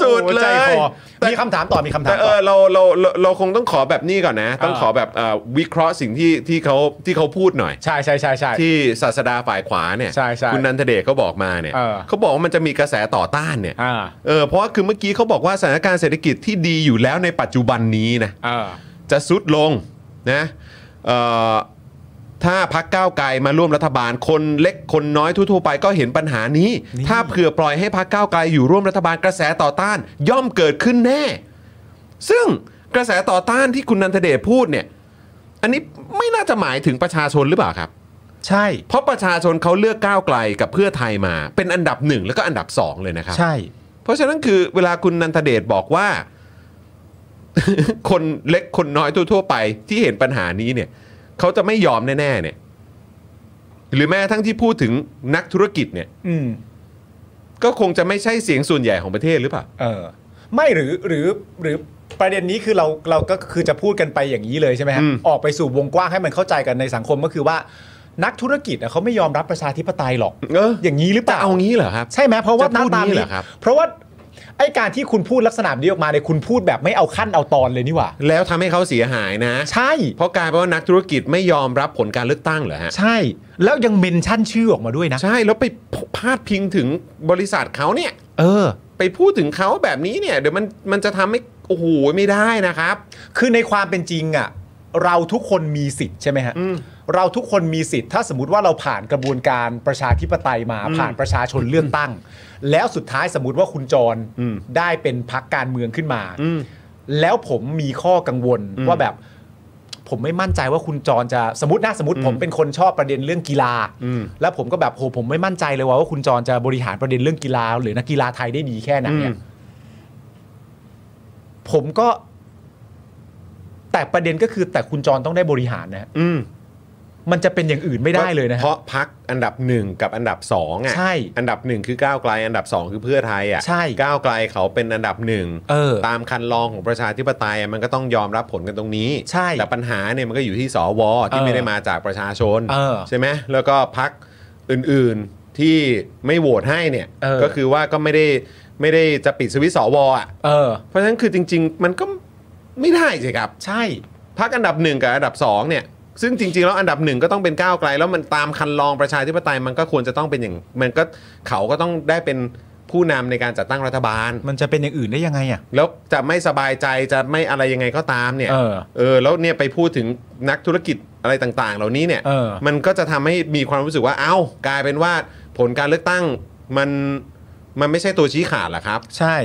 [SPEAKER 1] สุดเลย
[SPEAKER 7] โอ้โหใจคอมีคำถามต่อมีคำถา
[SPEAKER 1] แต่
[SPEAKER 7] ม
[SPEAKER 1] เอ
[SPEAKER 7] ต่
[SPEAKER 1] อ
[SPEAKER 7] อ
[SPEAKER 1] เราเราเราเราคงต้องขอแบบนี้ก่อนนะ ต้องขอแบบเอ่อวิเคราะห์สิ่งที่ที่เขาที่เขาพูดหน่อย
[SPEAKER 7] ใช่ใช่ใช่ใช่
[SPEAKER 1] ที่ศาสดาฝ่ายขวาเนี่ย
[SPEAKER 7] ใช่ใช่
[SPEAKER 1] คุณนันทเดชเขาบอกมาเนี่ย
[SPEAKER 7] เออ
[SPEAKER 1] เขาบอกว่ามันจะมีกระแสต่อต้านเนี่ย
[SPEAKER 7] อ่า
[SPEAKER 1] เออเพราะว่าคือเมื่อกี้เขาบอกว่าสถานการณ์เศรษฐกิจที่ดีอยู่แล้วในปัจจุบันนี้นะ
[SPEAKER 7] เออ
[SPEAKER 1] จะซุดลงนะเอ่อถ้าพักก้าวไกลมาร่วมรัฐบาลคนเล็กคนน้อยทั่วๆไปก็เห็นปัญหานี้ ถ้าเผื่อปล่อยให้พักก้าวไกลอยู่ร่วมรัฐบาลกระแสต่อต้าน ย่อมเกิดขึ้นแน่ ซึ่งกระแสต่อต้านที่คุณนันทเดชพูดเนี่ย อันนี้ไม่น่าจะหมายถึงประชาชนหรือเปล่าครับ
[SPEAKER 7] ใช่
[SPEAKER 1] เพราะประชาชนเขาเลือกก้าวไกลกับเพื่อไทยมา เป็นอันดับหนึ่งแล้วก็อันดับสองเลยนะครับ
[SPEAKER 7] ใช่
[SPEAKER 1] เพราะฉะนั้นคือเวลาคุณนันทเดชบอกว่า คนเล็กคนน้อยทั่วๆไปที่เห็นปัญหานี้เนี่ยเขาจะไม่ยอมแน่ๆเนี่ย หรือแม้กระทั้งที่พูดถึงนักธุรกิจเนี่ย
[SPEAKER 7] อืม
[SPEAKER 1] ก็คงจะไม่ใช่เสียงส่วนใหญ่ของประเทศหรือเปล่า
[SPEAKER 7] เออไม่หรือหรือหรือประเด็นนี้คือเราเราก็คือจะพูดกันไปอย่างนี้เลยใช่ไหมฮะ
[SPEAKER 1] อืม
[SPEAKER 7] ออกไปสู่วงกว้างให้มันเข้าใจกันในสังคมก็คือว่า นักธุรกิจอะเขาไม่ยอมรับประชาธิปไตยหรอก
[SPEAKER 1] เออ
[SPEAKER 7] อย่างนี้หรือเปล่า
[SPEAKER 1] เอางี้เหรอครับ
[SPEAKER 7] ใช่ไหมเพราะว่า
[SPEAKER 1] จะพูด
[SPEAKER 7] ตาม
[SPEAKER 1] นี้เหรอครับ
[SPEAKER 7] เพราะว่าไอการที่คุณพูดลักษณะนี้ออกมาเนี่ยคุณพูดแบบไม่เอาขั้นเอาตอนเลยนี่หว่า
[SPEAKER 1] แล้วทำให้เขาเสียหายนะ
[SPEAKER 7] ใช่
[SPEAKER 1] เพราะกลายเป็นว่านักธุรกิจไม่ยอมรับผลการเลือกตั้งเหรอฮะ
[SPEAKER 7] ใช่ แล้วยังเมนชั่นชื่อออกมาด้วยนะ
[SPEAKER 1] ใช่แล้วไปพาดพิงถึงบริษัทเขาเนี่ย
[SPEAKER 7] เออ
[SPEAKER 1] ไปพูดถึงเขาแบบนี้เนี่ย เดี๋ยวมันมันจะทำให้โอ้โหไม่ได้นะครับ
[SPEAKER 7] คือในความเป็นจริงอะ่ะเราทุกคนมีสิทธิ์ใช่ไหมฮะเราทุกคนมีสิทธิ์ถ้าสมมติว่าเราผ่านกระบวนการประชาธิปไตยมาผ่านประชาชนเลือกตั้ง แล้วสุดท้ายสมมติว่าคุณจรได้เป็นพักการเมืองขึ้นมา แล้วผมมีข้อกังวลว่าแบบ ผมไม่มั่นใจว่าคุณจรจะสมมตินะสมมติผมเป็นคนชอบประเด็นเรื่องกีฬา แล้วผมก็แบบโหผมไม่มั่นใจเลยว่าว่าคุณจรจะบริหารประเด็นเรื่องกีฬา หรือนักกีฬาไทยได้ดีแค่ไหนเนี่ย
[SPEAKER 1] อืม
[SPEAKER 7] ผมก็ แต่ประเด็นก็คือแต่คุณจรต้องได้บริหารนะฮะ
[SPEAKER 1] อืม
[SPEAKER 7] มันจะเป็นอย่างอื่นไม่ได้เลยนะฮะ
[SPEAKER 1] เพราะพักอันดับหนึ่งกับอันดับสองอ่ะ
[SPEAKER 7] ใช่
[SPEAKER 1] อันดับหนึ่งคือก้าวไกล อันดับสองคือเพื่อไทยอ่ะ
[SPEAKER 7] ใช่
[SPEAKER 1] ก้าวไกลเขาเป็นอันดับหนึ่ง
[SPEAKER 7] เออ
[SPEAKER 1] ตามคันลองของประชาธิปไตยอะมันก็ต้องยอมรับผลกันตรงนี้
[SPEAKER 7] ใช่
[SPEAKER 1] แต่ปัญหาเนี่ยมันก็อยู่ที่สวที่
[SPEAKER 7] เออ
[SPEAKER 1] ไม่ได้มาจากประชาชน
[SPEAKER 7] เออ
[SPEAKER 1] ใช่ไหมแล้วก็พักอื่นๆที่ไม่โหวตให้เนี่ย
[SPEAKER 7] เออ
[SPEAKER 1] ก็คือว่าก็ไม่ได้ไม่ได้จะปิดสวิตช์สวอ่ะ
[SPEAKER 7] เออ
[SPEAKER 1] เพราะฉะนั้นคือจริง ๆ มันก็ไม่ได้สิครับ
[SPEAKER 7] ใช่
[SPEAKER 1] พักอันดับหนึ่งกับอันดับสองเนี่ยซึ่งจริง ๆ แล้วอันดับหนึ่งก็ต้องเป็นก้าวไกล แล้วมันตามคันลองประชาธิปไตยมันก็ควรจะต้องเป็นอย่าง มันก็เขาก็ต้องได้เป็น ผู้นำในการจัดตั้งรัฐบาล
[SPEAKER 7] มันจะเป็นอย่างอื่นได้ยังไงอ่ะ
[SPEAKER 1] แล้วจะไม่สบายใจจะไม่อะไรยังไงก็ตามเนี่ย
[SPEAKER 7] เออ
[SPEAKER 1] แล้วเนี่ยไปพูดถึงนักธุรกิจอะไรต่างๆ เหล่านี้เนี่ย
[SPEAKER 7] เออ
[SPEAKER 1] มันก็จะทำให้มีความรู้สึกว่าเอ้ากลายเป็นว่าผลการเลือกตั้งมันมันไม่ใช่ตัวชี้ขาดเหรอครับ
[SPEAKER 7] ใช่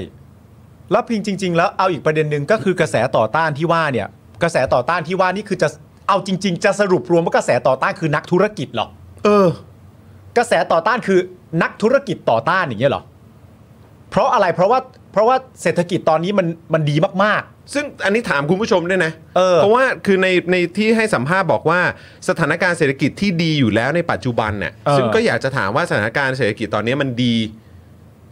[SPEAKER 7] แล้วพิงจริง ๆ แล้วเอาอีกประเด็นหนึ่งก็คือกระแสต่อต้านที่ว่าเนี่ย กระแสต่อต้านที่ว่านี่คือจะเอาจริง ๆ จะสรุปรวมว่ากระแสต่อต้านคือนักธุรกิจเหรอเออ กระแสต่อต้านคือนักธุรกิจต่อต้านอย่างเงี้ยเหรอเพราะอะไรเพราะว่าเพราะว่าเศรษฐกิจตอนนี้มันมันดีมาก
[SPEAKER 1] ซึ่งอันนี้ถามคุณผู้ชมด้วยนะ
[SPEAKER 7] เออ
[SPEAKER 1] ราะว่าคือในในที่ให้สัมภาษณ์บอกว่าสถานการณ์เศรษฐกิจที่ดีอยู่แล้วในปัจจุบันเนี่ยซึ่งก็อยากจะถามว่าสถานการณ์เศรษฐกิจตอนนี้มันดี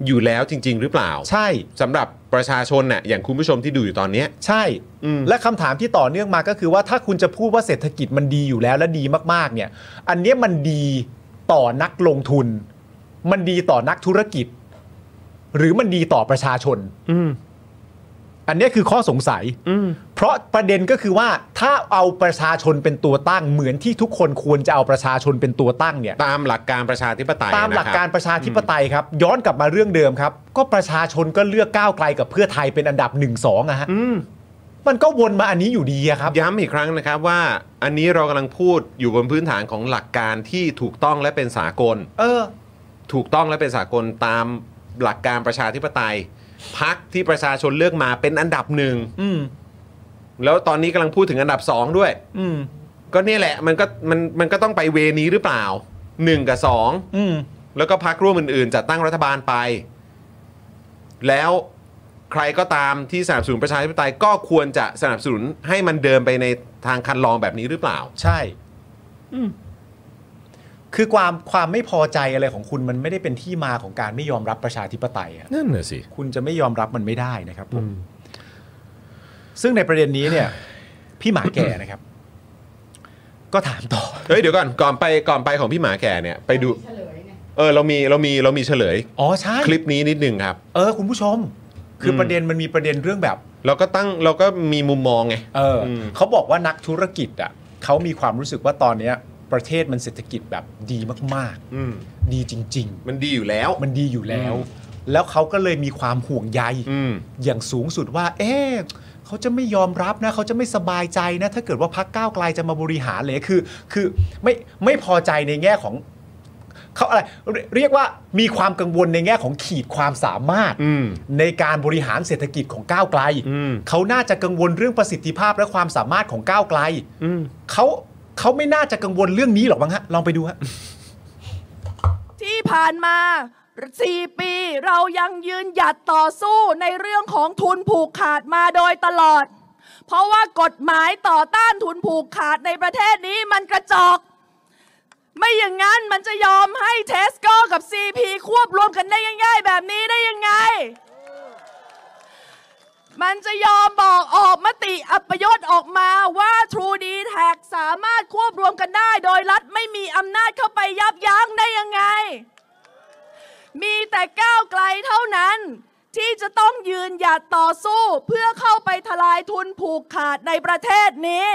[SPEAKER 1] อยู่แล้วจริง ๆ หรือเปล่า
[SPEAKER 7] ๆ ใช่
[SPEAKER 1] สำหรับประชาชนเนี่ยอย่างคุณผู้ชมที่ดูอยู่ตอนเนี้ย
[SPEAKER 7] ใช่
[SPEAKER 1] อืม
[SPEAKER 7] และคำถามที่ต่อเนื่องมาก็คือว่าถ้าคุณจะพูดว่าเศรษฐกิจมันดีอยู่แล้วและดีมากๆ เนี่ย อันเนี้ยมันดีต่อนักลงทุน มันดีต่อนักธุรกิจ หรือมันดีต่อประชาชน อันเนี้ยคือข้อสงสัย เพราะประเด็นก็คือว่าถ้าเอาประชาชนเป็นตัวตั้งเหมือนที่ทุกคนควรจะเอาประชาชนเป็นตัวตั้งเนี่ย
[SPEAKER 1] ตามหลักการประชาธิปไตย
[SPEAKER 7] ตามหลัก
[SPEAKER 1] นะคบ
[SPEAKER 7] การประชาธิปไตยครับ ย้อนกลับมาเรื่องเดิมครับ ก็ประชาชนก็เลือกก้าวไกลกับเพื่อไทยเป็นอันดับหนึ่งสองอะฮะมันก็วนมาอันนี้อยู่ดีอะครับ
[SPEAKER 1] ย้ำอีกครั้งนะครับว่าอันนี้เรากำลังพูดอยู่บนพื้นฐานของหลักการที่ถูกต้องและเป็นสากล
[SPEAKER 7] เออ
[SPEAKER 1] ถูกต้องและเป็นสากลตามหลักการประชาธิปไตยพักที่ประชาชนเลือกมาเป็นอันดับหนึ่ง
[SPEAKER 7] อืม
[SPEAKER 1] แล้วตอนนี้กำลังพูดถึงอันดับสองด้วย
[SPEAKER 7] อืม
[SPEAKER 1] ก็เนี่ยแหละมันก็มันมันก็ต้องไปเวนี้หรือเปล่าหนึ่งกับสอง
[SPEAKER 7] อืม
[SPEAKER 1] แล้วก็พักร่วมอื่นๆจัดตั้งรัฐบาลไป แล้วใครก็ตามที่สนับสนุนประชาธิปไตยก็ควรจะสนับสนุนให้มันเดินไปในทางคันลองแบบนี้หรือเปล่า
[SPEAKER 7] ใช่คือความความไม่พอใจอะไรของคุณมันไม่ได้เป็นที่มาของการไม่ยอมรับประชาธิปไตยอะ
[SPEAKER 1] นั่นน่ะสิ
[SPEAKER 7] คุณจะไม่ยอมรับมันไม่ได้นะครับผม ซึ่งในประเด็นนี้เนี่ย พี่หมาแก่นะครับ ก็ถามต่อ
[SPEAKER 1] เฮ้ยเดี๋ยวก่อนก่อนไปก่อนไปของพี่หมาแก่เนี่ยไปดู
[SPEAKER 6] เฉลยไง
[SPEAKER 1] เออเรามีเรามีเรามีเฉลย
[SPEAKER 7] อ๋อใช่
[SPEAKER 1] คลิปนี้นิดนึงครับ
[SPEAKER 7] เออ คุณผู้ชม คืออ
[SPEAKER 1] ม
[SPEAKER 7] ประเด็นมันมีประเด็นเรื่องแบบ
[SPEAKER 1] เราก็ตั้งเราก็มีมุมมองไง
[SPEAKER 7] เอออ
[SPEAKER 1] ม
[SPEAKER 7] เขาบอกว่านักธุรกิจอ่ะเขามีความรู้สึกว่าตอนเนี้ย ประเทศมันเศรษฐกิจแบบดีมากๆ ดีจริง
[SPEAKER 1] มันดีอยู่แล้ว
[SPEAKER 7] ๆ มันดีอยู่แล้ว แล้วเขาก็เลยมีความห่วงใย
[SPEAKER 1] อืม
[SPEAKER 7] อย่างสูงสุดว่า เอ๊ะเขาจะไม่ยอมรับนะ เขาจะไม่สบายใจนะ ถ้าเกิดว่าพักก้าวไกลจะมาบริหารเลยคือ คือไม่ไม่พอใจในแง่ของเขาอะไรเรีเรียกว่ามีความกังวลในแง่ของขีดความสามารถ
[SPEAKER 1] อืม
[SPEAKER 7] ในการบริหารเศรษฐกิจของก้าวไกล
[SPEAKER 1] อืม
[SPEAKER 7] เขาน่าจะกังวลเรื่องประสิทธิภาพและความสามารถของก้าวไกลเขาเขาไม่น่าจะกังวลเรื่องนี้หรอกมั้งฮะลองไปดูฮะ
[SPEAKER 8] ที่ผ่านมาสี่ปีเรายังยืนหยัดต่อสู้ในเรื่องของทุนผูกขาดมาโดยตลอด เพราะว่ากฎหมายต่อต้านทุนผูกขาดในประเทศนี้มันกระจอก ไม่อย่างนั้นมันจะยอมให้เทสโก้กับ CP ควบรวมกันได้ง่าย ๆ แบบนี้ได้ยังไง มันจะยอมบอกออกมติอัปยศออกมาว่า True d t a c สามารถควบรวมกันได้โดยรัฐไม่มีอำนาจเข้าไปยับยั้งได้ยังไง มีแต่ก้าวไกลเท่านั้น ที่จะต้องยืนหยัดต่อสู้เพื่อเข้าไปทลายทุนผูกขาดในประเทศนี้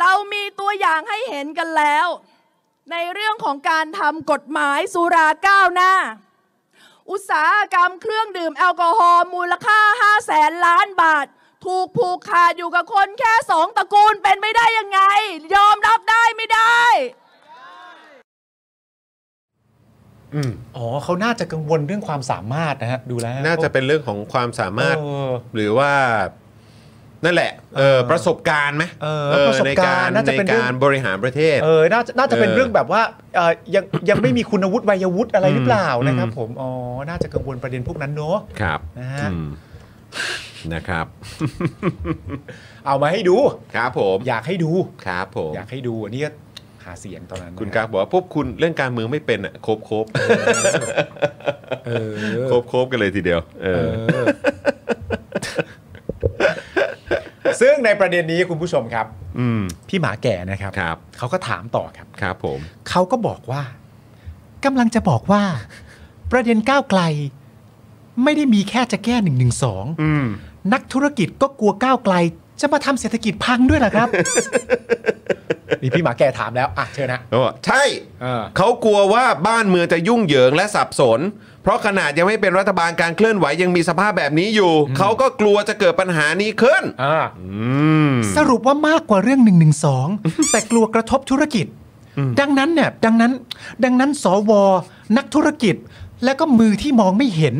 [SPEAKER 8] เรามีตัวอย่างให้เห็นกันแล้ว ในเรื่องของการทำกฎหมายสุราก้าวหน้า อุตสาหกรรมเครื่องดื่มแอลกอฮอล์มูลค่า 5 แสนล้านบาท ถูกผูกขาดอยู่กับคนแค่สองตระกูลเป็นไม่ได้ยังไง ยอมรับได้ไม่ได้
[SPEAKER 7] อ๋อเขาน่าจะกังวลเรื่องความสามารถนะฮะดูแล้ว
[SPEAKER 1] น่าจะเป็นเรื่องของความสามารถ
[SPEAKER 7] เออ
[SPEAKER 1] หรือว่า นั่นแหละเออ
[SPEAKER 7] เออ
[SPEAKER 1] ประสบการณ์ไหม
[SPEAKER 7] เออประสบการณ์
[SPEAKER 1] ใน
[SPEAKER 7] น่าจะเป็น
[SPEAKER 1] ใน
[SPEAKER 7] เรื่อง
[SPEAKER 1] การบริหารประเทศ
[SPEAKER 7] เออ น่าจะน่าจะเป็น
[SPEAKER 1] เออ
[SPEAKER 7] เรื่องแบบว่าเอ่อยังยังไม่มีคุณวุฒิวัยวุฒิอะไรหรือเปล่า
[SPEAKER 1] อืม
[SPEAKER 7] นะครับผม อ๋อ น่าจะกังวลประเด็นพวกนั้นเนอะ
[SPEAKER 1] ครับ
[SPEAKER 7] นะฮะ
[SPEAKER 1] อืมนะครับ
[SPEAKER 7] เอามาให้ดู
[SPEAKER 1] ครับผม
[SPEAKER 7] อยากให้ดู
[SPEAKER 1] ครับผม
[SPEAKER 7] อยากให้ดู อันนี้ก็หาเสียงตอนนั้นนะ
[SPEAKER 1] คุณกาบอกว่าพวกคุณเรื่องการเมืองไม่เป็นอ่ะครบครบ
[SPEAKER 7] เออ
[SPEAKER 1] ครบครบกันเลยทีเดียว เอ
[SPEAKER 7] เอ
[SPEAKER 1] อ
[SPEAKER 7] อ ซึ่งในประเด็นนี้คุณผู้ชมครับ
[SPEAKER 1] อืม
[SPEAKER 7] พี่หมาแก่นะครับ
[SPEAKER 1] ครับ
[SPEAKER 7] เขาก็ถามต่อครับ
[SPEAKER 1] ครับผม
[SPEAKER 7] เขาก็บอกว่า กำลังจะบอกว่า ประเด็นก้าวไกล ไม่ได้มีแค่จะแก้หนึ่งหนึ่งสอง
[SPEAKER 1] อืม
[SPEAKER 7] นักธุรกิจก็กลัวก้าวไกล จะมาทำเศรษฐกิจพังด้วยเหร อครับ นี่พี่หมาแก่ถามแล้ว อ่ะเชิญนะ
[SPEAKER 1] แล้วบอกใช่
[SPEAKER 7] เออ
[SPEAKER 1] เขากลัวว่าบ้านเมืองจะยุ่งเหยิงและสับสน เพราะขนาดยังไม่เป็นรัฐบาลการเคลื่อนไหวยังมีสภาพแบบนี้อยู่ เขาก็กลัวจะเกิดปัญหานี้ขึ้น
[SPEAKER 7] อ่า
[SPEAKER 1] อืม
[SPEAKER 7] สรุปว่ามากกว่าเรื่อง1นึ แต่กลัวกระทบธุรกิจ ดังนั้นเนี่ยดังนั้นดังนั้นสวนักธุรกิจ และก็มือที่มองไม่เห็น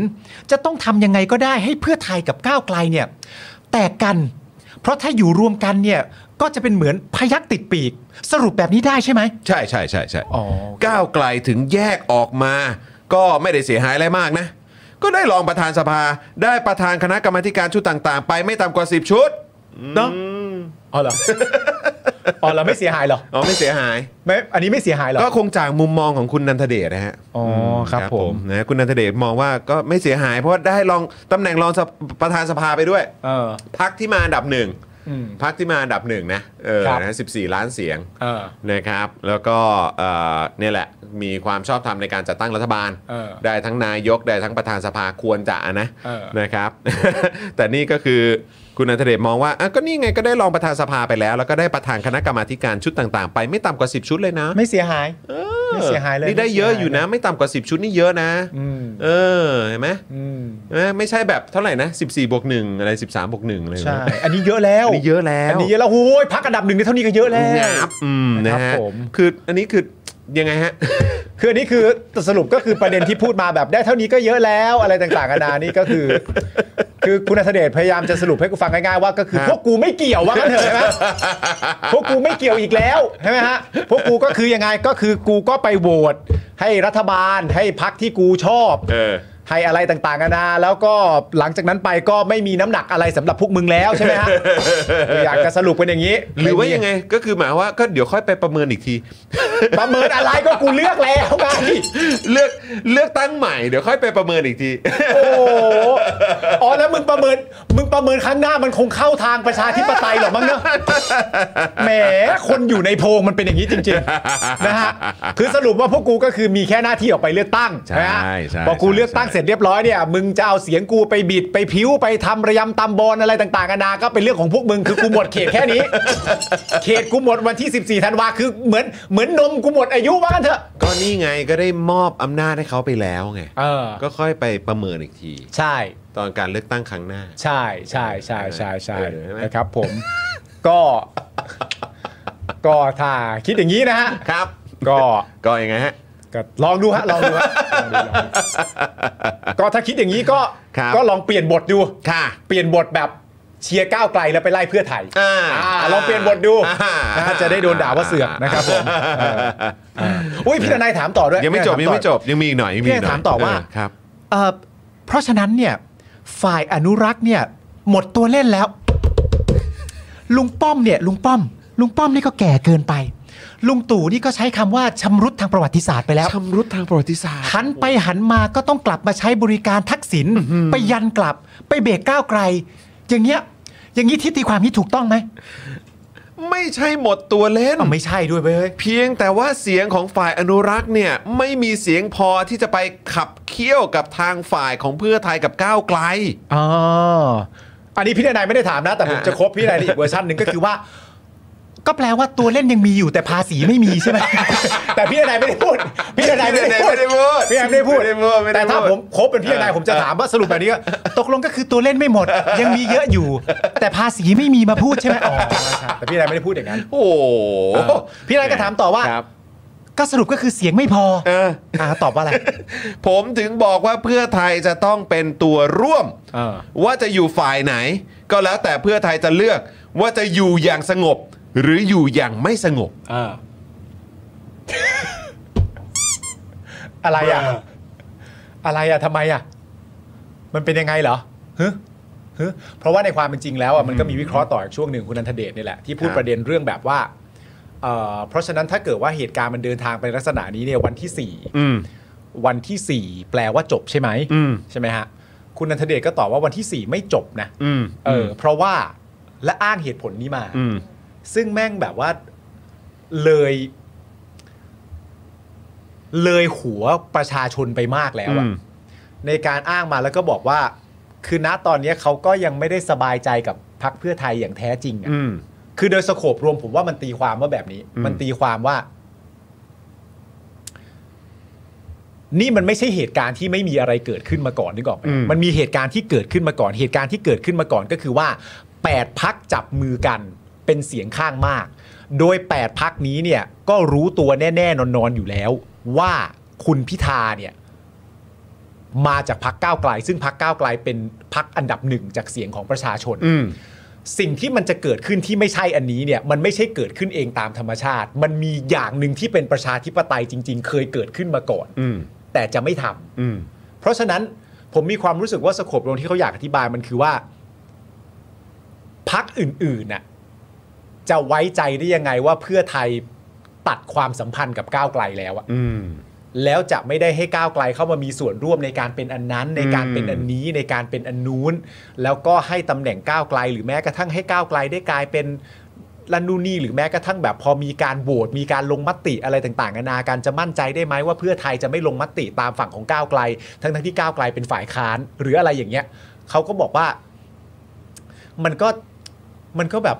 [SPEAKER 7] จะต้องทำยังไงก็ได้ให้เพื่อไทยกับก้าวไกลเนี่ยแตกกัน เพราะถ้าอยู่รวมกันเนี่ยก็จะเป็นเหมือนพยักติดปีก สรุปแบบนี้ได้ใช่ไหม
[SPEAKER 1] ใช่ใช่ใช่ใช่
[SPEAKER 7] อ๋อ
[SPEAKER 1] ก้าวไกลถึงแยกออกมา ก็ไม่ได้เสียหายอะไรมากนะ ก็ได้รองประธานสภา ได้ประธานคณะกรรมาธิการชุดต่างๆ ไปไม่ต่ำกว่า 10 ชุด
[SPEAKER 7] เนาะอ๋อเหรอ อ๋อเราไม่เสียหายเหรอ
[SPEAKER 1] อ๋อไม่เสียหาย
[SPEAKER 7] ไม่อันนี้ไม่เสียหายเหรอ
[SPEAKER 1] ก็คงจากมุมมองของคุณนันทเดชนะฮะ
[SPEAKER 7] อ๋อครับผม
[SPEAKER 1] นะคุณนันทเดชมองว่าก็ไม่เสียหาย เพราะว่าได้รองตำแหน่งรองสภประธานสภาไปด้วย
[SPEAKER 7] เออ
[SPEAKER 1] พักที่มาอันดับหนึ่ง
[SPEAKER 7] อืม
[SPEAKER 1] พักที่มาอันดับหนึ่งนะเออ
[SPEAKER 7] ครับ
[SPEAKER 1] นะสิบสี่ล้านเสียง
[SPEAKER 7] เออ
[SPEAKER 1] นะครับแล้วก็เอ่อเนี่ยแหละมีความชอบธรรมในการจัดตั้งรัฐบาล
[SPEAKER 7] เออ
[SPEAKER 1] ได้ทั้งนายก ได้ทั้งประธานสภาควรจะนะ
[SPEAKER 7] เออ
[SPEAKER 1] นะครับ แต่นี่ก็คือคุณอันเทเดชมองว่าอ่ะก็นี่ไงก็ได้รองประธานสภาไปแล้ว แล้วก็ได้ประธานคณะกรรมาธิการชุดต่างๆ ไปไม่ต่ำกว่า 10 ชุดเลยนะ
[SPEAKER 7] ไม่เสียหาย ไม่เสียหายเลย
[SPEAKER 1] นี่ได้เยอะอยู่นะ ไม่ต่ำกว่า 10 ชุดนี่เยอะนะ
[SPEAKER 7] อืม
[SPEAKER 1] เออเห็นไหม
[SPEAKER 7] อืม
[SPEAKER 1] เห็นไหมไม่ใช่แบบเท่าไหร่นะ 14บวก1อะไร 13บวก1อะไร
[SPEAKER 7] ใช่ อันนี้เยอะแล้ว
[SPEAKER 1] อันนี้เยอะแล้ว
[SPEAKER 7] อันนี้เยอะแล้วโอ้ยพักอันดับหนึ่งเนี่ยเท่านี้ก็เยอะแล้ว
[SPEAKER 1] งับอืมนะ
[SPEAKER 7] ครั
[SPEAKER 1] ฮะ
[SPEAKER 7] บผม
[SPEAKER 1] คืออันนี้คือยังไงฮะ
[SPEAKER 7] คืออันนี้คือสรุปก็คือประเด็นที่พูดมาแบบได้เท่านี้ก็เยอะแล้วอะไรต่างๆนานานี่ก็คือ คือคุณอัศเดชพยายามจะสรุปให้กูฟังง่ายๆว่าก็คือ
[SPEAKER 1] ครับ
[SPEAKER 7] พวกกูไม่เกี่ยวว่ากันเถอะใช่ไหมพวกกูไม่เกี่ยวอีกแล้วใช่ไหมฮะพวกกูก็คือยังไงก็คือกูก็ไปโหวตให้รัฐบาลให้พักที่กูชอบ
[SPEAKER 1] เออ
[SPEAKER 7] ให้อะไรต่างๆกันานาแล้วก็หลังจากนั้นไปก็ไม่มีน้ำหนักอะไรสำหรับพวกมึงแล้วใช่ไหมฮะ อยากจะสรุปเป็นอย่างนี้
[SPEAKER 1] หรือว่ายังไงก็คือหมายว่าก็เดี๋ยวค่อยไปประเมินอีกที
[SPEAKER 7] ประเมินอะไรก็กูเลือกแล้วไง
[SPEAKER 1] เลือกเลือกตั้งใหม่เดี๋ยวค่อยไปประเมินอีกที
[SPEAKER 7] โอ้โหอ๋อแล้วมึงประเมินมึงประเมินครั้งหน้ามันคงเข้าทางประชาธิปไตยหรอมั้งเนาะแหมคนอยู่ในโพรงมันเป็นอย่างนี้จริงๆนะฮะคือสรุปว่าพวกกูก็คือมีแค่หน้าที่ออกไปเลือกตั้ง
[SPEAKER 1] ใช่
[SPEAKER 7] นะฮะ
[SPEAKER 1] ใช่
[SPEAKER 7] พอกู
[SPEAKER 1] ใช่
[SPEAKER 7] เลือกตั้ง
[SPEAKER 1] ใช่
[SPEAKER 7] เสร็จเรียบร้อยเนี่ยมึงจะเอาเสียงกูไปบิดไปพิ้วไปทำระยำตำบอลอะไรต่างๆกันานาก็เป็นเรื่องของพวกมึงคือกูหมดเขตแค่ นี้ เขตกูหมดวันที่ 14ธันวาคือเหมือนเหมือนนมกูหมดอายุว่ากันเถอะ
[SPEAKER 1] ก็นี่ไงก็ได้มอบอำนาจให้เขาไปแล้วไง
[SPEAKER 7] เออ
[SPEAKER 1] ก็ค่อยไปประเมินอีกที
[SPEAKER 7] ใช่
[SPEAKER 1] ตอนการเลือกตั้งครั้งหน้า
[SPEAKER 7] ใช่ใช่ใช่ใช่ใช่
[SPEAKER 1] เออใช่ไหม
[SPEAKER 7] นะครับผม ก็ ก็ถ้าคิดอย่างนี้นะฮะ
[SPEAKER 1] ครับ
[SPEAKER 7] ก็
[SPEAKER 1] ก็ยังไงฮะ
[SPEAKER 7] ก็ลองดูฮะลองดูฮะลองดูลองดูก็ถ้าคิดอย่างนี้ก็
[SPEAKER 1] ครับ
[SPEAKER 7] ก็ลองเปลี่ยนบทดู
[SPEAKER 1] ค่ะ
[SPEAKER 7] เปลี่ยนบทแบบเชียร์ก้าวไกลแล้วไปไล่เพื่อไทย
[SPEAKER 1] อ่า
[SPEAKER 7] อ่าลองเปลี่ยนบทดู
[SPEAKER 1] อ่า
[SPEAKER 7] นะฮะจะได้โดนด่าว่าเสือกนะครับผมเอออ่าอุ้ยพี่ทนายถามต่อด้วย
[SPEAKER 1] ยังไม่จบยังไม่จบยังมีอีกหน่อยยังมี
[SPEAKER 7] พี่ท
[SPEAKER 1] อีกห
[SPEAKER 7] นาย
[SPEAKER 1] น่อย
[SPEAKER 7] ถามต่อว่า
[SPEAKER 1] เครับ
[SPEAKER 7] เอ่อเพราะฉะนั้นเนี่ยฝ่ายอนุรักษ์เนี่ยหมดตัวเล่นแล้ว ลุงป้อมเนี่ยลุงป้อม ลุงป้อมนี่ก็แก่เกินไป ลุงตู่นี่ก็ใช้คำว่าชำรุดทางประวัติศาสตร์ไปแล้ว
[SPEAKER 1] ชำรุดทางประวัติศาสตร์
[SPEAKER 7] หันไปหันมาก็ต้องกลับมาใช้บริการทักษิณไปยันกลับไปเบรกก้าวไกล อย่างเงี้ยอย่างนี้ที่ตีความนี้ถูกต้องไหม
[SPEAKER 1] ไม่ใช่หมดตัวเล่น
[SPEAKER 7] อ๋อไม่ใช่ด้วยเว้ย
[SPEAKER 1] เพียงแต่ว่าเสียงของฝ่ายอนุรักษ์เนี่ยไม่มีเสียงพอที่จะไปขับเคี่ยวกับทางฝ่ายของเพื่อไทยกับก้าวไกล
[SPEAKER 7] อ๋อ อันนี้พี่นายไม่ได้ถามนะ แต่ผมจะครบพี่นายในอีกเวอร์ชันหนึ่งก็คือว่า ก็แปลว่าตัวเล่นยังมีอยู่แต่ภาษีไม่มีใช่ไหม แต่พี่นายไม่ได้พูด พี่นายไม่ได้พูด
[SPEAKER 1] พี่นายไม่ได้พูด
[SPEAKER 7] พี่
[SPEAKER 1] ไม่
[SPEAKER 7] นายไม่ได้พูด
[SPEAKER 1] ได้พูดไม่ได้พูด
[SPEAKER 7] แต่ถ้าผมครบเป็นพี่นายผมจะถามว่าสรุปแบบนี้ก็ตกลงก็คือตัวเล่นไม่ หมด ยังมีเยอะอยู่ แต่ภาษีไม่มีมาพูดใช่ไหม อ๋อครับแต่พี่นายไม่ได้พูดอย่างนั้น
[SPEAKER 1] โอ้โห
[SPEAKER 7] เออพี่นายก็ถามต่อว่า
[SPEAKER 1] ครับ
[SPEAKER 7] ก็สรุปก็คือเสียงไม่พอ
[SPEAKER 1] เออ
[SPEAKER 7] อ่าตอบว่า อะไร
[SPEAKER 1] ผมถึงบอกว่าเพื่อไทยจะต้องเป็นตัวร่วม
[SPEAKER 7] เออ
[SPEAKER 1] ว่าจะอยู่ฝ่ายไหน ก็แล้วแต่เพื่อไทยจะเลือก ว่าจะอยู่อย่างสงบ หรืออยู่อย่างไม่สงบ
[SPEAKER 7] อะไรอ่ะ อะไรอ่ะทำไมอ่ะ มันเป็นยังไงเหรอฮึฮึเพราะว่าในความเป็นจริงแล้วอ่ะมันก็มีวิเคราะห์ต่ออีกช่วงหนึ่งคุณนันทเดชนี่แหละที่พู
[SPEAKER 1] ค
[SPEAKER 7] ด
[SPEAKER 1] รับ
[SPEAKER 7] ประเด็นเรื่องแบบว่าเอ่อเพราะฉะนั้นถ้าเกิดว่าเหตุการณ์มันเดินทางไปลักษณะนี้เนี่ยวันที่สี่
[SPEAKER 1] อืม
[SPEAKER 7] วันที่สี่แปลว่าจบใช่ไหม
[SPEAKER 1] อืม
[SPEAKER 7] ใช่ไหมฮะคุณนันทเดชก็ตอบว่าวันที่สี่ไม่จบนะ
[SPEAKER 1] อืม
[SPEAKER 7] เออ เพราะว่าและอ้างเหตุผลนี้มา
[SPEAKER 1] อืม
[SPEAKER 7] ซึ่งแม่งแบบว่าเลย เลยหัวประชาชนไปมากแล้ว
[SPEAKER 1] อื
[SPEAKER 7] อะ
[SPEAKER 1] ม
[SPEAKER 7] ในการอ้างมาแล้วก็บอกว่า คือณตอนเนี้ยเขาก็ยังไม่ได้สบายใจกับพักเพื่อไทยอย่างแท้จริงอะ
[SPEAKER 1] อืม
[SPEAKER 7] คือโดยสโคปรวมผมว่ามันตีความว่าแบบนี้
[SPEAKER 1] อืม
[SPEAKER 7] มันตีความว่า นี่มันไม่ใช่เหตุการณ์ที่ไม่มีอะไรเกิดขึ้นมาก่อนนึกออกไหมมันมีเหตุการณ์ที่เกิดขึ้นมาก่อน เหตุการณ์ที่เกิดขึ้นมาก่อนก็คือว่า 8 พักจับมือกันเป็นเสียงข้างมาก โดย 8 พักนี้เนี่ยก็รู้ตัวแน่ ๆ นอน ๆ อยู่แล้ว ว่าคุณพิธาเนี่ย มาจากพักก้าวไกล ซึ่งพักก้าวไกลเป็นพักอันดับหนึ่งจากเสียงของประชาชน
[SPEAKER 1] อืม
[SPEAKER 7] สิ่งที่มันจะเกิดขึ้นที่ไม่ใช่อันนี้เนี่ยมันไม่ใช่เกิดขึ้นเองตามธรรมชาติ มันมีอย่างหนึ่งที่เป็นประชาธิปไตยจริง ๆ เคยเกิดขึ้นมาก่อน
[SPEAKER 1] อืม
[SPEAKER 7] แต่จะไม่ทำ
[SPEAKER 1] อืม
[SPEAKER 7] เพราะฉะนั้นผมมีความรู้สึกว่าสโคปตรงที่เขาอยากอธิบายมันคือว่าพักอื่นๆน่ะจะไว้ใจได้ยังไงว่าเพื่อไทยตัดความสัมพันธ์กับก้าวไกลแล้วอะ
[SPEAKER 1] อืม
[SPEAKER 7] แล้วจะไม่ได้ให้ก้าวไกลเข้ามามีส่วนร่วมในการเป็นอันนั้น ในการเป็นอันนี้ในการเป็นอันนู้น แล้วก็ให้ตำแหน่งก้าวไกล หรือแม้กระทั่งให้ก้าวไกลได้กลายเป็นลันนูนนี่หรือแม้กระทั่งแบบพอมีการโหวตมีการลงมติอะไรต่างๆนานาการจะมั่นใจได้ไหมว่าเพื่อไทยจะไม่ลงมติตามฝั่งของก้าวไกล ทั้งๆที่ก้าวไกลเป็นฝ่ายค้าน หรืออะไรอย่างเงี้ยเขาก็บอกว่า มันก็มันก็แบบ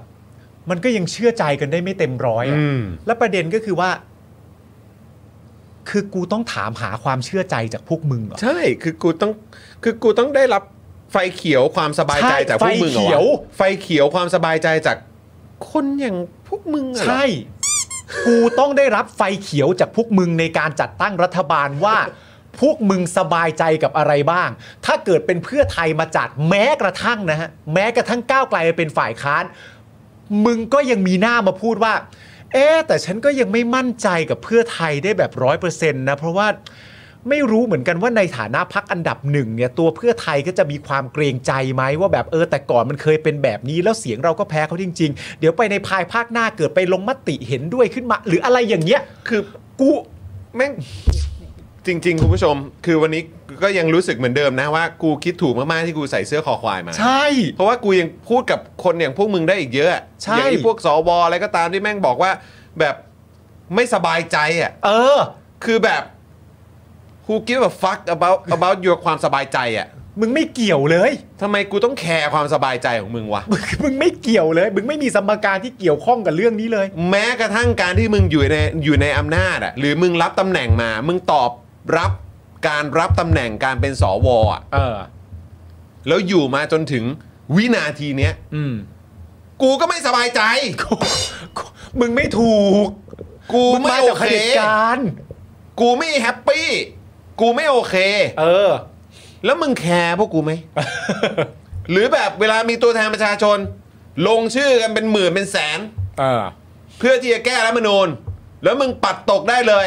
[SPEAKER 7] มันก็ยังเชื่อใจกันได้ไม่เต็มร้อยอะ
[SPEAKER 1] อืม
[SPEAKER 7] และประเด็นก็คือว่า คือกูต้องถามหาความเชื่อใจจากพวกมึงเหรอ
[SPEAKER 1] ใช่ คือกูต้อง คือกูต้องได้รับไฟเขียวความสบายใจจากพวกมึงเหรอ
[SPEAKER 7] ไฟเขียว
[SPEAKER 1] วะไฟเขียวความสบายใจจากคนอย่างพวกมึงอะเหรอ
[SPEAKER 7] ใช่ กูต้องได้รับไฟเขียวจากพวกมึงในการจัดตั้งรัฐบาล ว่า พวกมึงสบายใจกับอะไรบ้าง ถ้าเกิดเป็นเพื่อไทยมาจัดแม้กระทั่งนะฮะ แม้กระทั่งก้าวไกลเป็นฝ่ายค้าน มึงก็ยังมีหน้ามาพูดว่า เอ๊ะแต่ฉันก็ยังไม่มั่นใจกับเพื่อไทยได้แบบร้อยเปอร์เซ็นต์นะ เพราะว่าไม่รู้เหมือนกันว่าในฐานะพักอันดับหนึ่งเนี่ยตัวเพื่อไทยก็จะมีความเกรงใจไหมว่าแบบเออแต่ก่อนมันเคยเป็นแบบนี้แล้วเสียงเราก็แพ้เขาจริง ๆ เดี๋ยวไปในภายภาคหน้าเกิดไปลงมติเห็นด้วยขึ้นมา หรืออะไรอย่างเงี้ย
[SPEAKER 1] คือกูแม่ง จริง ๆ คุณผู้ชม คือวันนี้ก็ยังรู้สึกเหมือนเดิมนะว่ากูคิดถูกมากๆที่กูใส่เสื้อคอควายมา
[SPEAKER 7] ใช่
[SPEAKER 1] เพราะว่ากูยังพูดกับคนอย่างพวกมึงได้อีกเยอะอะ
[SPEAKER 7] ใช่
[SPEAKER 1] อย่างไอ้พวกสวอะไรก็ตามที่แม่งบอกว่า แบบไม่สบายใจอ่ะ
[SPEAKER 7] เออ
[SPEAKER 1] คือแบบ who give a fuck about about your ความสบายใจอ่ะ
[SPEAKER 7] มึงไม่เกี่ยวเลย
[SPEAKER 1] ทำไมกูต้องแคร์ความสบายใจของมึงวะ
[SPEAKER 7] มึงมึงไม่เกี่ยวเลย มึงไม่มีสมการที่เกี่ยวข้องกับเรื่องนี้เลย
[SPEAKER 1] แม้กระทั่งการที่มึงอยู่ในอยู่ในอำนาจอ่ะ หรือมึงรับตำแหน่งมา มึงตอบรับการรับตำแหน่งการเป็นสวอ่ะ
[SPEAKER 7] เออ
[SPEAKER 1] แล้วอยู่มาจนถึงวินาทีเนี้ย
[SPEAKER 7] อืม
[SPEAKER 1] กูก็ไม่สบายใจ
[SPEAKER 7] กูกูมึงไม่ถูก
[SPEAKER 1] กู
[SPEAKER 7] มึง
[SPEAKER 1] ไม่
[SPEAKER 7] มา
[SPEAKER 1] โอ
[SPEAKER 7] จากเผ
[SPEAKER 1] เค
[SPEAKER 7] ด็จการ
[SPEAKER 1] กูไม่แฮปปี้ กูไม่โอเค
[SPEAKER 7] เออ
[SPEAKER 1] แล้วมึงแคร์พวกกูไหม หรือแบบเวลามีตัวแทนประชาชน ลงชื่อกันเป็นหมื่นเป็นแสน
[SPEAKER 7] เออ
[SPEAKER 1] เพื่อที่จะแก้รัฐธรรมนูญแล้วมึงปัดตกได้เลย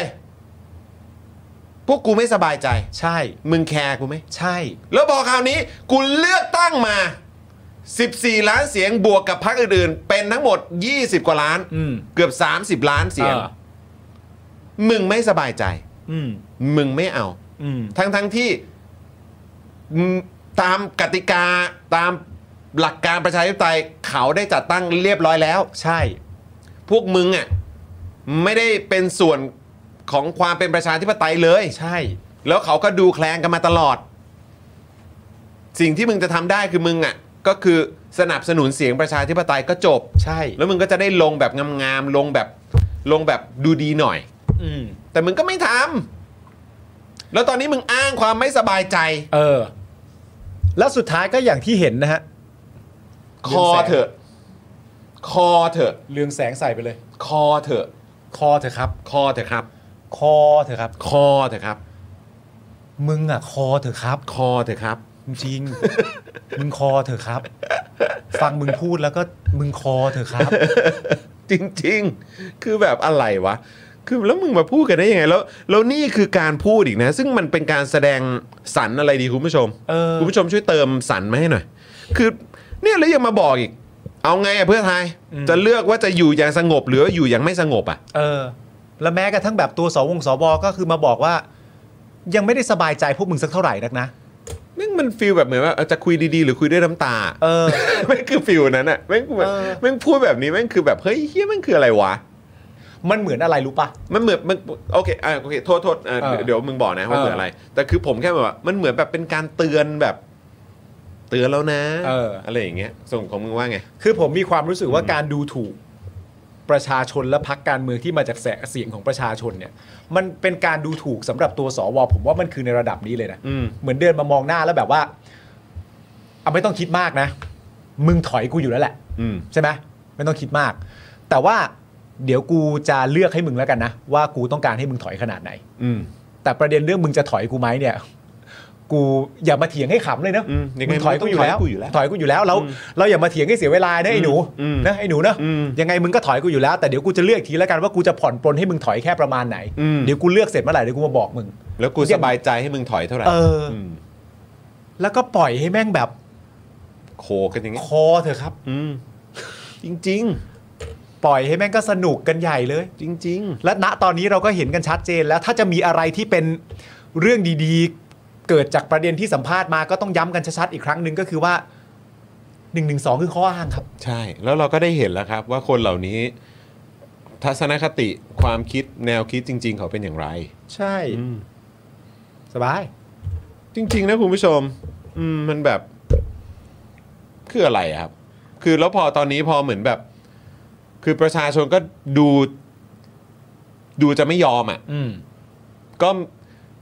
[SPEAKER 1] พวกกูไม่สบายใจ
[SPEAKER 7] ใช่
[SPEAKER 1] มึงแคร์กูไหม
[SPEAKER 7] ใช่
[SPEAKER 1] แล้วพอคราวนี้กูเลือกตั้งมา 14 ล้านเสียงบวกกับพรรคอื่นๆ เป็นทั้งหมด 20 กว่าล้าน
[SPEAKER 7] อืม
[SPEAKER 1] เกือบ 30 ล้านเสียง
[SPEAKER 7] ออ
[SPEAKER 1] มึงไม่สบายใจ
[SPEAKER 7] อืม
[SPEAKER 1] มึงไม่เอา
[SPEAKER 7] อืม
[SPEAKER 1] ทั้งทั้งที่อืมตามกติกาตามหลักการประชาธิปไตยเขาได้จัดตั้งเรียบร้อยแล้ว
[SPEAKER 7] ใช่
[SPEAKER 1] พวกมึงอ่ะไม่ได้เป็นส่วนของความเป็นประชาธิปไตยเลย
[SPEAKER 7] ใช่
[SPEAKER 1] แล้วเขาก็ดูแคลงกันมาตลอด สิ่งที่มึงจะทำได้คือมึงอ่ะก็คือสนับสนุนเสียงประชาธิปไตยก็จบ
[SPEAKER 7] ใช่
[SPEAKER 1] แล้วมึงก็จะได้ลงแบบงามๆลงแบบลงแบบดูดีหน่อย
[SPEAKER 7] อืม
[SPEAKER 1] แต่มึงก็ไม่ทำแล้วตอนนี้มึงอ้างความไม่สบายใจ
[SPEAKER 7] เออ แล้วสุดท้ายก็อย่างที่เห็นนะฮะ
[SPEAKER 1] คอเถอะ คอเถอะ
[SPEAKER 7] เรืองแสงใส่ไปเลย
[SPEAKER 1] คอเถอะ
[SPEAKER 7] คอเถอะครับ
[SPEAKER 1] คอเถอะครับ
[SPEAKER 7] คอเถอะครับ
[SPEAKER 1] คอเถอะครับ
[SPEAKER 7] มึงอ่ะ คอเถอะครับ
[SPEAKER 1] คอเถอะครับ
[SPEAKER 7] จริง มึงคอเถอะครับ ฟังมึงพูดแล้วก็มึงคอเถอะครับ
[SPEAKER 1] จริงๆ คือแบบอะไรวะ คือแล้วมึงมาพูดกันได้ยังไง แล้ว แล้วนี่คือการพูดอีกนะ ซึ่งมันเป็นการแสดงสันอะไรดีคุณผู้ชม
[SPEAKER 7] เออ
[SPEAKER 1] คุณผู้ชมช่วยเติมสันมาให้หน่อย คือเนี่ยแล้วยังมาบอกอีก เอาไงอะเพื่อไทย จะเลือกว่าจะอยู่อย่างสงบหรือว่าอยู่อย่างไม่สงบอะ
[SPEAKER 7] เออ แล้วแม้กระทั่งแบบตัวสวงสวก็คือมาบอกว่า ยังไม่ได้สบายใจพวกมึงสักเท่าไหร่นักนะ
[SPEAKER 1] นี่งมันฟิลแบบเหมือนว่าเออจะคุยดีๆ หรือคุยด้วยน้ำตา
[SPEAKER 7] เออ
[SPEAKER 1] แม่งคือฟิลนั้นอ่ะแม่งคือแบบ
[SPEAKER 7] เออ
[SPEAKER 1] แม่งพูดแบบนี้แม่งคือแบบเฮ้ยเฮียแม่งคืออะไรวะ
[SPEAKER 7] มันเหมือนอะไรรู้ปะ
[SPEAKER 1] มันเหมือนมันโอเคอ่าโอเคโทษโทษเออ
[SPEAKER 7] เออ
[SPEAKER 1] เดี๋ยวมึงบอกนะว่า
[SPEAKER 7] เออ
[SPEAKER 1] เหมือนอะไร แต่คือผมแค่แบบว่ามันเหมือนแบบเป็นการเตือนแบบ เตือนแล้วนะ
[SPEAKER 7] เอออ
[SPEAKER 1] ไรอย่างเงี้ยส่งของมึงว่าไง
[SPEAKER 7] คือผมมีความรู้สึกว่าการดูถูก ประชาชนและพักการเมืองที่มาจากแสเสียงของประชาชนเนี่ย มันเป็นการดูถูกสำหรับตัวสวผมว่ามันคือในระดับนี้เลยนะ
[SPEAKER 1] อืม
[SPEAKER 7] เหมือนเดินมามองหน้าแล้วแบบว่าเอาไม่ต้องคิดมากนะ มึงถอยกูอยู่แล้วแหละ
[SPEAKER 1] อืม
[SPEAKER 7] ใช่ไหมไม่ต้องคิดมาก แต่ว่าเดี๋ยวกูจะเลือกให้มึงแล้วกันนะ ว่ากูต้องการให้มึงถอยขนาดไหน
[SPEAKER 1] อืม
[SPEAKER 7] แต่ประเด็นเรื่องมึงจะถอยกูไหมเนี่ย กูอย่ามาเถียงให้ขำเลยนะ
[SPEAKER 1] อืมยังไง
[SPEAKER 7] มึงถอยกูอยู่แล้ว
[SPEAKER 1] มึงต้องถอยกูอยู่แล้ว
[SPEAKER 7] ถอยกูอยู่แล้วเราเราอย่ามาเถียงให้เสียเวลานะไอ้หนู
[SPEAKER 1] อืม
[SPEAKER 7] นะไอ้หนูนะ
[SPEAKER 1] อืม
[SPEAKER 7] ยังไงมึงก็ถอยกูอยู่แล้วแต่เดี๋ยวกูจะเลือกอีกทีแล้วกันว่ากูจะผ่อนปลนให้มึงถอยแค่ประมาณไหน
[SPEAKER 1] อืม
[SPEAKER 7] เดี๋ยวกูเลือกเสร็จเมื่อไหร่เดี๋ยวกูมาบอกมึง
[SPEAKER 1] แล้วกูสบายใจให้มึงถอยเท่าไหร่
[SPEAKER 7] เอออ
[SPEAKER 1] ม
[SPEAKER 7] แล้วก็ปล่อยให้แม่งแบบ
[SPEAKER 1] โคกันอย่างเงี้ย
[SPEAKER 7] คอเถอะครับ
[SPEAKER 1] อืมจริง
[SPEAKER 7] ปล่อยให้แม่งก็สนุกกันใหญ่เลย
[SPEAKER 1] ๆ จริง ๆ
[SPEAKER 7] และณตอนนี้เราก็เห็นกันชัดเจนแล้วถ้าจะมีอะไรที่เป็นเรื่องดีๆ เกิดจากประเด็นที่สัมภาษณ์มาก็ต้องย้ำกันชัดๆอีกครั้งหนึ่งก็คือว่า1นึคือข้ออ้างครับ
[SPEAKER 1] ใช่ แล้วเราก็ได้เห็นแล้วครับว่าคนเหล่านี้ ทัศนคติความคิดแนวคิดจริง ๆ เขาเป็นอย่างไร
[SPEAKER 7] ใช่สบาย
[SPEAKER 1] จริง ๆ นะคุณผู้ชม อืมมันแบบคืออะไรอะครับ คือแล้วพอตอนนี้พอเหมือนแบบ คือประชาชนก็ดู ดูจะไม่ยอมอ่ะ
[SPEAKER 7] อืม
[SPEAKER 1] ก็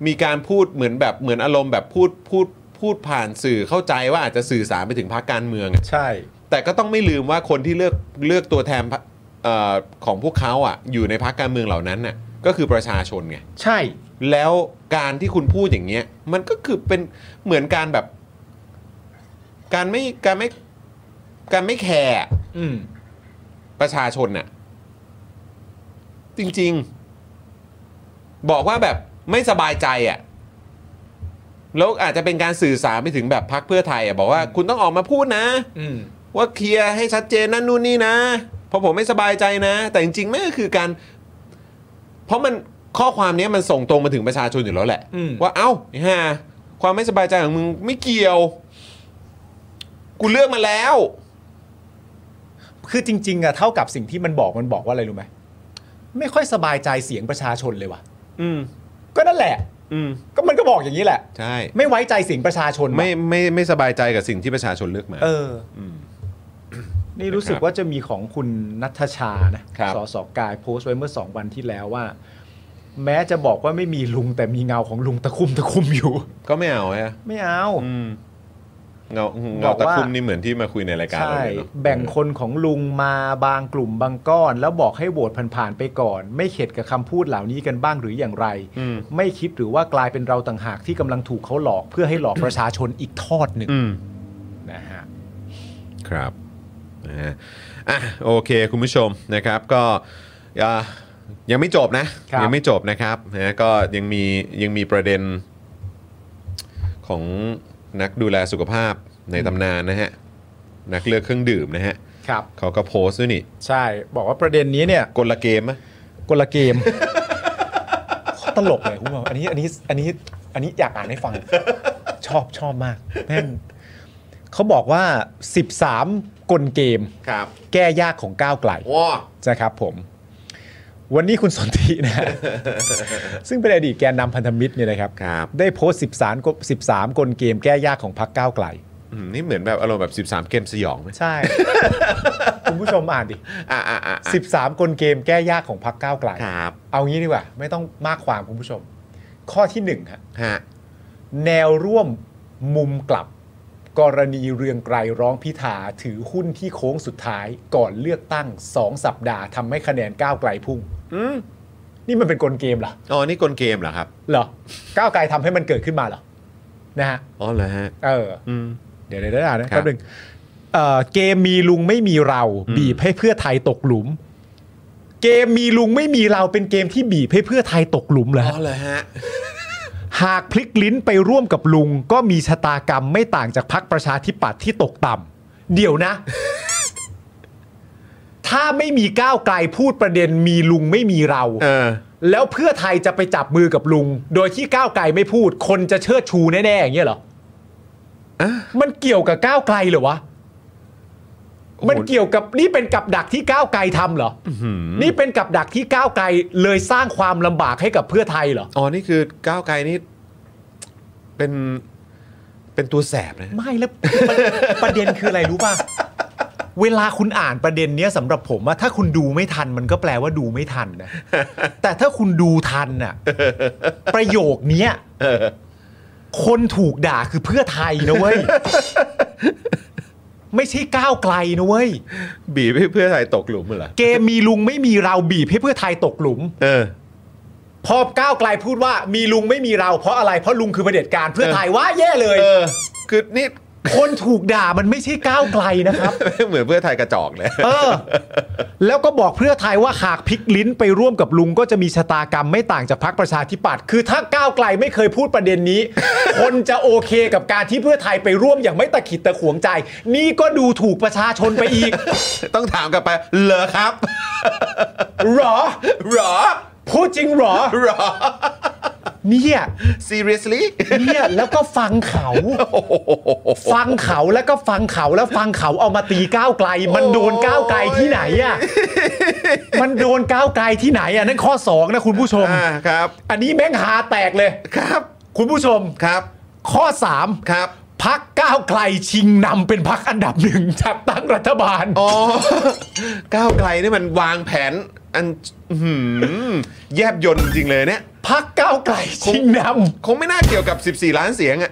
[SPEAKER 1] มีการพูดเหมือนแบบเหมือนอารมณ์แบบพูดพูดพูดผ่านสื่อเข้าใจว่าอาจจะสื่อสารไปถึงพรรคการเมืองอะ
[SPEAKER 7] ใช่
[SPEAKER 1] แต่ก็ต้องไม่ลืมว่าคนที่เลือกเลือกตัวแทนพรรคเอ่อของพวกเขาอ่ะอยู่ในพรรคการเมืองเหล่านั้นน่ะก็คือประชาชนไง
[SPEAKER 7] ใช่
[SPEAKER 1] แล้วการที่คุณพูดอย่างเงี้ยมันก็คือเป็นเหมือนการแบบ การไม่การไม่การไม่แคร์
[SPEAKER 7] อืม
[SPEAKER 1] ประชาชนน่ะจริง ๆ บอกว่าแบบไม่สบายใจอ่ะแล้วอาจจะเป็นการสื่อสารไปถึงแบบพรรคเพื่อไทยอ่ะบอกว่าคุณต้องออกมาพูดนะ
[SPEAKER 7] อืม
[SPEAKER 1] ว่าเคลียร์ให้ชัดเจนนั่นนู่นนี่นะเพราะผมไม่สบายใจนะ แต่จริงๆไม่ก็คือการ เพราะมันข้อความเนี้ยมันส่งตรงมาถึงประชาชนอยู่แล้วแหละ
[SPEAKER 7] อืม
[SPEAKER 1] ว่าเอ้าไอ้ห่าความไม่สบายใจของมึงไม่เกี่ยว กูเลือกมาแล้ว
[SPEAKER 7] คือจริงๆอะเท่ากับสิ่งที่มันบอกมันบอกว่าอะไรรู้ไหมไม่ค่อยสบายใจเสียงประชาชนเลยว่ะ
[SPEAKER 1] อืม
[SPEAKER 7] ก็นั่นแหละ
[SPEAKER 1] อืม
[SPEAKER 7] ก็มันก็บอกอย่างนี้แหละ
[SPEAKER 1] ใช่
[SPEAKER 7] ไม่ไว้ใจเสียงประชาชนว่ะ
[SPEAKER 1] ไม่ไม่ไม่สบายใจกับสิ่งที่ประชาชนเลือกมา
[SPEAKER 7] เออ
[SPEAKER 1] ม
[SPEAKER 7] นี่รู้สึกว่าจะมีของคุณนัทชานะครับ สสกายโพสต์ไว้เมื่อสองวันที่แล้วว่า แม้จะบอกว่าไม่มีลุงแต่มีเงาของลุงตะคุ่มตะคุ่มอยู่
[SPEAKER 1] ก็ไม่เอาฮะ
[SPEAKER 7] ไม่เอา
[SPEAKER 1] อืมเงา
[SPEAKER 7] บ
[SPEAKER 1] เงา
[SPEAKER 7] อกว่า
[SPEAKER 1] ตะคุ่มนี่เหมือนที่มาคุยในรายการเรา
[SPEAKER 7] ใช่
[SPEAKER 1] เลยเนอะ
[SPEAKER 7] แบ่งคนของลุงมาบางกลุ่มบางก้อน แล้วบอกให้โหวตผ่านๆไปก่อน ไม่เข็ดกับคำพูดเหล่านี้กันบ้างหรืออย่างไร
[SPEAKER 1] อืม
[SPEAKER 7] ไม่คิดหรือว่ากลายเป็นเราต่างหากที่กำลังถูกเขาหลอกเพื่อให้หลอกประชาชนอีกทอดหนึ่ง
[SPEAKER 1] อืม
[SPEAKER 7] นะฮะ
[SPEAKER 1] ครับนะฮะอ่ะโอเคคุณผู้ชมนะครับก็อ่ะยังไม่จบนะ
[SPEAKER 7] ครับ
[SPEAKER 1] ยัไม่จบนะครับนะฮะก็ยังมียังมีประเด็นของนักดูแลสุขภาพในตำนานนะฮะนักเลือกเครื่องดื่มนะฮะ
[SPEAKER 7] ครับ
[SPEAKER 1] เขาก็โพสต์ด้วยนี่
[SPEAKER 7] ใช่ บอกว่าประเด็นนี้เนี่ย
[SPEAKER 1] กลเกมอะ
[SPEAKER 7] กลเกม ตลกเลยคุณผู้ชมอันนี้อันนี้อันนี้อันนี้อยากอ่านให้ฟัง ชอบชอบมากแม่งเขาบอกว่า 13 กลเกม
[SPEAKER 1] ครับ
[SPEAKER 7] แก้ยากของก้าวไกล
[SPEAKER 1] ว้า
[SPEAKER 7] นะครับผม วันนี้คุณสนธินะ ซึ่งเป็นอดีตแกนนำพันธมิตรเนี่ยนะครับ
[SPEAKER 1] ครับ
[SPEAKER 7] ได้โพสต์ 13กล13 กลเกม แก้ยากของพรรคก้าวไกล
[SPEAKER 1] อืมนี่เหมือนแบบอารมณ์แบบ 13 เกมสยองไหม
[SPEAKER 7] ใช่ คุณผู้ชมอ่านดิ
[SPEAKER 1] อ่ะอ่ะอ่ะอ่ะ
[SPEAKER 7] 13 กลเกม แก้ยากของพรรคก้าวไกล
[SPEAKER 1] ครับ
[SPEAKER 7] เอางี้ดีกว่า ไม่ต้องมากความคุณผู้ชม ข้อที่1ฮะ
[SPEAKER 1] ฮะ
[SPEAKER 7] แนวร่วมมุมกลับ กรณีเรืองไกรร้องพิธาถือหุ้นที่โค้งสุดท้ายก่อนเลือกตั้ง 2 สัปดาห์ทำให้คะแนนก้าวไกลพุ่ง
[SPEAKER 1] อืม
[SPEAKER 7] นี่มันเป็นกลเกมเหรอ
[SPEAKER 1] อ๋อนี่กลเกมเหรอครับ
[SPEAKER 7] เหรอก้าวไกลทำให้มันเกิดขึ้นมาเหรอนะฮะ
[SPEAKER 1] อ๋อเหรอฮะ
[SPEAKER 7] เออ
[SPEAKER 1] อืม
[SPEAKER 7] เดี๋ยวเดี๋ยวได้อ่านนะครับ แป๊บหนึงเอ่อเกมมีลุงไม่มีเรา
[SPEAKER 1] อืม
[SPEAKER 7] บีบให้เพื่อไทยตกหลุม เกมมีลุงไม่มีเราเป็นเกมที่บีบให้เพื่อไทยตกหลุมเหรอ
[SPEAKER 1] อ๋
[SPEAKER 7] ฮะ
[SPEAKER 1] อเหรอฮะ
[SPEAKER 7] หากพลิกลิ้นไปร่วมกับลุง ก็มีชะตากรรมไม่ต่างจากพักประชาธิปัตย์ที่ตกต่ำเดี๋ยว นะ ถ้าไม่มีก้าวไกลพูดประเด็นมีลุงไม่มีเรา
[SPEAKER 1] เออ
[SPEAKER 7] แล้วเพื่อไทยจะไปจับมือกับลุง โดยที่ก้าวไกลไม่พูด คนจะเชิดชูแน่ๆอย่างเงี้ยเหรอ
[SPEAKER 1] อ่ะ
[SPEAKER 7] มันเกี่ยวกับก้าวไกลเหรอวะมันเกี่ยวกับนี่เป็นกับดักที่ก้าวไกลทำเหรอนี่เป็นกับดักที่ก้าวไกลเลยสร้างความลำบากให้กับเพื่อไทยเหรอ
[SPEAKER 1] อ๋อ นี่คือก้าวไกลนี่เป็นเป็นตัวแสบนะ
[SPEAKER 7] ไม่แล้วประประเด็นคืออะไรรู้ป่ะ เวลาคุณอ่านประเด็นเนี้ยสำหรับผมอะถ้าคุณดูไม่ทันมันก็แปลว่าดูไม่ทันนะ แต่ถ้าคุณดูทันอะประโยคเนี้ยคนถูกด่าคือเพื่อไทยนะเว้ย ไม่ใช่ก้าวไกลนะเว้ย
[SPEAKER 1] บีบให้เพื่อไทยตกหลุมเหรอ
[SPEAKER 7] เกมมีลุงไม่มีเราบีบให้เพื่อไทยตกหลุม
[SPEAKER 1] เออ
[SPEAKER 7] พอก้าวไกลพูดว่ามีลุงไม่มีเรา เพราะอะไรเพราะลุงคือประเผด็จการเพื่อไทยว่าแย่เลย
[SPEAKER 1] เออ คือนี่
[SPEAKER 7] คนถูกด่ามันไม่ใช่ก้าวไกลนะครับ
[SPEAKER 1] เหมือนเพื่อไทยกระจอกเลย
[SPEAKER 7] เออ แล้วก็บอกเพื่อไทยว่าหากพลิกลิ้นไปร่วมกับลุงก็จะมีชะตากรรมไม่ต่างจากพรรคประชาธิปัตย์คือถ้าก้าวไกลไม่เคยพูดประเด็นนี้ คนจะโอเคกับการที่เพื่อไทยไปร่วมอย่างไม่ตะขิดตะขวงใจ นี่ก็ดูถูกประชาชนไปอีก
[SPEAKER 1] ต้องถามกลับไป เหรอครับ
[SPEAKER 7] หรอ
[SPEAKER 1] เหรอ
[SPEAKER 7] พูดจริงหรอ
[SPEAKER 1] เหรอ
[SPEAKER 7] เนี่ย
[SPEAKER 1] seriously
[SPEAKER 7] เนี่ยแล้วก็ฟังเขา
[SPEAKER 1] โอ้โห
[SPEAKER 7] ฟังเขาแล้วก็ฟังเขาแล้วฟังเขาเอามาตีก้าวไกล มันโดนก้าวไกลที่ไหนอ่ะมันโดนก้าวไกลที่ไหนอ่ะนั่นข้อสองนะคุณผู้ชม
[SPEAKER 1] อ่าครับ
[SPEAKER 7] อันนี้แม่งหาแตกเลย
[SPEAKER 1] ครับ
[SPEAKER 7] คุณผู้ชม
[SPEAKER 1] ครับ
[SPEAKER 7] ข้อ 3
[SPEAKER 1] ครับ
[SPEAKER 7] พักก้าวไกลชิงนำเป็นพักอันดับหนึ่งจัดตั้งรัฐบาล
[SPEAKER 1] อ๋อ ก้าวไกลนี่มันวางแผน อันอื้อหือแยบยนจริงเลยเนี่ย
[SPEAKER 7] พักก้าวไกลชิงนำ
[SPEAKER 1] คงไม่น่าเกี่ยวกับ 14 ล้านเสียงอะ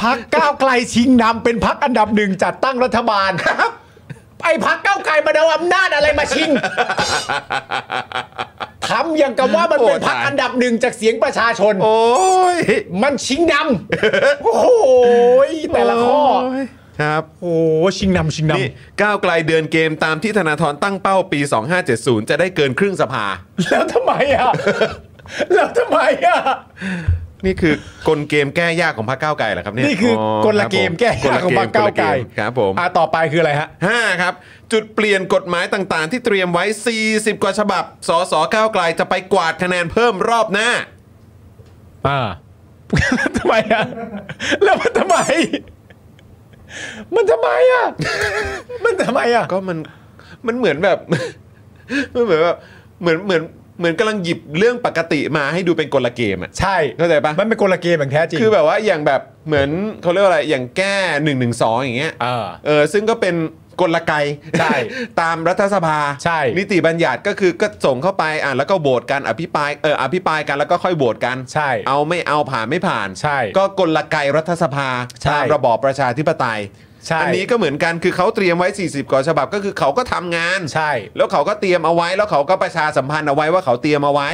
[SPEAKER 7] พักก้าวไกลชิงนำเป็นพักอันดับหนึ่งจัดตั้งรัฐบาล ครับไอ้พักก้าวไกลมาเอาอำนาจอะไรมาชิง ทำอย่างกับว่ามันเป็น
[SPEAKER 1] โอ้ตาย
[SPEAKER 7] พักอันดับหนึ่งจากเสียงประชาชน
[SPEAKER 1] โอ้ย
[SPEAKER 7] มันชิงนำโอ้โห แต่ละข้อ
[SPEAKER 1] ครับ
[SPEAKER 7] โอ้โหชิงนำชิงนำ
[SPEAKER 1] นี่ก้าวไกลเดินเกมตามที่ธนาธรตั้งเป้าปี 2570 จะได้เกินครึ่งสภา
[SPEAKER 7] แล้วทำไมอ่ะ แล้วทำไมอ่ะ
[SPEAKER 1] นี่คือกลเกมแก้ยากของพรรคก้าวไกลเหรอครับเนี่ย
[SPEAKER 7] นี่คือกลเกมแก้ยากของพรรคก้าวไกล
[SPEAKER 1] ครับผม
[SPEAKER 7] อ่ะต่อไปคืออะไรฮะ
[SPEAKER 1] ห้าครับ จุดเปลี่ยนกฎหมายต่างๆ ที่เตรียมไว้ 40 กว่าฉบับสสก้าวไกลจะไปกวาดคะแนนเพิ่มรอบหน้า
[SPEAKER 7] อ่า ทำไมอ่ะ แล้วมันทำไม มันทำไมอ่ะ มันทำไมอ่ะ
[SPEAKER 1] ก็มันมันเหมือนแบบ มันเหมือนแบบเหมือนเหมือนเหมือนกำลังหยิบเรื่องปกติมาให้ดูเป็นกลเกมอ่ะ
[SPEAKER 7] ใช่
[SPEAKER 1] เข้าใจปะ
[SPEAKER 7] มันเป็นกลเกมอย่างแท้จริง
[SPEAKER 1] คือแบบว่าอย่างแบบเหมือนเขาเรียกว่าอะไรอย่างแก้1นึอย่างเงี้ย
[SPEAKER 7] เออ
[SPEAKER 1] เออซึ่งก็เป็นกลไก
[SPEAKER 7] ใช่
[SPEAKER 1] ตามรัฐสภา
[SPEAKER 7] ใช่
[SPEAKER 1] นิติบัญญัติก็คือก็ส่งเข้าไปอ่ะแล้วก็โหวตกันอภิปรายเอออภิปรายกันแล้วก็ค่อยโหวตกัน
[SPEAKER 7] ใช่
[SPEAKER 1] เอาไม่เอาผ่านไม่ผ่าน
[SPEAKER 7] ใช่
[SPEAKER 1] ก็กลไกรัฐสภา
[SPEAKER 7] ใช่
[SPEAKER 1] ตามระบอบประชาธิปไตย
[SPEAKER 7] ใช่
[SPEAKER 1] อันี้ก็เหมือนกันคือเขาเตรียมไว้ 40กว่าฉบับก็คือเขาก็ทำงาน
[SPEAKER 7] ใช่
[SPEAKER 1] แล้วเขาก็เตรียมเอาไว้ แล้วเขาก็ประชาสัมพันธ์เอาไว้ว่าเขาเตรียมเอาไว้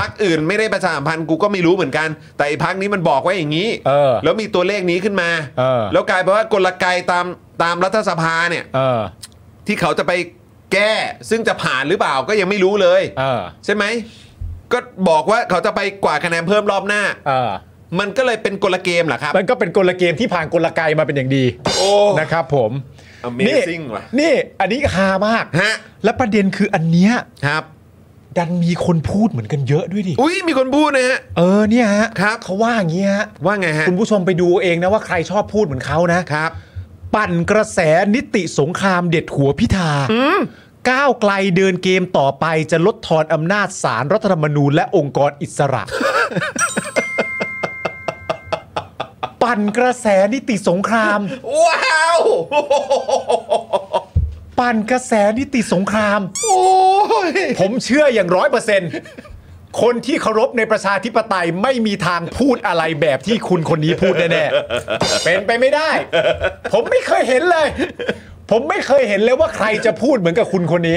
[SPEAKER 1] พักอื่นไม่ได้ประชาสัมพันธ์กูก็ไม่รู้เหมือนกัน แต่อีกพักนี้มันบอกไว้อย่างนี้
[SPEAKER 7] เออ
[SPEAKER 1] แล้วมีตัวเลขนี้ขึ้นมา
[SPEAKER 7] เออ
[SPEAKER 1] แล้วกลายเป็นว่ากลไกตามตามรัฐสภาเนี่ย
[SPEAKER 7] เออ
[SPEAKER 1] ที่เขาจะไปแก้ ซึ่งจะผ่านหรือเปล่าก็ยังไม่รู้เลย
[SPEAKER 7] เออ
[SPEAKER 1] ใช่ไหมก็บอกว่าเขาจะไปกวาดคะแนนเพิ่มรอบหน้า
[SPEAKER 7] เออ
[SPEAKER 1] มันก็เลยเป็นกลเกมเหรอครับ
[SPEAKER 7] มันก็เป็นกลเกมที่ผ่านกลไกมาเป็นอย่างดี
[SPEAKER 1] โอ้
[SPEAKER 7] นะครับผม
[SPEAKER 1] Amazing
[SPEAKER 7] นี่
[SPEAKER 1] ว่ะ
[SPEAKER 7] นี่ อันนี้ฮามาก
[SPEAKER 1] ฮะ
[SPEAKER 7] และประเด็นคืออันเนี้ย
[SPEAKER 1] ครับ
[SPEAKER 7] ดันมีคนพูดเหมือนกันเยอะด้วยดิ
[SPEAKER 1] อุ้ยมีคนพูดนะฮะ
[SPEAKER 7] เออเนี่ยฮะ
[SPEAKER 1] ครับ
[SPEAKER 7] เขาว่าอย่างเงี้ยฮะ
[SPEAKER 1] ว่าไงฮะ
[SPEAKER 7] คุณผู้ชมไปดูเองนะว่าใครชอบพูดเหมือนเขานะ
[SPEAKER 1] ครับ
[SPEAKER 7] ปั่นกระแสนิติสงครามเด็ดหัวพิธาก้าวไกลเดินเกมต่อไปจะลดทอนอำนาจสารรัฐธรรมนูญและองค์กรอิสระ ปั่นกระแสนิติสงคราม
[SPEAKER 1] ว้าว
[SPEAKER 7] ปั่นกระแสนิติสงคราม
[SPEAKER 1] โอ้ย
[SPEAKER 7] ผมเชื่ออย่างร้อยเปอร์เซ็นต์คนที่เคารพในประชาธิปไตยไม่มีทางพูดอะไรแบบที่คุณคนนี้พูดแน่ๆ เป็นไปไม่ได้ ผมไม่เคยเห็นเลย ผมไม่เคยเห็นเลยว่าใครจะพูดเหมือนกับคุณคนนี้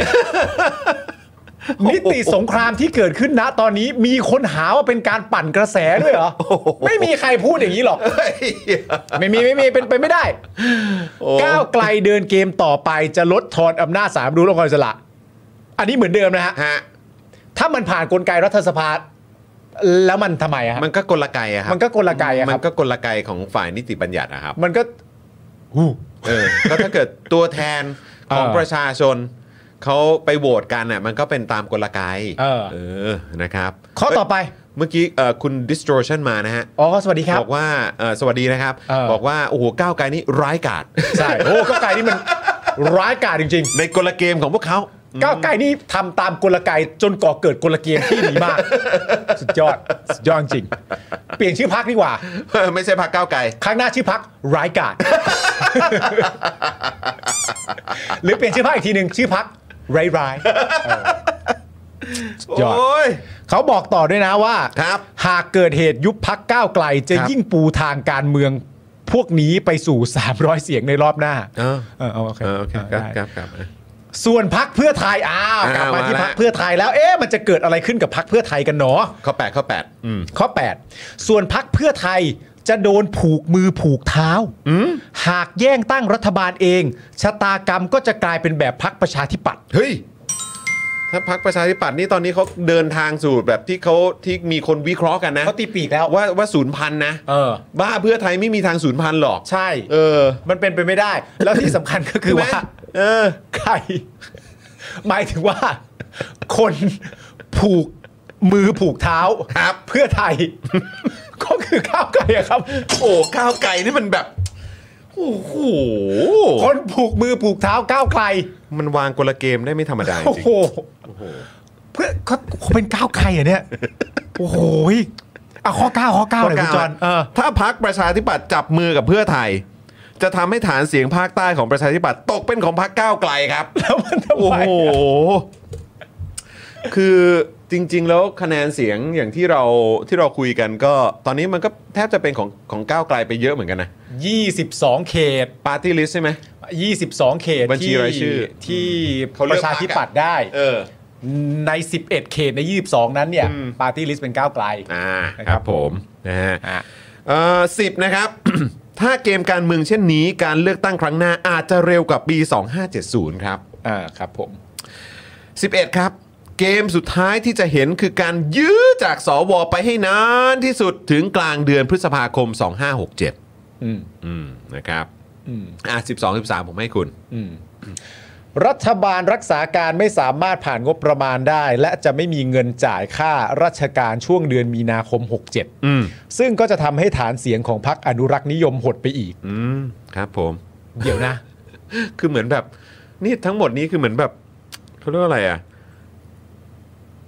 [SPEAKER 7] นิติสงครามที่เกิดขึ้นนะตอนนี้มีคนหาว่าเป็นการปั่นกระแสด้วยเหรอ ไม่มีใครพูดอย่างนี้หรอก ไม่มีไม่มีเป็นไปไม่ได้ ก้าวไกลเดินเกมต่อไปจะลดทอนอำนาจสามรู้ลงกรสละ อันนี้เหมือนเดิมนะฮะ
[SPEAKER 1] ฮะ
[SPEAKER 7] ถ้ามันผ่านกลไกรัฐสภา แล้วมันทำไมอะครับ
[SPEAKER 1] มันก็กลไกอะครับ
[SPEAKER 7] มันก็กลไกอะครับ
[SPEAKER 1] มันก็กลไกของฝ่ายนิติบัญญัติอะครับ
[SPEAKER 7] มันก็
[SPEAKER 1] เออ ก็ถ้าเกิดตัวแทนของ
[SPEAKER 7] เออ
[SPEAKER 1] ประชาชน เขาไปโหวตกันน่ะมันก็เป็นตามกลไก
[SPEAKER 7] เออ
[SPEAKER 1] อนะครับ
[SPEAKER 7] ข้อต่อไป
[SPEAKER 1] เมื่อกี้เอ่อคุณ distortion มานะฮะ
[SPEAKER 7] อ๋อ สวัสดีครับ
[SPEAKER 1] บอกว่าเอ่อสวัสดีนะครับ
[SPEAKER 7] เออ
[SPEAKER 1] บอกว่า โอ้โหก้าวไกลนี่ร้ายกาจ
[SPEAKER 7] ใช่ โอ้ก้าวไกลนี่มัน ร้ายกาจจริง
[SPEAKER 1] ในกลเกมของพวกเขา
[SPEAKER 7] ก้าวไกลนี่ทำตามกลไกจนก่อเกิดกลเกียงที่ดีมาก สุดยอดสุดยอดจริง เปลี่ยนชื่อพักดีกว่า
[SPEAKER 1] ไม่ใช่พักก้าวไกล
[SPEAKER 7] ครั้งหน้าชื่อพักร้ายกาจ หรือเปลี่ยนชื่อพักอีกทีหนึ่งชื่อพักร้ายร้ายๆเออสุดยอด
[SPEAKER 1] โอ้ย
[SPEAKER 7] เขาบอกต่อด้วยนะว่า
[SPEAKER 1] ครับ
[SPEAKER 7] หากเกิดเหตุยุบพักก้าวไกลจะ
[SPEAKER 1] ครับ
[SPEAKER 7] ยิ่งปูทางการเมืองพวกนี้ไปสู่ 300 เสียงในรอบหน้า
[SPEAKER 1] เออ
[SPEAKER 7] เออเอาโอเค
[SPEAKER 1] เออโอเคค
[SPEAKER 7] ได้
[SPEAKER 1] รับครับครับ
[SPEAKER 7] ส่วนพักเพื่อไทยอ้าวกลับมา
[SPEAKER 1] อ่า
[SPEAKER 7] ที่
[SPEAKER 1] มาละ
[SPEAKER 7] พักเพื่อไทยแล้วเอ๊ะมันจะเกิดอะไรขึ้นกับพักเพื่อไทยกันหนอ
[SPEAKER 1] ข้อแปดข้อแปดอืม
[SPEAKER 7] ข้อ 8 ส่วนพักเพื่อไทยจะโดนผูกมือผูกเท้า หากแย่งตั้งรัฐบาลเอง ชะตากรรมก็จะกลายเป็นแบบพักประชาธิปัตย์
[SPEAKER 1] เฮ้ย ถ้าพักประชาธิปัตย์นี่ตอนนี้เขาเดินทางสู่แบบที่เขาที่มีคนวิเคราะห์กันนะ
[SPEAKER 7] เขาตีปีกแล้ว
[SPEAKER 1] ว่าว่าศูนย์พันนะ
[SPEAKER 7] เออ
[SPEAKER 1] บ้าเพื่อไทยไม่มีทางศูนย์พันหรอก
[SPEAKER 7] ใช่
[SPEAKER 1] เออ
[SPEAKER 7] มันเป็นไปไม่ได้ แล้วที่สำคัญก็คือว่า
[SPEAKER 1] เออ
[SPEAKER 7] ใคร หมายถึงว่า คนผูกมือผูกเท้า
[SPEAKER 1] ครับ
[SPEAKER 7] เพื่อไทย ก็คือก้าวไกลอะครับ
[SPEAKER 1] โอ้ก้าวไก่นี่มันแบบ โอ้โห
[SPEAKER 7] คนผูกมือผูกเท้าก้าวไกล
[SPEAKER 1] มันวางกลเกมได้ไม่ธรรมดาจ
[SPEAKER 7] โอ้
[SPEAKER 1] ริง
[SPEAKER 7] โห เพื่อเขาเขาเป็นก้าวไกลเหรอเนี่ย โอ้โหยอ่ะข้อเก้าข้อเก้า
[SPEAKER 1] ข้อ
[SPEAKER 7] เลยคุณ
[SPEAKER 1] เก้า
[SPEAKER 7] จอนเออ
[SPEAKER 1] ถ้าพักประชาธิปัตย์จับมือกับเพื่อไทย จะทำให้ฐานเสียงภาคใต้ของประชาธิปัตย์ตกเป็นของพรรคก้าวไกลครับ
[SPEAKER 7] แล้วมันทำ
[SPEAKER 1] โอ้
[SPEAKER 7] ไม
[SPEAKER 1] โห คือจริง ๆ แล้วคะแนนเสียงอย่างที่เราที่เราคุยกันก็ ตอนนี้มันก็แทบจะเป็นของของก้าวไกลไปเยอะเหมือนกันนะ
[SPEAKER 7] ยี่สิบสองเขต
[SPEAKER 1] ปาร์ตี้ลิสใช่ไหม
[SPEAKER 7] ยี่สิบสองเขต
[SPEAKER 1] บัญชีรายชื่อ
[SPEAKER 7] ที่
[SPEAKER 1] เขาเลื
[SPEAKER 7] ป
[SPEAKER 1] อก
[SPEAKER 7] ระชาธิปัตย์ได้
[SPEAKER 1] เออ
[SPEAKER 7] ใน 11 เขตใน 22 นั้นเนี่ย
[SPEAKER 1] อืม
[SPEAKER 7] ปาร์ตี้ลิสต์เป็นก้าวไกล
[SPEAKER 1] อ่า
[SPEAKER 7] นะ
[SPEAKER 1] ค
[SPEAKER 7] ครั
[SPEAKER 1] รับบ ผมนะฮะ
[SPEAKER 7] อ่ะ
[SPEAKER 1] เอ่อสิบนะครับ ถ้าเกมการเมืองเช่นนี้ การเลือกตั้งครั้งหน้าอาจจะเร็วกว่าปี 2570 ครับ
[SPEAKER 7] อ่าครับผม
[SPEAKER 1] 11 ครับ เกมสุดท้ายที่จะเห็นคือการยื้อจากสวไปให้นานที่สุดถึงกลางเดือนพฤษภาคม 2567
[SPEAKER 7] อืม
[SPEAKER 1] อืมนะครับ
[SPEAKER 7] อืม
[SPEAKER 1] อ่ะ12 13 ผมให้คุณ
[SPEAKER 7] อืมรัฐบาลรักษาการไม่สามารถผ่านงบประมาณได้ และจะไม่มีเงินจ่ายค่าราชการช่วงเดือนมีนาคม 67
[SPEAKER 1] อืม
[SPEAKER 7] ซึ่งก็จะทำให้ฐานเสียงของพรรคอนุรักษ์นิยมหดไปอีก
[SPEAKER 1] อืม ครับผม
[SPEAKER 7] เดี๋ยวนะ
[SPEAKER 1] คือเหมือนแบบ นี่ทั้งหมดนี้คือเหมือนแบบเขาเรียกว่าอะไรอ่ะ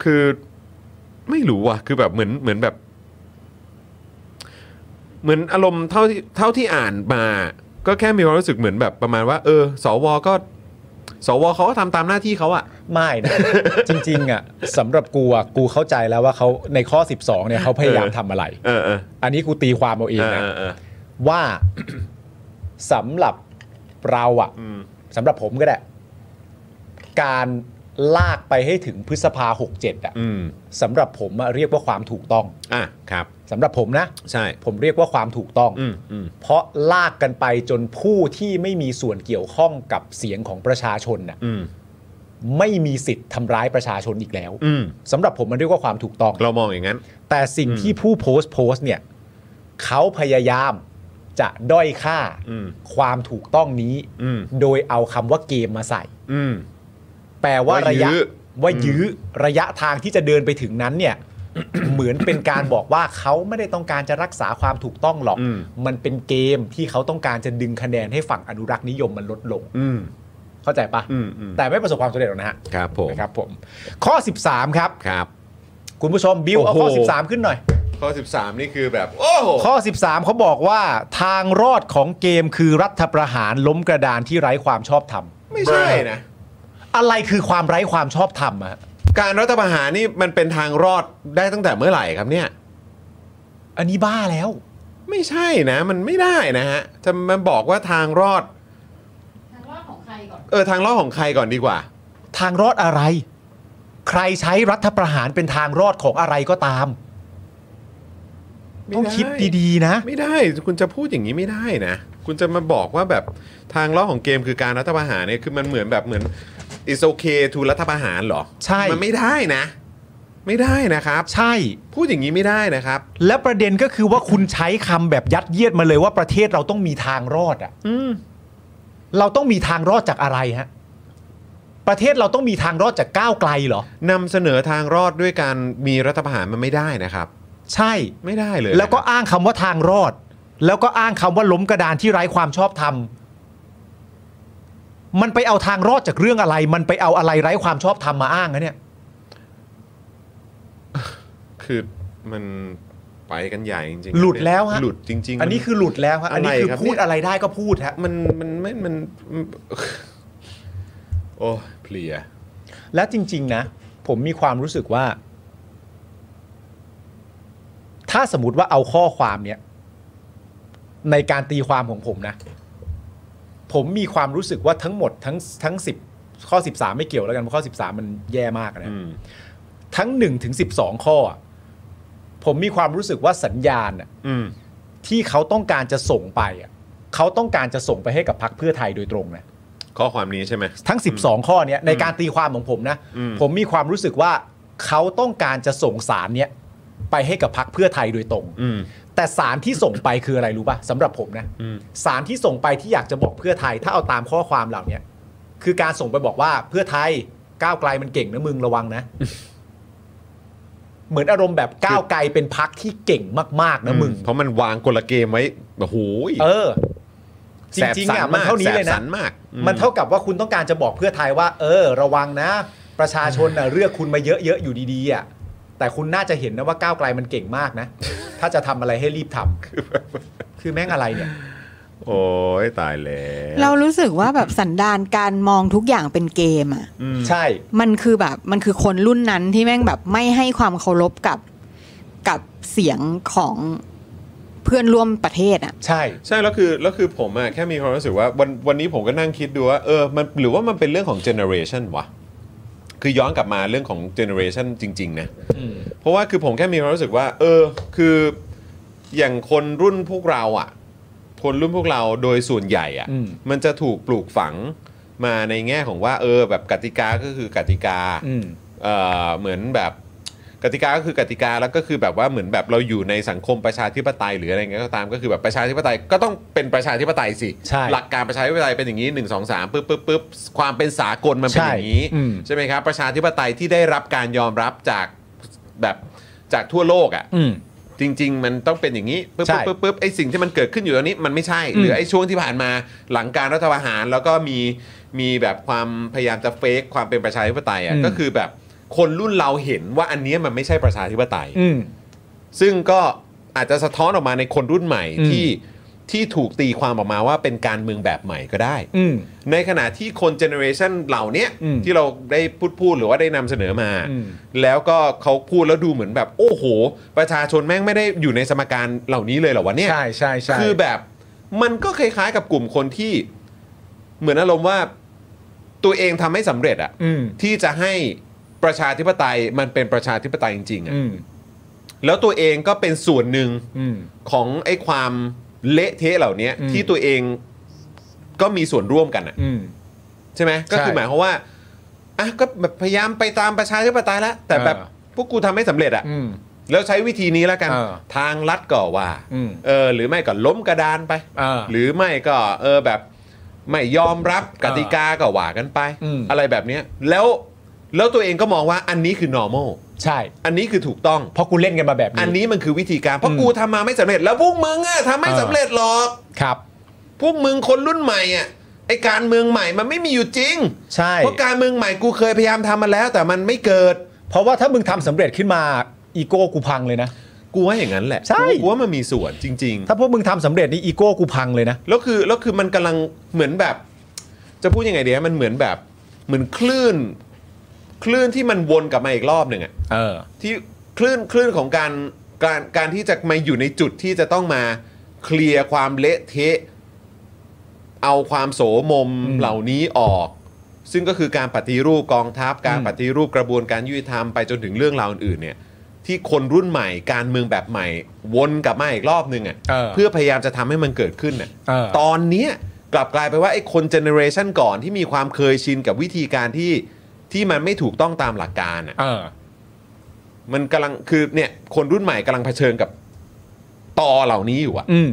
[SPEAKER 1] คือไม่รู้ว่ะ คือแบบเหมือนเหมือนแบบ เหมือนอารมณ์เท่าที่เท่าที่อ่านมา ก็แค่มีความรู้สึกเหมือนแบบประมาณว่า เออ สวก็ สวเขาก็ทำตามหน้าที่เขาอ่ะ
[SPEAKER 7] ไม่นะ จริง ๆ อ่ะสำหรับกูอ่ะกูเข้าใจแล้วว่าเขาในข้อ 12 เนี่ยเขาพยายามทำอะไร
[SPEAKER 1] เออเออ
[SPEAKER 7] อันนี้กูตีความเอาเอง
[SPEAKER 1] เอ
[SPEAKER 7] นะ
[SPEAKER 1] อเออ
[SPEAKER 7] ว่า สำหรับเราอ่ะ
[SPEAKER 1] อืม
[SPEAKER 7] สำหรับผมก็ได้ การลากไปให้ถึงพฤษภา 67 อ่ะ
[SPEAKER 1] อืม
[SPEAKER 7] สำหรับผมอะเรียกว่าความถูกต้อง
[SPEAKER 1] อ่ะ ครับ
[SPEAKER 7] สำหรับผมนะ
[SPEAKER 1] ใช่
[SPEAKER 7] ผมเรียกว่าความถูกต้อง
[SPEAKER 1] อืมอืม
[SPEAKER 7] เพราะลากกันไปจนผู้ที่ไม่มีส่วนเกี่ยวข้องกับเสียงของประชาชนน่ะ
[SPEAKER 1] อืม
[SPEAKER 7] ไม่มีสิทธิ์ทำร้ายประชาชนอีกแล้ว
[SPEAKER 1] อืม
[SPEAKER 7] สำหรับผมมันเรียกว่าความถูกต้อง
[SPEAKER 1] เรามองอย่างนั้น
[SPEAKER 7] แต่สิ่งที่ผู้โพสต์โพสต์เนี่ยเขาพยายามจะด้อยค่า
[SPEAKER 1] อืม
[SPEAKER 7] ความถูกต้องนี้
[SPEAKER 1] อืม
[SPEAKER 7] โดยเอาคำว่าเกมมาใส่
[SPEAKER 1] อืม
[SPEAKER 7] แปลว่า
[SPEAKER 1] ว่า
[SPEAKER 7] ระยะ
[SPEAKER 1] ยื้อ
[SPEAKER 7] ว่ายื้อระยะทางที่จะเดินไปถึงนั้นเนี่ย เหมือนเป็นการบอกว่าเขาไม่ได้ต้องการจะรักษาความถูกต้องหรอก
[SPEAKER 1] อืม
[SPEAKER 7] มันเป็นเกมที่เขาต้องการจะดึงคะแนนให้ฝั่งอนุรักษ์นิยมมันลดลง
[SPEAKER 1] อืม
[SPEAKER 7] เข้าใจปะ
[SPEAKER 1] อืมอืม
[SPEAKER 7] แต่ไม่ประสบความสำเร็จหรอกนะฮะ
[SPEAKER 1] ครับผม
[SPEAKER 7] นะครับผม ข้อ 13 ครับ
[SPEAKER 1] ครับ
[SPEAKER 7] คุณผู้ชมบิวเอาข้อ
[SPEAKER 1] โอ้โห
[SPEAKER 7] 13 ขึ้นหน่อย
[SPEAKER 1] ข้อ 13 นี่คือแบบ โอ้โห
[SPEAKER 7] ข้อ 13 เขาบอกว่าทางรอดของเกมคือรัฐประหารล้มกระดานที่ไร้ความชอบธรรม
[SPEAKER 1] ไม่ใช่นะ
[SPEAKER 7] อะไรคือความไร้ความชอบธรรมอะฮะ
[SPEAKER 1] การรัฐประหารนี่มันเป็นทางรอดได้ตั้งแต่เมื่อไหร่ครับเนี่ย
[SPEAKER 7] อันนี้บ้าแล้ว
[SPEAKER 1] ไม่ใช่นะ มันไม่ได้นะฮะ จะมันบอกว่าทางรอด
[SPEAKER 6] ทางรอดของใครก่อน
[SPEAKER 1] เออทางรอดของใครก่อนดีกว่า
[SPEAKER 7] ทางรอดอะไร ใครใช้รัฐประหารเป็นทางรอดของอะไรก็ตาม
[SPEAKER 1] ไม่ได้
[SPEAKER 7] ต้องคิดดีๆนะ
[SPEAKER 1] ไม่ได้คุณจะพูดอย่างนี้ไม่ได้นะ คุณจะมาบอกว่าแบบทางรอดของเกมคือการรัฐประหารเนี่ยคือมันเหมือนแบบเหมือน is okay to รัฐประหารเหรอ
[SPEAKER 7] ใช่
[SPEAKER 1] มันไม่ได้นะ ไม่ได้นะครับ
[SPEAKER 7] ใช่
[SPEAKER 1] พูดอย่างนี้ไม่ได้นะครับ
[SPEAKER 7] และประเด็นก็คือว่าคุณใช้คำแบบยัดเยียดมาเลยว่าประเทศเราต้องมีทางรอดอ่ะ
[SPEAKER 1] อืม
[SPEAKER 7] เราต้องมีทางรอดจากอะไรฮะประเทศเราต้องมีทางรอดจากก้าวไกลเหรอ
[SPEAKER 1] นำเสนอทางรอดด้วยการมีรัฐประหารมันไม่ได้นะครับ
[SPEAKER 7] ใช่
[SPEAKER 1] ไม่ได้เลย
[SPEAKER 7] แล้วก็
[SPEAKER 1] นะครับ
[SPEAKER 7] อ้างคำว่าทางรอด แล้วก็อ้างคำว่าล้มกระดานที่ไร้ความชอบธรรม มันไปเอาทางรอดจากเรื่องอะไร มันไปเอาอะไรไร้ความชอบธรรมมาอ้างนะเนี่ย
[SPEAKER 1] คือมันไปกันใหญ่จริงๆ
[SPEAKER 7] หลุดแล้วฮะ
[SPEAKER 1] หลุดจริงๆ
[SPEAKER 7] อันนี้คือหลุดแล้วฮะอันนี้คือ
[SPEAKER 1] ไรรับ
[SPEAKER 7] พูด
[SPEAKER 1] เนี่ย
[SPEAKER 7] อะไรได้ก็พูดฮะ
[SPEAKER 1] มันมันไม่มัน โอ้ยเพลีย
[SPEAKER 7] แล้วจริง ๆ นะ ผมมีความรู้สึกว่า ถ้าสมมติว่าเอาข้อความเนี้ยในการตีความของผมนะ ผมมีความรู้สึกว่าทั้งหมดทั้งทั้งสิบข้อ 13 ไม่เกี่ยวแล้วกันเพราะข้อ 13 มันแย่มากนะ
[SPEAKER 1] อืม
[SPEAKER 7] ทั้ง1ถึง12 ข้ออะผมมีความรู้สึกว่าสัญญาณอะ
[SPEAKER 1] อืม
[SPEAKER 7] ที่เขาต้องการจะส่งไปอะเขาต้องการจะส่งไปให้กับพรรคเพื่อไทยโดยตรงนะ
[SPEAKER 1] ข้อความนี้ใช่ไหม
[SPEAKER 7] ทั้ง 12 ข้อเนี้ยในการตีความของผมนะ
[SPEAKER 1] อืม
[SPEAKER 7] ผมมีความรู้สึกว่าเขาต้องการจะส่งสารเนี้ยไปให้กับพักเพื่อไทยโดยตรง
[SPEAKER 1] อืม
[SPEAKER 7] แต่สารที่ส่งไปคืออะไรรู้ป่ะสำหรับผมนะ
[SPEAKER 1] อืม
[SPEAKER 7] สารที่ส่งไปที่อยากจะบอกเพื่อไทย ถ้าเอาตามข้อความเหล่าเนี้ยคือการส่งไปบอกว่าเพื่อไทยก้าวไกลมันเก่งนะมึงระวังนะ เหมือนอารมณ์แบบก้าวไกลเป็นพักที่เก่งมากๆนะมึง
[SPEAKER 1] เพราะมันวางกลเกมไว้โอ้โหย
[SPEAKER 7] เออ จ
[SPEAKER 1] แสบ
[SPEAKER 7] ริง
[SPEAKER 1] สั
[SPEAKER 7] ๆอ่ะ
[SPEAKER 1] ก
[SPEAKER 7] มันเท่านี้เลย
[SPEAKER 1] แสบ
[SPEAKER 7] นะ
[SPEAKER 1] สัมากอื
[SPEAKER 7] มันเท่ากับว่าคุณต้องการจะบอกเพื่อไทยว่า เออ ระวังนะ ประชาชนนะเลือกคุณมาเยอะๆอยู่ดีๆอ่ะแต่คุณน่าจะเห็นนะว่าก้าวไกลมันเก่งมากนะ ถ้าจะทำอะไรให้รีบทำ คือแม่งอะไรเนี่ย
[SPEAKER 1] โอ้ยตายแล้ว
[SPEAKER 6] เรารู้สึกว่าแบบสันดานการมองทุกอย่างเป็นเกมอ่ะ
[SPEAKER 1] อืม
[SPEAKER 7] ใช่
[SPEAKER 6] มันคือแบบมันคือคนรุ่นนั้นที่แม่งแบบไม่ให้ความเคารพกับกับเสียงของเพื่อนร่วมประเทศอ่ะ
[SPEAKER 7] ใช่
[SPEAKER 1] ใช่แล้วคือแล้วคือผมอะแค่มีความรู้สึกว่าวันวันนี้ผมก็นั่งคิดดูว่าเออมันหรือว่ามันเป็นเรื่องของเจเนอเรชันวะคือย้อนกลับมาเรื่องของเจเนอเรชันจริง ๆ นะ เพราะว่าคือผมแค่มีความรู้สึกว่า เออ คืออย่างคนรุ่นพวกเราอะ่ะ คนรุ่นพวกเราโดยส่วนใหญ่อะ่ะ
[SPEAKER 7] อืม
[SPEAKER 1] มันจะถูกปลูกฝังมาในแง่ของว่า เออ แบบกติกาก็คือกติกา
[SPEAKER 7] อืม
[SPEAKER 1] เออเหมือนแบบกติกาก็คือกติกาแล้วก็คือแบบว่าเหมือนแบบเราอยู่ในสังคมประชาธิปไตยหรืออะไรเงี้ยก็ตามก็คือแบบประชาธิปไตยก็ต้องเป็นประชาธิปไตยสิ
[SPEAKER 7] ใช่
[SPEAKER 1] หลักการประชาธิปไตยเป็นอย่างนี้หนึ่งสองสามปึ๊บปึ๊บปึ๊บความเป็นสากลมันเป็น
[SPEAKER 7] ใช่
[SPEAKER 1] อย่างนี้
[SPEAKER 7] อืม
[SPEAKER 1] ใช่ไหมครับ ประชาธิปไตยที่ได้รับการยอมรับจากแบบจากทั่วโลกอะ่ะ
[SPEAKER 7] อืม
[SPEAKER 1] จริง ๆ มันต้องเป็นอย่างนี้ปึ๊บ
[SPEAKER 7] ใช่
[SPEAKER 1] ปึ๊บปึ๊บปึ๊บไอ้สิ่งที่มันเกิดขึ้นอยู่ตอนนี้มันไม่ใช่
[SPEAKER 7] อืม
[SPEAKER 1] หรือไอ้ช่วงที่ผ่านมาหลังการรัฐประหารแล้วก็มีมีแบบความพยายามจะเฟกความเป็นประชาธิปไตย
[SPEAKER 7] อื
[SPEAKER 1] อะ่ะ
[SPEAKER 7] ม
[SPEAKER 1] ก็คือแบบคนรุ่นเราเห็นว่าอันเนี้ยมันไม่ใช่ประชาธิปไตย
[SPEAKER 7] อืม
[SPEAKER 1] ซึ่งก็อาจจะสะท้อนออกมาในคนรุ่นใหม่
[SPEAKER 7] อืม
[SPEAKER 1] ที่ที่ถูกตีความออกมาว่าเป็นการเมืองแบบใหม่ก็ได้
[SPEAKER 7] อืม
[SPEAKER 1] ในขณะที่คนเจเนอเรชันเหล่าเนี้ย
[SPEAKER 7] อืม
[SPEAKER 1] ที่เราได้พูดพูดหรือว่าได้นำเสนอมา
[SPEAKER 7] อืม
[SPEAKER 1] แล้วก็เขาพูดแล้วดูเหมือนแบบ โอ้โห ประชาชนแม่งไม่ได้อยู่ในสมการเหล่านี้เลยเหรอวะเนี่ย
[SPEAKER 7] ใช่ใช่ใช่
[SPEAKER 1] คือแบบมันก็คล้ายๆกับกลุ่มคนที่ เหมือนอารมณ์ว่าตัวเองทำไม่สำเร็จอะ
[SPEAKER 7] อืม
[SPEAKER 1] ที่จะให้ประชาธิปไตยมันเป็นประชาธิปไตยจริงๆอะ
[SPEAKER 7] อืม
[SPEAKER 1] แล้วตัวเองก็เป็นส่วนหนึ่ง
[SPEAKER 7] อืม
[SPEAKER 1] ของไอ้ความเละเทะเหล่านี้
[SPEAKER 7] อืม
[SPEAKER 1] ที่ตัวเองก็มีส่วนร่วมกันอะ
[SPEAKER 7] อืม
[SPEAKER 1] ใช่ไหมก็คือหมายความว่าอ่ะก็แบบพยายามไปตามประชาธิปไตยแล้วแต่แบบ
[SPEAKER 7] เออ
[SPEAKER 1] พวกกูทำไม่สำเร็จอะ
[SPEAKER 7] อืม
[SPEAKER 1] แล้วใช้วิธีนี้แล้วกัน
[SPEAKER 7] เออ
[SPEAKER 1] ทางลัดก็ว่า
[SPEAKER 7] อืม
[SPEAKER 1] เออหรือไม่ก็ล้มกระดานไป
[SPEAKER 7] เออ
[SPEAKER 1] หรือไม่ก็เออแบบไม่ยอมรับกติกาก็ว่ากันไป
[SPEAKER 7] อืม
[SPEAKER 1] อะไรแบบเนี้ยแล้วแล้วตัวเองก็มองว่าอันนี้คือ normal
[SPEAKER 7] ใช่
[SPEAKER 1] อันนี้คือถูกต้อง
[SPEAKER 7] เพราะกูเล่นกันมาแบบนี้
[SPEAKER 1] อันนี้มันคือวิธีการ เพ
[SPEAKER 7] อื
[SPEAKER 1] ราะ
[SPEAKER 7] ม
[SPEAKER 1] กูทำมาไม่สำเร็จ แล้วพวกมึงอะทำไม่
[SPEAKER 7] เออ
[SPEAKER 1] สำเร็จหรอก
[SPEAKER 7] ครับ
[SPEAKER 1] พวกมึงคนรุ่นใหม่อะไอการเมืองใหม่มันไม่มีอยู่จริง
[SPEAKER 7] ใช่
[SPEAKER 1] เพราะการเมืองใหม่กูเคยพยายามทำมาแล้ว แต่มันไม่เกิด
[SPEAKER 7] เพราะว่าถ้ามึงทำสำเร็จขึ้นมาอีโก้กูพังเลยนะ
[SPEAKER 1] กูว่าอย่างนั้นแหละ
[SPEAKER 7] ใช่
[SPEAKER 1] กูว่ามันมีส่วนจริง
[SPEAKER 7] ถ้าพวกมึงทำสำเร็จนี่อีโก้กูพังเลยนะ
[SPEAKER 1] ๆ แล้วคือแล้วคือมันกำลังเหมือนแบบ จะพูดยังไงดีอะมันเหมือนแบบเหมือนคลื่น คลื่นที่มันวนกลับมาอีกรอบหนึ่งอะ
[SPEAKER 7] เออ
[SPEAKER 1] ที่คลื่นคลื่นของการการการที่จะมาอยู่ในจุดที่จะต้องมาเคลียร์ความเละเทะ เอาความโสมม
[SPEAKER 7] อืม
[SPEAKER 1] เหล่านี้ออก ซึ่งก็คือการปฏิรูปกองทัพ การ
[SPEAKER 7] อืม
[SPEAKER 1] ปฏิรูปกระบวนการยุติธรรมไปจนถึงเรื่องราวอื่นๆเนี่ย ที่คนรุ่นใหม่การเมืองแบบใหม่ วนกลับมาอีกรอบนึงอ่ะ
[SPEAKER 7] เออ
[SPEAKER 1] เพื่อพยายามจะทำให้มันเกิดขึ้นน่ะ
[SPEAKER 7] เออ
[SPEAKER 1] ตอนเนี้ยกลับกลายไปว่าไอ้คนเจเนอเรชันก่อนที่มีความเคยชินกับวิธีการที่ที่มันไม่ถูกต้องตามหลักการอ่ะ
[SPEAKER 7] เออ
[SPEAKER 1] มันกำลังคือเนี่ยคนรุ่นใหม่กำลังเผชิญกับต่อเหล่านี้อยู่อะ
[SPEAKER 7] อืม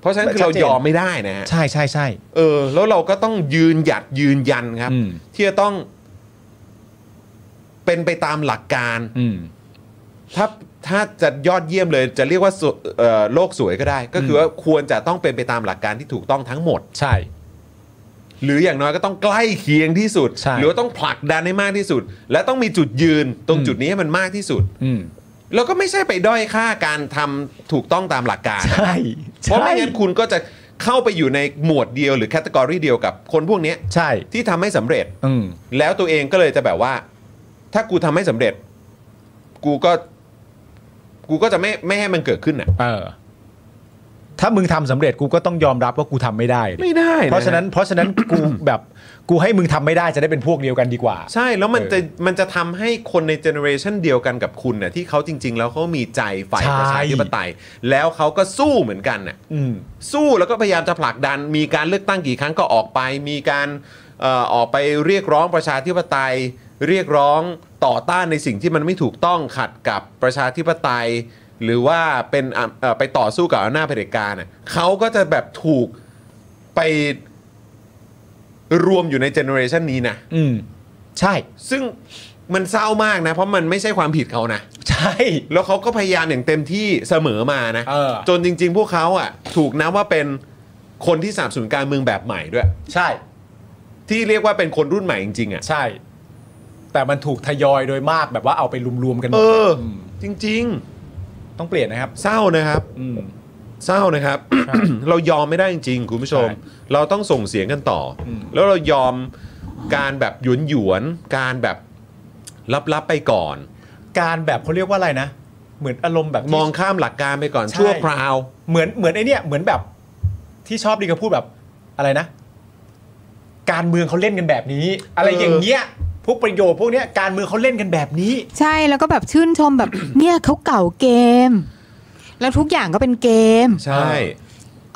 [SPEAKER 1] เพราะฉะนั้นคือเรา
[SPEAKER 7] ชัดเจน
[SPEAKER 1] ยอมไม่ได้นะฮะ
[SPEAKER 7] ใช่ใช่ใช่
[SPEAKER 1] เออ แล้วเราก็ต้องยืนหยัดยืนยันครับ
[SPEAKER 7] อืม
[SPEAKER 1] ที่จะต้อง เป็นไปตามหลักการ
[SPEAKER 7] อืม
[SPEAKER 1] ถ้าถ้าจะยอดเยี่ยมเลย จะเรียกว่าสวเอ่อโลกสวยก็ได้ ก็คือว่าควรจะต้องเป็นไปตามหลักการที่ถูกต้องทั้งหมด
[SPEAKER 7] ใช่
[SPEAKER 1] หรืออย่างน้อยก็ต้องใกล้เคียงที่สุด
[SPEAKER 7] ใช่
[SPEAKER 1] หรือว่าต้องผลักดันให้มากที่สุด และต้องมีจุดยืนตรงจุดนี้ให้มันมากที่สุด
[SPEAKER 7] อืม
[SPEAKER 1] แล้วก็ไม่ใช่ไปด้อยค่าการทำถูกต้องตามหลักการ
[SPEAKER 7] ใช่
[SPEAKER 1] เพราะไม่งั้นคุณก็จะเข้าไปอยู่ในหมวดเดียวหรือแคตตากรีเดียวกับคนพวกเนี้ย
[SPEAKER 7] ใช่
[SPEAKER 1] ที่ทำให้สำเร็จ
[SPEAKER 7] อืม
[SPEAKER 1] แล้วตัวเองก็เลยจะแบบว่า ถ้ากูทำให้สำเร็จ กูก็ กูก็จะไม่ไม่ให้มันเกิดขึ้นอ่ะ
[SPEAKER 7] เออ ถ้ามึงทำสำเร็จกูก็ต้องยอมรับว่ากูทำไม่ได้ดิ
[SPEAKER 1] ไม่ได้
[SPEAKER 7] เพราะฉะนั้น เพราะฉะนั้น กู แบบกูให้มึงทำไม่ได้จะได้เป็นพวกเดียวกันดีกว่า
[SPEAKER 1] ใช่แล้วมัน
[SPEAKER 7] เออ
[SPEAKER 1] จะมันจะทำให้คนในเจเนอเรชันเดียวกันกับคุณน่ะที่เขาจริง ๆ แล้วเขามีใจฝ่าย
[SPEAKER 7] ใช่
[SPEAKER 1] ประชาธิปไตย แล้วเขาก็สู้เหมือนกันน่ะ
[SPEAKER 7] อืม
[SPEAKER 1] สู้แล้วก็พยายามจะผลักดัน มีการเลือกตั้งกี่ครั้งก็ออกไป มีการเอ่อออกไปเรียกร้องประชาธิปไตย เรียกร้องต่อต้านในสิ่งที่มันไม่ถูกต้องขัดกับประชาธิปไตย หรือว่าเป็นอ่ะเอ่อไปต่อสู้กับอำนาจเผด็จการน่ะเขาก็จะแบบถูกไปรวมอยู่ในเจเนอเรชันนี้นะ
[SPEAKER 7] อืม ใช่
[SPEAKER 1] ซึ่งมันเศร้ามากนะ เพราะมันไม่ใช่ความผิดเขานะ
[SPEAKER 7] ใช่
[SPEAKER 1] แล้วเขาก็พยายามอย่างเต็มที่เสมอมานะ
[SPEAKER 7] เออ
[SPEAKER 1] จนจริง ๆ พวกเขาอ่ะ ถูกนับว่าเป็นคนที่สนับสนุนการเมืองแบบใหม่ด้วย
[SPEAKER 7] ใช่
[SPEAKER 1] ที่เรียกว่าเป็นคนรุ่นใหม่จริง ๆ อ่ะ
[SPEAKER 7] ใช่ แต่มันถูกทยอยโดยมากแบบว่าเอาไปรวมๆกันหม
[SPEAKER 1] เอ
[SPEAKER 7] ด
[SPEAKER 1] อ
[SPEAKER 7] ม
[SPEAKER 1] จริง
[SPEAKER 7] ต้องเปลี่ยนนะครับ
[SPEAKER 1] ๆ เศร้านะครับ
[SPEAKER 7] อืม
[SPEAKER 1] เศร้านะครับ
[SPEAKER 7] ใช่
[SPEAKER 1] เรายอมไม่ได้จริง ๆ คุณผู้ชม
[SPEAKER 7] ใช่
[SPEAKER 1] เราต้องส่งเสียงกันต่ออ
[SPEAKER 7] ม
[SPEAKER 1] แล้วเรายอมการแบบหยวนหยวนๆการแบบลับๆไปก่อน
[SPEAKER 7] การแบบเขาเรียกว่าอะไรนะ เหมือนอารมณ์แบบที่
[SPEAKER 1] มองข้ามหลักการไปก่อน
[SPEAKER 7] ใช่
[SPEAKER 1] ชั่วคราว
[SPEAKER 7] เหมือนเหมือนไอเนี่ยเหมือนแบบที่ชอบดีก็พูดแบบอะไรนะ การเมืองเขาเล่นกันแบบนี้ อะไรอย่างเงี้ยพวกประโยชน์พวกเนี้ยการเมืองเขาเล่นกันแบบนี้
[SPEAKER 6] ใช่แล้วก็แบบชื่นชมแบบ เนี่ยเขาเก่าเกม แล้วทุกอย่างก็เป็นเกม
[SPEAKER 1] ใช่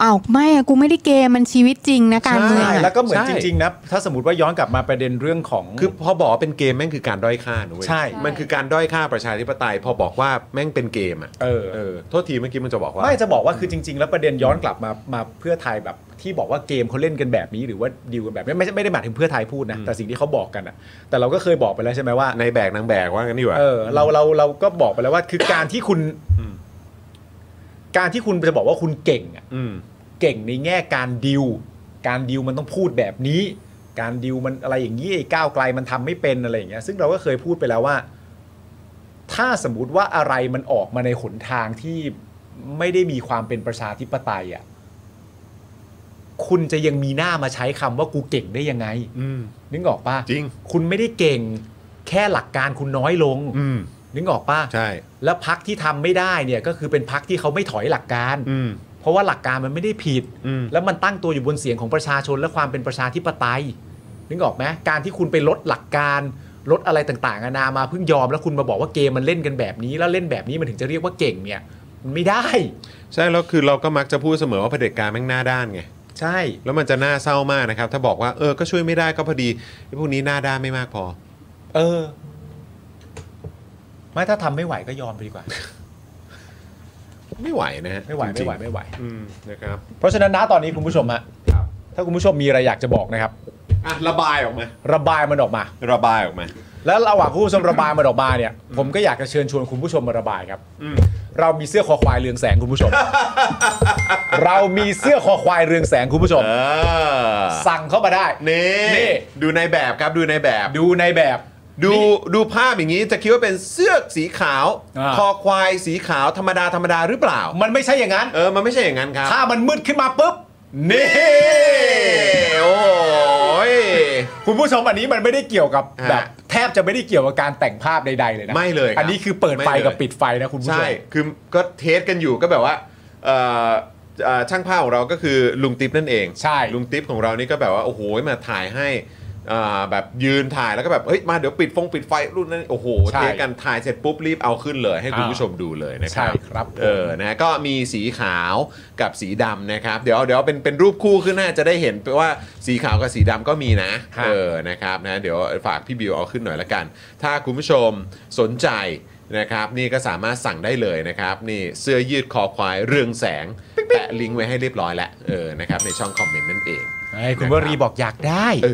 [SPEAKER 6] อ้าวไม่อะกูไม่ได้เกมมันชีวิตจริงนะการเมือง
[SPEAKER 7] ใช่
[SPEAKER 6] อะ
[SPEAKER 7] แล้วก็เหมือน
[SPEAKER 1] ใช่
[SPEAKER 7] จริง ๆ นะ ถ้าสมมติว่าย้อนกลับมาประเด็นเรื่องของ
[SPEAKER 1] คือพอบอกว่าเป็นเกมแม่งคือการด้อยค่านะเว้ย
[SPEAKER 7] ใช่
[SPEAKER 1] มันคือการด้อยค่าประชาธิปไตย พอบอกว่าแม่งเป็นเกมอ่ะ
[SPEAKER 7] เออ
[SPEAKER 1] เออ โทษทีเมื่อกี้มันจะบอกว่า
[SPEAKER 7] ไม่จะบอกว่าคือจริง ๆ แล้วประเด็นย้อนกลับมามาเพื่อไทยแบบที่บอกว่าเกมเขาเล่นกันแบบนี้หรือว่าดีลกันแบบนี้ไม่ใช่ไม่ได้หมายถึงเพื่อไทยพูดนะแต่สิ่งที่เขาบอกกันอะแต่เราก็เคยบอกไปแล้วใช่ไหมว่า
[SPEAKER 1] ในแบกนางแบกว่างั้นดีกว่า
[SPEAKER 7] เออเราเราเราก็บอกไปแล้วว่าคือการที่คุณ การที่คุณจะบอกว่าคุณเก่งอะ
[SPEAKER 1] อืม
[SPEAKER 7] เก่งในแง่การดิวการดิวมันต้องพูดแบบนี้ การดิวมันอะไรอย่างนี้ไอ้ก้าวไกลมันทำไม่เป็นอะไรอย่างเงี้ยซึ่งเราก็เคยพูดไปแล้วว่า ถ้าสมมติว่าอะไรมันออกมาในหนทางที่ไม่ได้มีความเป็นประชาธิปไตยอ่ะคุณจะยังมีหน้ามาใช้คำว่ากูเก่งได้ยังไง
[SPEAKER 1] อืม
[SPEAKER 7] นึกออกปะ
[SPEAKER 1] จริง
[SPEAKER 7] คุณไม่ได้เก่ง แค่หลักการคุณน้อยลง
[SPEAKER 1] อืม
[SPEAKER 7] นึกออกปะ
[SPEAKER 1] ใช่
[SPEAKER 7] แล้วพักที่ทำไม่ได้เนี่ยก็คือเป็นพักที่เขาไม่ถอยหลักการ
[SPEAKER 1] อืม
[SPEAKER 7] เพราะว่าหลักการมันไม่ได้ผิด
[SPEAKER 1] อืม
[SPEAKER 7] แล้วมันตั้งตัวอยู่บนเสียงของประชาชนและความเป็นประชาธิปไตย นึกออกไหมการที่คุณไปลดหลักการ ลดอะไรต่างๆนานามาเพิ่งยอม แล้วคุณมาบอกว่าเกมมันเล่นกันแบบนี้ แล้วเล่นแบบนี้มันถึงจะเรียกว่าเก่งเนี่ยมันไม่ได้
[SPEAKER 1] ใช่แล้วคือเราก็มักจะพูดเสมอว่าเผด็จการแม่งหน้าด้านไง
[SPEAKER 7] ใช่
[SPEAKER 1] แล้วมันจะน่าเศร้ามากนะครับ ถ้าบอกว่าเออ ก็ช่วยไม่ได้ก็พอดีไอ้พวกนี้หน้าด้านไม่มากพอ
[SPEAKER 7] เออ ไม่ถ้าทำไม่ไหวก็ยอมไปดีกว่า
[SPEAKER 1] ไม่ไหวนะฮะ
[SPEAKER 7] ไม่ไหว
[SPEAKER 1] จริ
[SPEAKER 7] ไม่
[SPEAKER 1] งๆ
[SPEAKER 7] ไหวไม่ไหว
[SPEAKER 1] อืม นะครับ
[SPEAKER 7] เพราะฉะนั้นนะตอนนี้คุณผู้ชมฮะถ้าคุณผู้ชมมีอะไรอยากจะบอกนะครับ
[SPEAKER 1] อ่ะ ระบายออกมา
[SPEAKER 7] ระบายมันออกมา
[SPEAKER 1] ระบายออกมา
[SPEAKER 7] แล้วระหว่างคุณผู้ชมระบายมาดอกบานเนี่ย ผมก็อยากจะเชิญชวนคุณผู้ชมมาระบายครับเรามีเสื้อคอควายเรืองแสงคุณผู้ช ม เรามีเสื้อคอควายเรืองแสงคุณผู้ชม
[SPEAKER 1] เออ
[SPEAKER 7] สั่งเข้ามาได้
[SPEAKER 1] นี่
[SPEAKER 7] นี่
[SPEAKER 1] ดูในแบบครับ ดูในแบบ
[SPEAKER 7] ดูในแบบ
[SPEAKER 1] ดูดูภาพอย่างนี้จะคิดว่าเป็นเสื้อสีขาว
[SPEAKER 7] อ่า
[SPEAKER 1] คอควายสีขาวธรรมดาธรรมดาหรือเปล่า
[SPEAKER 7] มันไม่ใช่อย่างนั้น
[SPEAKER 1] เออ มันไม่ใช่อย่างนั้นครับ
[SPEAKER 7] ถ้ามันมืดขึ้นมาปุ๊บนี่
[SPEAKER 1] นี่โอ้ย
[SPEAKER 7] คุณผู้ชมอันนี้มันไม่ได้เกี่ยวกับ
[SPEAKER 1] ฮะ
[SPEAKER 7] แบบแทบจะไม่ได้เกี่ยวกับการแต่งภาพใดๆเลยนะ
[SPEAKER 1] ไม่เลยครับ
[SPEAKER 7] อันนี้คือเปิดไฟ
[SPEAKER 1] ไม่เลย
[SPEAKER 7] กับปิดไฟนะคุณผู้ช
[SPEAKER 1] ใช่
[SPEAKER 7] ม
[SPEAKER 1] คือก็เทสกันอยู่ก็แบบว่าเอ่อเอ่อช่างภาพของเราก็คือลุงติ๊บนั่นเอง
[SPEAKER 7] ใช่
[SPEAKER 1] ลุงติ๊บของเรานี่ก็แบบว่า โอ้โห มาถ่ายให้เอ่อแบบยืนถ่ายแล้วก็แบบเฮ้ยมาเดี๋ยวปิดฟงปิดไฟรุ่นนั้นโอ้โห
[SPEAKER 7] ใช่
[SPEAKER 1] เทสกันถ่ายเสร็จปุ๊บรีบเอาขึ้นเลย ให้คุณผู้ชมดูเลยนะครับ
[SPEAKER 7] ใช่ครับผม
[SPEAKER 1] เออนะก็มีสีขาวกับสีดำนะครับ เดี๋ยวเดี๋ยวเป็นเป็นรูปคู่ขึ้นหน้าจะได้เห็นว่าสีขาวกับสีดำก็มีนะ
[SPEAKER 7] ครับ
[SPEAKER 1] เออ นะครับ นะ เดี๋ยวฝากพี่บิวเอาขึ้นหน่อยละกัน ถ้าคุณผู้ชมสนใจนะครับ นี่ก็สามารถสั่งได้เลยนะครับ นี่เสื้อยืดคอควายเรืองแสง แปะลิงก์ไว้ให้เรียบร้อยแล้ว เออ นะครับ ในช่องคอมเมนต์นั่นเอง
[SPEAKER 7] เฮ้ยคุณวรีบอกอยากได้
[SPEAKER 1] เอ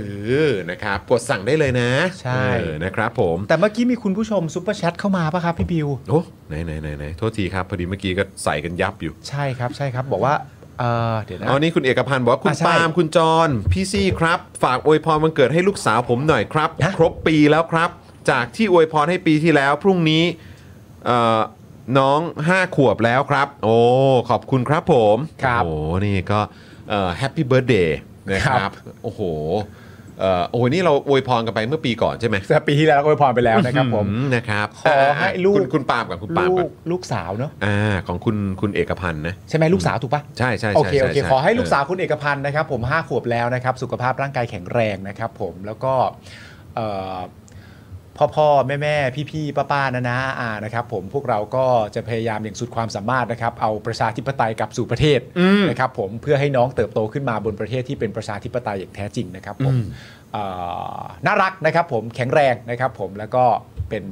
[SPEAKER 1] อ นะครับ กดสั่งได้เลยนะ
[SPEAKER 7] ใช่
[SPEAKER 1] เออนะครับผม
[SPEAKER 7] แต่เมื่อกี้มีคุณผู้ชมซุปเปอร์แชทเข้ามาป่ะครับพี่บิว
[SPEAKER 1] โอ้ไหนไหนไหนไหนโทษทีครับ พอดีเมื่อกี้ก็ใส่กันยับอยู่
[SPEAKER 7] ใช่ครับใช่ครับ บอกว่า เออเดี๋ยวนะ
[SPEAKER 1] อ๋อนี่คุณเอกพันธ์บอกว่า คุณ
[SPEAKER 7] อ่ะใช่
[SPEAKER 1] ปาล์มคุณจร พี่ซี่ครับ ฝากอวยพรวันเกิดให้ลูกสาวผมหน่อยครับ
[SPEAKER 7] ฮะ
[SPEAKER 1] ครบปีแล้วครับ จากที่อวยพรให้ปีที่แล้ว พรุ่งนี้เอ่อน้อง 5 ขวบแล้วครับ โอ้ขอบคุณครับผม
[SPEAKER 7] ครับ
[SPEAKER 1] โอ้นี่ก็แฮปปี้เบิร์ดเดย์นะค
[SPEAKER 7] ครั
[SPEAKER 1] รับ
[SPEAKER 7] บ
[SPEAKER 1] โอ้โหเอ่อโอ้โหนี่เราอวยพรกันไปเมื่อปีก่อนใช่ไหม
[SPEAKER 7] แต่ปีที่แล้วก็อวยพรไปแล้วนะครับผม
[SPEAKER 1] อืนะครับ
[SPEAKER 7] ขอให้ลูก
[SPEAKER 1] คุณคุณปาล์มกับคุณปาล์ม
[SPEAKER 7] ลู
[SPEAKER 1] ก่อน
[SPEAKER 7] กลูกสาวเนาะ
[SPEAKER 1] อ่าของคุณคุณเอกพันธ์นะ
[SPEAKER 7] ใช่ไหมลูกสาวถูกปะ
[SPEAKER 1] ใช่ใช่
[SPEAKER 7] โอ
[SPEAKER 1] ใช่
[SPEAKER 7] เคโอเค
[SPEAKER 1] ช่
[SPEAKER 7] ขอให้ลูก
[SPEAKER 1] เ
[SPEAKER 7] สาวคุณเอกพันธ์นะครับผม5ขวบแล้วนะครับ สุขภาพร่างกายแข็งแรงนะครับผมแล้วก็เอ่อพ่อพ่อแม่แม่พี่พี่ป้าป้านะนะอานะครับผมพวกเราก็จะพยายามอย่างสุดความสามารถนะครับ เอาประชาธิปไตยกลับสู่ประเทศนะครับผมเพื่อให้น้องเติบโตขึ้นมาบนประเทศที่เป็นประชาธิปไตยอย่างแท้จริงนะครับผมเอ่อน่ารักนะครับผมแข็งแรงนะครับผมแล้วก็เป็น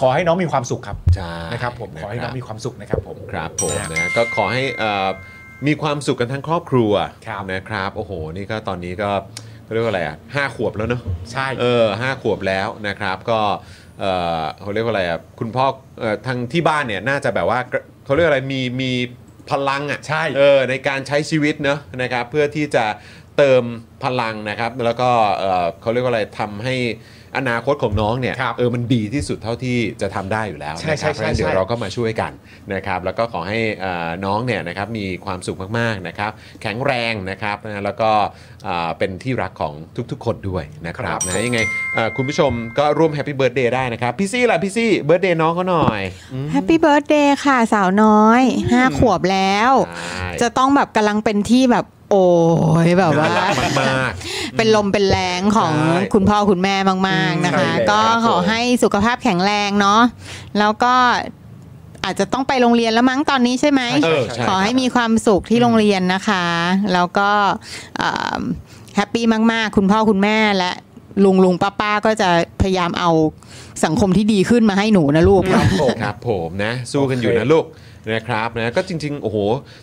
[SPEAKER 7] ขอให้น้องมีความสุขครับ
[SPEAKER 1] ใช่
[SPEAKER 7] นะครับผมขอให้น้องมีความสุขนะครับผม
[SPEAKER 1] ครับผมนะก็ขอให้เอ่อมีความสุขกันทั้งครอบครัว
[SPEAKER 7] ครับ
[SPEAKER 1] นะครับโอ้โห นี่ก็ตอนนี้ก็เขาเรียกว่าอะไรอ่ะห้าขวบแล้วเนอะ
[SPEAKER 7] ใช่
[SPEAKER 1] เออห้าขวบแล้วนะครับ ก็เอ่อเขาเรียกว่าอะไรอ่ะคุณพ่อเอ่อทางที่บ้านเนี่ยน่าจะแบบว่าเขาเรียกอะไรมีมีพลังอ่ะ
[SPEAKER 7] ใช่
[SPEAKER 1] เออในการใช้ชีวิตเนอะนะครับ เพื่อที่จะเติมพลังนะครับ แล้วก็เอ่อเขาเรียกว่าอะไรทำให้อนาคตของน้องเนี่ย
[SPEAKER 7] ครับ
[SPEAKER 1] เออมันดีที่สุดเท่าที่จะทำได้อยู่แล้ว
[SPEAKER 7] ใช่
[SPEAKER 1] นะครับเพ
[SPEAKER 7] ใช่
[SPEAKER 1] ราะฉะนั้น
[SPEAKER 7] ใช่
[SPEAKER 1] เดี๋ยวเรา ก็มาช่วยกันนะครับแล้วก็ขอให้เอ่อน้องเนี่ยนะครับมีความสุขมากๆนะครับแข็งแรงนะครับนะแล้วก็เอ่อเป็นที่รักของทุกๆ คนด้วยนะครั
[SPEAKER 7] ครับ บ
[SPEAKER 1] นะยังไงเอ่อคุณผู้ชมก็ร่วมแฮปปี้เบิร์ดเดย์ได้นะครับพี่ซี่ล่ะพี่ซี่เบิร์ดเดย์น้องเขาหน่อย
[SPEAKER 6] แฮปปี้เบิร์ดเดย์ค่ะสาวน้อยห้าขวบแล้ว
[SPEAKER 1] ใช่
[SPEAKER 6] จะต้องแบบกำลังเป็นที่แบบโอ้ยแบบว่า
[SPEAKER 1] น่ารักมาก
[SPEAKER 6] เป็นลมเป็นแรงของ
[SPEAKER 1] ใช่
[SPEAKER 6] คุณพ่อคุณแม่มาก ๆ นะคะ
[SPEAKER 7] ใช่เลย
[SPEAKER 6] ก็
[SPEAKER 1] ครับผม
[SPEAKER 6] ขอให้สุขภาพแข็งแรงเนาะแล้วก็อาจจะต้องไปโรงเรียนแล้วมั้งตอนนี้ใช่ไหม
[SPEAKER 1] ๆเออใช่
[SPEAKER 6] ขอให้มีความสุขที่โรงเรียนนะคะ แล้วก็แฮปปี้มาก ๆ คุณพ่อคุณแม่และลุงลุงป้าป้าก็จะพยายามเอาสังคมที่ดีขึ้นมาให้หนูนะลูก
[SPEAKER 7] ครับผม
[SPEAKER 1] ครับผมนะสู้กันอยู่นะลูกนะครับนะก็จริงๆโอ้โห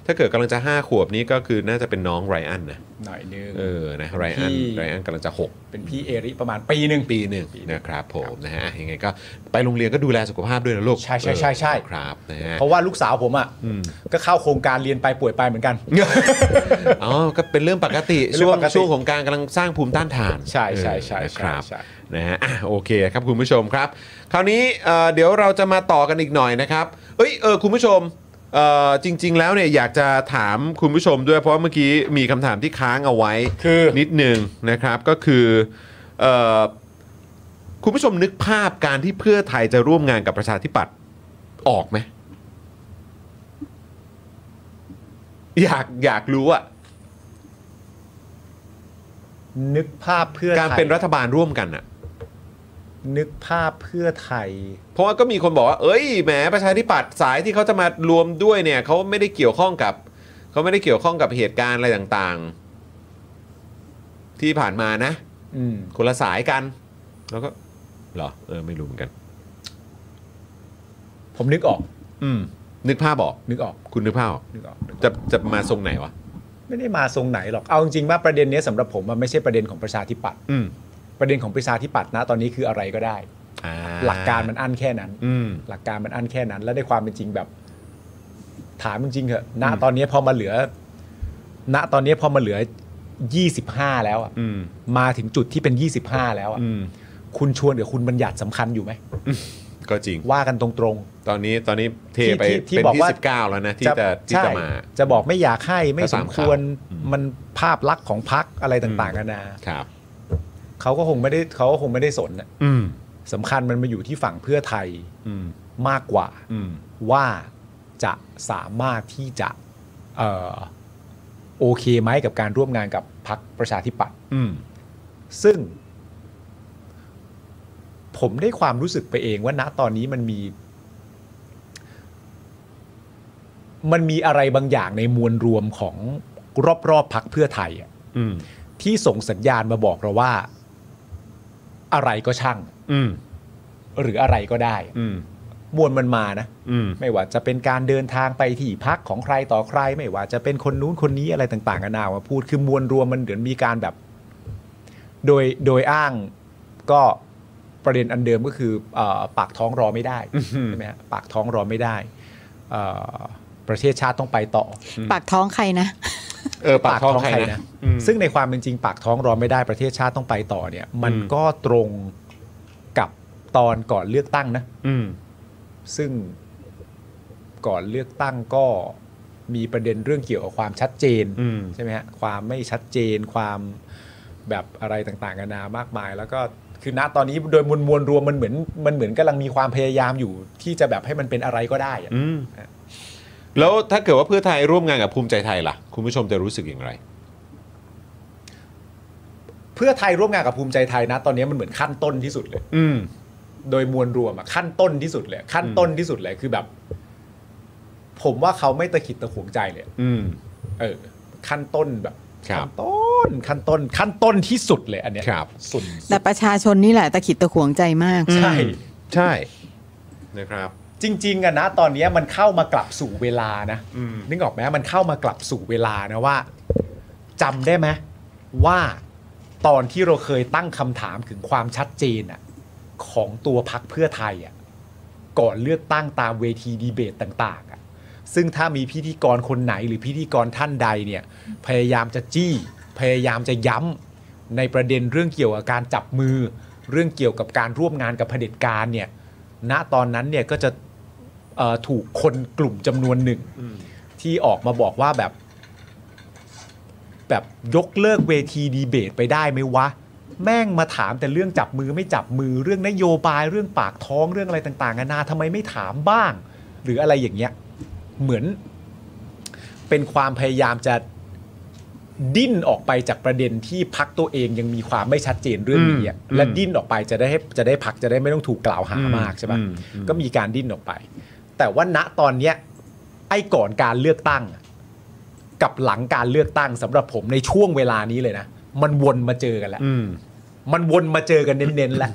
[SPEAKER 1] ถ้าเกิดกำลังจะห้าขวบนี้ก็คือน่าจะเป็นน้องไรอันนะ
[SPEAKER 7] หน่อยนึง
[SPEAKER 1] เออนะไรอัน
[SPEAKER 7] พี่
[SPEAKER 1] ไรอันกำลังจะหก
[SPEAKER 7] เป็นพี่เอริประมาณปีหนึ่ง
[SPEAKER 1] ปีหนึ่งนะครับผมนะฮะยังไงก็ไปโรงเรียนก็ดูแลสุขภาพด้วยนะลูก
[SPEAKER 7] ใช่ใช่ใช่ใช่
[SPEAKER 1] เออครับนะฮะ
[SPEAKER 7] เพราะว่าลูกสาวผมอ่ะก็เข้าโครงการเรียนไปป่วยไปเหมือนกัน
[SPEAKER 1] อ๋อก็เป็นเรื่องปกติ
[SPEAKER 7] เป็นเรื่
[SPEAKER 1] ช่ว
[SPEAKER 7] อง
[SPEAKER 1] ง
[SPEAKER 7] ปกติ
[SPEAKER 1] ช่วงของการกำลังสร้างภูมิต้านทาน
[SPEAKER 7] ใช่ใช่ใช่
[SPEAKER 1] เออนะค
[SPEAKER 7] ใช่
[SPEAKER 1] รับ
[SPEAKER 7] ใช่
[SPEAKER 1] นะฮะอ่ะโอเคครับคุณผู้ชมครับ คราวนี้เอ่อเดี๋ยวเราจะมาต่อกันอีกหน่อยนะครับเอ้ยเออคุณผู้ชมเอ่อจริง ๆ แล้วเนี่ยอยากจะถามคุณผู้ชมด้วยเพราะว่าเมื่อกี้มีคำถามที่ค้างเอาไว้
[SPEAKER 7] คือ
[SPEAKER 1] นิดหนึ่งนะครับก็คือเอ่อคุณผู้ชมนึกภาพการที่เพื่อไทยจะร่วมงานกับประชาธิปัตย์ออกไหมอยากอยากรู้อะ
[SPEAKER 7] นึกภาพเพื่อ
[SPEAKER 1] การ
[SPEAKER 7] ไทย
[SPEAKER 1] เป็นรัฐบาลร่วมกันอะ
[SPEAKER 7] นึกภาพเพื่อไทย
[SPEAKER 1] เพราะว่าก็มีคนบอกว่า เอ้ยแหมประชาธิปัตย์สายที่เขาจะมารวมด้วยเนี่ยเขาไม่ได้เกี่ยวข้องกับเขาไม่ได้เกี่ยวข้องกับเหตุการณ์อะไรต่างๆ ที่ผ่านมานะ
[SPEAKER 7] อืม
[SPEAKER 1] คนละสายกัน แล้วก็เหรอเออไม่รู้เหมือนกัน
[SPEAKER 7] ผมนึกออก
[SPEAKER 1] อืมนึกภาพออก
[SPEAKER 7] นึกออก
[SPEAKER 1] คุณนึกภาพออก
[SPEAKER 7] นึกออกนึกออก
[SPEAKER 1] จะจะมาทรงไหนวะ
[SPEAKER 7] ไม่ได้มาทรงไหนหรอกเอาจริงๆว่าประเด็นเนี้ยสำหรับผมมันไม่ใช่ประเด็นของประชาธิปัตย์
[SPEAKER 1] อืม
[SPEAKER 7] ประเด็นของประชาธิปัตย์นะตอนนี้คืออะไรก็ได้
[SPEAKER 1] อ่า
[SPEAKER 7] หลักการมันอั้นแค่นั้น
[SPEAKER 1] อืม
[SPEAKER 7] หลักการมันอั้นแค่นั้น และในความเป็นจริงแบบ ถามจริงๆเถอะณตอนนี้พอมาเหลือ ณตอนนี้พอมาเหลือ 25 แล้วอะ
[SPEAKER 1] อืม
[SPEAKER 7] มาถึงจุดที่เป็น 25 แล้วอะ
[SPEAKER 1] อืม
[SPEAKER 7] คุณชวนกับคุณบัญญัติสำคัญอยู่ไหม
[SPEAKER 1] ก็จริง
[SPEAKER 7] ว่ากันตรงๆ
[SPEAKER 1] ตอนนี้ตอนนี้เทไป
[SPEAKER 7] ที่ที่
[SPEAKER 1] เป็น
[SPEAKER 7] บอก
[SPEAKER 1] ที่
[SPEAKER 7] ว่า
[SPEAKER 1] สิบเก้าแล้วนะ ที่จะที่
[SPEAKER 7] ใช่
[SPEAKER 1] จะมา
[SPEAKER 7] จะบอกไม่อยากให้ไม่
[SPEAKER 1] ก็
[SPEAKER 7] ส
[SPEAKER 1] ตาม ม
[SPEAKER 7] ควร
[SPEAKER 1] ข่าวอืม
[SPEAKER 7] มันภาพลักษณ์ของพักอะไรต่างๆกันานะครับ เขาก็คงไม่ได้เขาก็คงไม่ได้สนน่ะ
[SPEAKER 1] อืม
[SPEAKER 7] สำคัญมันมาอยู่ที่ฝั่งเพื่อไทย
[SPEAKER 1] อืม
[SPEAKER 7] มากกว่า
[SPEAKER 1] อืม
[SPEAKER 7] ว่าจะสามารถที่จะเอ่อโอเคไหมกับการร่วมงานกับพรรคประชาธิปัตย์
[SPEAKER 1] อืม
[SPEAKER 7] ซึ่ง ผมได้ความรู้สึกไปเองว่าณตอนนี้มันมี มันมีอะไรบางอย่างในมวลรวมของรอบๆพักเพื่อไทยอะ
[SPEAKER 1] อืม
[SPEAKER 7] ที่ส่งสัญญาณมาบอกเราว่า อะไรก็ช่าง
[SPEAKER 1] อืม
[SPEAKER 7] หรืออะไรก็ได้
[SPEAKER 1] อืม
[SPEAKER 7] มวลมันมานะ
[SPEAKER 1] อื ม
[SPEAKER 7] ไม่ว่าจะเป็นการเดินทางไปที่พักของใครต่อใคร ไม่ว่าจะเป็นคนนู้นคนนี้อะไรต่างๆกันานามาพูดคือมวลรวมมันเดือนมีการแบบ โดยโดยอ้างก็ประเด็นอันเดิมก็คือเออปากท้องรอไม่ได้ใช่ไหมฮะปากท้องรอไม่ได้เอ่อ ประเทศชาติต้องไปต่อ
[SPEAKER 6] ปากท้องใครนะ
[SPEAKER 1] เออปากท้องใครนะอืม
[SPEAKER 7] ซึ่งในความเป็นจริงปากท้องรอไม่ได้ประเทศชาติต้องไปต่อเนี่ย มัน
[SPEAKER 1] อืม
[SPEAKER 7] ก็ตรงกับตอนก่อนเลือกตั้งนะ
[SPEAKER 1] อืม
[SPEAKER 7] ซึ่งก่อนเลือกตั้งก็มีประเด็นเรื่องเกี่ยวกับความชัดเจน
[SPEAKER 1] อืม
[SPEAKER 7] ใช่ไหมฮะความไม่ชัดเจนความแบบอะไรต่างๆนานามากมาย แล้วก็คือณตอนนี้โดยมวลมวลรวมมันเหมือนมันเหมือนกำลังมีความพยายามอยู่ ที่จะแบบให้มันเป็นอะไรก็ได้อะ
[SPEAKER 1] อืมแล้วถ้าเกิดว่าเพื่อไทยร่วมงานกับภูมิใจไทยล่ะ คุณผู้ชมจะรู้สึกอย่างไร
[SPEAKER 7] เพื่อไทยร่วมงานกับภูมิใจไทยนะ ตอนนี้มันเหมือนขั้นต้นที่สุดเลย
[SPEAKER 1] อืม
[SPEAKER 7] โดยมวลรวมอะขั้นต้นที่สุดเลย ขั้นต้นที่สุดเลยคือแบบ ผมว่าเขาไม่ตะขิดตะขวงใจเลย
[SPEAKER 1] อืม
[SPEAKER 7] เออ ขั้นต้นแบบ
[SPEAKER 1] ครั
[SPEAKER 7] ขั้
[SPEAKER 1] บ
[SPEAKER 7] นต้น ขั้นต้น ขั้นต้นที่สุดเลยอันเนี้ย
[SPEAKER 1] ครับ
[SPEAKER 7] สุด
[SPEAKER 6] แต่ประชาชนนี่แหละตะขิดตะขวงใจมาก
[SPEAKER 7] ใช่
[SPEAKER 1] ใช่ นะครับ
[SPEAKER 7] จริง ๆอะนะ ตอนเนี้ยมันเข้ามากลับสู่เวลานะ
[SPEAKER 1] อืม
[SPEAKER 7] นึกออกไหมมันเข้ามากลับสู่เวลานะว่าจำได้ไหมว่าตอนที่เราเคยตั้งคำถามถึงความชัดเจนอะของตัวพักเพื่อไทยอะก่อนเลือกตั้งตามเวทีดีเบตต่างๆอะซึ่งถ้ามีพิธีกรคนไหนหรือพิธีกรท่านใดเนี่ย พยายามจะจี้ พยายามจะย้ำในประเด็นเรื่องเกี่ยวกับการจับมือ เรื่องเกี่ยวกับการร่วมงานกับเผด็จการเนี่ย ณตอนนั้นเนี่ยก็จะ เอ่อถูกคนกลุ่มจำนวนหนึ่ง ที่ออกมาบอกว่าแบบ แบบยกเลิกเวทีดีเบตไปได้ไหมวะ แม่งมาถามแต่เรื่องจับมือไม่จับมือเรื่องนโยบายเรื่องปากท้องเรื่องอะไรต่างๆนานาทำไมไม่ถามบ้าง หรืออะไรอย่างเงี้ย เหมือน เป็นความพยายามจะดิ้นออกไปจากประเด็นที่พักตัวเองยังมีความไม่ชัดเจนเรื่องนี้อะ
[SPEAKER 1] อืม
[SPEAKER 7] และดิ้นออกไปจะได้ให้จะได้พักจะได้ไม่ต้องถูกกล่าวหา
[SPEAKER 1] อืม
[SPEAKER 7] มากใช่ปะ
[SPEAKER 1] อืมอืม
[SPEAKER 7] ก็มีการดิ้นออกไป แต่ว่าณตอนเนี้ย ไอ้ก่อนการเลือกตั้งอะกับหลังการเลือกตั้งสำหรับผมในช่วงเวลานี้เลยนะ มันวนมาเจอกันแล้ว
[SPEAKER 1] อืม
[SPEAKER 7] มันวนมาเจอกันเน้นๆแล้ว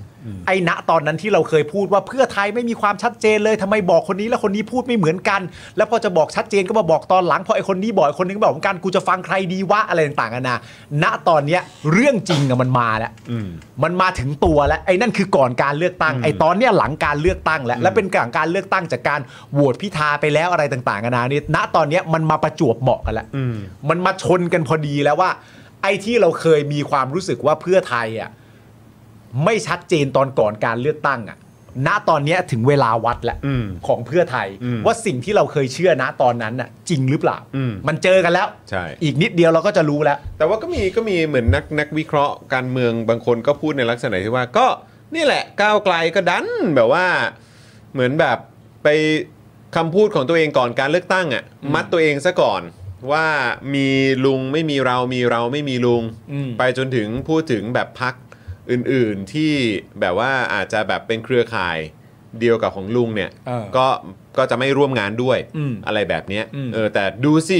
[SPEAKER 7] ไอ้ณตอนนั้นที่เราเคยพูดว่าเพื่อไทยไม่มีความชัดเจนเลยทำไมบอกคนนี้แล้วคนนี้พูดไม่เหมือนกัน แล้วพอจะบอกชัดเจนก็มาบอกตอนหลังพอไอ้คนนี้บอกไอ้คนนึงก็บอกเหมือนกันกูจะฟังใครดีวะอะไรต่างๆกันานะณตอนเนี้ยเรื่องจริงอะมันมาแล้ว
[SPEAKER 1] อืม
[SPEAKER 7] มันมาถึงตัวแล้วไอ้นั่นคือก่อนการเลือกตั้งไอ้ตอนเนี้ยหลังการเลือกตั้งแล้วและเป็นกลางการเลือกตั้งจากการโหวตพิธาไปแล้วอะไรต่างๆกันานานี่ณตอนเนี้ยมันมาประจวบเหมาะกันแล้วมันมาชนกันพอดีแล้วว่า ไอ้ที่เราเคยมีความรู้สึกว่าเพื่อไทยอ่ะไม่ชัดเจนตอนก่อนการเลือกตั้งอ่ะ ณตอนเนี้ยถึงเวลาวัดแล้ว
[SPEAKER 1] อืม
[SPEAKER 7] ของเพื่อไทย
[SPEAKER 1] อืม
[SPEAKER 7] ว่าสิ่งที่เราเคยเชื่อนะตอนนั้นน่ะ จริงหรือเปล่า
[SPEAKER 1] อืม
[SPEAKER 7] มันเจอกันแล้ว
[SPEAKER 1] ใช่
[SPEAKER 7] อีกนิดเดียวเราก็จะรู้แล้ว
[SPEAKER 1] แต่ว่าก็มีก็มีเหมือนนักนักวิเคราะห์การเมืองบางคนก็พูดในลักษณะที่ว่าก็นี่แหละก้าวไกลก็ดันแบบว่า เหมือนแบบไปคำพูดของตัวเองก่อนการเลือกตั้งอะ่ะมัดตัวเองซะก่อนว่ามีลุงไม่มีเรามีเราไม่มีลุง
[SPEAKER 7] อืม
[SPEAKER 1] ไปจนถึงพูดถึงแบบพักอื่นๆที่แบบว่าอาจจะแบบเป็นเครือข่ายเดียวกับของลุงเนี่ย
[SPEAKER 7] เออ
[SPEAKER 1] ก็ก็จะไม่ร่วมงานด้วย
[SPEAKER 7] อืม
[SPEAKER 1] อะไรแบบเนี้ย
[SPEAKER 7] อืม
[SPEAKER 1] เออแต่ดูสิ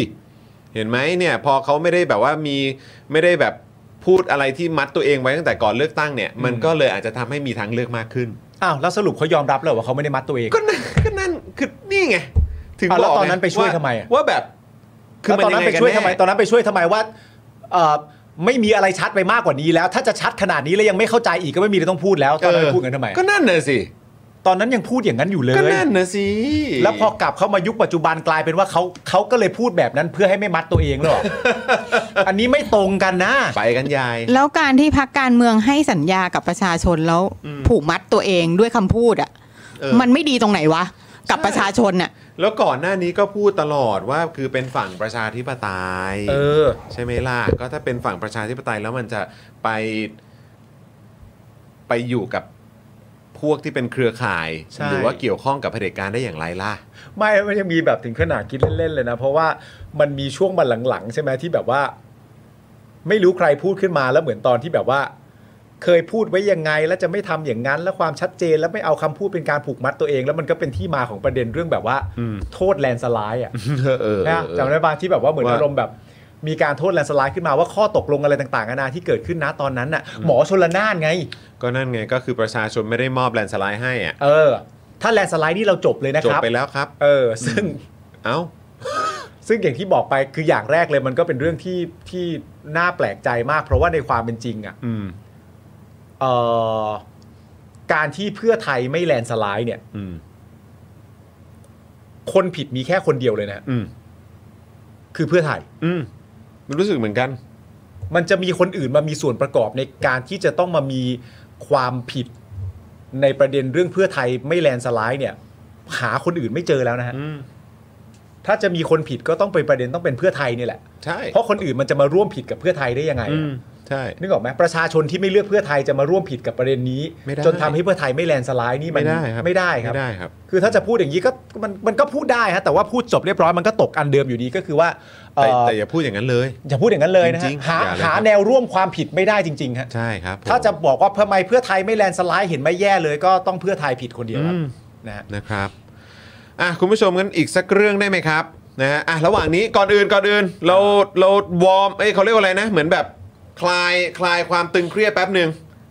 [SPEAKER 1] เห็นไหมเนี่ยพอเขาไม่ได้แบบว่ามีไม่ได้แบบพูดอะไรที่มัดตัวเองไว้ตั้งแต่ก่อนเลือกตั้งเนี่ย มันก็เลยอาจจะทำให้มีทางเลือกมากขึ้น
[SPEAKER 7] อ้าวแล้วสรุปเขายอมรับเลยว่าเขาไม่ได้มัดตัวเอง
[SPEAKER 1] ก็นั่นก็นั่นคือนี่ไง ถึง
[SPEAKER 7] อ่ะ
[SPEAKER 1] บ
[SPEAKER 7] แล้ว
[SPEAKER 1] อกง
[SPEAKER 7] ตอนนั้นไปช่วยทำไมอ่ะ
[SPEAKER 1] ว่าแบบ
[SPEAKER 7] แล้วตอนนั้นไป
[SPEAKER 1] งงกั
[SPEAKER 7] ช่วยทำไม
[SPEAKER 1] แ
[SPEAKER 7] ตอนนั้นไปช่วยทำไมว่าเอ่อไม่มีอะไรชัดไปมากกว่านี้แล้ว ถ้าจะชัดขนาดนี้แล้วยังไม่เข้าใจอีกก็ไม่มีอะไรต้องพูดแล้วตอนนั้นพูดกันทำไม
[SPEAKER 1] ก็นั่นน่ะสิ
[SPEAKER 7] ตอนนั้นยังพูดอย่างนั้นอยู่เลย
[SPEAKER 1] ก็นั่นน่ะสิ
[SPEAKER 7] แล้วพอกลับเข้ามายุคปัจจุบันกลายเป็นว่าเขาเขาก็เลยพูดแบบนั้นเพื่อให้ไม่มัดตัวเอง หรอก อันนี้ไม่ตรงกันนะ
[SPEAKER 1] ไปกันใหญ่
[SPEAKER 6] แล้วการที่พักการเมืองให้สัญญากับประชาชนแล้วผูกมัดตัวเองด้วยคำพูดอ่ะ
[SPEAKER 1] เออ
[SPEAKER 6] มันไม่ดีตรงไหนวะ กับประชาชนน่ะ
[SPEAKER 1] แล้วก่อนหน้านี้ก็พูดตลอดว่าคือเป็นฝั่งประชาธิปไตย
[SPEAKER 7] เออ
[SPEAKER 1] ใช่ไหมล่ะ ก็ถ้าเป็นฝั่งประชาธิปไตยแล้วมันจะไป ไปอยู่กับพวกที่เป็นเครือข่าย
[SPEAKER 7] ใช่
[SPEAKER 1] หรือว่าเกี่ยวข้องกับเผด็จการได้อย่างไรล่ะ
[SPEAKER 7] ไม่มันยังมีแบบถึงขนาดคิดเล่นๆเลยนะ เพราะว่ามันมีช่วงมาหลังๆ ใช่ไหมที่แบบว่า ไม่รู้ใครพูดขึ้นมาแล้วเหมือนตอนที่แบบว่า เคยพูดไว้ยังไงแล้วจะไม่ทำอย่างนั้น แล้วความชัดเจนแล้วไม่เอาคำพูดเป็นการผูกมัดตัวเอง แล้วมันก็เป็นที่มาของประเด็นเรื่องแบบว่า โทษแลนด์สไลด์อ่ะ
[SPEAKER 1] เออเออเอ
[SPEAKER 7] นะ
[SPEAKER 1] อ
[SPEAKER 7] จำได้ปะที่แบบว่าเหมือน
[SPEAKER 1] ว่า
[SPEAKER 7] อารมณ์แบบ มีการโทษแลนด์สไลด์ขึ้นมาว่าข้อตกลงอะไรต่างๆนานาที่เกิดขึ้นนะตอนนั้นน่ะ หมอชนละนานไง
[SPEAKER 1] ก็นั่นไงก็คือประชาชนไม่ได้มอบแลนด์สไลด์ให้อ่ะ
[SPEAKER 7] เออ ถ้าแลนด์สไลด์นี่เราจบเลยนะ
[SPEAKER 1] จ
[SPEAKER 7] ค
[SPEAKER 1] บ
[SPEAKER 7] รับ
[SPEAKER 1] ไปแล้วครับ
[SPEAKER 7] เออ ซึ่ง
[SPEAKER 1] เอ้า
[SPEAKER 7] ซึ่งอย่างที่บอกไปคืออย่างแรกเลยมันก็เป็นเรื่องที่ที่น่าแปลกใจมาก เพราะว่าในความเป็นจริงอะ
[SPEAKER 1] อืม
[SPEAKER 7] เอ่ะการที่เพื่อไทยไม่แลนด์สไลด์เนี่ย
[SPEAKER 1] อืม
[SPEAKER 7] คนผิดมีแค่คนเดียวเลยนะฮะ
[SPEAKER 1] อืม
[SPEAKER 7] คือเพื่อไทย
[SPEAKER 1] อืมมันรู้สึกเหมือนกัน
[SPEAKER 7] มันจะมีคนอื่นมามีส่วนประกอบในการที่จะต้องมามีความผิดในประเด็นเรื่องเพื่อไทยไม่แลนด์สไลด์เนี่ย หาคนอื่นไม่เจอแล้วนะฮะ
[SPEAKER 1] อืม
[SPEAKER 7] ถ้าจะมีคนผิดก็ต้องเป็นประเด็นต้องเป็นเพื่อไทยนี่แหละ
[SPEAKER 1] ใช่
[SPEAKER 7] เพราะคนอื่นมันจะมาร่วมผิดกับเพื่อไทยได้ยังไง
[SPEAKER 1] อืมใช่
[SPEAKER 7] นึกออกไหมประชาชนที่ไม่เลือกเพื่อไทยจะมาร่วมผิดกับประเด็นนี้
[SPEAKER 1] ไม่ได้
[SPEAKER 7] จนทำให้เพื่อไทยไม่แลนด์สไลด์นี่มัน
[SPEAKER 1] ไม่ได้ครับ
[SPEAKER 7] ไม่ได้ครับ
[SPEAKER 1] ไม่ได้ครับ
[SPEAKER 7] คือถ้าจะพูดอย่างนี้ก็มันมันก็พูดได้ฮะแต่ว่าพูดจบเรียบร้อยมันก็ตกอันเดิมอยู่ดีก็คือว่าเอ่
[SPEAKER 1] แต่
[SPEAKER 7] อ
[SPEAKER 1] แต่อย่าพูดอย่างนั้นเลย
[SPEAKER 7] อย่าพูดอย่างนั้นเลยนะ
[SPEAKER 1] จ
[SPEAKER 7] ฮะ
[SPEAKER 1] ริงๆ
[SPEAKER 7] หา
[SPEAKER 1] อย่าเลยค
[SPEAKER 7] หา
[SPEAKER 1] รับ
[SPEAKER 7] แนวร่วมความผิดไม่ได้จริงๆฮะ
[SPEAKER 1] ใช่ครับผม
[SPEAKER 7] ถ้าจะบอกว่าทำไมเพื่อไทยไม่แลนด์สไลด์เห็นไม่แย่เลยก็ต้องเพื่อไทยผิดคนเดียว
[SPEAKER 1] อื
[SPEAKER 7] ครับ
[SPEAKER 1] ม
[SPEAKER 7] นะฮะ
[SPEAKER 1] นะครับ อ่ะคุณผู้ชมกันอีกสักเรื่องได้ไหมครับนะฮะอ่ะระหว่างนี้ก่อนอื่นก่อนอื่น เราเราวอร์มเอ้ยเขาเรียกว่าอะไรนะ เหมือนแบบคลายคลายความตึงเครียดแป๊บหนึ่ง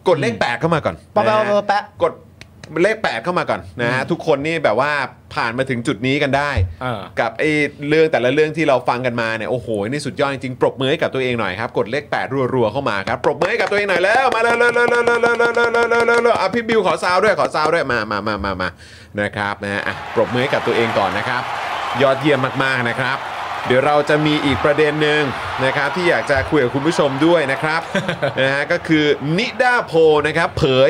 [SPEAKER 1] กดเลขแปดเข้ามาก่อน
[SPEAKER 7] ปะแปะ
[SPEAKER 1] นฮ
[SPEAKER 7] ปะแปะ
[SPEAKER 1] กดเลขแปดเข้ามาก่อนนะฮะทุกคนนี่แบบว่าผ่านมาถึงจุดนี้กันได้ กับไอ้เรื่องแต่ละเรื่องที่เราฟังกันมาเนี่ยโอ้โหนี่สุดยอดจริงๆปรบมือให้กับตัวเองหน่อยครับกดเลขแปดรัวๆเข้ามาครับปรบมือให้กับตัวเองหน่อยแล้วมาเลยเลยเลยเลยเลยเลยเลยเลยเลยเลยอ่ะพี่บิวขอซาวด้วยขอซาวด้วยมามามามามานะครับนะฮะอ่ะปรบมือให้กับตัวเองก่อนนะครับ ยอดเยี่ยมมากๆนะครับ เดี๋ยวเราจะมีอีกประเด็นหนึ่งนะครับที่อยากจะคุยกับคุณผู้ชมด้วยนะครับ นะฮะก็คือนิดาโพลนะครับเผย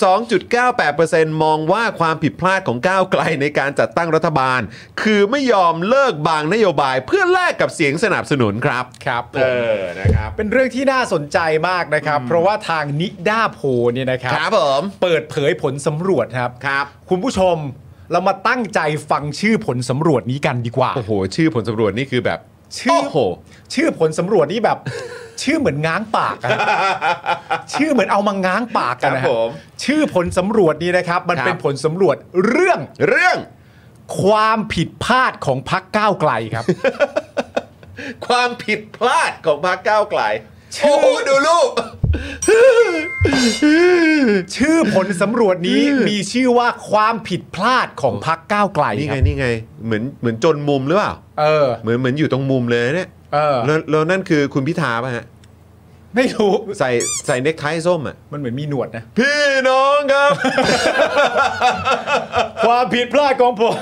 [SPEAKER 1] 42.98%มองว่าความผิดพลาดของก้าวไกลในการจัดตั้งรัฐบาล คือไม่ยอมเลิกบางนโยบายเพื่อแลกกับเสียงสนับสนุนครับ
[SPEAKER 7] ครับผม
[SPEAKER 1] เออนะครับ
[SPEAKER 7] เป็นเรื่องที่น่าสนใจมากนะครับ เพราะว่าทางนิด้าโพลเนี่ยนะครั
[SPEAKER 1] ครับผม
[SPEAKER 7] เปิดเผยผลสำรวจครับ
[SPEAKER 1] ครับ
[SPEAKER 7] คุณผู้ชมเรามาตั้งใจฟังชื่อผลสำรวจนี้กันดีกว่า
[SPEAKER 1] โอ้โห ชื่อผลสำรวจนี่คือแบบ
[SPEAKER 7] ชื่อ
[SPEAKER 1] โอ้โห
[SPEAKER 7] ชื่อผลสำรวจนี่แบบ ชื่อเหมือนง้างปาก อะ ชื่อเหมือนเอามาง้างปากกันนะ
[SPEAKER 1] ครั
[SPEAKER 7] ฮะ
[SPEAKER 1] บผม
[SPEAKER 7] ชื่อผลสำรวจนี้นะครับ มัน
[SPEAKER 1] ครับ
[SPEAKER 7] เป็นผลสำรวจเรื่อง
[SPEAKER 1] เรื่อง
[SPEAKER 7] ความผิดพลาดของพักก้าวไกลครับ
[SPEAKER 1] ความผิดพลาดของพรรคก้าวไกล
[SPEAKER 7] ชื่อ
[SPEAKER 1] โอ้โหดูรูป
[SPEAKER 7] ชื่อผลสำรวจนี้มีชื่อว่าความผิดพลาดของพักก้าวไกล
[SPEAKER 1] นี่
[SPEAKER 7] ค
[SPEAKER 1] ไง
[SPEAKER 7] รับ
[SPEAKER 1] นี่ไงเหมือนเหมือนจนมุมหรือเปล่า
[SPEAKER 7] เออ
[SPEAKER 1] เหมือนเหมือนอยู่ตรงมุมเลยนะเนี่ย
[SPEAKER 7] เออ
[SPEAKER 1] แล้วแล้วนั่นคือคุณพิธาป่ะฮะ
[SPEAKER 7] ไม่รู้
[SPEAKER 1] ใส่ใส่เน็กไทส้มอ่ะ
[SPEAKER 7] มันเหมือนมีหนวดนะ
[SPEAKER 1] พี่น้อง ครับ
[SPEAKER 7] ความผิดพลาดของผม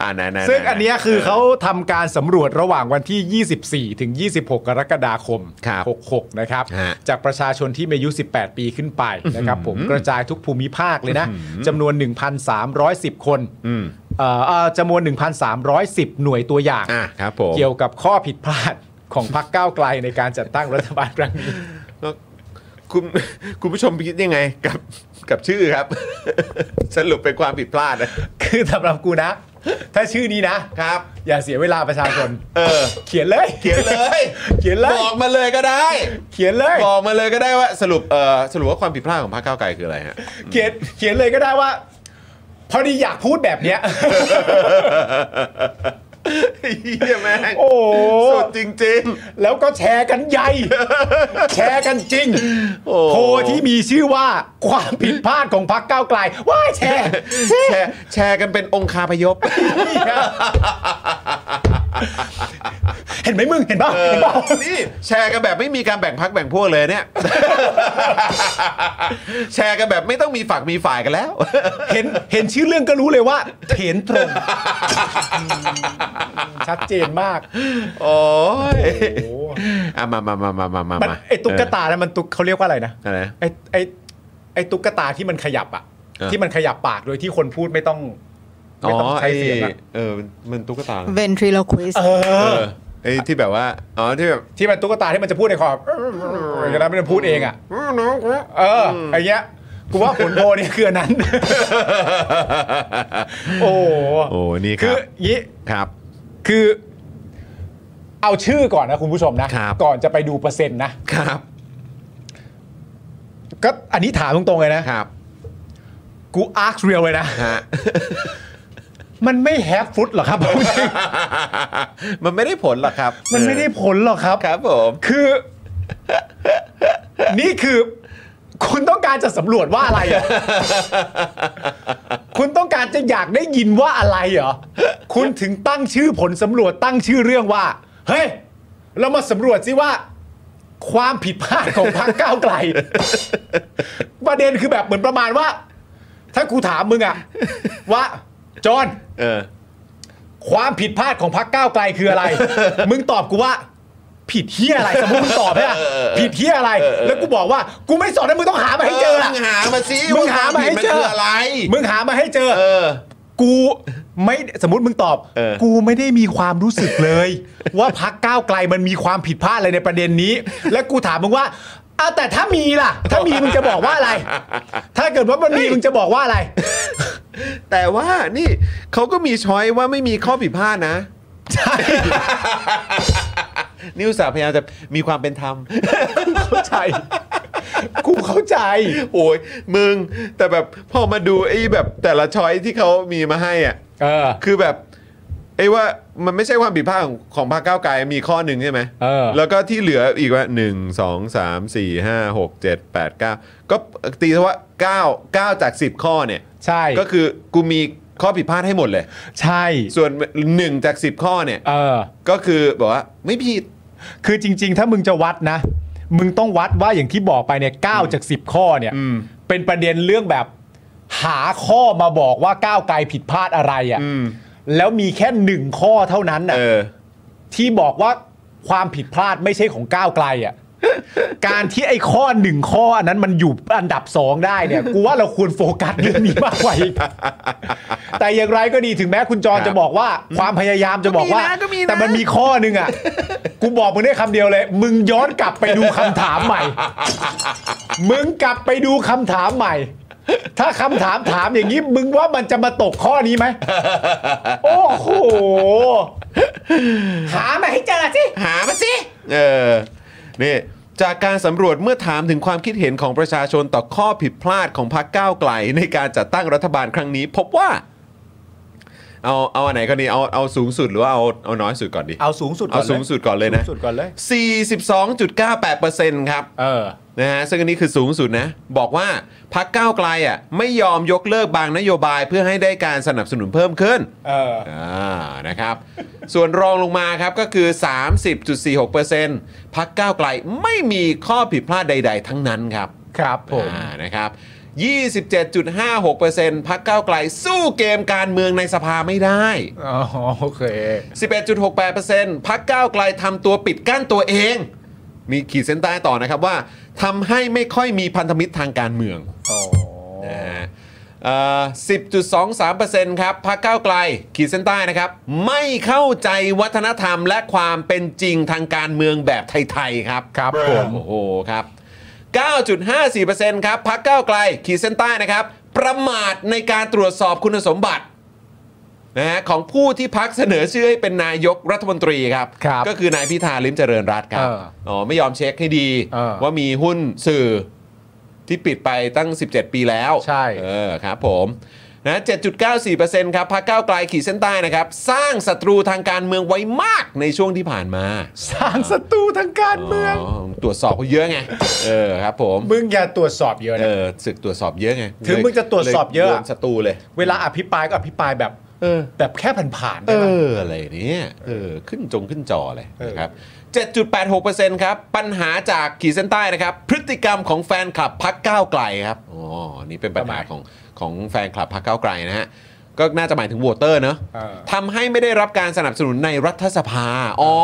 [SPEAKER 1] อ่าไหนไหนไห
[SPEAKER 7] ซึ่งอันเนี้ยคือเขาทำการสำรวจระหว่างวันที่ 24 ถึง 26 กรกฎาคม
[SPEAKER 1] ครับ
[SPEAKER 7] 66 นะครับ
[SPEAKER 1] ฮะ
[SPEAKER 7] จากประชาชนที่มีอายุ 18 ปีขึ้นไปนะครับผมกระจายทุกภูมิภาคเลยนะจำนวน 1,310 คน
[SPEAKER 1] อืม
[SPEAKER 7] เอ่อเอ่อจำนวน 1,310 หน่วยตัวอย่าง
[SPEAKER 1] อ่ะครับผม
[SPEAKER 7] เกี่ยวกับข้อผิดพลาดของพรรคก้าวไกลในการจัดตั้งรัฐบาลครั้งนี้
[SPEAKER 1] แล้วคุณคุณผู้ชมคิดยังไงกับกับชื่อครับ สรุปเป็นความผิดพลาดนะ
[SPEAKER 7] คือสำหรับกูนะ ถ้าชื่อนี้นะ
[SPEAKER 1] ครับ
[SPEAKER 7] อย่าเสียเวลาประชาชน
[SPEAKER 1] เออ
[SPEAKER 7] เขียนเลย
[SPEAKER 1] เขียนเลย
[SPEAKER 7] เขียนเล
[SPEAKER 1] บ
[SPEAKER 7] ย
[SPEAKER 1] อกมาเลยก็ได้
[SPEAKER 7] เขียนเลย
[SPEAKER 1] บอกมาเลยก็ได้ว่า สรุปเออสรุปว่าความผิดพลาดของพรรคก้าวไกลคืออะไร ฮะ
[SPEAKER 7] เขียนเขียนเลยก็ได้ว่า พอดีอยากพูดแบบเนี้ย
[SPEAKER 1] เฮียแม่ง
[SPEAKER 7] โอ้โห
[SPEAKER 1] สุดจริง
[SPEAKER 7] แล้วก็แชร์กันให ญ่ แชร์กันจริง
[SPEAKER 1] โอ้
[SPEAKER 7] โพลที่มีชื่อว่าความผิดพลาดของพรรคก้าวไกล ว่ายแชร์
[SPEAKER 1] ๆ แชร์แชร์กันเป็นองคาพยพ
[SPEAKER 7] เห็นไหมมึงเห็นเปล่าเห็นเปล่า
[SPEAKER 1] นี่แชร์กันแบบไม่มีการแบ่งพักแบ่งพวกเลยเนี่ย แชร์กันแบบไม่ต้องมีฝักมีฝ่ายกันแล้ว
[SPEAKER 7] เห็นเห็นชื่อเรื่องก็รู้เลยว่าเห็นตรง ชัดเจนมาก
[SPEAKER 1] โอ้ย
[SPEAKER 7] โอ้โห
[SPEAKER 1] อ่ะมามามามามามา
[SPEAKER 7] มัน
[SPEAKER 1] มา
[SPEAKER 7] ไอตุ๊กตานะมันตุ๊กเขาเรียกว่าอะไรนะ
[SPEAKER 1] เอออะไรนะ
[SPEAKER 7] ไอ้ไอ้ไอ้ตุ๊กตาที่มันขยับอะ
[SPEAKER 1] เออ
[SPEAKER 7] ที่มันขยับปากโดยที่คนพูดไม่ต้อง
[SPEAKER 1] อ๋
[SPEAKER 7] ไม่ต้อง
[SPEAKER 1] อ
[SPEAKER 7] ใช้เสียงอะ
[SPEAKER 1] ไอ้เออมันมันตุ๊กตา
[SPEAKER 6] ventriloquist
[SPEAKER 7] เอ
[SPEAKER 1] เอ
[SPEAKER 7] อ
[SPEAKER 1] อไอ้ที่แบบว่า อ๋อที่แบบ
[SPEAKER 7] ที่มันตุ๊กตาที่มันจะพูดในคอแบบอย่างนั้นไม่ได้พูดเองอะเออไอ้เงี้ยกูว่าผลโพลเนี่ยคืออัน นั้น โอ้โห
[SPEAKER 1] โอ้นี่ค
[SPEAKER 7] คื
[SPEAKER 1] รั
[SPEAKER 7] อบ ยี่
[SPEAKER 1] ครับ
[SPEAKER 7] คือ เอาชื่อก่อนนะคุณผู้ชมนะ
[SPEAKER 1] ครับ
[SPEAKER 7] ก่อนจะไปดูเปอร์เซ็นต์นะครับ ก็อันนี้ถามตรงๆเลยนะ
[SPEAKER 1] ครับ
[SPEAKER 7] กูอาร์คเรียลเลยนะ
[SPEAKER 1] ฮะ
[SPEAKER 7] มันไม่แฮปฟุตหรอครับ
[SPEAKER 1] มันไม่ได้ผลหรอกครับ
[SPEAKER 7] มันไม่ได้ผลหรอกครับ
[SPEAKER 1] ครับผม
[SPEAKER 7] คือ นี่คือ คุณต้องการจะสำรวจว่าอะไร เหรอ คุณต้องการจะอยากได้ยินว่าอะไรเหรอ คุณถึงตั้งชื่อผลสำรวจตั้งชื่อเรื่องว่า เฮ้ย เรามาสำรวจสิว่า ความผิดพลาดของพรรคก้าว ไกล ประเด็นคือแบบเหมือนประมาณว่า ถ้ากูถามมึงอะว่า จอห์น
[SPEAKER 1] เออ
[SPEAKER 7] ความผิดพลาดของพักก้าวไกลคืออะไร มึงตอบกูว่า ผิดเฮียอะไร สมมติมึงตอบเนี่ย
[SPEAKER 1] เออเออเออ
[SPEAKER 7] ผิดเฮียอะไร
[SPEAKER 1] เออเออ
[SPEAKER 7] แล้วกูบอกว่ากูไม่สอนให้มึงต้องหามาให้เจอละ
[SPEAKER 1] มึงหามาสิ
[SPEAKER 7] มึงหามาให้เจ
[SPEAKER 1] ว่คว
[SPEAKER 7] อ
[SPEAKER 1] ผิดนคืออะไร
[SPEAKER 7] มึงหามาให้เจอ
[SPEAKER 1] เออ
[SPEAKER 7] กูไม่สมมติมึงตอบ
[SPEAKER 1] เออ
[SPEAKER 7] กูไม่ได้มีความรู้สึกเลย ว่าพักก้าวไกลมันมีความผิดพลาดอะไรในประเด็นนี้ และกูถามมึงว่าอาวแต่ถ้ามีล่ะ ถ้ามีมึงจะบอกว่าอะไร ถ้าเกิดว่ามันมีมึงจะบอกว่าอะไร
[SPEAKER 1] แต่ว่านี่เขาก็มีช้อยว่าไม่มีข้อผิดพลาดนะ
[SPEAKER 7] ใช่
[SPEAKER 1] นิวสาห์พยายามจะมีความเป็นธรรม
[SPEAKER 7] เข้าใจ กูเข้าใจ
[SPEAKER 1] โอ้ยมึง แต่แบบพอมาดูไอ้แบบแต่ละช้อยที่เขามีมาให้อ่ะ
[SPEAKER 7] เออ
[SPEAKER 1] คือแบบไอ้ว่ามันไม่ใช่ความผิดพลาดของของพรรคก้าวไกลมีข้อหนึ่งใช่ไหม
[SPEAKER 7] เออ
[SPEAKER 1] แล้วก็ที่เหลืออีกว่าหนึ่งสองสามสี่ห้าหกเจ็ดแปดเก้าก็ตีซะว่าเก้าเก้าจากสิบข้อเนี่ย
[SPEAKER 7] ใช่
[SPEAKER 1] ก็คือกูมีข้อผิดพลาดให้หมดเลย
[SPEAKER 7] ใช่
[SPEAKER 1] ส่วนหนึ่งจากสิบข้อเนี่ย
[SPEAKER 7] เออ
[SPEAKER 1] ก็คือบอกว่าไม่ผิด
[SPEAKER 7] คือจริง ๆ ถ้ามึงจะวัดนะ มึงต้องวัดว่าอย่างที่บอกไปเนี่ยเก้าจากสิบข้อเนี่ย
[SPEAKER 1] อืม
[SPEAKER 7] เป็นประเด็นเรื่องแบบ หาข้อมาบอกว่าก้าวไกลผิดพลาดอะไรอะ่ะ
[SPEAKER 1] อืม
[SPEAKER 7] แล้วมีแค่หนึ่งข้อเท่านั้น
[SPEAKER 1] เอ
[SPEAKER 7] น่ะ
[SPEAKER 1] อ
[SPEAKER 7] ที่บอกว่าความผิดพลาดไม่ใช่ของก้าวไกลอะ่ะ การที่ไอ้ข้อหนึ่งข้ออันนั้นมันอยู่อันดับสองได้เนี่ย กูว่าเราควรโฟกัสเรื่องนี้มากกว่าอีกแต่อย่างไรก็ดีถึงแม้คุณจ
[SPEAKER 1] ค
[SPEAKER 7] ร
[SPEAKER 1] รับ
[SPEAKER 7] จะบอกว่า ความพยายามจะบอกว่า
[SPEAKER 1] ก็มีนะก็มีนะ
[SPEAKER 7] แต่มันมีข้อหนึ่งอ่ะ กูบอกมึงได้คำเดียวเลย มึงย้อนกลับไปดูคำถามใหม่ มึงกลับไปดูคำถามใหม่ ถ้าคำถามถามอย่างนี้ มึงว่ามันจะมาตกข้อนี้ไหม โอ้โห หามาให้เจอสิ
[SPEAKER 1] หามาสิ เออ นี่ จากการสำรวจเมื่อถามถึงความคิดเห็นของประชาชนต่อข้อผิดพลาดของพรรคก้าวไกล ในการจัดตั้งรัฐบาลครั้งนี้ พบว่า เอาเอาอันไหนก็ดีเอาเอาสูงสุดหรือว่าเอาเอาน้อยสุดก่อนดี
[SPEAKER 7] เอาสูงสุดก่
[SPEAKER 1] เอา
[SPEAKER 7] อนเลย
[SPEAKER 1] สูงสุดก่อนเลยนะ
[SPEAKER 7] สูงสุดก่อนเลย
[SPEAKER 1] 42.98%ครับ
[SPEAKER 7] เออ
[SPEAKER 1] นะฮะซึ่งอันนี้คือสูงสุดนะ บอกว่าพักก้าวไกลอ่ะไม่ยอมยกเลิกบางนโยบายเพื่อให้ได้การสนับสนุนเพิ่มขึ้น
[SPEAKER 7] เออ
[SPEAKER 1] อ่านะครับ ส่วนรองลงมาครับก็คือ 30.46%พักก้าวไกลไม่มีข้อผิดพลาดใด ๆ ทั้งนั้นครับ
[SPEAKER 7] ครับผม
[SPEAKER 1] อ่านะครับ 27.56%พักก้าวไกลสู้เกมการเมืองในสภาไม่ได้
[SPEAKER 7] อ๋อโอเค
[SPEAKER 1] 11.68%พักก้าวไกลทำตัวปิดกั้นตัวเอง มีขีดเส้นใต้ต่อนะครับว่าทำให้ไม่ค่อยมีพันธมิตรทางการเมืองนะฮะเอ่อ10.23%ครับพักก้าวไกล ขีดเส้นใต้นะครับ ไม่เข้าใจวัฒนธรรมและความเป็นจริงทางการเมืองแบบไทย ๆ ครับ
[SPEAKER 7] ครับผม
[SPEAKER 1] โอ้โหครับ 9.54%ครับพักก้าวไกล ขีดเส้นใต้นะครับ ประมาทในการตรวจสอบคุณสมบัติ นะฮะของผู้ที่พักเสนอชื่อให้เป็นนายกรัฐมนตรีครับ
[SPEAKER 7] ครับ
[SPEAKER 1] ก็คือนายพิธาลิมเจริญรัตน์ครับ
[SPEAKER 7] เออ
[SPEAKER 1] อ๋อไม่ยอมเช็คให้ดี
[SPEAKER 7] เออ
[SPEAKER 1] ว่ามีหุ้นสื่อที่ปิดไปตั้ง 17 ปีแล้ว
[SPEAKER 7] ใช่
[SPEAKER 1] เออครับผมนะ7.94%ครับพักก้าวไกลขีดเส้นใต้นะครับ สร้างศัตรูทางการเมืองไว้มากในช่วงที่ผ่านมา
[SPEAKER 7] สร้างศัตรูทางการเมือง
[SPEAKER 1] อ๋อตรวจสอบเขาเยอะไงเออครับผม
[SPEAKER 7] มึงอย่าตรวจสอบเยอะ
[SPEAKER 1] เอ
[SPEAKER 7] นะ
[SPEAKER 1] อศึกตรวจสอบเยอะไง
[SPEAKER 7] ถึงมึงจะตรวจสอบเยอะ
[SPEAKER 1] ลรวมศัตรูเลย
[SPEAKER 7] เวลาอภิปรายก็อภิปรายแบบ
[SPEAKER 1] เออ
[SPEAKER 7] แบบแค่ผ่านๆ
[SPEAKER 1] เอ
[SPEAKER 7] ได้ปะ
[SPEAKER 1] อ อะไรเนี่ยเออ ขึ้นจงขึ้นจอเลยนะครับ 7.86%ครับ ปัญหาจากขีดเส้นใต้นะครับ พฤติกรรมของแฟนคลับพักก้าวไกลครับอ๋อนี่เป็นปัญหา
[SPEAKER 7] ทำไม
[SPEAKER 1] ของของแฟนคลับพักก้าวไกลนะฮะ ก็น่าจะหมายถึงโหวตเตอร์เนอะ
[SPEAKER 7] เออ
[SPEAKER 1] ทำให้ไม่ได้รับการสนับสนุนในรัฐสภา อ๋อ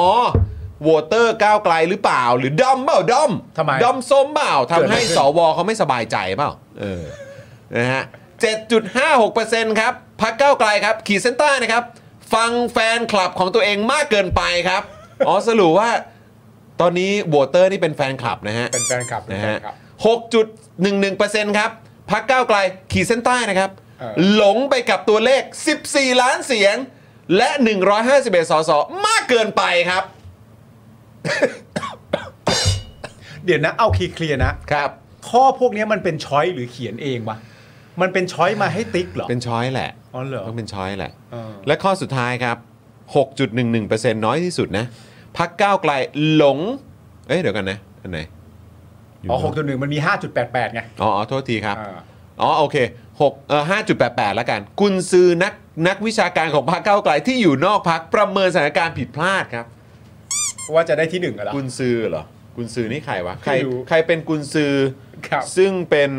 [SPEAKER 1] โหวตเตอร์ก้าวไกลหรือเปล่า หรือดอมเปล่าดอม
[SPEAKER 7] ทำไม
[SPEAKER 1] ดอมส้มเปล่าทำให้สวเขาไม่สบายใจเปล่าเออนะฮะ 7.56%ครับพักเก้าวไกลครับ ขีดเส้นใต้นะครับ ฟังแฟนคลับของตัวเองมากเกินไปครับ อ๋อสรุปว่า ตอนนี้โบเตอร์นี่เป็นแฟนคลับนะฮะ
[SPEAKER 7] เป็นแฟนคลับเป็น
[SPEAKER 1] นะ
[SPEAKER 7] แฟ
[SPEAKER 1] ฮะ
[SPEAKER 7] นคลับ
[SPEAKER 1] 6.11%ครับพักก้าวไกลขีดเส้นใต้นะครับ
[SPEAKER 7] เออ
[SPEAKER 1] หลงไปกับตัวเลข 14 ล้านเสียง และ 151สสมากเกินไปครับ
[SPEAKER 7] เดี๋ยวนะ เอาเคลียร์ๆนะ
[SPEAKER 1] ครับ
[SPEAKER 7] ข้อพวกเนี้ยมันเป็นช้อยหรือเขียนเองวะ มันเป็นช้อยมาให้ติ๊กเหรอ
[SPEAKER 1] เป็นช้อยแหละ
[SPEAKER 7] อ๋อเหรอ
[SPEAKER 1] ต้องเป็นช้อยแหละ
[SPEAKER 7] เออ
[SPEAKER 1] และข้อสุดท้ายครับ 6.11%น้อยที่สุดนะ พักก้าวไกลหลง เอ้ยเดี๋ยวกันนะ อันไหน
[SPEAKER 7] อ๋อหกตัวหนึ่งมันมี 5.88 ไง
[SPEAKER 1] อ๋ออ๋อโทษทีครับ
[SPEAKER 7] อ่า
[SPEAKER 1] อ๋อโอเค6เอ่อ5.88 แล้วกัน กุนซือนักนักวิชาการของพรรคก้าวไกลที่อยู่นอกพรรคประเมินสถานการณ์ผิดพลาดครับ
[SPEAKER 7] ว่าจะได้ที่หนึ่งเหรอ
[SPEAKER 1] กุนซือเหรอ กุนซือนี่ใครวะ ใคร
[SPEAKER 7] ไม่รู้
[SPEAKER 1] ใครเป็นกุนซือ
[SPEAKER 7] ครับ
[SPEAKER 1] ซึ่งเป็น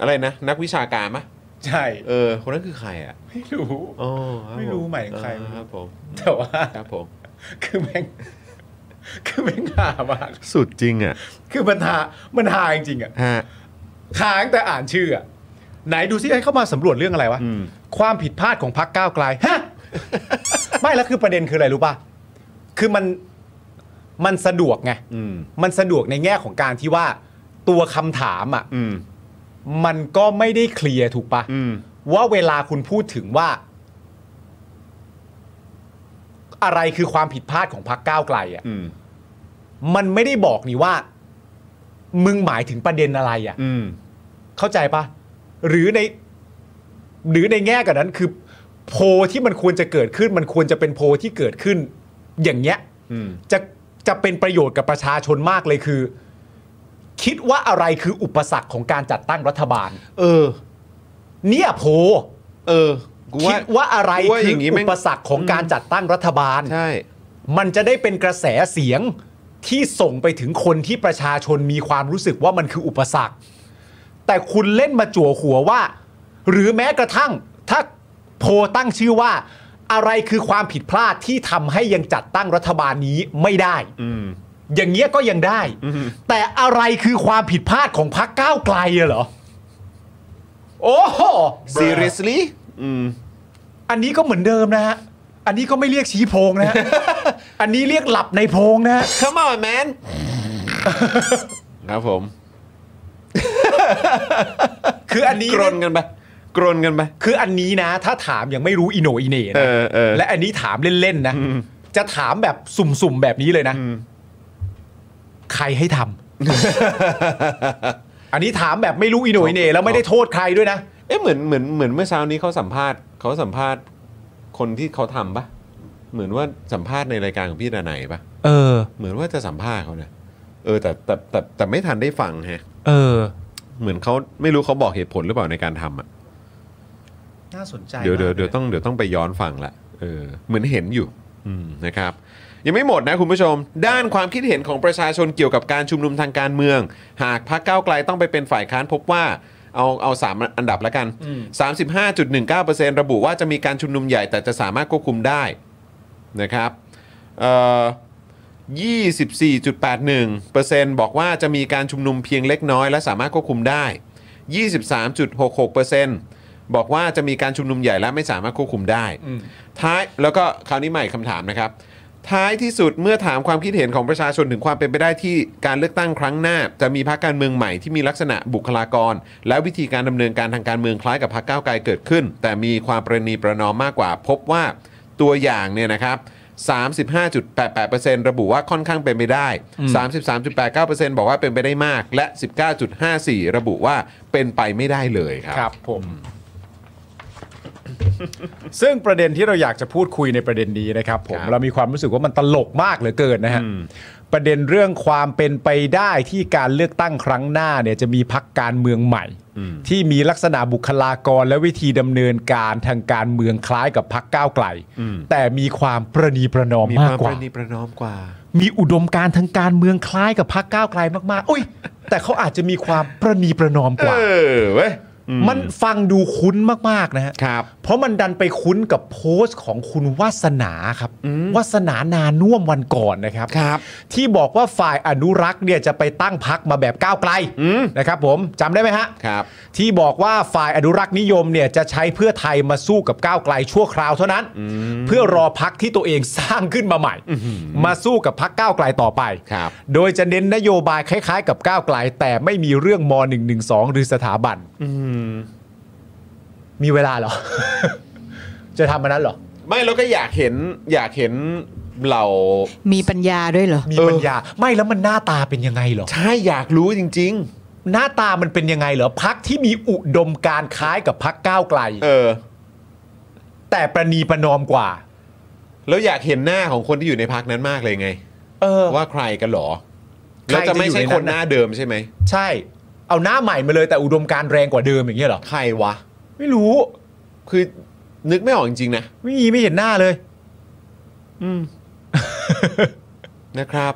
[SPEAKER 1] อะไรนะ นักวิชาการมะ
[SPEAKER 7] ใช่
[SPEAKER 1] เออ คนนั้นคือใครอ่ะ
[SPEAKER 7] ไม่รู้
[SPEAKER 1] อ๋อคบผ
[SPEAKER 7] ไม่รู้หมายถึงใคร
[SPEAKER 1] อ่าครับผม
[SPEAKER 7] แต่ว่า
[SPEAKER 1] ครับผม
[SPEAKER 7] คือแม่งคือแม่งหามาก
[SPEAKER 1] สุดจริงอ่ะ
[SPEAKER 7] คือมันหามันหาจริงๆอ่ะ
[SPEAKER 1] ฮะ
[SPEAKER 7] หาตั้งแต่อ่านชื่ออ่ะไหนดูซิให้เข้ามาสำรวจเรื่องอะไรวะ
[SPEAKER 1] อืม
[SPEAKER 7] ความผิดพลาดของพักก้าวไกลฮะ ไม่แล้วคือประเด็นคืออะไรรู้ป่ะคือมันมันสะดวกไง
[SPEAKER 1] อืม
[SPEAKER 7] มันสะดวกในแง่ของการที่ว่าตัวคำถามอ่ะ
[SPEAKER 1] อืม
[SPEAKER 7] มันก็ไม่ได้เคลียร์ถูกปะ
[SPEAKER 1] อืม
[SPEAKER 7] ว่าเวลาคุณพูดถึงว่า อะไรคือความผิดพลาดของพักก้าวไกลอ่ะ
[SPEAKER 1] อืม
[SPEAKER 7] มันไม่ได้บอกนี่ว่า มึงหมายถึงประเด็นอะไรอะ่ะ
[SPEAKER 1] อืม
[SPEAKER 7] เข้าใจปะหรือใน หรือในแง่กับนั้นคือ โพลที่มันควรจะเกิดขึ้น มันควรจะเป็นโพลที่เกิดขึ้น อย่างเงี้ย
[SPEAKER 1] อืม
[SPEAKER 7] จะจะเป็นประโยชน์กับประชาชนมากเลยคือ คิดว่าอะไรคืออุปสรรคของการจัดตั้งรัฐบาล
[SPEAKER 1] เออ
[SPEAKER 7] เนี่ยโพล
[SPEAKER 1] เออ กู
[SPEAKER 7] คิ
[SPEAKER 1] ว่า
[SPEAKER 7] ดว่าอะไร
[SPEAKER 1] กูว่า
[SPEAKER 7] คื
[SPEAKER 1] อย่า
[SPEAKER 7] อง
[SPEAKER 1] งี้
[SPEAKER 7] อ
[SPEAKER 1] แม่ง
[SPEAKER 7] อุปสรรคของการจัดตั้งรัฐบาล
[SPEAKER 1] ใช่
[SPEAKER 7] มันจะได้เป็นกระแสเสียงที่ส่งไปถึงคนที่ประชาชนมีความรู้สึกว่ามันคืออุปสรรค แต่คุณเล่นมาจั่วหัวว่า หรือแม้กระทั่ง ถ้าโพลตั้งชื่อว่า อะไรคือความผิดพลาดที่ทำให้ยังจัดตั้งรัฐบาลนี้ไม่ได้
[SPEAKER 1] อืม
[SPEAKER 7] อย่างเงี้ยก็ยังได้ แต่อะไรคือความผิดพลาดของพรรคก้าวไกลอะเหรอ โอ้โห
[SPEAKER 1] seriously อืม
[SPEAKER 7] อันนี้ก็เหมือนเดิมนะฮะ อันนี้ก็ไม่เรียกชี้โพงนะฮะ อันนี้เรียกหลับในโพงนะฮะ
[SPEAKER 1] come on man ครับผม
[SPEAKER 7] คืออันนี้
[SPEAKER 1] กรนกันไปกรนกันไป
[SPEAKER 7] คืออันนี้นะ ถ้าถามยังไม่รู้อีโหนอีเหน่
[SPEAKER 1] เอ
[SPEAKER 7] นะ
[SPEAKER 1] อเออ
[SPEAKER 7] และอันนี้ถามเล่น ๆ นะ
[SPEAKER 1] อืม
[SPEAKER 7] จะถามแบบสุ่ม ๆ แบบนี้เลยนะ
[SPEAKER 1] อืม
[SPEAKER 7] ใครให้ ทำ อันนี้ถามแบบไม่รู้อีโหนอีเหน่แล้วไม่ได้โทษใครด้วยนะ
[SPEAKER 1] เอ๊ะเหมือนเหมือนเหมือนเมื่อเช้านี้เขาสัมภาษณ์เขาสัมภาษณ์คนที่เขาทำปะเหมือนว่าสัมภาษณ์ในรายการของพี่ดานัยปะ
[SPEAKER 7] เออ
[SPEAKER 1] เหมือนว่าจะสัมภาษณ์เขาเนี่ยเออแต่แต่แต่แต่ไม่ทันได้ฟังฮะ
[SPEAKER 7] เออ
[SPEAKER 1] เหมือนเขาไม่รู้เขาบอกเหตุผลหรือเปล่าในการทำอ่ะ
[SPEAKER 7] น่าสนใจ
[SPEAKER 1] เดี๋ยวเดี๋ยว
[SPEAKER 7] มาก
[SPEAKER 1] เดี๋ยวต้องเดี๋ยวต้องไปย้อนฟังละเออเหมือนเห็นอยู่อืมนะครับ ยังไม่หมดนะคุณผู้ชม ด้านความคิดเห็นของประชาชนเกี่ยวกับการชุมนุมทางการเมือง หากพรรคก้าวไกลต้องไปเป็นฝ่ายค้านพบว่าเอาเอาสามอันดับแล้วกัน 35.19%ระบุว่าจะมีการชุมนุมใหญ่แต่จะสามารถควบคุมได้นะครับเอ่อ 24.81%บอกว่าจะมีการชุมนุมเพียงเล็กน้อยและสามารถควบคุมได้ 23.66%บอกว่าจะมีการชุมนุมใหญ่และไม่สามารถควบคุมได้ ท้ายแล้วก็คราวนี้ใหม่คำถามนะครับ ท้ายที่สุดเมื่อถามความคิดเห็นของประชาชนถึงความเป็นไปได้ที่การเลือกตั้งครั้งหน้า จะมีพรรคการเมืองใหม่ที่มีลักษณะบุคลากร และวิธีการดำเนินการทางการเมืองคล้ายกับพรรคก้าวไกลเกิดขึ้น แต่มีความประนีประนอมมากกว่า พบว่าตัวอย่างเนี่ยนะครับ 35.88%ระบุว่าค่อนข้างเป็นไปได้ 33.89%บอกว่าเป็นไปได้มาก และ 19.54 ระบุว่าเป็นไปไม่ได้เลยครับ
[SPEAKER 7] ครับผม ซึ่งประเด็นที่เราอยากจะพูดคุยในประเด็นนี้นะครับ ผม
[SPEAKER 1] ครับ
[SPEAKER 7] เรามีความรู้สึกว่ามันตลกมากเหลือเกินนะฮะประเด็นเรื่องความเป็นไปได้ที่การเลือกตั้งครั้งหน้าเนี่ยจะมีพักการเมืองใหม่ ที่มีลักษณะบุคลากรและวิธีดำเนินการทางการเมืองคล้ายกับพักก้าวไกล แต่มีความประนีประนอม
[SPEAKER 1] มี
[SPEAKER 7] มา
[SPEAKER 1] ค
[SPEAKER 7] ก
[SPEAKER 1] วามป
[SPEAKER 7] กว่า
[SPEAKER 1] ระนีประนอมกว่า
[SPEAKER 7] มีอุดมการณ์ทางการเมืองคล้ายกับพักก้าวไกลมากๆอุ้ย แต่เขาอาจจะมีความประนีประนอมก
[SPEAKER 1] เอ
[SPEAKER 7] ว่า
[SPEAKER 1] อเว้ย
[SPEAKER 7] มันฟังดูคุ้นมาก ๆ นะฮะ
[SPEAKER 1] ครับ
[SPEAKER 7] เพราะมันดันไปคุ้นกับโพสต์ของคุณวาสนาครับวาสนานาน่วมวันก่อนนะครับ
[SPEAKER 1] ครับ
[SPEAKER 7] ที่บอกว่าฝ่ายอนุรักษ์เนี่ยจะไปตั้งพักมาแบบก้าวไกล
[SPEAKER 1] อืม
[SPEAKER 7] นะครับผมจำได้ไหมฮะ
[SPEAKER 1] ครับ
[SPEAKER 7] ที่บอกว่าฝ่ายอนุรักษ์นิยมเนี่ยจะใช้เพื่อไทยมาสู้กับก้าวไกลชั่วคราวเท่านั้น เพื่อรอพักที่ตัวเองสร้างขึ้นมาใหม่ มาสู้กับพักก้าวไกลต่อไป
[SPEAKER 1] ครับ
[SPEAKER 7] โดยจะเน้นนโยบายคล้ายๆ กับก้าวไกล แต่ไม่มีเรื่องม .112 หรือสถาบันมีเวลาเหรอ จะทำมันนั้นเหรอ
[SPEAKER 1] ไม่แล้วก็อยากเห็นอยากเห็นเหล่า
[SPEAKER 6] มีปัญญาด้วยเหรอ
[SPEAKER 7] มี
[SPEAKER 1] เออ
[SPEAKER 7] ปัญญา ไม่แล้วมันหน้าตาเป็นยังไงเหรอ
[SPEAKER 1] ใช่อยากรู้จริง
[SPEAKER 7] หน้าตามันเป็นยังไงเหรอพักที่มีอุดมการณ์คล้ายกับพักก้าวไกล
[SPEAKER 1] ๆ เออ
[SPEAKER 7] แต่ประนีประนอมกว่า
[SPEAKER 1] แล้วอยากเห็นหน้าของคนที่อยู่ในพักนั้นมากเลยไง
[SPEAKER 7] เออ
[SPEAKER 1] ว่าใครกันเหรอ
[SPEAKER 7] ใครจะอยู่ใน
[SPEAKER 1] แล้วจะไม่ใช่ค
[SPEAKER 7] นั้นน่ะ
[SPEAKER 1] นหน้าเดิมใช่ไหม
[SPEAKER 7] ใช่ เอาหน้าใหม่มาเลยแต่อุดมการณ์แรงกว่าเดิมอย่างเงี้ยเหรอ
[SPEAKER 1] ใครวะ
[SPEAKER 7] ไม่รู้
[SPEAKER 1] คือนึกไม่ออกจริง ๆ นะ
[SPEAKER 7] ไม่มีไม่เห็นหน้าเลย
[SPEAKER 1] นะครับ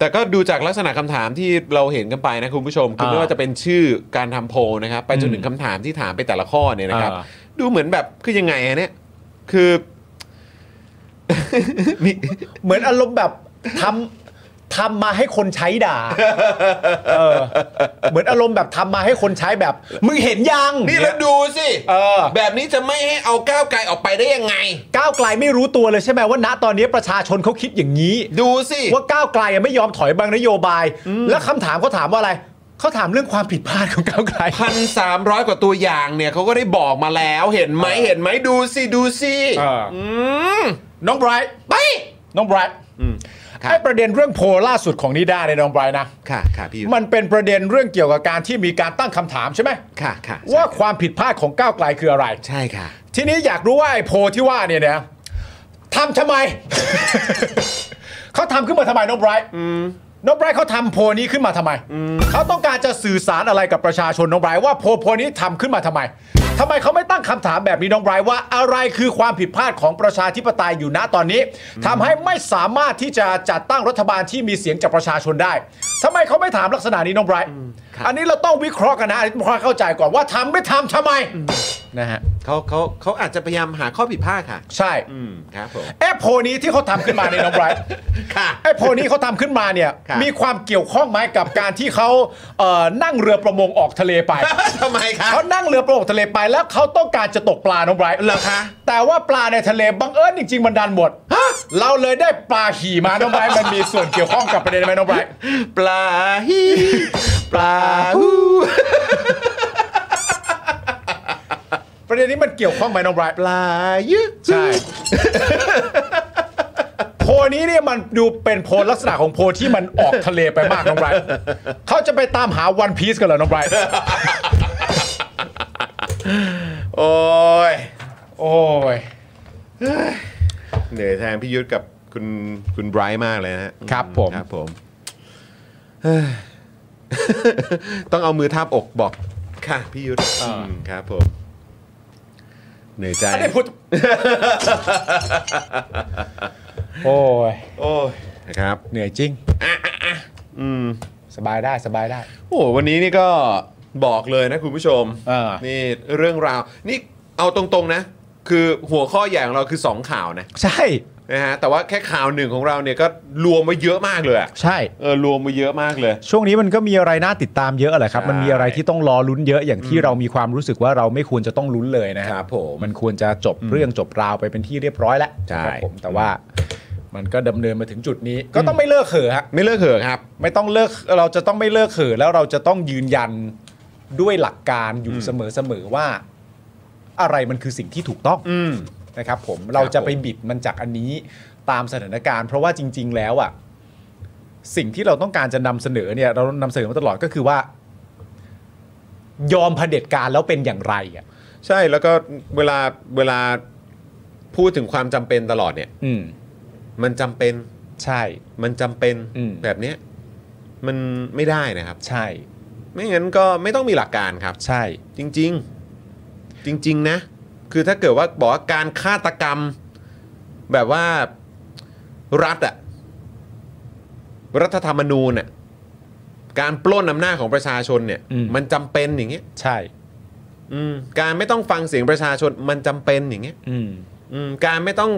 [SPEAKER 1] แต่ก็ดูจากลักษณะคำถามที่เราเห็นกันไปนะคุณผู้ชมคือไม่
[SPEAKER 7] อ่า
[SPEAKER 1] ว่าจะเป็นชื่อการทำโพลนะครับ ไปจนถึงคำถามที่ถามไปแต่ละข้อเนี่ยนะครับ
[SPEAKER 7] อ่า
[SPEAKER 1] ดูเหมือนแบบคือยังไงอะเนี่ยคือ มี
[SPEAKER 7] เหมือนอารมณ์แบบทำทำมาให้คนใช้ด่าเออเหมือนอารมณ์แบบทำมาให้คนใช้แบบ มึงเห็นยัง
[SPEAKER 1] นี่แล้วดูสิ
[SPEAKER 7] เออ
[SPEAKER 1] แบบนี้จะไม่ให้เอาก้าวไกลออกไปได้ยังไง
[SPEAKER 7] ก้าวไกลไม่รู้ตัวเลยใช่ไหมว่าณตอนนี้ประชาชนเขาคิดอย่างนี้
[SPEAKER 1] ดูสิ
[SPEAKER 7] ว่าก้าวไกลอะไม่ยอมถอยบางนโยบาย แล้วคำถามเขาถามว่าอะไรเขาถามเรื่องความผิดพลาดของก้าวไกล
[SPEAKER 1] พันสามร้อยกว่าตัวอย่างเนี่ยเขาก็ได้บอกมาแล้วเห็นไหมเห็นไหมดูสิดูสิ
[SPEAKER 7] เอออื
[SPEAKER 1] ม
[SPEAKER 7] น้องไบรท์
[SPEAKER 1] ไป
[SPEAKER 7] น้องไบรท์
[SPEAKER 1] ครับ
[SPEAKER 7] ไอ้ประเด็นเรื่องโพลล่าสุดของนิด้าเนี่ยน้องไบรท์นะ
[SPEAKER 1] ค่ะค่ะพี่
[SPEAKER 7] มันเป็นประเด็นเรื่องเกี่ยวกับการที่มีการตั้งคำถามใช่ไหม
[SPEAKER 1] ค่ะค่ะใช่
[SPEAKER 7] ว่าความผิดพลาดของก้าวไกลคืออะไร
[SPEAKER 1] ใช่ค่ะ
[SPEAKER 7] ทีนี้อยากรู้ว่าไอ้โพลที่ว่าเนี่ยนะทำทำไม เขาทำขึ้นมาทำไมน้องไบรท์น้องไบรท์เขาทำโพลนี้ขึ้นมาทำไมเขาต้องการจะสื่อสารอะไรกับประชาชนน้องไบรท์ว่าโพลโพลนี้ทำขึ้นมาทำไมทำไมเขาไม่ตั้งคำถามแบบนี้น้องไบรท์ว่าอะไรคือความผิดพลาดของประชาธิปไตยอยู่ณตอนนี้ทำให้ไม่สามารถที่จะจัดตั้งรัฐบาลที่มีเสียงจากประชาชนได้ทำไมเขาไม่ถามลักษณะนี้น้องไบรท์อันนี้เราต้องวิเคราะห์กันนะอันนี้ต้องเข้าใจก่อนว่าทำไม่ทำทำไมนะฮะ
[SPEAKER 1] เขาเขาเขาอาจจะพยายามหาข้อผิดพลาดค่ะ
[SPEAKER 7] ใช่
[SPEAKER 1] อืมครับผม
[SPEAKER 7] ไอ้โพลนี้ที่เขาทำขึ้นมาในยน้องไบร ท์
[SPEAKER 1] ค่ะ
[SPEAKER 7] ไอ้โพลนี้เขาทำขึ้นมาเนี่ย
[SPEAKER 1] ครับ
[SPEAKER 7] มีความเกี่ยวข้องไหมกับการที่เขาเอ่อนั่งเรือประมงออกทะเล ไป
[SPEAKER 1] ทำไมครับ
[SPEAKER 7] เขานั่งเรือประมงออกทะเลไปแล้วเขาต้องการจะตกปลาน้องไบร ท์
[SPEAKER 1] เหรอคะ
[SPEAKER 7] แต่ว่าปลาในทะเลบังเอิญจริง ๆ มันดันหมด เราเลยได้ปลาหี่มาน้องไบรท์มันมีส่วนเกี่ยวข้องกับประเด็นไหมน้อง ไบรท์
[SPEAKER 1] ปลาฮีปลาฮู
[SPEAKER 7] ประเด็นนี้มันเกี่ยวข้องไหมน้องไบรท์
[SPEAKER 1] ปลายึ
[SPEAKER 7] ใช่ โพลนี้เนี่ยมันดูเป็นโพลลักษณะของโพลที่มันออกทะเลไปมากน้องไบรท์ เขาจะไปตามหาวันพีซกันเหรอน้องไบรท์
[SPEAKER 1] โอ้ย
[SPEAKER 7] โอ้ย
[SPEAKER 1] เหนื่อยแทนพี่ยุทธกับคุณคุณไบรท์มากเลยนะฮะ
[SPEAKER 7] ครับผม
[SPEAKER 1] ครับผมเฮ้ย ต้องเอามือทาบอกบอกค่ะพี่ยุทธมครับผมเหนื่อยใจ
[SPEAKER 7] อันนี้พูด โอ้ย
[SPEAKER 1] โอ้ยนะครับ
[SPEAKER 7] เหนื่อยจริง
[SPEAKER 1] อืม
[SPEAKER 7] สบายได้สบายได้
[SPEAKER 1] โอ้โหวันนี้นี่ก็บอกเลยนะคุณผู้ชม
[SPEAKER 7] เออ
[SPEAKER 1] นี่เรื่องราว นี่เอาตรงๆนะ คือหัวข้อใหญ่ของเราคือ 2 ข่าวนะ
[SPEAKER 7] ใช่
[SPEAKER 1] นะฮะแต่ว่าแค่ข่าวหนึ่งของเราเนี่ยก็รวมมาเยอะมากเลยอะ
[SPEAKER 7] ใช่
[SPEAKER 1] เออรวมมาเยอะมากเลย
[SPEAKER 7] ช่วงนี้มันก็มีอะไรน่าติดตามเยอะแหละครับ
[SPEAKER 1] ใช่
[SPEAKER 7] มันมีอะไรที่ต้องรอลุ้นเยอะอย่างที่เรามีความรู้สึกว่าเราไม่ควรจะต้องลุ้นเลยนะ
[SPEAKER 1] ค
[SPEAKER 7] ค
[SPEAKER 1] รั
[SPEAKER 7] รั
[SPEAKER 1] บบ ผม
[SPEAKER 7] มันควรจะจบเรื่องจบราวไปเป็นที่เรียบร้อยแล้ว
[SPEAKER 1] ใช่
[SPEAKER 7] ครับผมแต่ว่ามันก็ดำเนินมาถึงจุดนี้ ก็ต้องไม่เลิกเขอะฮะ
[SPEAKER 1] ไม่เลิกเถอะครับ
[SPEAKER 7] ไม่ต้องเลิกเราจะต้องไม่เลิกเขอแล้วเราจะต้องยืนยันด้วยหลักการอยู่เสมอเสมอว่า อะไรมันคือสิ่งที่ถูกต้อง
[SPEAKER 1] อืม
[SPEAKER 7] นะครับผมเราจะไป
[SPEAKER 1] ผม
[SPEAKER 7] บิดมันจากอันนี้ตามสถานการณ์ เพราะว่าจริง ๆ แล้วอะสิ่งที่เราต้องการจะนำเสนอเนี่ย เรานำเสนอมาตลอดก็คือว่า ยอมเผด็จการแล้วเป็นอย่างไรอะ
[SPEAKER 1] ใช่แล้วก็เวลาเวลาพูดถึงความจำเป็นตลอดเนี่ย
[SPEAKER 7] อืม
[SPEAKER 1] มันจำเป็น
[SPEAKER 7] ใช่
[SPEAKER 1] มันจำเป็น
[SPEAKER 7] อืม
[SPEAKER 1] แบบเนี้ยมันไม่ได้นะครับ
[SPEAKER 7] ใช่
[SPEAKER 1] ไม่งั้นก็ไม่ต้องมีหลักการครับ
[SPEAKER 7] ใช่
[SPEAKER 1] จริงๆ จริง ๆ นะ คือถ้าเกิดว่าบอกว่าการฆาตกรรม แบบว่ารัฐอะรัฐธรรมนูญอะการปล้นอำนาจของประชาชนเนี่ย
[SPEAKER 7] อืม
[SPEAKER 1] นจำเป็นอย่างเงี้ย
[SPEAKER 7] ใช่
[SPEAKER 1] อืมการไม่ต้องฟังเสียงประชาชนมันจำเป็นอย่างเงี้ย
[SPEAKER 7] อืม
[SPEAKER 1] อืมการไม่ต้อง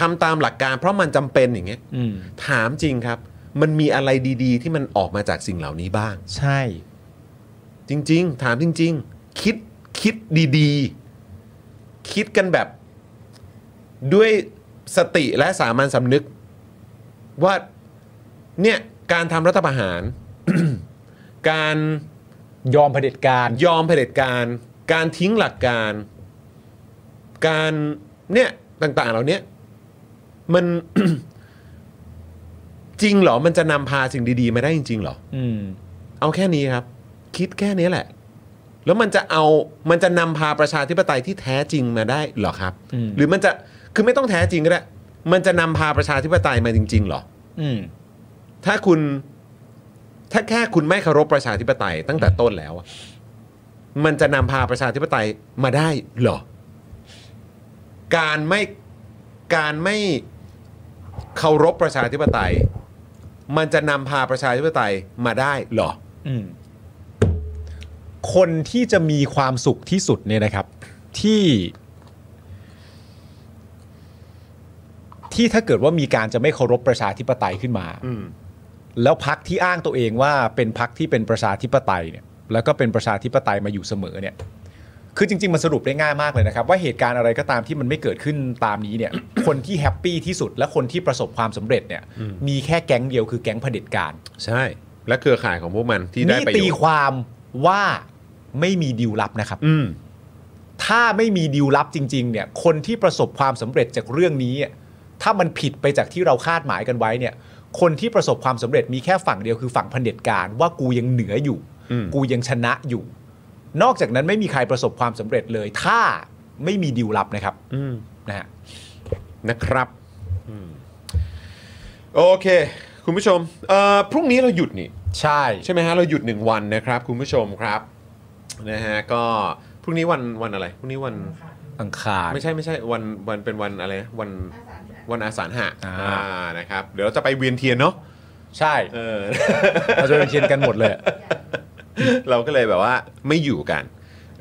[SPEAKER 1] ทำตามหลักการ เพราะมันจำเป็นอย่างเงี้ย
[SPEAKER 7] อืม
[SPEAKER 1] ถามจริงครับ มันมีอะไรดี ๆ ที่มันออกมาจากสิ่งเหล่านี้บ้าง
[SPEAKER 7] ใช่
[SPEAKER 1] จริง ๆ ถามจริง ๆ คิดคิดดีๆ คิดกันแบบ ด้วยสติและสามัญสำนึก ว่า เนี่ย การทำรัฐประห าร การ
[SPEAKER 7] ยอมเผด็จการ
[SPEAKER 1] ยอมเผด็จการ การทิ้งหลักการ การเนี่ยต่าง ๆ เหล่าเนี้ยมัน จริงเหรอ มันจะนำพาสิ่งดี ๆ มาได้จริง ๆ เหรอ
[SPEAKER 7] อืม
[SPEAKER 1] เอาแค่นี้ครับ คิดแค่นี้แหละ แล้วมันจะเอามันจะนำพาประชาธิปไตยที่แท้จริงมาได้เหรอครับ
[SPEAKER 7] อืม
[SPEAKER 1] หรือมันจะคือไม่ต้องแท้จริงก็ได้ มันจะนำพาประชาธิปไตยมาจริง ๆ เหรอ
[SPEAKER 7] อืม
[SPEAKER 1] ถ้าคุณ ถ้าแค่คุณไม่เคารพประชาธิปไตยตั้งแต่ต้นแล้วอะมันจะนำพาประชาธิปไตยมาได้เหรอ การไม่การไม่เคารพประชาธิปไตย มันจะนำพาประชาธิปไตยมาได้เหรอ
[SPEAKER 7] อืมคนที่จะมีความสุขที่สุดเนี่ยนะครับ ที่ ที่ถ้าเกิดว่ามีการจะไม่เคารพประชาธิปไตยขึ้นมา
[SPEAKER 1] อืม
[SPEAKER 7] แล้วพักที่อ้างตัวเองว่าเป็นพักที่เป็นประชาธิปไตยเนี่ย แล้วก็เป็นประชาธิปไตยมาอยู่เสมอเนี่ย คือจริง ๆ มันสรุปได้ง่ายมากเลยนะครับ ว่าเหตุการณ์อะไรก็ตามที่มันไม่เกิดขึ้นตามนี้เนี่ย คนที่แฮปปี้ที่สุดและคนที่ประสบความสำเร็จเนี่ย มีแค่แก๊งเดียวคือแก๊งเผด็จการ
[SPEAKER 1] ใช่ และเครือข่ายของพวกมันที่ได้
[SPEAKER 7] นี่
[SPEAKER 1] ประโย
[SPEAKER 7] ตี
[SPEAKER 1] ชน์
[SPEAKER 7] ความว่าไม่มีดีลลับนะครับ
[SPEAKER 1] อืม
[SPEAKER 7] ถ้าไม่มีดีลลับจริง ๆ เนี่ย คนที่ประสบความสำเร็จจากเรื่องนี้อ่ะถ้ามันผิดไปจากที่เราคาดหมายกันไว้เนี่ย คนที่ประสบความสำเร็จมีแค่ฝั่งเดียวคือฝั่งเผด็จการว่ากูยังเหนืออยู่
[SPEAKER 1] อืม
[SPEAKER 7] กูยังชนะอยู่ นอกจากนั้นไม่มีใครประสบความสำเร็จเลย ถ้าไม่มีดีลลับนะครับ
[SPEAKER 1] อืม
[SPEAKER 7] นะฮะ
[SPEAKER 1] นะครับอืมโอเค คุณผู้ชมเอ่อพรุ่งนี้เราหยุดนี่
[SPEAKER 7] ใช่
[SPEAKER 1] ใช่ไหมฮะ เราหยุด 1 วันนะครับ คุณผู้ชมครับนะฮะก็พรุ่งนี้วันวันอะไรพรุ่งนี้วัน
[SPEAKER 7] อังคาร
[SPEAKER 1] ไม่ใช่ไม่ใช่วันวันเป็นวันอะไรนะวันวันอาสาฬหะ
[SPEAKER 7] อ่า
[SPEAKER 1] อ่านะครับ เดี๋ยวเราจะไปเวียนเทียนเนาะ
[SPEAKER 7] ใช่
[SPEAKER 1] เออ
[SPEAKER 7] เราจะเป็นเชียนกันหมดเลยอะ
[SPEAKER 1] เราก็เลยแบบว่าไม่อยู่กัน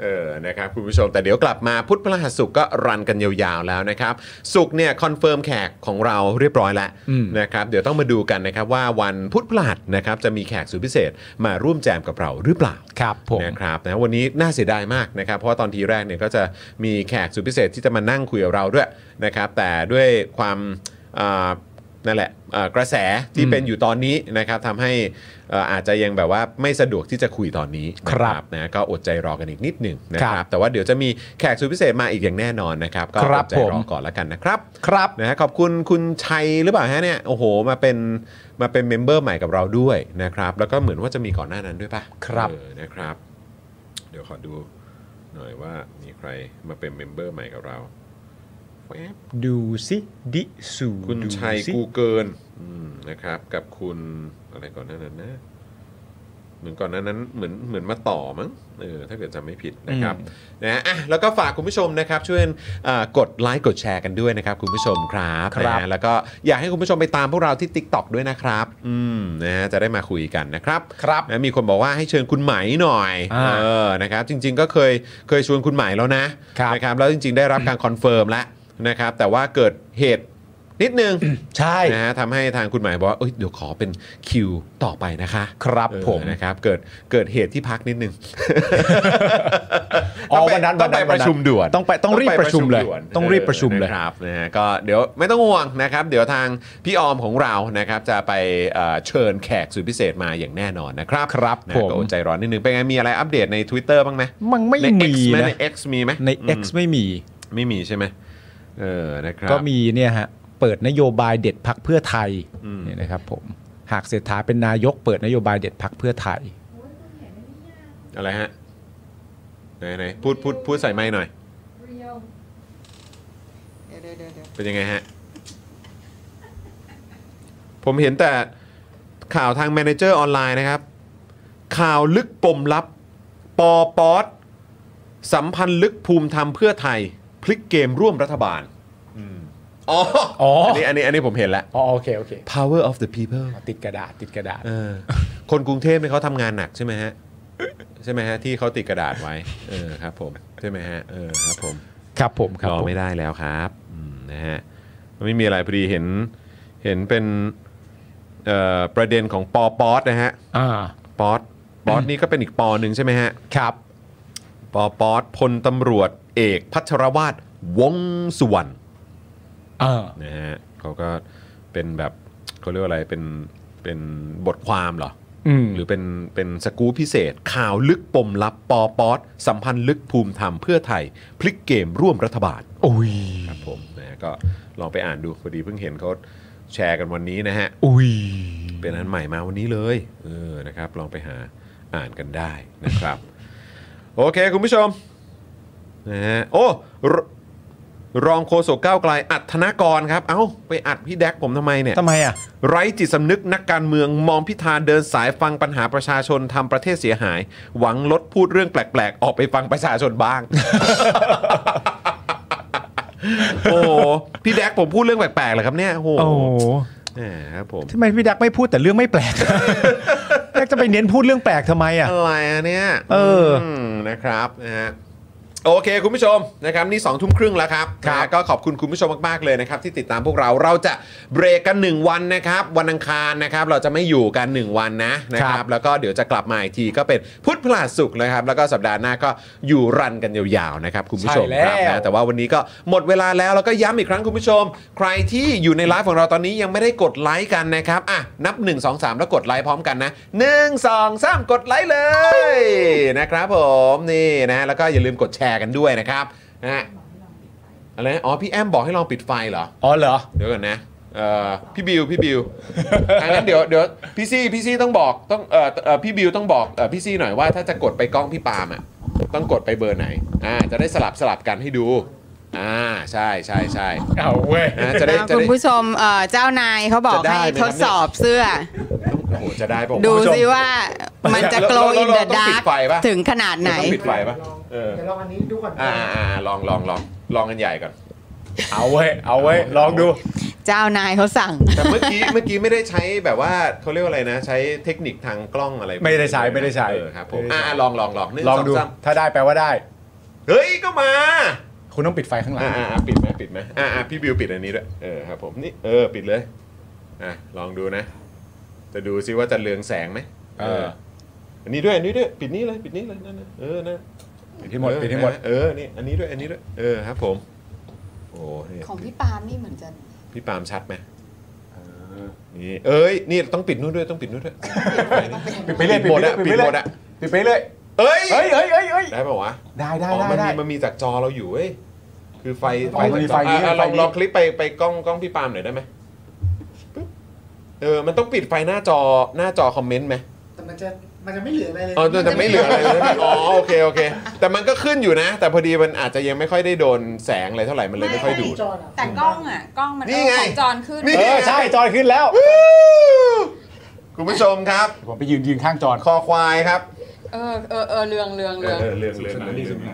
[SPEAKER 1] เออ นะครับคุณผู้ชม แต่เดี๋ยวกลับมาพุธพฤหัสศุกร์ก็รันกันยาวๆแล้วนะครับ ศุกร์เนี่ยคอนเฟิร์มแขกของเราเรียบร้อยแล้ว
[SPEAKER 7] อืม
[SPEAKER 1] นะครับ เดี๋ยวต้องมาดูกันนะครับว่าวันพุธพฤหัสนะครับจะมีแขกสุดพิเศษมาร่วมแจมกับเราหรือเปล่า
[SPEAKER 7] ครับผม
[SPEAKER 1] นะครับนะวันนี้น่าเสียดายมากนะครับ เพราะว่าตอนทีแรกเนี่ยก็จะมีแขกสุดพิเศษที่จะมานั่งคุยกับเราด้วยนะครับ แต่ด้วยความอ่านั่นแหละอ่ากระแสที่
[SPEAKER 7] อืม
[SPEAKER 1] เป็นอยู่ตอนนี้นะครับทำให้เอ่ออาจจะยังแบบว่าไม่สะดวกที่จะคุยตอนนี้นะครับ นะก็อดใจรอกันอีกนิดหนึ่งนะค
[SPEAKER 7] ครั
[SPEAKER 1] รับ
[SPEAKER 7] บ
[SPEAKER 1] แต่ว่าเดี๋ยวจะมีแขกสุดพิเศษมาอีกอย่างแน่นอนนะครับ ก็
[SPEAKER 7] ค
[SPEAKER 1] อ
[SPEAKER 7] รับ
[SPEAKER 1] ดใจรอ
[SPEAKER 7] ผม
[SPEAKER 1] ก่อนละกันนะครับ
[SPEAKER 7] ครับ
[SPEAKER 1] นะฮะขอบคุณคุณชัยหรือเปล่าฮะเนี่ยโอ้โหมาเป็นมาเป็นเมมเบอร์ใหม่กับเราด้วยนะครับแล้วก็เหมือนว่าจะมีก่อนหน้านั้นด้วยป่ะ
[SPEAKER 7] ครับ
[SPEAKER 1] เออนะครับ เดี๋ยวขอดูหน่อยว่ามีใครมาเป็นเมมเบอร์ใหม่กับเราแว๊บ
[SPEAKER 7] ดูสิดิสู
[SPEAKER 1] คุณ
[SPEAKER 7] ดู
[SPEAKER 1] ชัย
[SPEAKER 7] สิ
[SPEAKER 1] กูเกินอืมนะครับ กับคุณอะไรก่อนหน้านั้นนะเหมือนก่อนหน้านั้นเหมือนเหมือนมาต่อมั้งเออถ้าเกิดจำไม่ผิดนะครับ นะฮะอ่ะแล้วก็ฝากคุณผู้ชมนะครับช่วยเอ่อกดไลค์กดแชร์กันด้วยนะครับคุณผู้ชมครับ
[SPEAKER 7] ครับ
[SPEAKER 1] นะฮะแล้วก็อยากให้คุณผู้ชมไปตามพวกเราที่ TikTok ด้วยนะครับอืมนะฮะจะได้มาคุยกันนะครับ
[SPEAKER 7] ครับ
[SPEAKER 1] นะมีคนบอกว่าให้เชิญคุณไหมหน่อย
[SPEAKER 7] อ่า
[SPEAKER 1] เออนะครับจริง ๆ ก็เคยเคยชวนคุณไหมแล้วนะครับ นะครับแล้วจริง ๆ ได้รับการคอนเฟิร์มแล้วนะครับแต่ว่าเกิดเหตุนิดนึง
[SPEAKER 7] ใช่
[SPEAKER 1] นะฮะทำให้ทางคุณไหมายบอกว่าเอ้ยเดี๋ยวขอเป็นคิวต่อไปนะคะ
[SPEAKER 7] ครับ
[SPEAKER 1] เออ
[SPEAKER 7] ผม
[SPEAKER 1] นะครับเกิดเกิดเหตุที่พักนิดนึง
[SPEAKER 7] อ๋อวันนั้น
[SPEAKER 1] ต้องไป
[SPEAKER 7] วันนั้น
[SPEAKER 1] ประชุมด่วน
[SPEAKER 7] ต้องไปต้องรีบประชุมเลย
[SPEAKER 1] ด่วน
[SPEAKER 7] ต้องรีบประชุมเลย
[SPEAKER 1] ออนครับนะฮะก็เดี๋ยวไม่ต้องห่วงนะครับ เดี๋ยวทางพี่ออมของเรานะครับ จะไปเอ่อเชิญแขกสุดพิเศษมาอย่างแน่นอนนะครับ
[SPEAKER 7] ครับ
[SPEAKER 1] นะ
[SPEAKER 7] ผม
[SPEAKER 1] ก็อดใจร้อนนิดนึงเป็นไงมีอะไรอัปเดตใน Twitter บ้างไหม
[SPEAKER 7] มันไม่
[SPEAKER 1] ใน X
[SPEAKER 7] มี
[SPEAKER 1] ไหม
[SPEAKER 7] นะ
[SPEAKER 1] ใน X มีไหม
[SPEAKER 7] ใน
[SPEAKER 1] อืม
[SPEAKER 7] X ไม่มี
[SPEAKER 1] ไม่มีใช่ไหมเออนะครับ
[SPEAKER 7] ก็มีเนี่ยฮะเปิดนโยบายเด็ดพักเพื่อไทย
[SPEAKER 1] อืม
[SPEAKER 7] เนี่ยนะครับผมหากเศรษฐาเป็นนายกเปิดนโยบายเด็ดพักเพื่อไทย
[SPEAKER 1] อะไรฮะไหนไหนพูดพูดพูดใส่ไม้หน่อย เป็นยังไงฮะ ผมเห็นแต่ข่าวทางแมเนเจอร์ออนไลน์นะครับ ข่าวลึกปมลับ ปอปอดสัมพันธ์ลึกภูมิธรรมเพื่อไทย พลิกเกมร่วมรัฐบาลอ๋อ
[SPEAKER 7] อ๋ออั
[SPEAKER 1] นนี้อันนี้อันนี้ผมเห็นแล้ว
[SPEAKER 7] อ๋อโอเคโอเค
[SPEAKER 1] power of the people
[SPEAKER 7] ติดกระดาษติดกระดาษ
[SPEAKER 1] เออคนกรุงเทพเนี่ยเขาทำงานหนักใช่ไหมฮะ ใช่ไหมฮะ ที่เขาติดกระดาษไว้เออครับผมใช่ไหมฮะเออครับผม
[SPEAKER 7] ครับผมครับ
[SPEAKER 1] รอ
[SPEAKER 7] ผม
[SPEAKER 1] ไม่ได้แล้วครับอืมนะฮะไม่มีอะไรพอดีเห็นเห็นเป็นเอ่อประเด็นของปอป๊อตนะฮะ
[SPEAKER 7] อ่า
[SPEAKER 1] ป๊อตป๊อตนี่ก็เป็นอีกปอหนึ่งใช่ไหมฮะ
[SPEAKER 7] ครับ
[SPEAKER 1] ปอป๊อตพลตำรวจเอกพัชรวาทวงศ์สุวรรณ
[SPEAKER 7] เออ
[SPEAKER 1] นะฮะเขาก็เป็นแบบเขาเรียกว่าอะไรเป็นเป็นบทความเหรอ
[SPEAKER 7] อืม
[SPEAKER 1] หรือเป็นเป็นสกู๊ปพิเศษ ข่าวลึกปมลับปอป๊อตสัมพันธ์ลึกภูมิธรรมเพื่อไทย พลิกเกมร่วมรัฐบาล
[SPEAKER 7] โอ้ย
[SPEAKER 1] ครับผมนะฮะก็ลองไปอ่านดูพอดีเพิ่งเห็นเขาแชร์กันวันนี้นะฮะ
[SPEAKER 7] อุ้ย
[SPEAKER 1] เป็นอันใหม่มาวันนี้เลยเออนะครับ ลองไปหาอ่านกันได้นะครับ โอเค คุณผู้ชมนะฮะโอ้รรองโฆษกก้าวไกลอัดธนากรครับ เอ้า ไปอัดพี่แดกผมทำไมเนี่ย
[SPEAKER 7] ทำไมอ่ะ
[SPEAKER 1] ไร้จิตสำนึกนักการเมืองมองพิธาเดินสายฟังปัญหาประชาชนทำประเทศเสียหาย หวังลดพูดเรื่องแปลกๆ ออกไปฟังประชาชนบ้าง โอ้โหพี่แดกผมพูดเรื่องแปลกๆเหรอครับเนี่ยโอ้โห
[SPEAKER 7] โอ้โห
[SPEAKER 1] แหมครับผม
[SPEAKER 7] ทำไมพี่ดักไม่พูดแต่เรื่องไม่แปลก พี่ดักจะไปเน้นพูดเรื่องแปลกทำไมอ่ะ
[SPEAKER 1] อะไรอ่ะเนี่ย
[SPEAKER 7] เอออื
[SPEAKER 1] มนะครับนะฮะโอเค คุณผู้ชมนะครับนี่2องทุ่มครึ่งแล้วครับ
[SPEAKER 7] ครับ
[SPEAKER 1] นะฮะก็ขอบคุณคุณผู้ชมมาก ๆ เลยนะครับ ที่ติดตามพวกเราเราจะเบรกกัน 1 วันนะครับ วันอังคารนะครับ เราจะไม่อยู่กัน 1 วันนะนะค
[SPEAKER 7] ค
[SPEAKER 1] รั
[SPEAKER 7] รับ บ
[SPEAKER 1] แล้วก็เดี๋ยวจะกลับมาอีกทีก็เป็นพุธพลาสุกร์นะครับ แล้วก็สัปดาห์หน้าก็อยู่รันกันยาวๆนะครับคุณผู้ชมครับ
[SPEAKER 7] ใช่แล้ว
[SPEAKER 1] นะแต่ว่าวันนี้ก็หมดเวลาแล้วแล้วก็ย้ำอีกครั้งคุณผู้ชม ใครที่อยู่ในไลฟ์ของเราตอนนี้ยังไม่ได้กดไลค์กันนะครับอ่ะนับ 1 2 3 แล้วกดไลค์พร้อมกันนะ 1 2 3 กดไลค์เลยนะครับผมนี่นะแล้วก็อย่าลืมกดแชร์กันด้วยนะครับนะฮะอะไรนะอ๋อพี่แอมบอกให้ลองปิดไฟเหรอ
[SPEAKER 7] อ๋อเหรอ
[SPEAKER 1] เดี๋ยวก่อนนะเอ่อพี่บิวพี่บิวอันนั้นเดี๋ยวเดี๋ยวพี่ซี่พี่ซี่ต้องบอกต้องเอ่อเอ่อพี่บิวต้องบอกเอ่อพี่ซี่หน่อยว่าถ้าจะกดไปกล้องพี่ปาล์มอ่ะต้องกดไปเบอร์ไหนอ่าจะได้สลับสลับกันให้ดูอ่าใช่ใช่ใช่
[SPEAKER 7] เอาเว้ย
[SPEAKER 1] นะจะได้
[SPEAKER 6] อ่า
[SPEAKER 1] จะ
[SPEAKER 6] คุณ
[SPEAKER 1] ได้
[SPEAKER 6] ผู้ชมเอ่อเจ้านายเขาบอก
[SPEAKER 1] จะได้
[SPEAKER 6] ให้
[SPEAKER 1] ไหมครับ
[SPEAKER 6] ทดสอบเสื้อ
[SPEAKER 1] โอ้โหจะได้ป่ะ
[SPEAKER 6] ดูสิว่ามันจะ
[SPEAKER 1] แล้ว
[SPEAKER 6] โกล
[SPEAKER 1] แล้ว
[SPEAKER 6] อินเด
[SPEAKER 1] เราต้อง
[SPEAKER 6] อะดา
[SPEAKER 1] ปิ
[SPEAKER 6] ร์
[SPEAKER 1] ดไฟปะ
[SPEAKER 6] ถึงขนาดไหน
[SPEAKER 1] ต้องปิดไฟปะเออ
[SPEAKER 9] เดี๋ยวลองอันนี้ดูก่อน
[SPEAKER 1] อ่าอ่าลองลองลองลองกันใหญ่ก่อน
[SPEAKER 7] เอาเว้ย เอาเว้ย ลองดู
[SPEAKER 6] เจ้านายเขาสั่ง
[SPEAKER 1] แต่เมื่อกี้เมื่อกี้ไม่ได้ใช้แบบว่าเขาเรียกว่าอะไรนะ ใช้เทคนิคทางกล้องอะไร
[SPEAKER 7] ไม่ได้ใช้ไม่ได้ใช้
[SPEAKER 1] เออครับผม
[SPEAKER 7] ไม่ได้
[SPEAKER 1] อ่า
[SPEAKER 7] ใช้
[SPEAKER 1] ลองลองลองหนึ่
[SPEAKER 7] ลองดู
[SPEAKER 1] สสาม
[SPEAKER 7] ถ้าได้แปลว่าได้
[SPEAKER 1] เฮ้ยก็มา
[SPEAKER 7] คุณต้องปิดไฟข้างหลัง
[SPEAKER 1] อ่าอ่าปิดไหมปิดไหมอ่าอ่าพี่บิวปิดอันนี้ด้วยเออครับผมนี่เออปิดเลยอ่ะลองดูนะ จะดูซิว่าจะเลืองแสงไหม
[SPEAKER 7] เออ
[SPEAKER 1] อันนี้ด้วยอันนี้ด้วยปิดนี้เลยปิดนี้เลยนั่นนะเออนะ
[SPEAKER 7] ปิดที่หมด
[SPEAKER 1] เออ
[SPEAKER 7] ปิดที่หมด
[SPEAKER 1] เออนี่อันนี้ด้วยอันนี้ด้วยเออครับผมโอ้นี่
[SPEAKER 6] ของพี่ปาไม่เหมือนจะ
[SPEAKER 1] พี่ปาล์มชัดไหมนี่เอ้ยนี่ต้องปิดนู่นด้วยต้องปิดนู่นด้วย
[SPEAKER 7] ปิดไปเรื่อย
[SPEAKER 1] หมดอะปิดหมดอะ
[SPEAKER 7] ปิดไปเรื่อย
[SPEAKER 1] เอ้ย
[SPEAKER 7] เฮ้ยเฮ้ยเฮ้ยเฮ้ย
[SPEAKER 1] ได้ปะวะ
[SPEAKER 7] ได้ได้
[SPEAKER 1] อ๋อมัน
[SPEAKER 7] ได้
[SPEAKER 1] มีมันมีจากจอเราอยู่เว้ย คือไฟ
[SPEAKER 7] อ๋อมันมีไฟนี้
[SPEAKER 1] อ่ะอ่ะล
[SPEAKER 7] ไฟ
[SPEAKER 1] อง
[SPEAKER 7] นี้
[SPEAKER 1] ลองคลิกไปไปกล้องกล้องพี่ปาล์มหน่อยได้ไหมปึ๊บเออ มันต้องปิดไฟหน้าจอหน้าจอคอมเมนต์ไหม
[SPEAKER 9] แต่มันจะมันจะไม่เหลืออะไรเลย
[SPEAKER 1] อ๋อแต่แต่ไม่เหลืออะไรเลยนะอ๋อโอเคโอเค แต่มันก็ขึ้นอยู่นะ แต่พอดีมันอาจจะยังไม่ค่อยได้โดนแสงอะไรเท่าไหร่ มันเลยไม่ค่อยดูด
[SPEAKER 9] จอน่ะ
[SPEAKER 6] แต่กล้องอ่ะ กล้องมัน
[SPEAKER 1] นี่ไง
[SPEAKER 6] เออของจอนขึ้น
[SPEAKER 1] นี่
[SPEAKER 7] เออ ใช่ จอยขึ้นแล้ว
[SPEAKER 1] คุณผู้ชมครับ
[SPEAKER 7] ผมไปยืนยืนข้างจอน
[SPEAKER 1] คอควายครับ
[SPEAKER 6] เออเออเออเรืองเรืองเรือง
[SPEAKER 1] เรื่องเรื่องเรื่อ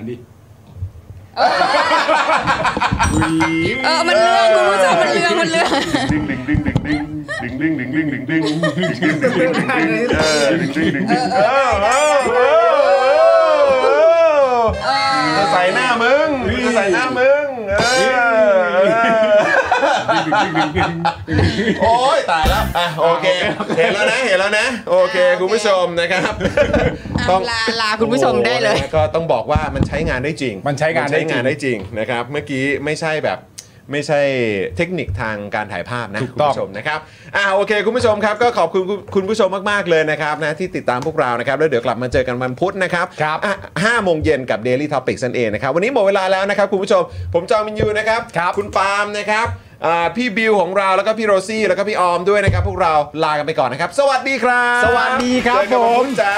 [SPEAKER 1] ง
[SPEAKER 6] เออ มันเรืองคุณผู้ชมมันเรืองมันเรือง
[SPEAKER 1] เออเออเออ จะใส่หน้ามึงจะใส่หน้ามึงเออโอ้ยตายแล้วอ่ะโอเค เห็นแล้วนะ เห็นแล้วนะ โอเค
[SPEAKER 6] อ่ะโอเค
[SPEAKER 1] คุณผู้ชมนะครับ
[SPEAKER 6] อ่ะลาลาคุณผู้ชมได้เลย
[SPEAKER 1] โอ้โหนะก็ต้องบอกว่ามันใช้งานได้จริง
[SPEAKER 7] มันใช้งานได้จริง
[SPEAKER 1] มัจริงนะครับ เมื่อกี้ไม่ใช่แบบ ไม่ใช่เทคนิคทางการถ่ายภาพนะ
[SPEAKER 7] ถูก
[SPEAKER 1] คุณ
[SPEAKER 7] ต้อง
[SPEAKER 1] ผู้ชมนะครับ อ่าโอเค คุณผู้ชมครับ ก็ขอบคุณคุณคุณผู้ชมมาก ๆ เลยนะครับนะที่ติดตามพวกเรานะครับ แล้วเดี๋ยวกลับมาเจอกันวันพุธนะครับ
[SPEAKER 7] ครับ
[SPEAKER 1] อ่ะห้าโมงเย็นกับ Daily Topics นั่นเองนะครับ วันนี้หมดเวลาแล้วนะครับ คุณผู้ชม ผมจองมินยูนะครับ
[SPEAKER 7] ครับ
[SPEAKER 1] ณปาล์มนะครับอ่าพี่บิวของเราแล้วก็พี่โรซี่แล้วก็พี่ออมด้วยนะครับ พวกเราลากันไปก่อนนะครับ สวัสดีครับ
[SPEAKER 7] สวัสดีครับ
[SPEAKER 1] เจอกันวันพุธ
[SPEAKER 7] ผม
[SPEAKER 1] จ้า